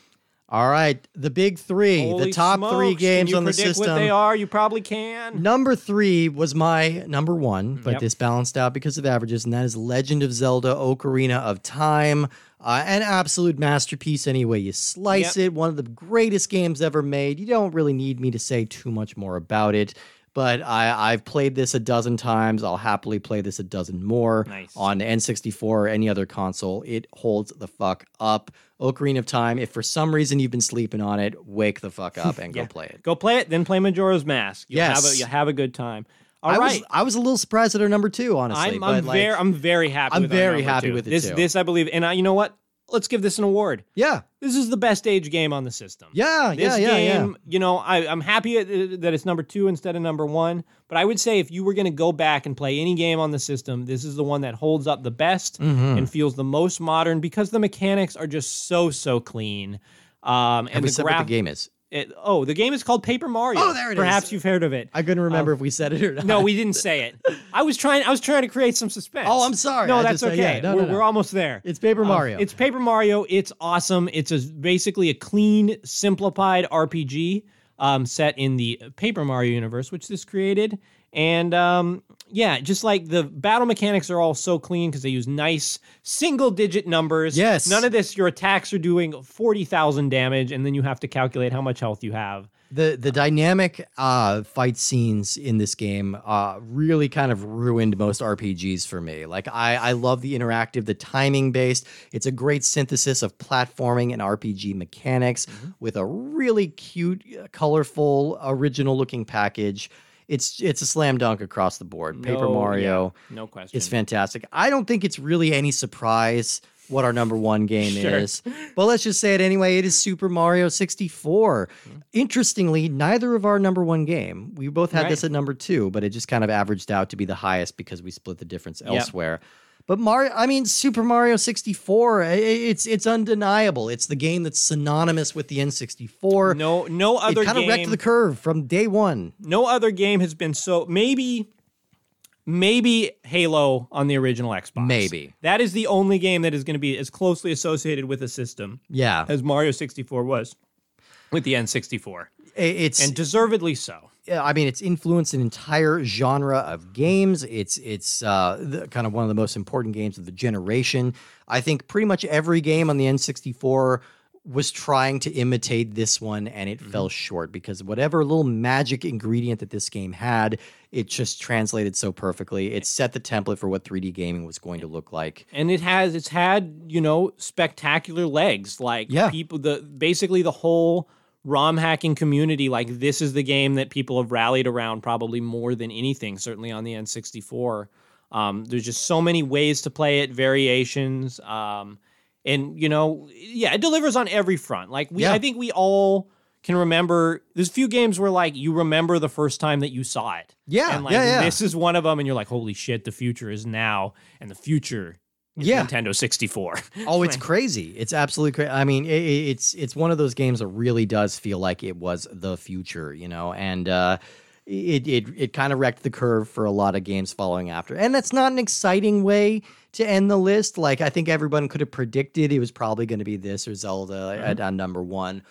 Speaker 1: All right, the big three,
Speaker 2: Holy
Speaker 1: the top three
Speaker 2: smokes, can
Speaker 1: games
Speaker 2: you
Speaker 1: on the
Speaker 2: predict
Speaker 1: system.
Speaker 2: What they are, you probably can.
Speaker 1: Number three was my number one, but
Speaker 2: Yep.
Speaker 1: this balanced out because of averages, and that is Legend of Zelda Ocarina of Time. Uh, an absolute masterpiece, anyway you slice it. One of the greatest games ever made. You don't really need me to say too much more about it, but I, I've played this a dozen times. I'll happily play this a dozen more
Speaker 2: Nice.
Speaker 1: on N64 or any other console. It holds the fuck up. Ocarina of Time, if for some reason you've been sleeping on it, wake the fuck up and
Speaker 2: Yeah.
Speaker 1: go play it.
Speaker 2: Go play it, then play Majora's Mask. You'll have a,
Speaker 1: Yes.
Speaker 2: you'll have a good time. All
Speaker 1: I
Speaker 2: right,
Speaker 1: was I was a little surprised at her number two, honestly.
Speaker 2: I'm,
Speaker 1: but
Speaker 2: I'm
Speaker 1: like,
Speaker 2: very I'm very happy.
Speaker 1: I'm
Speaker 2: with our
Speaker 1: very
Speaker 2: number
Speaker 1: happy
Speaker 2: two.
Speaker 1: with it
Speaker 2: this.
Speaker 1: too.
Speaker 2: This I believe, and I, you know what? Let's give this an award.
Speaker 1: yeah,
Speaker 2: This is the best age game on the system.
Speaker 1: yeah, yeah,
Speaker 2: This
Speaker 1: yeah,
Speaker 2: game,
Speaker 1: yeah.
Speaker 2: you know, I, I'm happy it- that it's number two instead of number one. But I would say if you were going to go back and play any game on the system, this is the one that holds up the best
Speaker 1: Mm-hmm.
Speaker 2: and feels the most modern because the mechanics are just so so clean. Um, and
Speaker 1: And we
Speaker 2: the
Speaker 1: said
Speaker 2: graph.
Speaker 1: what the game is.
Speaker 2: it- oh, the game is called Paper Mario.
Speaker 1: Oh, there it is.
Speaker 2: Perhaps you've heard of it.
Speaker 1: I couldn't remember if we said it or not.
Speaker 2: Oh. No, we didn't say it. I was trying. I was trying to create some suspense.
Speaker 1: Oh, I'm sorry.
Speaker 2: No,
Speaker 1: I
Speaker 2: that's
Speaker 1: just-
Speaker 2: okay.
Speaker 1: yeah, no, no,
Speaker 2: we're,
Speaker 1: no.
Speaker 2: we're almost there.
Speaker 1: It's Paper
Speaker 2: Um,
Speaker 1: Mario.
Speaker 2: it's Paper Mario. It's awesome. It's a basically a clean, simplified RPG um, set in the Paper Mario universe, which this created. And um, yeah, just like the battle mechanics are all so clean because they use nice single-digit numbers.
Speaker 1: Yes.
Speaker 2: None of this. Your attacks are doing forty thousand damage, and then you have to calculate how much health you have.
Speaker 1: the the dynamic uh, fight scenes in this game uh, really kind of ruined most RPGs for me. Like I I love the interactive, the timing based. It's a great synthesis of platforming and RPG mechanics
Speaker 2: Mm-hmm.
Speaker 1: with a really cute, uh, colorful, original looking package. It's it's a slam dunk across the board. Paper
Speaker 2: No,
Speaker 1: Mario.
Speaker 2: yeah, no question.
Speaker 1: It's fantastic. I don't think it's really any surprise what our number one game
Speaker 2: Sure.
Speaker 1: is, but let's just say it anyway. It is Super Mario 64.
Speaker 2: Hmm.
Speaker 1: Interestingly, neither of our number one game. We both had this
Speaker 2: Right.
Speaker 1: at number two, but it just kind of averaged out to be the highest because we split the difference
Speaker 2: Yep.
Speaker 1: elsewhere. But Mario, I mean Super Mario 64. i- i- It's it's undeniable. It's the game that's synonymous with the N64.
Speaker 2: no, no
Speaker 1: it
Speaker 2: other
Speaker 1: kind of
Speaker 2: game.
Speaker 1: wrecked the curve from day one.
Speaker 2: no other game has been so maybe maybe Halo on the original Xbox.
Speaker 1: Maybe.
Speaker 2: That is the only game that is going to be as closely associated with a system
Speaker 1: Yeah,
Speaker 2: as Mario 64 was with the N64.
Speaker 1: I- it's
Speaker 2: And deservedly so.
Speaker 1: Yeah, I mean, it's influenced an entire genre of games. It's it's uh, the, kind of one of the most important games of the generation. I think pretty much every game on the N64 was trying to imitate this one, and it fell
Speaker 2: Mm-hmm.
Speaker 1: short because whatever little magic ingredient that this game had, it just translated so perfectly. It set the template for what 3D gaming was going to look like.
Speaker 2: And it has it's had, you know, spectacular legs like
Speaker 1: Yeah.
Speaker 2: people the basically the whole ROM hacking community, like this is the game that people have rallied around probably more than anything, certainly on the N64. Um, there's just so many ways to play it, variations. Um, and, you know, yeah, it delivers on every front. Like, we,
Speaker 1: Yeah.
Speaker 2: I think we all can remember, there's a few games where, like, you remember the first time that you saw it.
Speaker 1: Yeah,
Speaker 2: And, like,
Speaker 1: yeah, yeah.
Speaker 2: this is one of them. And you're like, holy shit, the future is now. And the future is
Speaker 1: Yeah.
Speaker 2: Nintendo 64.
Speaker 1: Oh, it's crazy! It's absolutely crazy. I mean, i i it's it's one of those games that really does feel like it was the future, you know, and uh, it it it kind of wrecked the curve for a lot of games following after. And that's not an exciting way to end the list. Like I think everyone could have predicted it was probably going to be this or Zelda at, on number one.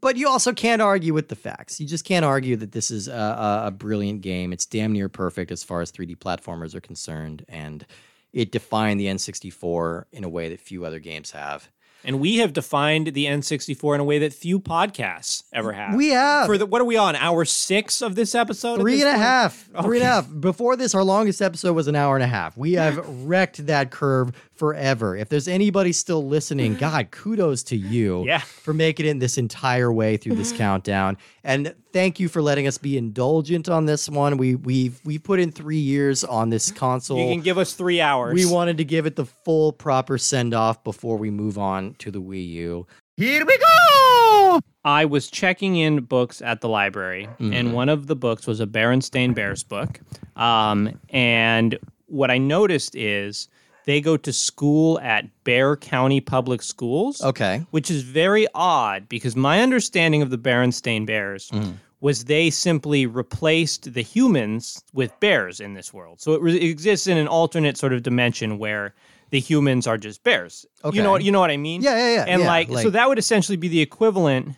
Speaker 1: But you also can't argue with the facts. You just can't argue that this is a, a, a brilliant game. It's damn near perfect as far as 3D platformers are concerned, and it defined the N64 in a way that few other games have.
Speaker 2: and we have defined the N64 in a way that few podcasts ever have.
Speaker 1: We have
Speaker 2: for the what are we on hour six of this episode? at
Speaker 1: three
Speaker 2: this
Speaker 1: and a
Speaker 2: point?
Speaker 1: half, three and a
Speaker 2: Okay.
Speaker 1: half. Before this, our longest episode was an hour and a half. We have wrecked that curve forever. If there's anybody still listening, God, kudos to you
Speaker 2: Yeah.
Speaker 1: for making it this entire way through this countdown. And thank you for letting us be indulgent on this one. We we've we put in three years on this console.
Speaker 2: You can give us three hours.
Speaker 1: We wanted to give it the full proper send off before we move on to the Wii U.
Speaker 3: Here we go!
Speaker 2: I was checking in books at the library,
Speaker 1: Mm-hmm.
Speaker 2: and one of the books was a Berenstain Bears book. Um, and what I noticed is they go to school at Bear County Public Schools.
Speaker 1: Okay.
Speaker 2: which is very odd because my understanding of the Berenstain Bears
Speaker 1: Mm-hmm.
Speaker 2: was they simply replaced the humans with bears in this world. So it, re- it exists in an alternate sort of dimension where the humans are just bears. You
Speaker 1: Okay.
Speaker 2: know what you know what I mean?
Speaker 1: Yeah, yeah, yeah,
Speaker 2: And
Speaker 1: yeah,
Speaker 2: like, so
Speaker 1: like-
Speaker 2: that would essentially be the equivalent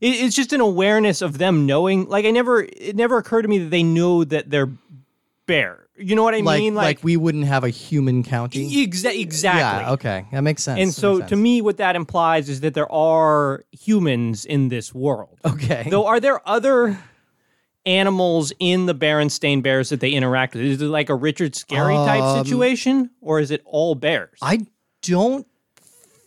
Speaker 2: it, it's just an awareness of them knowing like I never it never occurred to me that they knew that they're bear. You know what I
Speaker 1: Like,
Speaker 2: mean?
Speaker 1: like we wouldn't have a human county.
Speaker 2: exa- exactly.
Speaker 1: Yeah, okay. That makes sense.
Speaker 2: And
Speaker 1: That
Speaker 2: so
Speaker 1: makes
Speaker 2: to
Speaker 1: sense.
Speaker 2: me, what that implies is that there are humans in this world.
Speaker 1: Okay.
Speaker 2: Though, are there other animals in the Berenstain Bears that they interact with? Is it like a Richard Scarry type
Speaker 1: Um,
Speaker 2: situation, or is it all bears?
Speaker 1: I don't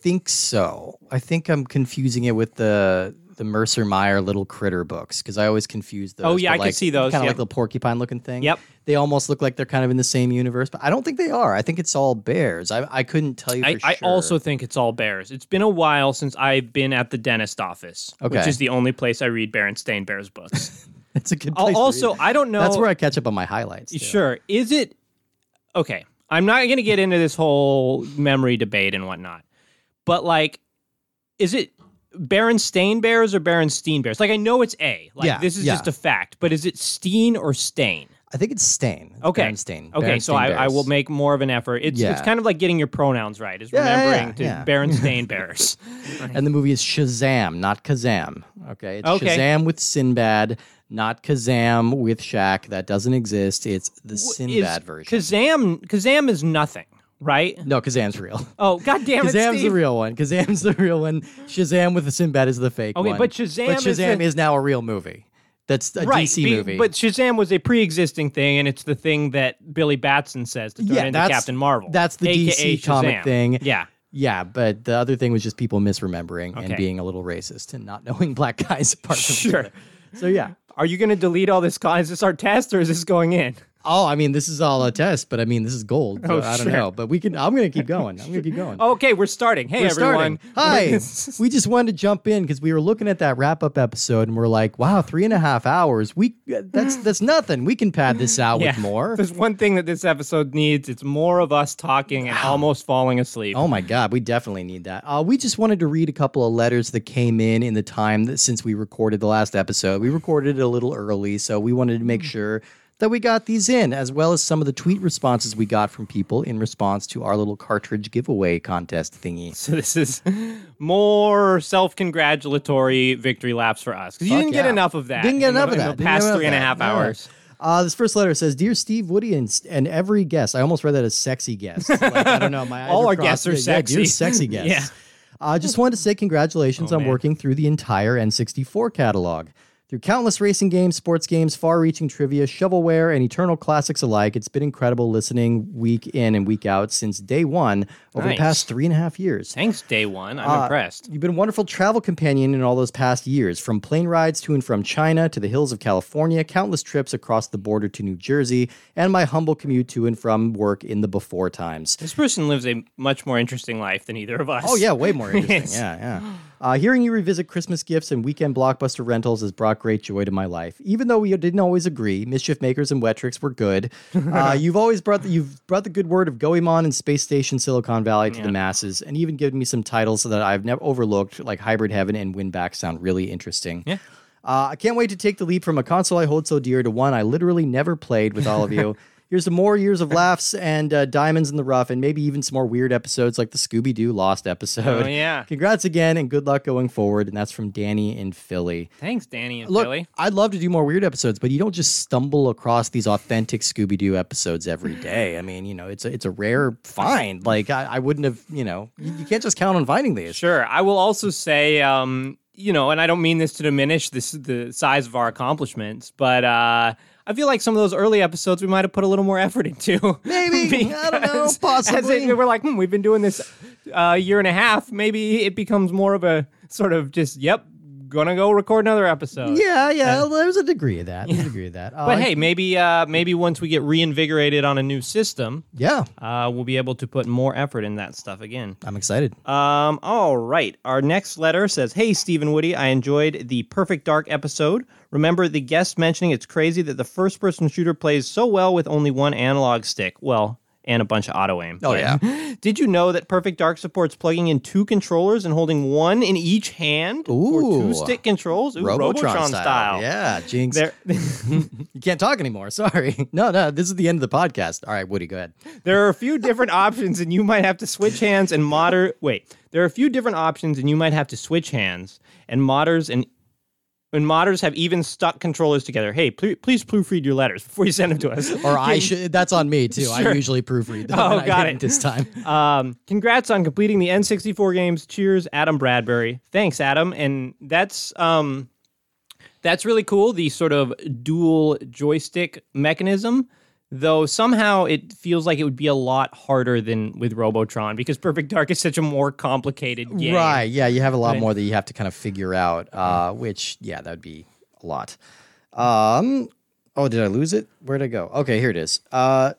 Speaker 1: think so. I think I'm confusing it with the the Mercer Meyer little critter books because I always confuse those.
Speaker 2: Oh, yeah,
Speaker 1: but
Speaker 2: I could
Speaker 1: like,
Speaker 2: see those,
Speaker 1: Kind of
Speaker 2: yep.
Speaker 1: like the porcupine looking thing.
Speaker 2: Yep.
Speaker 1: They almost look like they're kind of in the same universe, but I don't think they are. I think it's all bears. I, I couldn't tell you.
Speaker 2: I,
Speaker 1: for
Speaker 2: I
Speaker 1: sure.
Speaker 2: also think it's all bears. It's been a while since I've been at the dentist office, which
Speaker 1: Okay.
Speaker 2: is the only place I read Berenstain Bears books.
Speaker 1: it's a good.
Speaker 2: Al-
Speaker 1: Place to
Speaker 2: also,
Speaker 1: read.
Speaker 2: I don't know.
Speaker 1: that's where I catch up on my highlights. too.
Speaker 2: Sure. Is it okay? I'm not going to get into this whole memory debate and whatnot, but like, is it Berenstain Bears or Berenstein Bears? Like, I know it's A. Like,
Speaker 1: Yeah,
Speaker 2: this is
Speaker 1: yeah.
Speaker 2: just a fact, but is it Steen or Stain?
Speaker 1: I think it's Stain.
Speaker 2: Okay.
Speaker 1: Berenstain.
Speaker 2: Okay, so
Speaker 1: Berenstain
Speaker 2: I, I
Speaker 1: Bears.
Speaker 2: will make more of an effort. It's it's
Speaker 1: Yeah.
Speaker 2: kind of like getting your pronouns right. Is
Speaker 1: Yeah, yeah,
Speaker 2: remembering
Speaker 1: yeah,
Speaker 2: to
Speaker 1: yeah.
Speaker 2: Berenstain Bears.
Speaker 1: And the movie is Shazam, not Kazam. Okay. It's
Speaker 2: Okay.
Speaker 1: Shazam with Sinbad, not Kazam with Shaq. That doesn't exist. It's the
Speaker 2: Is
Speaker 1: Sinbad version.
Speaker 2: Kazam Kazam is nothing, right?
Speaker 1: no, Kazam's real.
Speaker 2: Oh God damn it!
Speaker 1: Kazam's the
Speaker 2: Steve.
Speaker 1: real one. Kazam's the real one. Shazam with the Sinbad is the fake
Speaker 2: Okay,
Speaker 1: one.
Speaker 2: but Shazam
Speaker 1: But
Speaker 2: is
Speaker 1: Shazam
Speaker 2: the-
Speaker 1: is now a real movie. That's a DC
Speaker 2: be-
Speaker 1: movie.
Speaker 2: But Shazam was a pre-existing thing, and it's the thing that Billy Batson says to turn
Speaker 1: Yeah,
Speaker 2: into
Speaker 1: that's-
Speaker 2: Captain Marvel.
Speaker 1: that's the
Speaker 2: AKA
Speaker 1: DC comic
Speaker 2: Shazam.
Speaker 1: thing.
Speaker 2: Yeah.
Speaker 1: yeah, but the other thing was just people misremembering
Speaker 2: Okay.
Speaker 1: and being a little racist and not knowing black guys apart from each
Speaker 2: Sure.
Speaker 1: other. So yeah.
Speaker 2: Are you going to delete all this? Con- is this our test, or is this going in?
Speaker 1: Oh, I mean, this is all a test, but I mean, this is gold. so
Speaker 2: Oh,
Speaker 1: I don't
Speaker 2: sure.
Speaker 1: know, but we can. I'm gonna keep going. I'm gonna keep going.
Speaker 2: Okay, we're starting. Hey,
Speaker 1: We're
Speaker 2: everyone.
Speaker 1: starting. Hi. we just wanted to jump in because we were looking at that wrap up episode and we're like, wow, three and a half hours. We that's that's nothing. We can pad this out
Speaker 2: Yeah.
Speaker 1: with more.
Speaker 2: There's one thing that this episode needs. It's more of us talking and almost falling asleep.
Speaker 1: Oh my God, we definitely need that. Uh, we just wanted to read a couple of letters that came in in the time that since we recorded the last episode. We recorded it a little early, so we wanted to make sure that we got these in, as well as some of the tweet responses we got from people in response to our little cartridge giveaway contest thingy.
Speaker 2: So this is more self-congratulatory victory laps for us because you
Speaker 1: Fuck
Speaker 2: didn't get
Speaker 1: yeah.
Speaker 2: enough of that.
Speaker 1: Didn't get
Speaker 2: in the-
Speaker 1: enough of
Speaker 2: in
Speaker 1: that.
Speaker 2: the
Speaker 1: Didn't get
Speaker 2: past
Speaker 1: enough
Speaker 2: three and a
Speaker 1: of that.
Speaker 2: half
Speaker 1: No.
Speaker 2: hours.
Speaker 1: Uh, this first letter says, "Dear Steve, Woody, and, and every guest." I almost read that as "sexy guest." Like, I don't know. My eyes
Speaker 2: All
Speaker 1: were
Speaker 2: our guests
Speaker 1: crossed.
Speaker 2: are
Speaker 1: Yeah, dear
Speaker 2: sexy.
Speaker 1: sexy guests. Uh,
Speaker 2: Yeah. Oh,
Speaker 1: I just wanted to say congratulations on
Speaker 2: man.
Speaker 1: working through the entire N64 catalog. Through countless racing games, sports games, far reaching trivia, shovelware, and eternal classics alike, it's been incredible listening week in and week out since day one over
Speaker 2: Nice.
Speaker 1: the past three and a half years.
Speaker 2: Thanks, day one. I'm
Speaker 1: Uh,
Speaker 2: impressed.
Speaker 1: You've been a wonderful travel companion in all those past years, from plane rides to and from China to the hills of California, countless trips across the border to New Jersey, and my humble commute to and from work in the before times.
Speaker 2: This person lives a much more interesting life than either of us.
Speaker 1: Oh yeah, way more interesting.
Speaker 2: Yes.
Speaker 1: Yeah, yeah. Uh, hearing you revisit Christmas gifts and weekend blockbuster rentals has brought great joy to my life. Even though we didn't always agree, mischief makers and wet tricks were good. Uh, you've always brought the, you've brought the good word of Goemon and Space Station Silicon Valley to the masses, and even given me some titles that I've never overlooked, like Hybrid Heaven and Win Back. Sound really interesting.
Speaker 2: Yeah.
Speaker 1: Uh, I can't wait to take the leap from a console I hold so dear to one I literally never played with all of you. Here's to more years of laughs and uh, diamonds in the rough, and maybe even some more weird episodes like the Scooby Doo Lost episode.
Speaker 2: Oh, yeah.
Speaker 1: Congrats again, and good luck going forward. And that's from Danny in Philly.
Speaker 2: Thanks, Danny and
Speaker 1: Look,
Speaker 2: Philly.
Speaker 1: I'd love to do more weird episodes, but you don't just stumble across these authentic Scooby Doo episodes every day. I mean, you know, it's a it's a rare find. Like I, I wouldn't have, you know, you, you can't just count on finding these.
Speaker 2: Sure. I will also say, um, you know, and I don't mean this to diminish this the size of our accomplishments, but uh, I feel like some of those early episodes we might have put a little more effort into.
Speaker 1: Maybe. I don't know.
Speaker 2: Because as
Speaker 1: Possibly.
Speaker 2: it- we're like, hmm, we've been doing this uh, year and a half. Maybe it becomes more of a sort of just, yep, gonna go record another episode.
Speaker 1: Yeah, yeah. there's a degree of that. There's a degree of that. Uh,
Speaker 2: But hey, maybe uh, maybe once we get reinvigorated on a new system,
Speaker 1: yeah,
Speaker 2: uh, we'll be able to put more effort in that stuff again.
Speaker 1: I'm excited.
Speaker 2: Um, all right. Our next letter says, Hey, Stephen Woody, I enjoyed the Perfect Dark episode. Remember the guest mentioning it's crazy that the first person shooter plays so well with only one analog stick. Well, and a bunch of auto aim.
Speaker 1: Oh,
Speaker 2: But
Speaker 1: yeah.
Speaker 2: Did you know that Perfect Dark supports plugging in two controllers and holding one in each hand for two
Speaker 1: Ooh.
Speaker 2: stick controls? Ooh, Robotron, style.
Speaker 1: Yeah, Jinx.
Speaker 2: There,
Speaker 1: You can't talk anymore. Sorry. No, no. This is the end of the podcast. All right, Woody, go ahead.
Speaker 2: There are a few different options, and you might have to switch hands and modder. Wait, there are a few different options, and you might have to switch hands and modders and. And modders have even stuck controllers together. Hey, pl- please proofread your letters before you send them to us.
Speaker 1: Or I should. That's on me too. I
Speaker 2: Sure.
Speaker 1: usually proofread. them,
Speaker 2: Oh,
Speaker 1: and I
Speaker 2: got
Speaker 1: didn't
Speaker 2: it.
Speaker 1: This time.
Speaker 2: Um, congrats on completing the N64 games. Cheers, Adam Bradbury. Thanks, Adam. And that's um, that's really cool. The sort of dual joystick mechanism, though somehow it feels like it would be a lot harder than with Robotron because Perfect Dark is such a more complicated game.
Speaker 1: Right. Yeah. You have a lot more that you have to kind of figure out, uh,
Speaker 2: Mm.
Speaker 1: which, yeah, that would be a lot. Um, oh, did I lose it? Where'd I go? Okay. Here it is. Uh,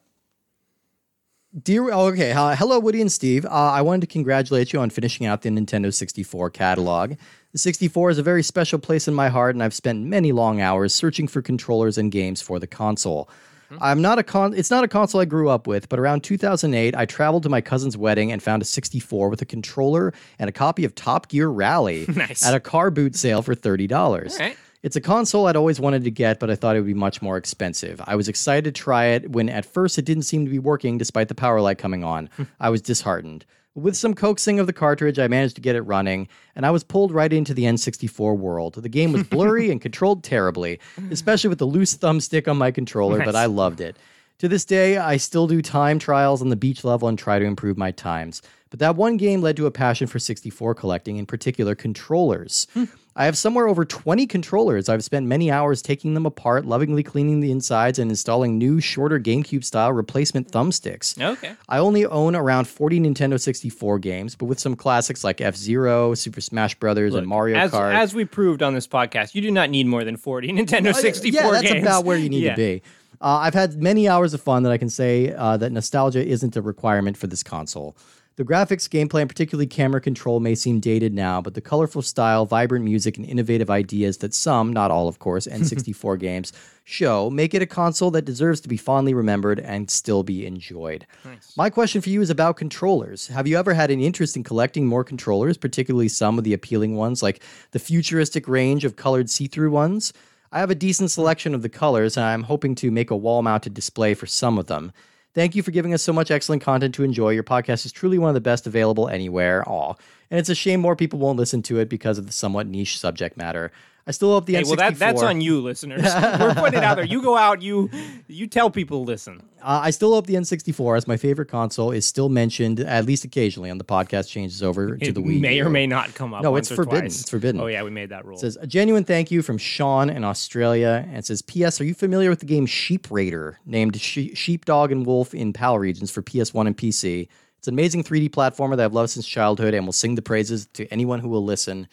Speaker 1: Dear, oh, okay. Uh, hello, Woody and Steve. Uh, I wanted to congratulate you on finishing out the Nintendo 64 catalog. The 64 is a very special place in my heart, and I've spent many long hours searching for controllers and games for the console.
Speaker 2: Hmm.
Speaker 1: I'm not a con. It's not a console I grew up with, but around 2008, I traveled to my cousin's wedding and found a 64 with a controller and a copy of Top Gear Rally
Speaker 2: Nice.
Speaker 1: at a car boot sale for thirty dollars.
Speaker 2: All right.
Speaker 1: It's a console I'd always wanted to get, but I thought it would be much more expensive. I was excited to try it when at first it didn't seem to be working despite the power light coming on. I was disheartened. With some coaxing of the cartridge, I managed to get it running, and I was pulled right into the N64 world. The game was blurry and controlled terribly, especially with the loose thumbstick on my controller, but I loved it. To this day, I still do time trials on the beach level and try to improve my times. But that one game led to a passion for 64 collecting, in particular controllers.
Speaker 2: Hmm.
Speaker 1: I have somewhere over 20 controllers. I've spent many hours taking them apart, lovingly cleaning the insides, and installing new, shorter GameCube style replacement thumbsticks.
Speaker 2: Okay.
Speaker 1: I only own around 40 Nintendo 64 games, but with some classics like F Zero, Super Smash Brothers, and Mario
Speaker 2: as,
Speaker 1: Kart.
Speaker 2: as we proved on this podcast, you do not need more than 40 Nintendo 64
Speaker 1: Oh, yeah, that's
Speaker 2: games.
Speaker 1: about where you need
Speaker 2: Yeah.
Speaker 1: to be. Uh, I've had many hours of fun that I can say uh, that nostalgia isn't a requirement for this console. The graphics, gameplay, and particularly camera control may seem dated now, but the colorful style, vibrant music, and innovative ideas that some, not all of course, N64 games show make it a console that deserves to be fondly remembered and still be enjoyed. My question for you is about controllers. Have you ever had an interest in collecting more controllers, particularly some of the appealing ones, like the futuristic range of colored see through ones? I have a decent selection of the colors, and I'm hoping to make a wall mounted display for some of them. Thank you for giving us so much excellent content to enjoy. Your podcast is truly one of the best available anywhere. Aw. And it's a shame more people won't listen to it because of the somewhat niche subject matter. I still love the
Speaker 2: Hey,
Speaker 1: N64.
Speaker 2: well, that, that's on you, listeners. We're putting it out there. You go out, you you tell people, listen.
Speaker 1: Uh, I still love the N64 as my favorite console. Is still mentioned at least occasionally on the podcast. Changes over to
Speaker 2: It
Speaker 1: the Wii.
Speaker 2: may
Speaker 1: U.
Speaker 2: or may not come up.
Speaker 1: No,
Speaker 2: once
Speaker 1: it's
Speaker 2: or
Speaker 1: forbidden.
Speaker 2: twice.
Speaker 1: It's forbidden.
Speaker 2: Oh yeah, we made that rule.
Speaker 1: It says a genuine thank you from Sean in Australia, and it says, "P.S. Are you familiar with the game Sheep Raider, named she- Sheepdog and Wolf in PAL regions for PS1 and PC? It's an amazing 3D platformer that I've loved since childhood, and will sing the praises to anyone who will listen."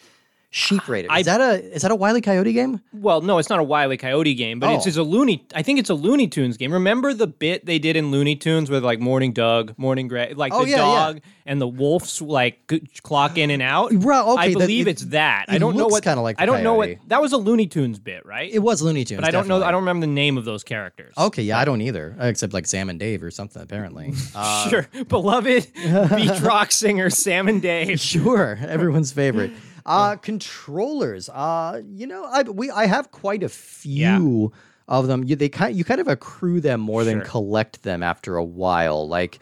Speaker 1: Sheep Raider is that a is that a Wile E. Coyote game?
Speaker 2: well, no, it's not a Wile E. Coyote game, but it's,
Speaker 1: Oh.
Speaker 2: it's a Looney. I think it's a Looney Tunes game. Remember the bit they did in Looney Tunes with like Morning Doug, Morning Greg, like
Speaker 1: Oh,
Speaker 2: the
Speaker 1: yeah, yeah.
Speaker 2: dog and the wolves like g- clock in and out.
Speaker 1: Right, okay,
Speaker 2: I
Speaker 1: that-
Speaker 2: believe
Speaker 1: it-
Speaker 2: it's that. I
Speaker 1: it
Speaker 2: don't know
Speaker 1: looks
Speaker 2: what
Speaker 1: kinda like the
Speaker 2: I don't know what
Speaker 1: coyote.
Speaker 2: that was a Looney Tunes bit, right?
Speaker 1: It was Looney Tunes,
Speaker 2: but I don't know.
Speaker 1: definitely.
Speaker 2: I don't remember the name of those characters.
Speaker 1: Okay, yeah, I don't either, except like Sam and Dave or something. Apparently, uh,
Speaker 2: sure, beloved beach rock singer Sam and Dave.
Speaker 1: Sure, everyone's favorite. Uh, controllers. Uh, you know, I we I have quite a few of them. You they kind you kind of accrue them more than
Speaker 2: Sure.
Speaker 1: collect them after a while. Like,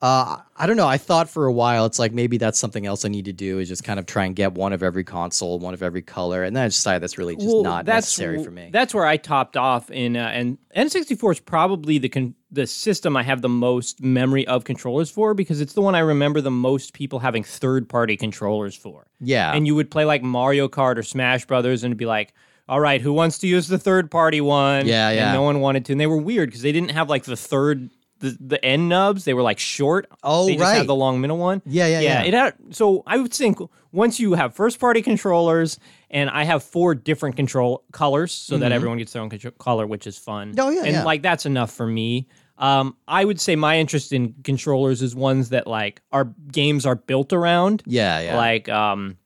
Speaker 1: uh, I don't know. I thought for a while it's like maybe that's something else I need to do is just kind of try and get one of every console, one of every color, and then I decided that's really just
Speaker 2: Well,
Speaker 1: not
Speaker 2: that's
Speaker 1: necessary
Speaker 2: w-
Speaker 1: for me.
Speaker 2: That's where I topped off in, uh, and N64 is probably the con- the system I have the most memory of controllers for because it's the one I remember the most people having third party controllers for.
Speaker 1: yeah,
Speaker 2: And you would play like Mario Kart or Smash Brothers, and it'd be like, "All right, who wants to use the third party one?"
Speaker 1: Yeah, yeah.
Speaker 2: And no one wanted to, and they were weird because they didn't have like the third. The, the end nubs they were like short.
Speaker 1: Oh,
Speaker 2: they just had
Speaker 1: right.
Speaker 2: the long middle one.
Speaker 1: Yeah, yeah, yeah.
Speaker 2: It had, so I would think once you have first party controllers, and I have four different control colors, so that everyone gets their own control, color, which is fun.
Speaker 1: Mm-hmm. Oh, yeah,
Speaker 2: and
Speaker 1: yeah.
Speaker 2: like that's enough for me. Um, I would say my interest in controllers is ones that like our games are built around
Speaker 1: yeah, yeah.
Speaker 2: like um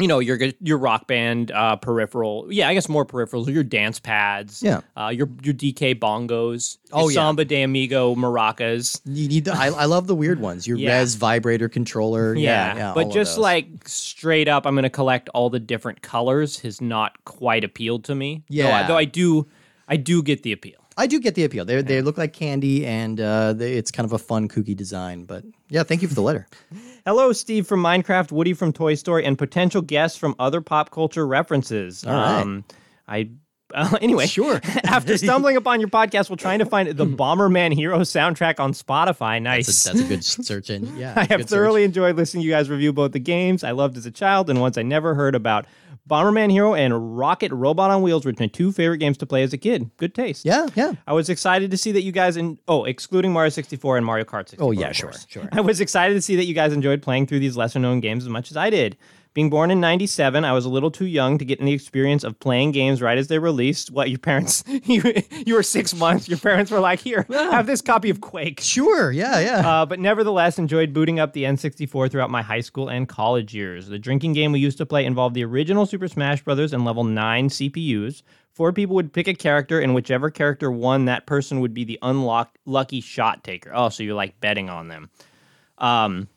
Speaker 2: you know your your rock band uh peripheral yeah i guess more peripherals your dance pads
Speaker 1: Yeah.
Speaker 2: uh your your dk bongos
Speaker 1: Oh,
Speaker 2: your
Speaker 1: yeah.
Speaker 2: samba de amigo maracas
Speaker 1: you need. The, I, I love the weird ones. Your
Speaker 2: Yeah.
Speaker 1: res vibrator controller. Yeah, yeah. all
Speaker 2: but
Speaker 1: of
Speaker 2: just
Speaker 1: those.
Speaker 2: like straight up i'm gonna collect all the different colors has not quite appealed to me Though I-
Speaker 1: Yeah.
Speaker 2: though I do i do get the appeal
Speaker 1: I do get the appeal. They they look like candy, and uh, they, it's kind of a fun kooky design. But yeah, thank you for the letter.
Speaker 2: Hello, Steve from Minecraft, Woody from Toy Story, and potential guests from other pop culture references. All
Speaker 1: right.
Speaker 2: I. Uh, anyway, sure. after stumbling upon your podcast while trying to find the Bomberman Hero soundtrack on Spotify, nice.
Speaker 1: Hmm. That's a, that's a good search engine. Yeah,
Speaker 2: I have
Speaker 1: good
Speaker 2: thoroughly enjoyed listening to you guys review both the games I loved as a child and ones I never heard about. Bomberman Hero and Rocket Robot on Wheels were my two favorite games to play as a kid. Good taste.
Speaker 1: Search. Yeah, yeah.
Speaker 2: I was excited to see that you guys in oh, excluding Mario 64 and Mario Kart 64.
Speaker 1: Oh yeah,
Speaker 2: of
Speaker 1: sure,
Speaker 2: course.
Speaker 1: sure.
Speaker 2: I was excited to see that you guys enjoyed playing through these lesser known games as much as I did. Being born in 97, I was a little too young to get any experience of playing games right as they released. What, your parents, you, you were six months, your parents were like, here, have this copy of Quake.
Speaker 1: Sure, yeah, yeah.
Speaker 2: Uh, but nevertheless, enjoyed booting up the N64 throughout my high school and college years. The drinking game we used to play involved the original Super Smash Bros. and level 9 CPUs. Four people would pick a character, and whichever character won, that person would be the unlock lucky shot taker. Oh, so you're like betting on them. Um,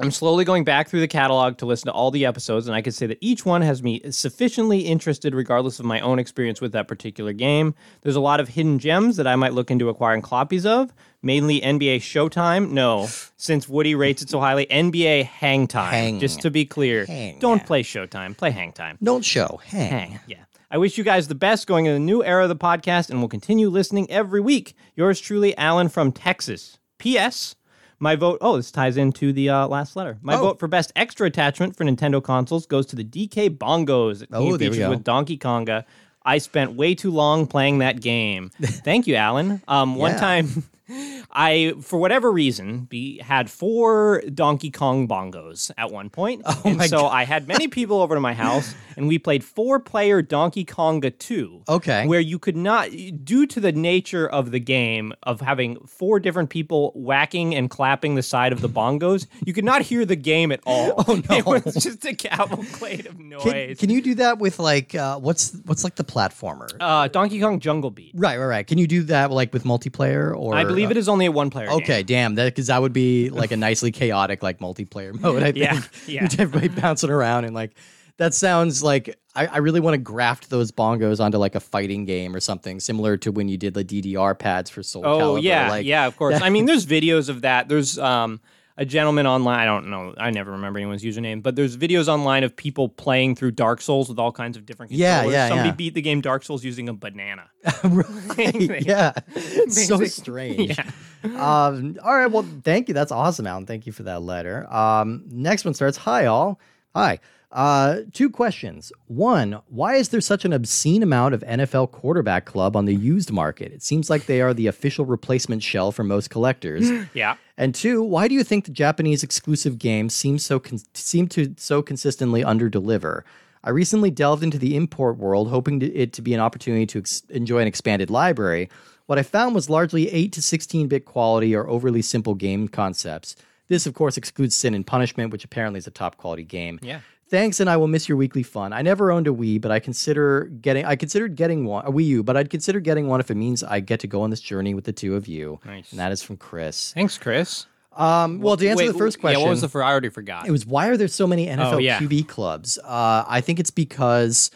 Speaker 2: I'm slowly going back through the catalog to listen to all the episodes, and I can say that each one has me sufficiently interested, regardless of my own experience with that particular game. There's a lot of hidden gems that I might look into acquiring copies of, mainly NBA Showtime. No, since Woody rates it so highly, NBA Hang Time.
Speaker 1: Hang.
Speaker 2: Just to be clear,
Speaker 1: Hang.
Speaker 2: don't play Showtime, play Hang Time.
Speaker 1: Don't show. Hang.
Speaker 2: Hang. Yeah. I wish you guys the best going into the new era of the podcast and will continue listening every week. Yours truly, Alan from Texas. P.S. My vote. Oh, this ties into the uh, last letter.
Speaker 1: Oh.
Speaker 2: My vote for best extra attachment for Nintendo consoles goes to the DK Bongos.
Speaker 1: Oh, there we go.
Speaker 2: With Donkey Konga. I spent way too long playing that game. Thank you, Alan. Um, one
Speaker 1: Yeah.
Speaker 2: time, I for whatever reason be, had four Donkey Kong bongos at one point, and
Speaker 1: Oh my
Speaker 2: so I had many people over to my house, and we played four-player Donkey Konga Two.
Speaker 1: Okay.
Speaker 2: where you could not, due to the nature of the game of having four different people whacking and clapping the side of the bongos, you could not hear the game at all. Oh no! It was just a cavalcade of noise.
Speaker 1: Can, can you do that with like uh, what's what's like the platformer?
Speaker 2: uh, Donkey Kong Jungle Beat.
Speaker 1: right, right, right. Can you do that like with multiplayer or?
Speaker 2: I believe it is only a one-player. game.
Speaker 1: uh, Okay, damn, that because that would be like a nicely chaotic like multiplayer mode. I think
Speaker 2: Yeah, yeah.
Speaker 1: You'd have everybody bouncing around and like that sounds like I, I really want to graft those bongos onto like a fighting game or something similar to when you did the DDR pads for Soul
Speaker 2: Oh
Speaker 1: Calibur.
Speaker 2: yeah,
Speaker 1: like,
Speaker 2: yeah, of course. I mean, there's videos of that. There's um, a gentleman online. I don't know. I never remember anyone's username, but there's videos online of people playing through Dark Souls with all kinds of different
Speaker 1: Yeah,
Speaker 2: controllers.
Speaker 1: yeah,
Speaker 2: Somebody
Speaker 1: yeah.
Speaker 2: beat the game Dark Souls using a banana.
Speaker 1: right. Yeah. It's so
Speaker 2: Basically.
Speaker 1: strange. Um, all right. Well, thank you. That's awesome, Alan. Thank you for that letter. Um, next one starts Hi, all. Hi. Uh, two questions. One, why is there such an obscene amount of NFL quarterback club on the used market? It seems like they are the official replacement shell for most collectors.
Speaker 2: Yeah.
Speaker 1: and two, why do you think the Japanese exclusive games seem so con- seem to so consistently underdeliver? I recently delved into the import world, hoping to, it to be an opportunity to ex- enjoy an expanded library. What I found was largely eight to sixteen bit quality or overly simple game concepts. This, of course, excludes Sin and Punishment, which apparently is a top quality game.
Speaker 2: Yeah.
Speaker 1: Thanks, and I will miss your weekly fun. I never owned a Wii, but I consider getting. I considered getting one a Wii U, but I'd consider getting one if it means I get to go on this journey with the two of you.
Speaker 2: Nice.
Speaker 1: And that is from Chris.
Speaker 2: Thanks, Chris.
Speaker 1: Um, well, to answer
Speaker 2: Wait,
Speaker 1: the first question,
Speaker 2: Yeah, what was the fir- I already forgot.
Speaker 1: it was why are there so many NFL
Speaker 2: Oh, yeah.
Speaker 1: QB clubs? Uh, I think it's because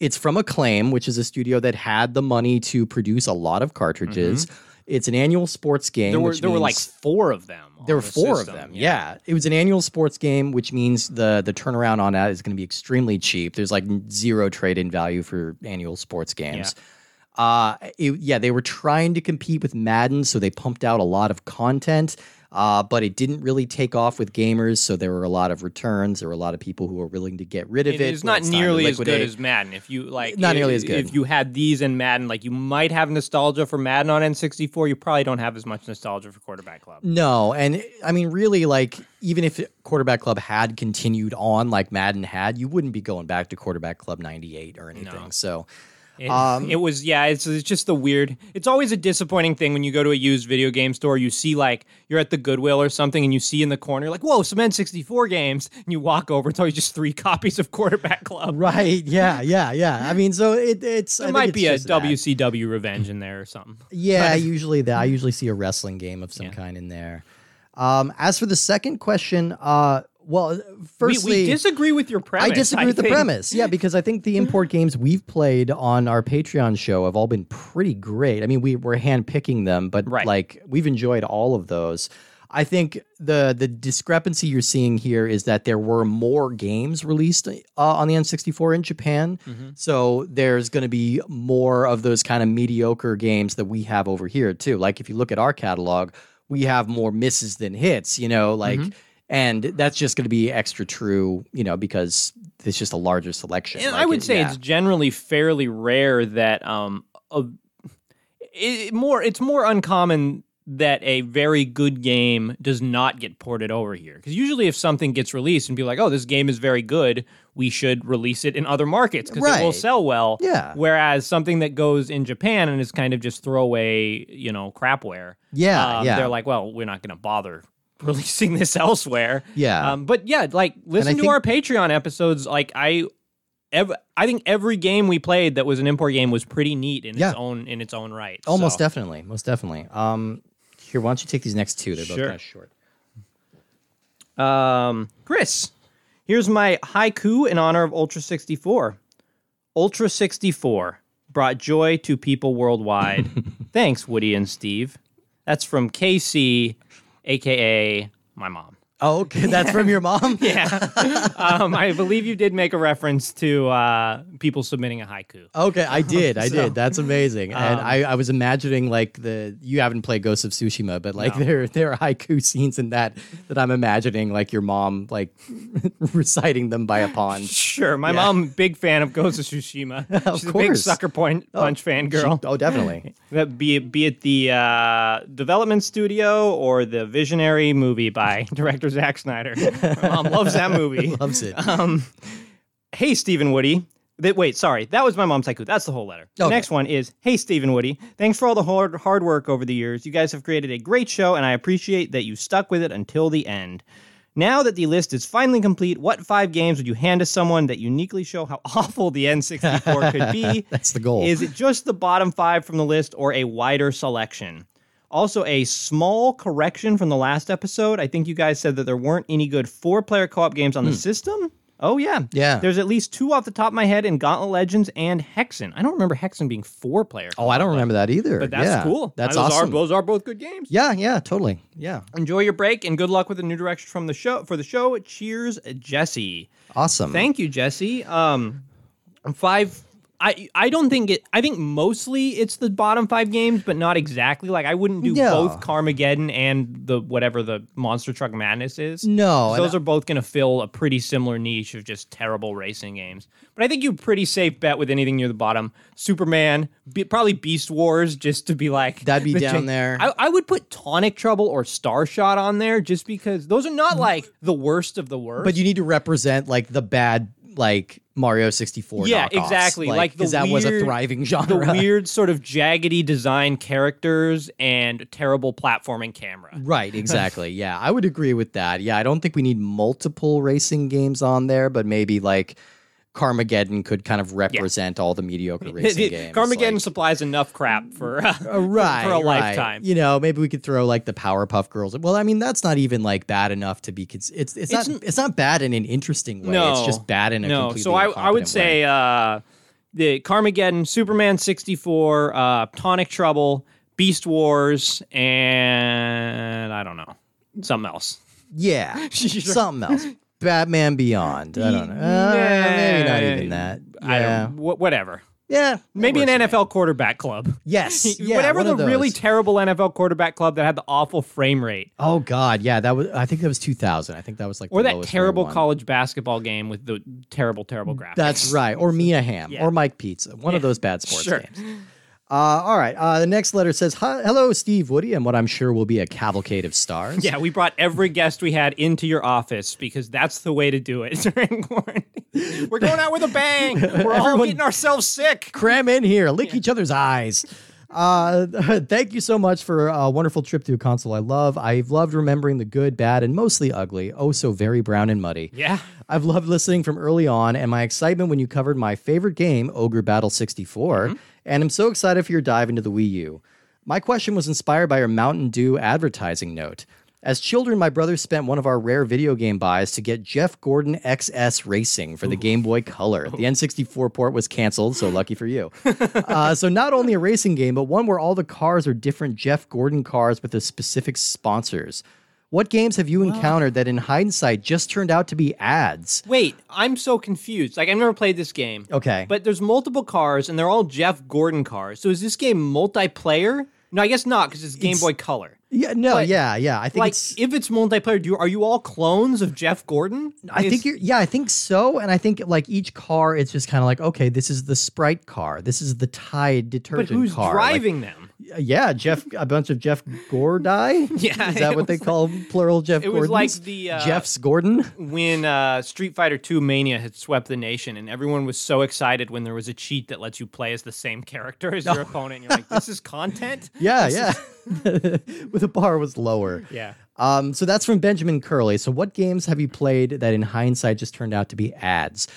Speaker 1: it's from Acclaim, which is a studio that had the money to produce a lot of cartridges. It's an annual sports game.
Speaker 2: Mm-hmm. there were
Speaker 1: which
Speaker 2: there were like
Speaker 1: means-
Speaker 2: four of them. on
Speaker 1: there were
Speaker 2: the
Speaker 1: four
Speaker 2: system,
Speaker 1: of them. Yeah. it was an annual sports game, which means the the turnaround on that is going to be extremely cheap. There's like zero trade in value for annual sports games. Uh, it- yeah, they were trying to compete with Madden, so they pumped out a lot of content. Uh, but it didn't really take off with gamers, so there were a lot of returns. There were a lot of people who were willing to get rid of it.
Speaker 2: It is
Speaker 1: when
Speaker 2: not
Speaker 1: it's time to
Speaker 2: nearly as good
Speaker 1: liquidate.
Speaker 2: as Madden. If you like,
Speaker 1: Not
Speaker 2: i-
Speaker 1: nearly as good.
Speaker 2: If you had these and Madden, like you might have nostalgia for Madden on N64. You probably don't have as much nostalgia for Quarterback Club.
Speaker 1: No, and I mean, really, like even if quarterback club had continued on like Madden had, you wouldn't be going back to quarterback club '98 or anything. So,
Speaker 2: It,
Speaker 1: Um,
Speaker 2: it was yeah. It's, it's just the weird. It's always a disappointing thing when you go to a used video game store. You see like you're at the Goodwill or something, and you see in the corner like whoa some N64 games, and you walk over. It's always just three copies of Quarterback Club.
Speaker 1: right, yeah, yeah, yeah. I mean, so it, it's
Speaker 2: There might be a WCW revenge in there or something.
Speaker 1: Yeah, usually that. I
Speaker 2: Mm-hmm.
Speaker 1: usually see a wrestling game of some kind in there. Um, as for the second question, uh, well,
Speaker 2: We,
Speaker 1: firstly,
Speaker 2: we disagree with your premise.
Speaker 1: I disagree with the
Speaker 2: think.
Speaker 1: premise. Yeah, because I think the import games we've played on our Patreon show have all been pretty great. I mean, we were handpicking them, but
Speaker 2: Right.
Speaker 1: like we've enjoyed all of those. I think the the discrepancy you're seeing here is that there were more games released uh, on the N64 in Japan,
Speaker 2: Mm-hmm.
Speaker 1: so there's going to be more of those kind of mediocre games that we have over here too. Like if you look at our catalog, we have more misses than hits. You know, like
Speaker 2: Mm-hmm.
Speaker 1: and that's just going to be extra true, you know, because it's just a larger selection.
Speaker 2: And
Speaker 1: Like,
Speaker 2: I would
Speaker 1: it-
Speaker 2: say
Speaker 1: yeah.
Speaker 2: it's generally fairly rare that um a, it, more it's more uncommon that a very good game does not get ported over here because usually if something gets released and be like oh this game is very good we should release it in other markets because it will
Speaker 1: Right.
Speaker 2: sell well
Speaker 1: Yeah.
Speaker 2: whereas something that goes in Japan and is kind of just throwaway you know crapware
Speaker 1: Yeah,
Speaker 2: um,
Speaker 1: yeah.
Speaker 2: they're like well we're not going to bother releasing this elsewhere
Speaker 1: Yeah.
Speaker 2: um, but yeah like
Speaker 1: I
Speaker 2: listen to
Speaker 1: think-
Speaker 2: our patreon episodes like i ev- i think every game we played that was an import game was pretty neat in
Speaker 1: Yeah.
Speaker 2: its own in its own right
Speaker 1: Oh, most
Speaker 2: So-
Speaker 1: definitely, most definitely. Um, here, why don't you take these next two? They're both
Speaker 2: Sure.
Speaker 1: kind of short.
Speaker 2: um chris here's my haiku in honor of ultra 64 ultra 64 brought joy to people worldwide thanks woody and steve that's from kc aka my mom
Speaker 1: Oh, okay, that's from your mom. yeah.
Speaker 2: um, I believe you did make a reference to uh, people submitting a haiku.
Speaker 1: Okay, I did, I did. That's amazing. and
Speaker 2: um,
Speaker 1: I, I was imagining like the you haven't played Ghost of Tsushima, but like there there are haiku scenes in that that I'm imagining like your mom like reciting them by a pond.
Speaker 2: Sure, my mom big fan of Ghost of Tsushima. She's a big
Speaker 1: course.
Speaker 2: sucker point punch fan girl.
Speaker 1: Oh, definitely.
Speaker 2: That be it, be it the uh, development studio or the visionary movie by director Zack Snyder. My mom loves that movie.
Speaker 1: Loves it.
Speaker 2: Hey, Stephen Woody. That, wait, sorry. That was my mom's haiku. That's the whole letter. The
Speaker 1: Okay.
Speaker 2: next one is Hey, Stephen Woody. Thanks for all the hard, hard work over the years. You guys have created a great show, and I appreciate that you stuck with it until the end. Now that the list is finally complete, what five games would you hand to someone that uniquely show how awful the N64 could be?
Speaker 1: That's the goal.
Speaker 2: Is it just the bottom five from the list or a wider selection? Also, a small correction from the last episode. I think you guys said that there weren't any good four player co op games on the system. Oh yeah,
Speaker 1: Hmm. Yeah.
Speaker 2: There's at least two off the top of my head in Gauntlet Legends and Hexen. I don't remember Hexen being four player,
Speaker 1: Oh, I don't remember that either.
Speaker 2: but that's
Speaker 1: Yeah.
Speaker 2: cool.
Speaker 1: That's
Speaker 2: those Are,
Speaker 1: awesome.
Speaker 2: those are both good games.
Speaker 1: yeah, yeah, totally. Yeah,
Speaker 2: Enjoy your break and good luck with the new direction from the show for the show. Cheers, Jesse.
Speaker 1: awesome.
Speaker 2: Thank you, Jesse. Um, five. I I don't think it. I think mostly it's the bottom five games, but not exactly. Like I wouldn't do
Speaker 1: Yeah.
Speaker 2: both Carmageddon and the whatever the Monster Truck Madness is.
Speaker 1: No, and
Speaker 2: those are both going to fill a pretty similar niche of just terrible racing games. But I think you pretty safe bet with anything near the bottom. Superman, be, probably Beast Wars, just to be like
Speaker 1: That'd be
Speaker 2: the
Speaker 1: down there.
Speaker 2: I, I would put Tonic Trouble or Starshot on there just because those are not like the worst of the worst.
Speaker 1: but you need to represent like the bad like Mario 64
Speaker 2: Yeah,
Speaker 1: knockoffs,
Speaker 2: exactly, like the
Speaker 1: because that was a
Speaker 2: weird-
Speaker 1: thriving
Speaker 2: the
Speaker 1: genre
Speaker 2: weird sort of jaggedy design characters and terrible platforming camera.
Speaker 1: right exactly yeah I would agree with that yeah I don't think we need multiple racing games on there but maybe like Carmageddon could kind of represent all the mediocre racing games
Speaker 2: Carmageddon
Speaker 1: like-
Speaker 2: supplies enough crap for
Speaker 1: Uh, right
Speaker 2: for a
Speaker 1: right.
Speaker 2: lifetime.
Speaker 1: you know maybe we could throw like the powerpuff girls well i mean that's not even like bad enough to be cons- it's it's,
Speaker 2: It's n-
Speaker 1: not it's not bad in an interesting way it's
Speaker 2: No.
Speaker 1: just bad in a
Speaker 2: no.
Speaker 1: completely
Speaker 2: So I, I would
Speaker 1: incompetent way.
Speaker 2: say uh, the Carmageddon, Superman sixty four, uh, Tonic Trouble, Beast Wars, and I don't know something else.
Speaker 1: yeah something else batman beyond i don't know Uh, maybe not even
Speaker 2: Nah,
Speaker 1: that
Speaker 2: I
Speaker 1: yeah
Speaker 2: don't. wh- whatever.
Speaker 1: yeah
Speaker 2: Maybe an
Speaker 1: Works.
Speaker 2: NFL quarterback club.
Speaker 1: yes yeah,
Speaker 2: whatever
Speaker 1: one
Speaker 2: the
Speaker 1: of
Speaker 2: really
Speaker 1: those.
Speaker 2: terrible NFL quarterback club that had the awful frame rate.
Speaker 1: oh god yeah that was i think that was 2000 i think that was like
Speaker 2: Or
Speaker 1: the
Speaker 2: that
Speaker 1: lowest
Speaker 2: terrible
Speaker 1: rated one.
Speaker 2: college basketball game with the terrible, terrible graphics.
Speaker 1: That's right. Or Mia Hamm
Speaker 2: Yeah.
Speaker 1: or Mike Pizza. One of those bad sports
Speaker 2: Sure.
Speaker 1: games. Uh, all right. Uh, the next letter says, "Hi- "Hello, Steve Woody, and what I'm sure will be a cavalcade of stars."
Speaker 2: Yeah, we brought every guest we had into your office because that's the way to do it during quarantine. We're going out with a bang. We're all
Speaker 1: Everyone-
Speaker 2: getting ourselves sick.
Speaker 1: cram in here, lick each other's eyes. Uh, thank you so much for a wonderful trip through console. I love. I've loved remembering the good, bad, and mostly ugly. Oh, so very brown and muddy.
Speaker 2: Yeah.
Speaker 1: I've loved listening from early on, and my excitement when you covered my favorite game, Ogre Battle 64, and I'm so excited for your dive into the Wii U. My question was inspired by your Mountain Dew advertising note. As children, my brother spent one of our rare video game buys to get Jeff Gordon XS Racing for the Game Boy Color. The N64 port was canceled, so lucky for you. uh, so, not only a racing game, but one where all the cars are different Jeff Gordon cars with the specific sponsors. What games have you encountered that, in hindsight, just turned out to be ads?
Speaker 2: Wait, I'm so confused. Like I've never played this game.
Speaker 1: Okay.
Speaker 2: But there's multiple cars and they're all Jeff Gordon cars. So is this game multiplayer? No, I guess not because it's Game
Speaker 1: It's-
Speaker 2: Boy Color.
Speaker 1: yeah, no,
Speaker 2: but,
Speaker 1: yeah, yeah. I think
Speaker 2: Like
Speaker 1: it's.
Speaker 2: if it's multiplayer, do you, are you all clones of Jeff Gordon?
Speaker 1: I
Speaker 2: It's-
Speaker 1: think you're, yeah, I think so. And I think like each car, it's just kind of like, okay, this is the Sprite car, this is the Tide
Speaker 2: But
Speaker 1: detergent
Speaker 2: who's
Speaker 1: car. Like,
Speaker 2: driving them?
Speaker 1: yeah, Jeff, a bunch of Jeff Gordy.
Speaker 2: Yeah,
Speaker 1: is
Speaker 2: it
Speaker 1: that what they
Speaker 2: was
Speaker 1: call plural Jeff?
Speaker 2: it was like
Speaker 1: Gordons?
Speaker 2: the, uh,
Speaker 1: Jeff's Gordon.
Speaker 2: when uh, Street Fighter II Mania had swept the nation, and everyone was so excited when there was a cheat that lets you play as the same character as your opponent. You're like, this is content.
Speaker 1: Yeah, yeah. With the bar was lower.
Speaker 2: Yeah.
Speaker 1: Um, so that's from Benjamin Curley. So, what games have you played that in hindsight just turned out to be ads?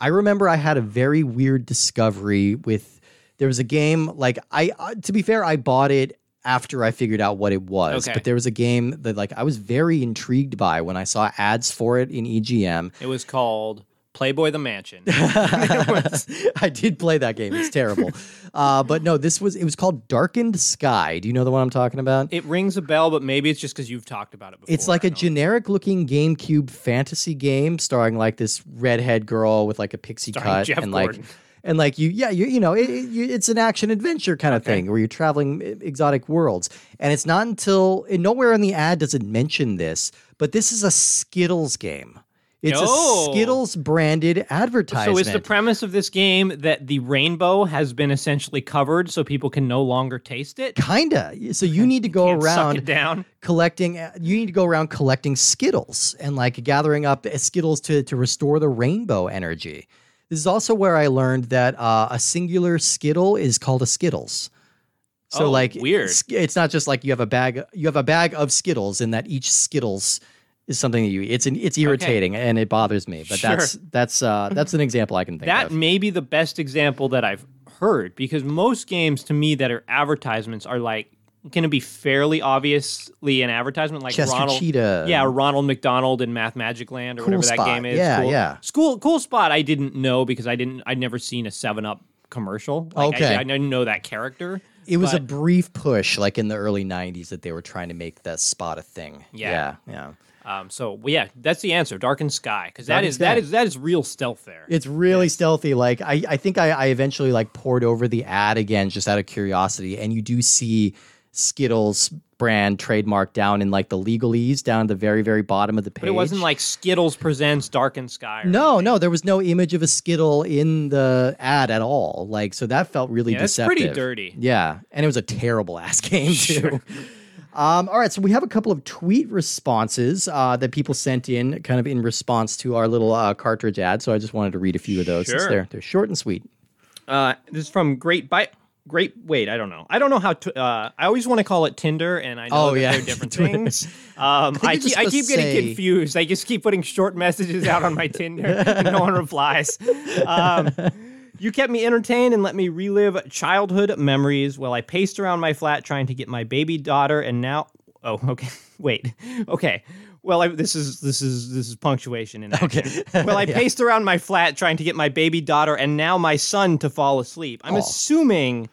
Speaker 1: I remember I had a very weird discovery with there was a game, like, I, uh, to be fair, I bought it after I figured out what it was,
Speaker 2: Okay.
Speaker 1: but there was a game that, like, I was very intrigued by when I saw ads for it in E EGM.
Speaker 2: It was called Playboy the Mansion.
Speaker 1: I did play that game. It's terrible. uh, but no, this was, it was called Darkened Sky. Do you know the one I'm talking about?
Speaker 2: it rings a bell, but maybe it's just because you've talked about it before.
Speaker 1: It's like
Speaker 2: I
Speaker 1: a
Speaker 2: don't-
Speaker 1: generic looking GameCube fantasy game starring like this redhead girl with like a pixie
Speaker 2: Starring
Speaker 1: cut
Speaker 2: Jeff
Speaker 1: and like
Speaker 2: Gordon.
Speaker 1: and like you yeah you you know it, it- you, it's an action adventure kind of thing where you're traveling e- exotic worlds and it's not until and nowhere in the ad does it mention this but this is a Skittles game. It's
Speaker 2: Oh.
Speaker 1: a Skittles branded advertisement.
Speaker 2: So is the premise of this game that the rainbow has been essentially covered so people can no longer taste it?
Speaker 1: kinda so you need to go
Speaker 2: Can't suck
Speaker 1: around
Speaker 2: it down.
Speaker 1: collecting uh, you need to go around collecting skittles and like gathering up uh, skittles to to restore the rainbow energy this is also where i learned that uh, a singular skittle is called a skittles so
Speaker 2: Oh,
Speaker 1: like
Speaker 2: weird.
Speaker 1: it's, it's not just like you have a bag you have a bag of skittles and that each skittles is something that you it's an, it's irritating and it bothers me but
Speaker 2: Sure.
Speaker 1: that's that's uh that's an example i can think
Speaker 2: That
Speaker 1: of
Speaker 2: may be the best example that I've heard because most games to me that are advertisements are like going to be fairly obviously an advertisement, like
Speaker 4: Chester
Speaker 2: Ronald.
Speaker 4: Cheetah.
Speaker 2: Yeah, Ronald McDonald in Math Magic Land or
Speaker 4: Cool
Speaker 2: whatever that
Speaker 4: Spot.
Speaker 2: game is.
Speaker 4: Yeah,
Speaker 2: cool.
Speaker 4: yeah.
Speaker 2: School, cool spot. I didn't know because I didn't. I'd never seen a Seven Up commercial. Like,
Speaker 4: Okay.
Speaker 2: I, I didn't know that character.
Speaker 4: It was a
Speaker 2: but-
Speaker 4: brief push, like in the early '90s, that they were trying to make that spot a thing.
Speaker 2: Yeah.
Speaker 4: yeah. yeah.
Speaker 2: Um, so well, yeah, that's the answer. Darkened Sky because that
Speaker 1: Darkened
Speaker 2: is that
Speaker 1: Sky.
Speaker 2: is that is real stealth there.
Speaker 1: It's really stealthy. Like I, I think I, I eventually like poured over the ad again just out of curiosity, and you do see Skittles brand trademark down in like the legalese down at the very very bottom of the page.
Speaker 2: but it wasn't like Skittles presents Darkened Sky. Or
Speaker 1: no, no, there was no image of a Skittle in the ad at all. Like so that felt really
Speaker 2: Yeah, that's
Speaker 1: deceptive.
Speaker 2: pretty dirty.
Speaker 1: Yeah, and it was a terrible ass game too. Um, all right, so we have a couple of tweet responses uh, that people sent in, kind of in response to our little uh, cartridge ad. So I just wanted to read a few of those. since
Speaker 2: Sure.
Speaker 1: They're they're short and sweet.
Speaker 2: Uh, this is from Great Bite. Great. Wait, I don't know. I don't know how. T- uh, I always want to call it Tinder, and I know
Speaker 1: Oh,
Speaker 2: that
Speaker 1: yeah.
Speaker 2: they're different things. Um, I,
Speaker 4: you're just
Speaker 2: keep, I keep
Speaker 4: supposed to
Speaker 2: getting
Speaker 4: say-
Speaker 2: confused. I just keep putting short messages out on my Tinder, and no one replies. Um, you kept me entertained and let me relive childhood memories while I paced around my flat trying to get my baby daughter, and now. Oh, okay. Wait. Okay. Well, I, this is this is this is punctuation in action. well, I paced around my flat trying to get my baby daughter and now my son to fall asleep. I'm assuming,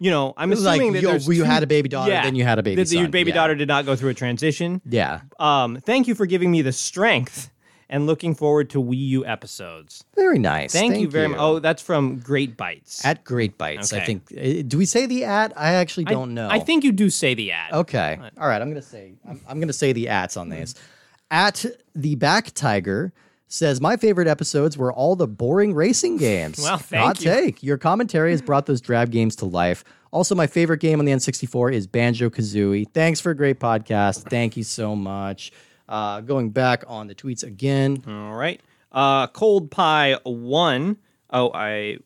Speaker 2: you know, I'm
Speaker 1: like,
Speaker 2: assuming that
Speaker 1: yo,
Speaker 2: there's
Speaker 1: well, you
Speaker 2: two-
Speaker 1: had a baby daughter,
Speaker 2: yeah,
Speaker 1: then you had a baby
Speaker 2: that Your
Speaker 1: son.
Speaker 2: baby
Speaker 1: Yeah.
Speaker 2: daughter did not go through a transition.
Speaker 1: Yeah.
Speaker 2: Um, thank you for giving me the strength, and looking forward to Wii U episodes.
Speaker 1: Very nice.
Speaker 2: Thank, you very much. Oh, that's from Great Bites.
Speaker 1: at Great Bites, I
Speaker 2: Okay.
Speaker 1: think. Uh, Do we say the at? I actually
Speaker 2: I-
Speaker 1: don't know. Oh.
Speaker 2: I think you do say the ad.
Speaker 1: Okay. All right. I'm gonna say I'm, I'm gonna say the ats on these. At the back tiger says my favorite episodes were all the boring racing games.
Speaker 2: Well, thank
Speaker 1: Hot
Speaker 2: you.
Speaker 1: take. Your commentary has brought those drab games to life. Also, my favorite game on the N64 is Banjo Kazooie. Thanks for a great podcast. Thank you so much. Uh, going back on the tweets again.
Speaker 2: All right. Uh, cold pie one. Oh, I.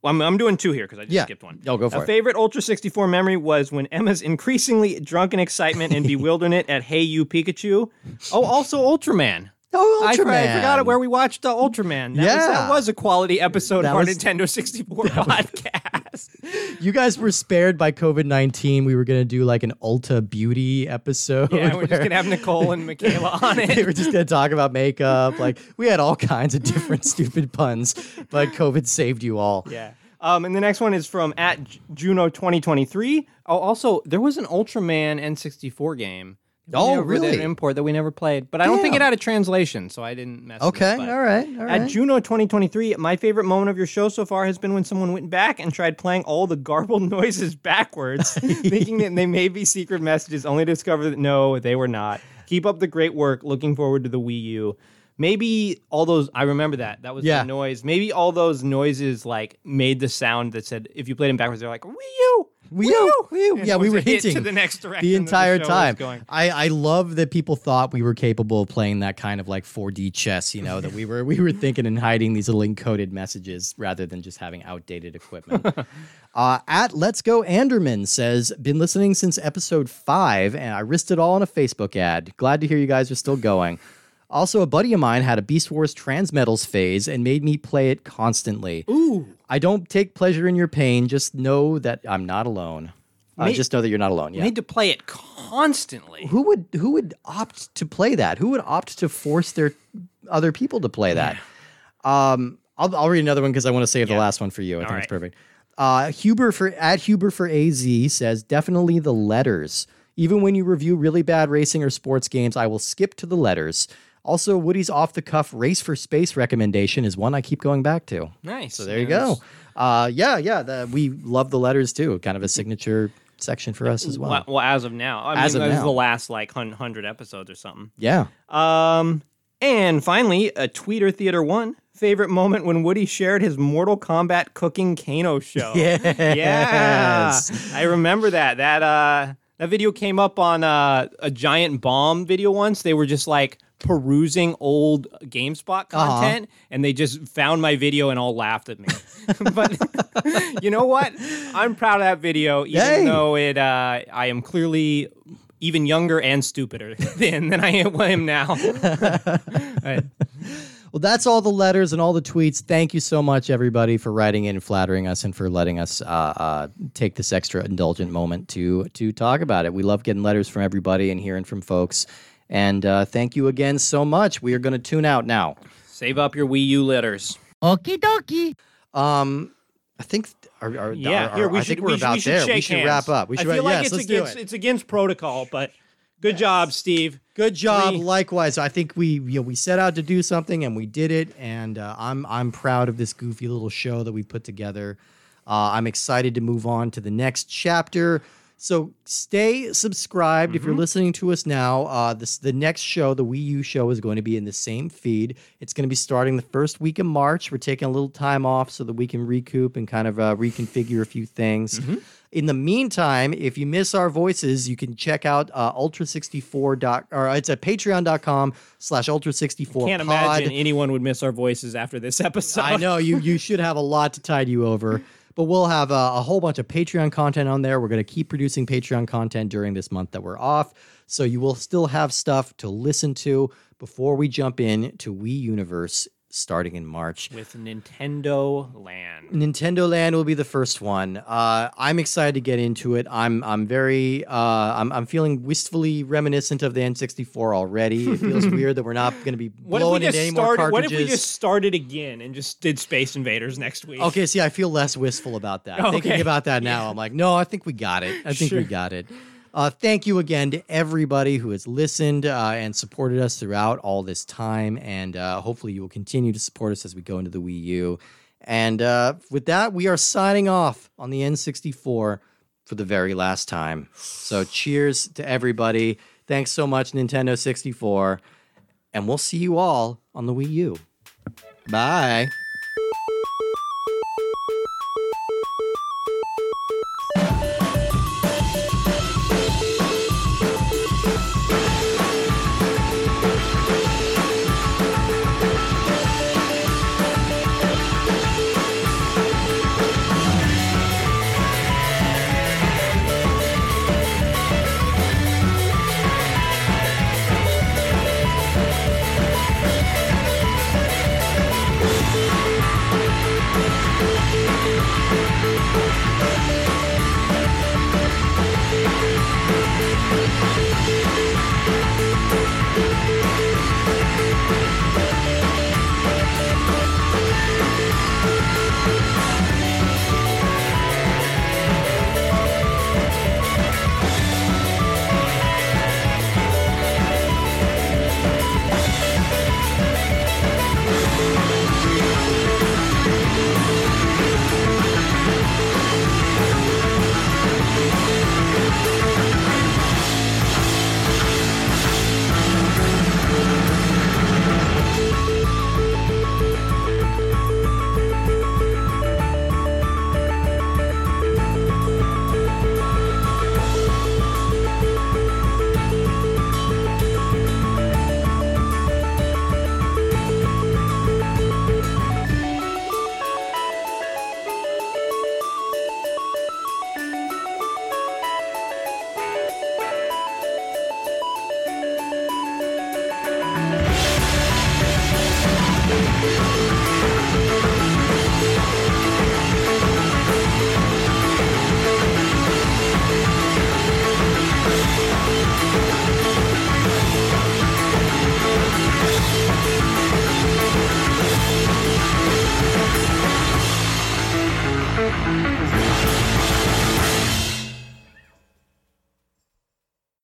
Speaker 2: well, I'm, I'm doing two here because I just
Speaker 1: Yeah.
Speaker 2: skipped one.
Speaker 1: Oh, go for
Speaker 2: A
Speaker 1: it.
Speaker 2: favorite Ultra 64 memory was when Emma's increasingly drunken excitement and bewilderment at Hey You Pikachu. Oh, also Ultraman.
Speaker 1: Oh,
Speaker 2: I, for- I
Speaker 1: Ultraman.
Speaker 2: forgot it where we watched uh, Ultraman. That was,
Speaker 1: Yeah.
Speaker 2: that was a quality episode
Speaker 1: That
Speaker 2: of our
Speaker 1: was-
Speaker 2: Nintendo 64 podcast.
Speaker 1: You guys were spared by COVID 19. We were going to do like an Ulta beauty episode.
Speaker 2: yeah, we're just
Speaker 1: where
Speaker 2: gonna have Nicole and Michaela on
Speaker 1: they
Speaker 2: it.
Speaker 1: were just going to talk about makeup. Like, we had all kinds of different stupid puns, but COVID saved you all.
Speaker 2: Yeah. Um, and the next one is from at J- Juno 2023. Oh, also, there was an Ultraman N64 game. that we
Speaker 1: Oh,
Speaker 2: never- that
Speaker 1: really?
Speaker 2: import that we never played, but I don't think it had a translation, so I didn't mess. with it,
Speaker 1: Okay.
Speaker 2: but-
Speaker 1: All right. All
Speaker 2: At
Speaker 1: right.
Speaker 2: Juno 2023, my favorite moment of your show so far has been when someone went back and tried playing all the garbled noises backwards, thinking that they may be secret messages, only to discover that no, they were not. Keep up the great work. Looking forward to the Wii U. Maybe all those I remember that. That was
Speaker 1: Yeah.
Speaker 2: the noise. Maybe all those noises like made the sound that said if you played them backwards, they're like Wii U.
Speaker 1: Wii U, Wii U.
Speaker 2: And
Speaker 1: Yeah,
Speaker 2: it
Speaker 1: we
Speaker 2: was
Speaker 1: were
Speaker 2: a hit to
Speaker 1: hinting
Speaker 2: the next direction.
Speaker 1: the
Speaker 2: that
Speaker 1: entire
Speaker 2: show was
Speaker 1: time.
Speaker 2: going.
Speaker 1: I, I love that people thought we were capable of playing that kind of like 4D chess, you know, that we were we were thinking and hiding these little encoded messages rather than just having outdated equipment. uh, at Let's Go Anderman says, been listening since episode five, and I risked it all on a Facebook ad. Glad to hear you guys are still going. Also, a buddy of mine had a Beast Wars Transmetals phase and made me play it constantly. Ooh. I don't take pleasure in your pain. Just know that I'm not alone. I
Speaker 2: Me-
Speaker 1: just know that you're not alone.
Speaker 2: You
Speaker 1: Yeah
Speaker 2: need to play it constantly.
Speaker 1: who would who would opt to play that? Who would opt to force their other people to play that? Um, I'll, I'll read another one because I want to save the last one for you. I think it's
Speaker 2: right.
Speaker 1: perfect. Uh, Huber for at Huber for AZ says definitely the letters. Even when you review really bad racing or sports games, I will skip to the letters. Also, Woody's off the cuff race for space recommendation is one I keep going back to.
Speaker 2: Nice.
Speaker 1: So there you go. Uh, yeah, yeah. The, we love the letters too. Kind of a signature section for us as well.
Speaker 2: Uh, Well, well, as of now, I
Speaker 1: As
Speaker 2: mean,
Speaker 1: of
Speaker 2: that was
Speaker 1: now.
Speaker 2: the last like hun- hundred episodes or something.
Speaker 1: Yeah.
Speaker 2: Um, and finally, a tweeter theater one favorite moment when Woody shared his Mortal Kombat cooking Kano show. yeah,
Speaker 1: Yes.
Speaker 2: I remember that. That uh, that video came up on uh, a giant bomb video once. They were just like perusing old GameSpot content, and they just found my video and all laughed at me. but you know what? I'm proud of that video, even
Speaker 1: Yay.
Speaker 2: though it. Uh, I am clearly. Even younger and stupider than than I am now. Right.
Speaker 1: Well, that's all the letters and all the tweets. Thank you so much, everybody, for writing in and flattering us and for letting us uh, uh, take this extra indulgent moment to to talk about it. We love getting letters from everybody and hearing from folks. And uh, thank you again so much. We are going to tune out now.
Speaker 2: Save up your Wii U letters.
Speaker 3: Okie dokie.
Speaker 1: Um, I think. Our, our,
Speaker 2: Yeah,
Speaker 1: our-
Speaker 2: here we
Speaker 1: I
Speaker 2: should.
Speaker 1: think we're
Speaker 2: we,
Speaker 1: about
Speaker 2: we should
Speaker 1: there.
Speaker 2: Shake
Speaker 1: we should
Speaker 2: hands.
Speaker 1: wrap up. We should.
Speaker 2: I
Speaker 1: wrap,
Speaker 2: feel like
Speaker 1: yes,
Speaker 2: it's
Speaker 1: let's do
Speaker 2: against
Speaker 1: it.
Speaker 2: it's against protocol, but good job, Steve.
Speaker 1: Good job.
Speaker 2: Three.
Speaker 1: Likewise, I think we you know, we set out to do something and we did it, and uh, I'm I'm proud of this goofy little show that we put together. Uh, I'm excited to move on to the next chapter. So stay subscribed if you're listening to us now. Uh, this the next show, the Wii U show, is going to be in the same feed. It's going to be starting the first week of March. We're taking a little time off so that we can recoup and kind of uh, reconfigure a few things. In the meantime, if you miss our voices, you can check out uh, ultra64 dot or uh, it's at patreon.com slash ultra64
Speaker 2: Can't imagine anyone would miss our voices after this episode.
Speaker 1: I know you you should have a lot to tide you over. But we'll have uh, a whole bunch of Patreon content on there. We're going to keep producing Patreon content during this month that we're off. So you will still have stuff to listen to before we jump in to Wii Universe starting in March.
Speaker 2: With Nintendo Land.
Speaker 1: Nintendo Land will be the first one. Uh, I'm excited to get into it. I'm I'm very uh, I'm I'm feeling wistfully reminiscent of the N64 already. It feels weird that we're not going to be
Speaker 2: What if we
Speaker 1: blowing into
Speaker 2: just
Speaker 1: any more
Speaker 2: started?
Speaker 1: cartridges.
Speaker 2: What if we just started again and just did Space Invaders next week?
Speaker 1: Okay, see, I feel less wistful about that.
Speaker 2: Okay.
Speaker 1: Thinking about that now, I'm like, no, I think we got it. I think
Speaker 2: Sure.
Speaker 1: we got it. Uh, thank you again to everybody who has listened uh, and supported us throughout all this time. And uh, hopefully, you will continue to support us as we go into the Wii U. And uh, with that, we are signing off on the N64 for the very last time. So, cheers to everybody. Thanks so much, Nintendo 64. And we'll see you all on the Wii U. Bye.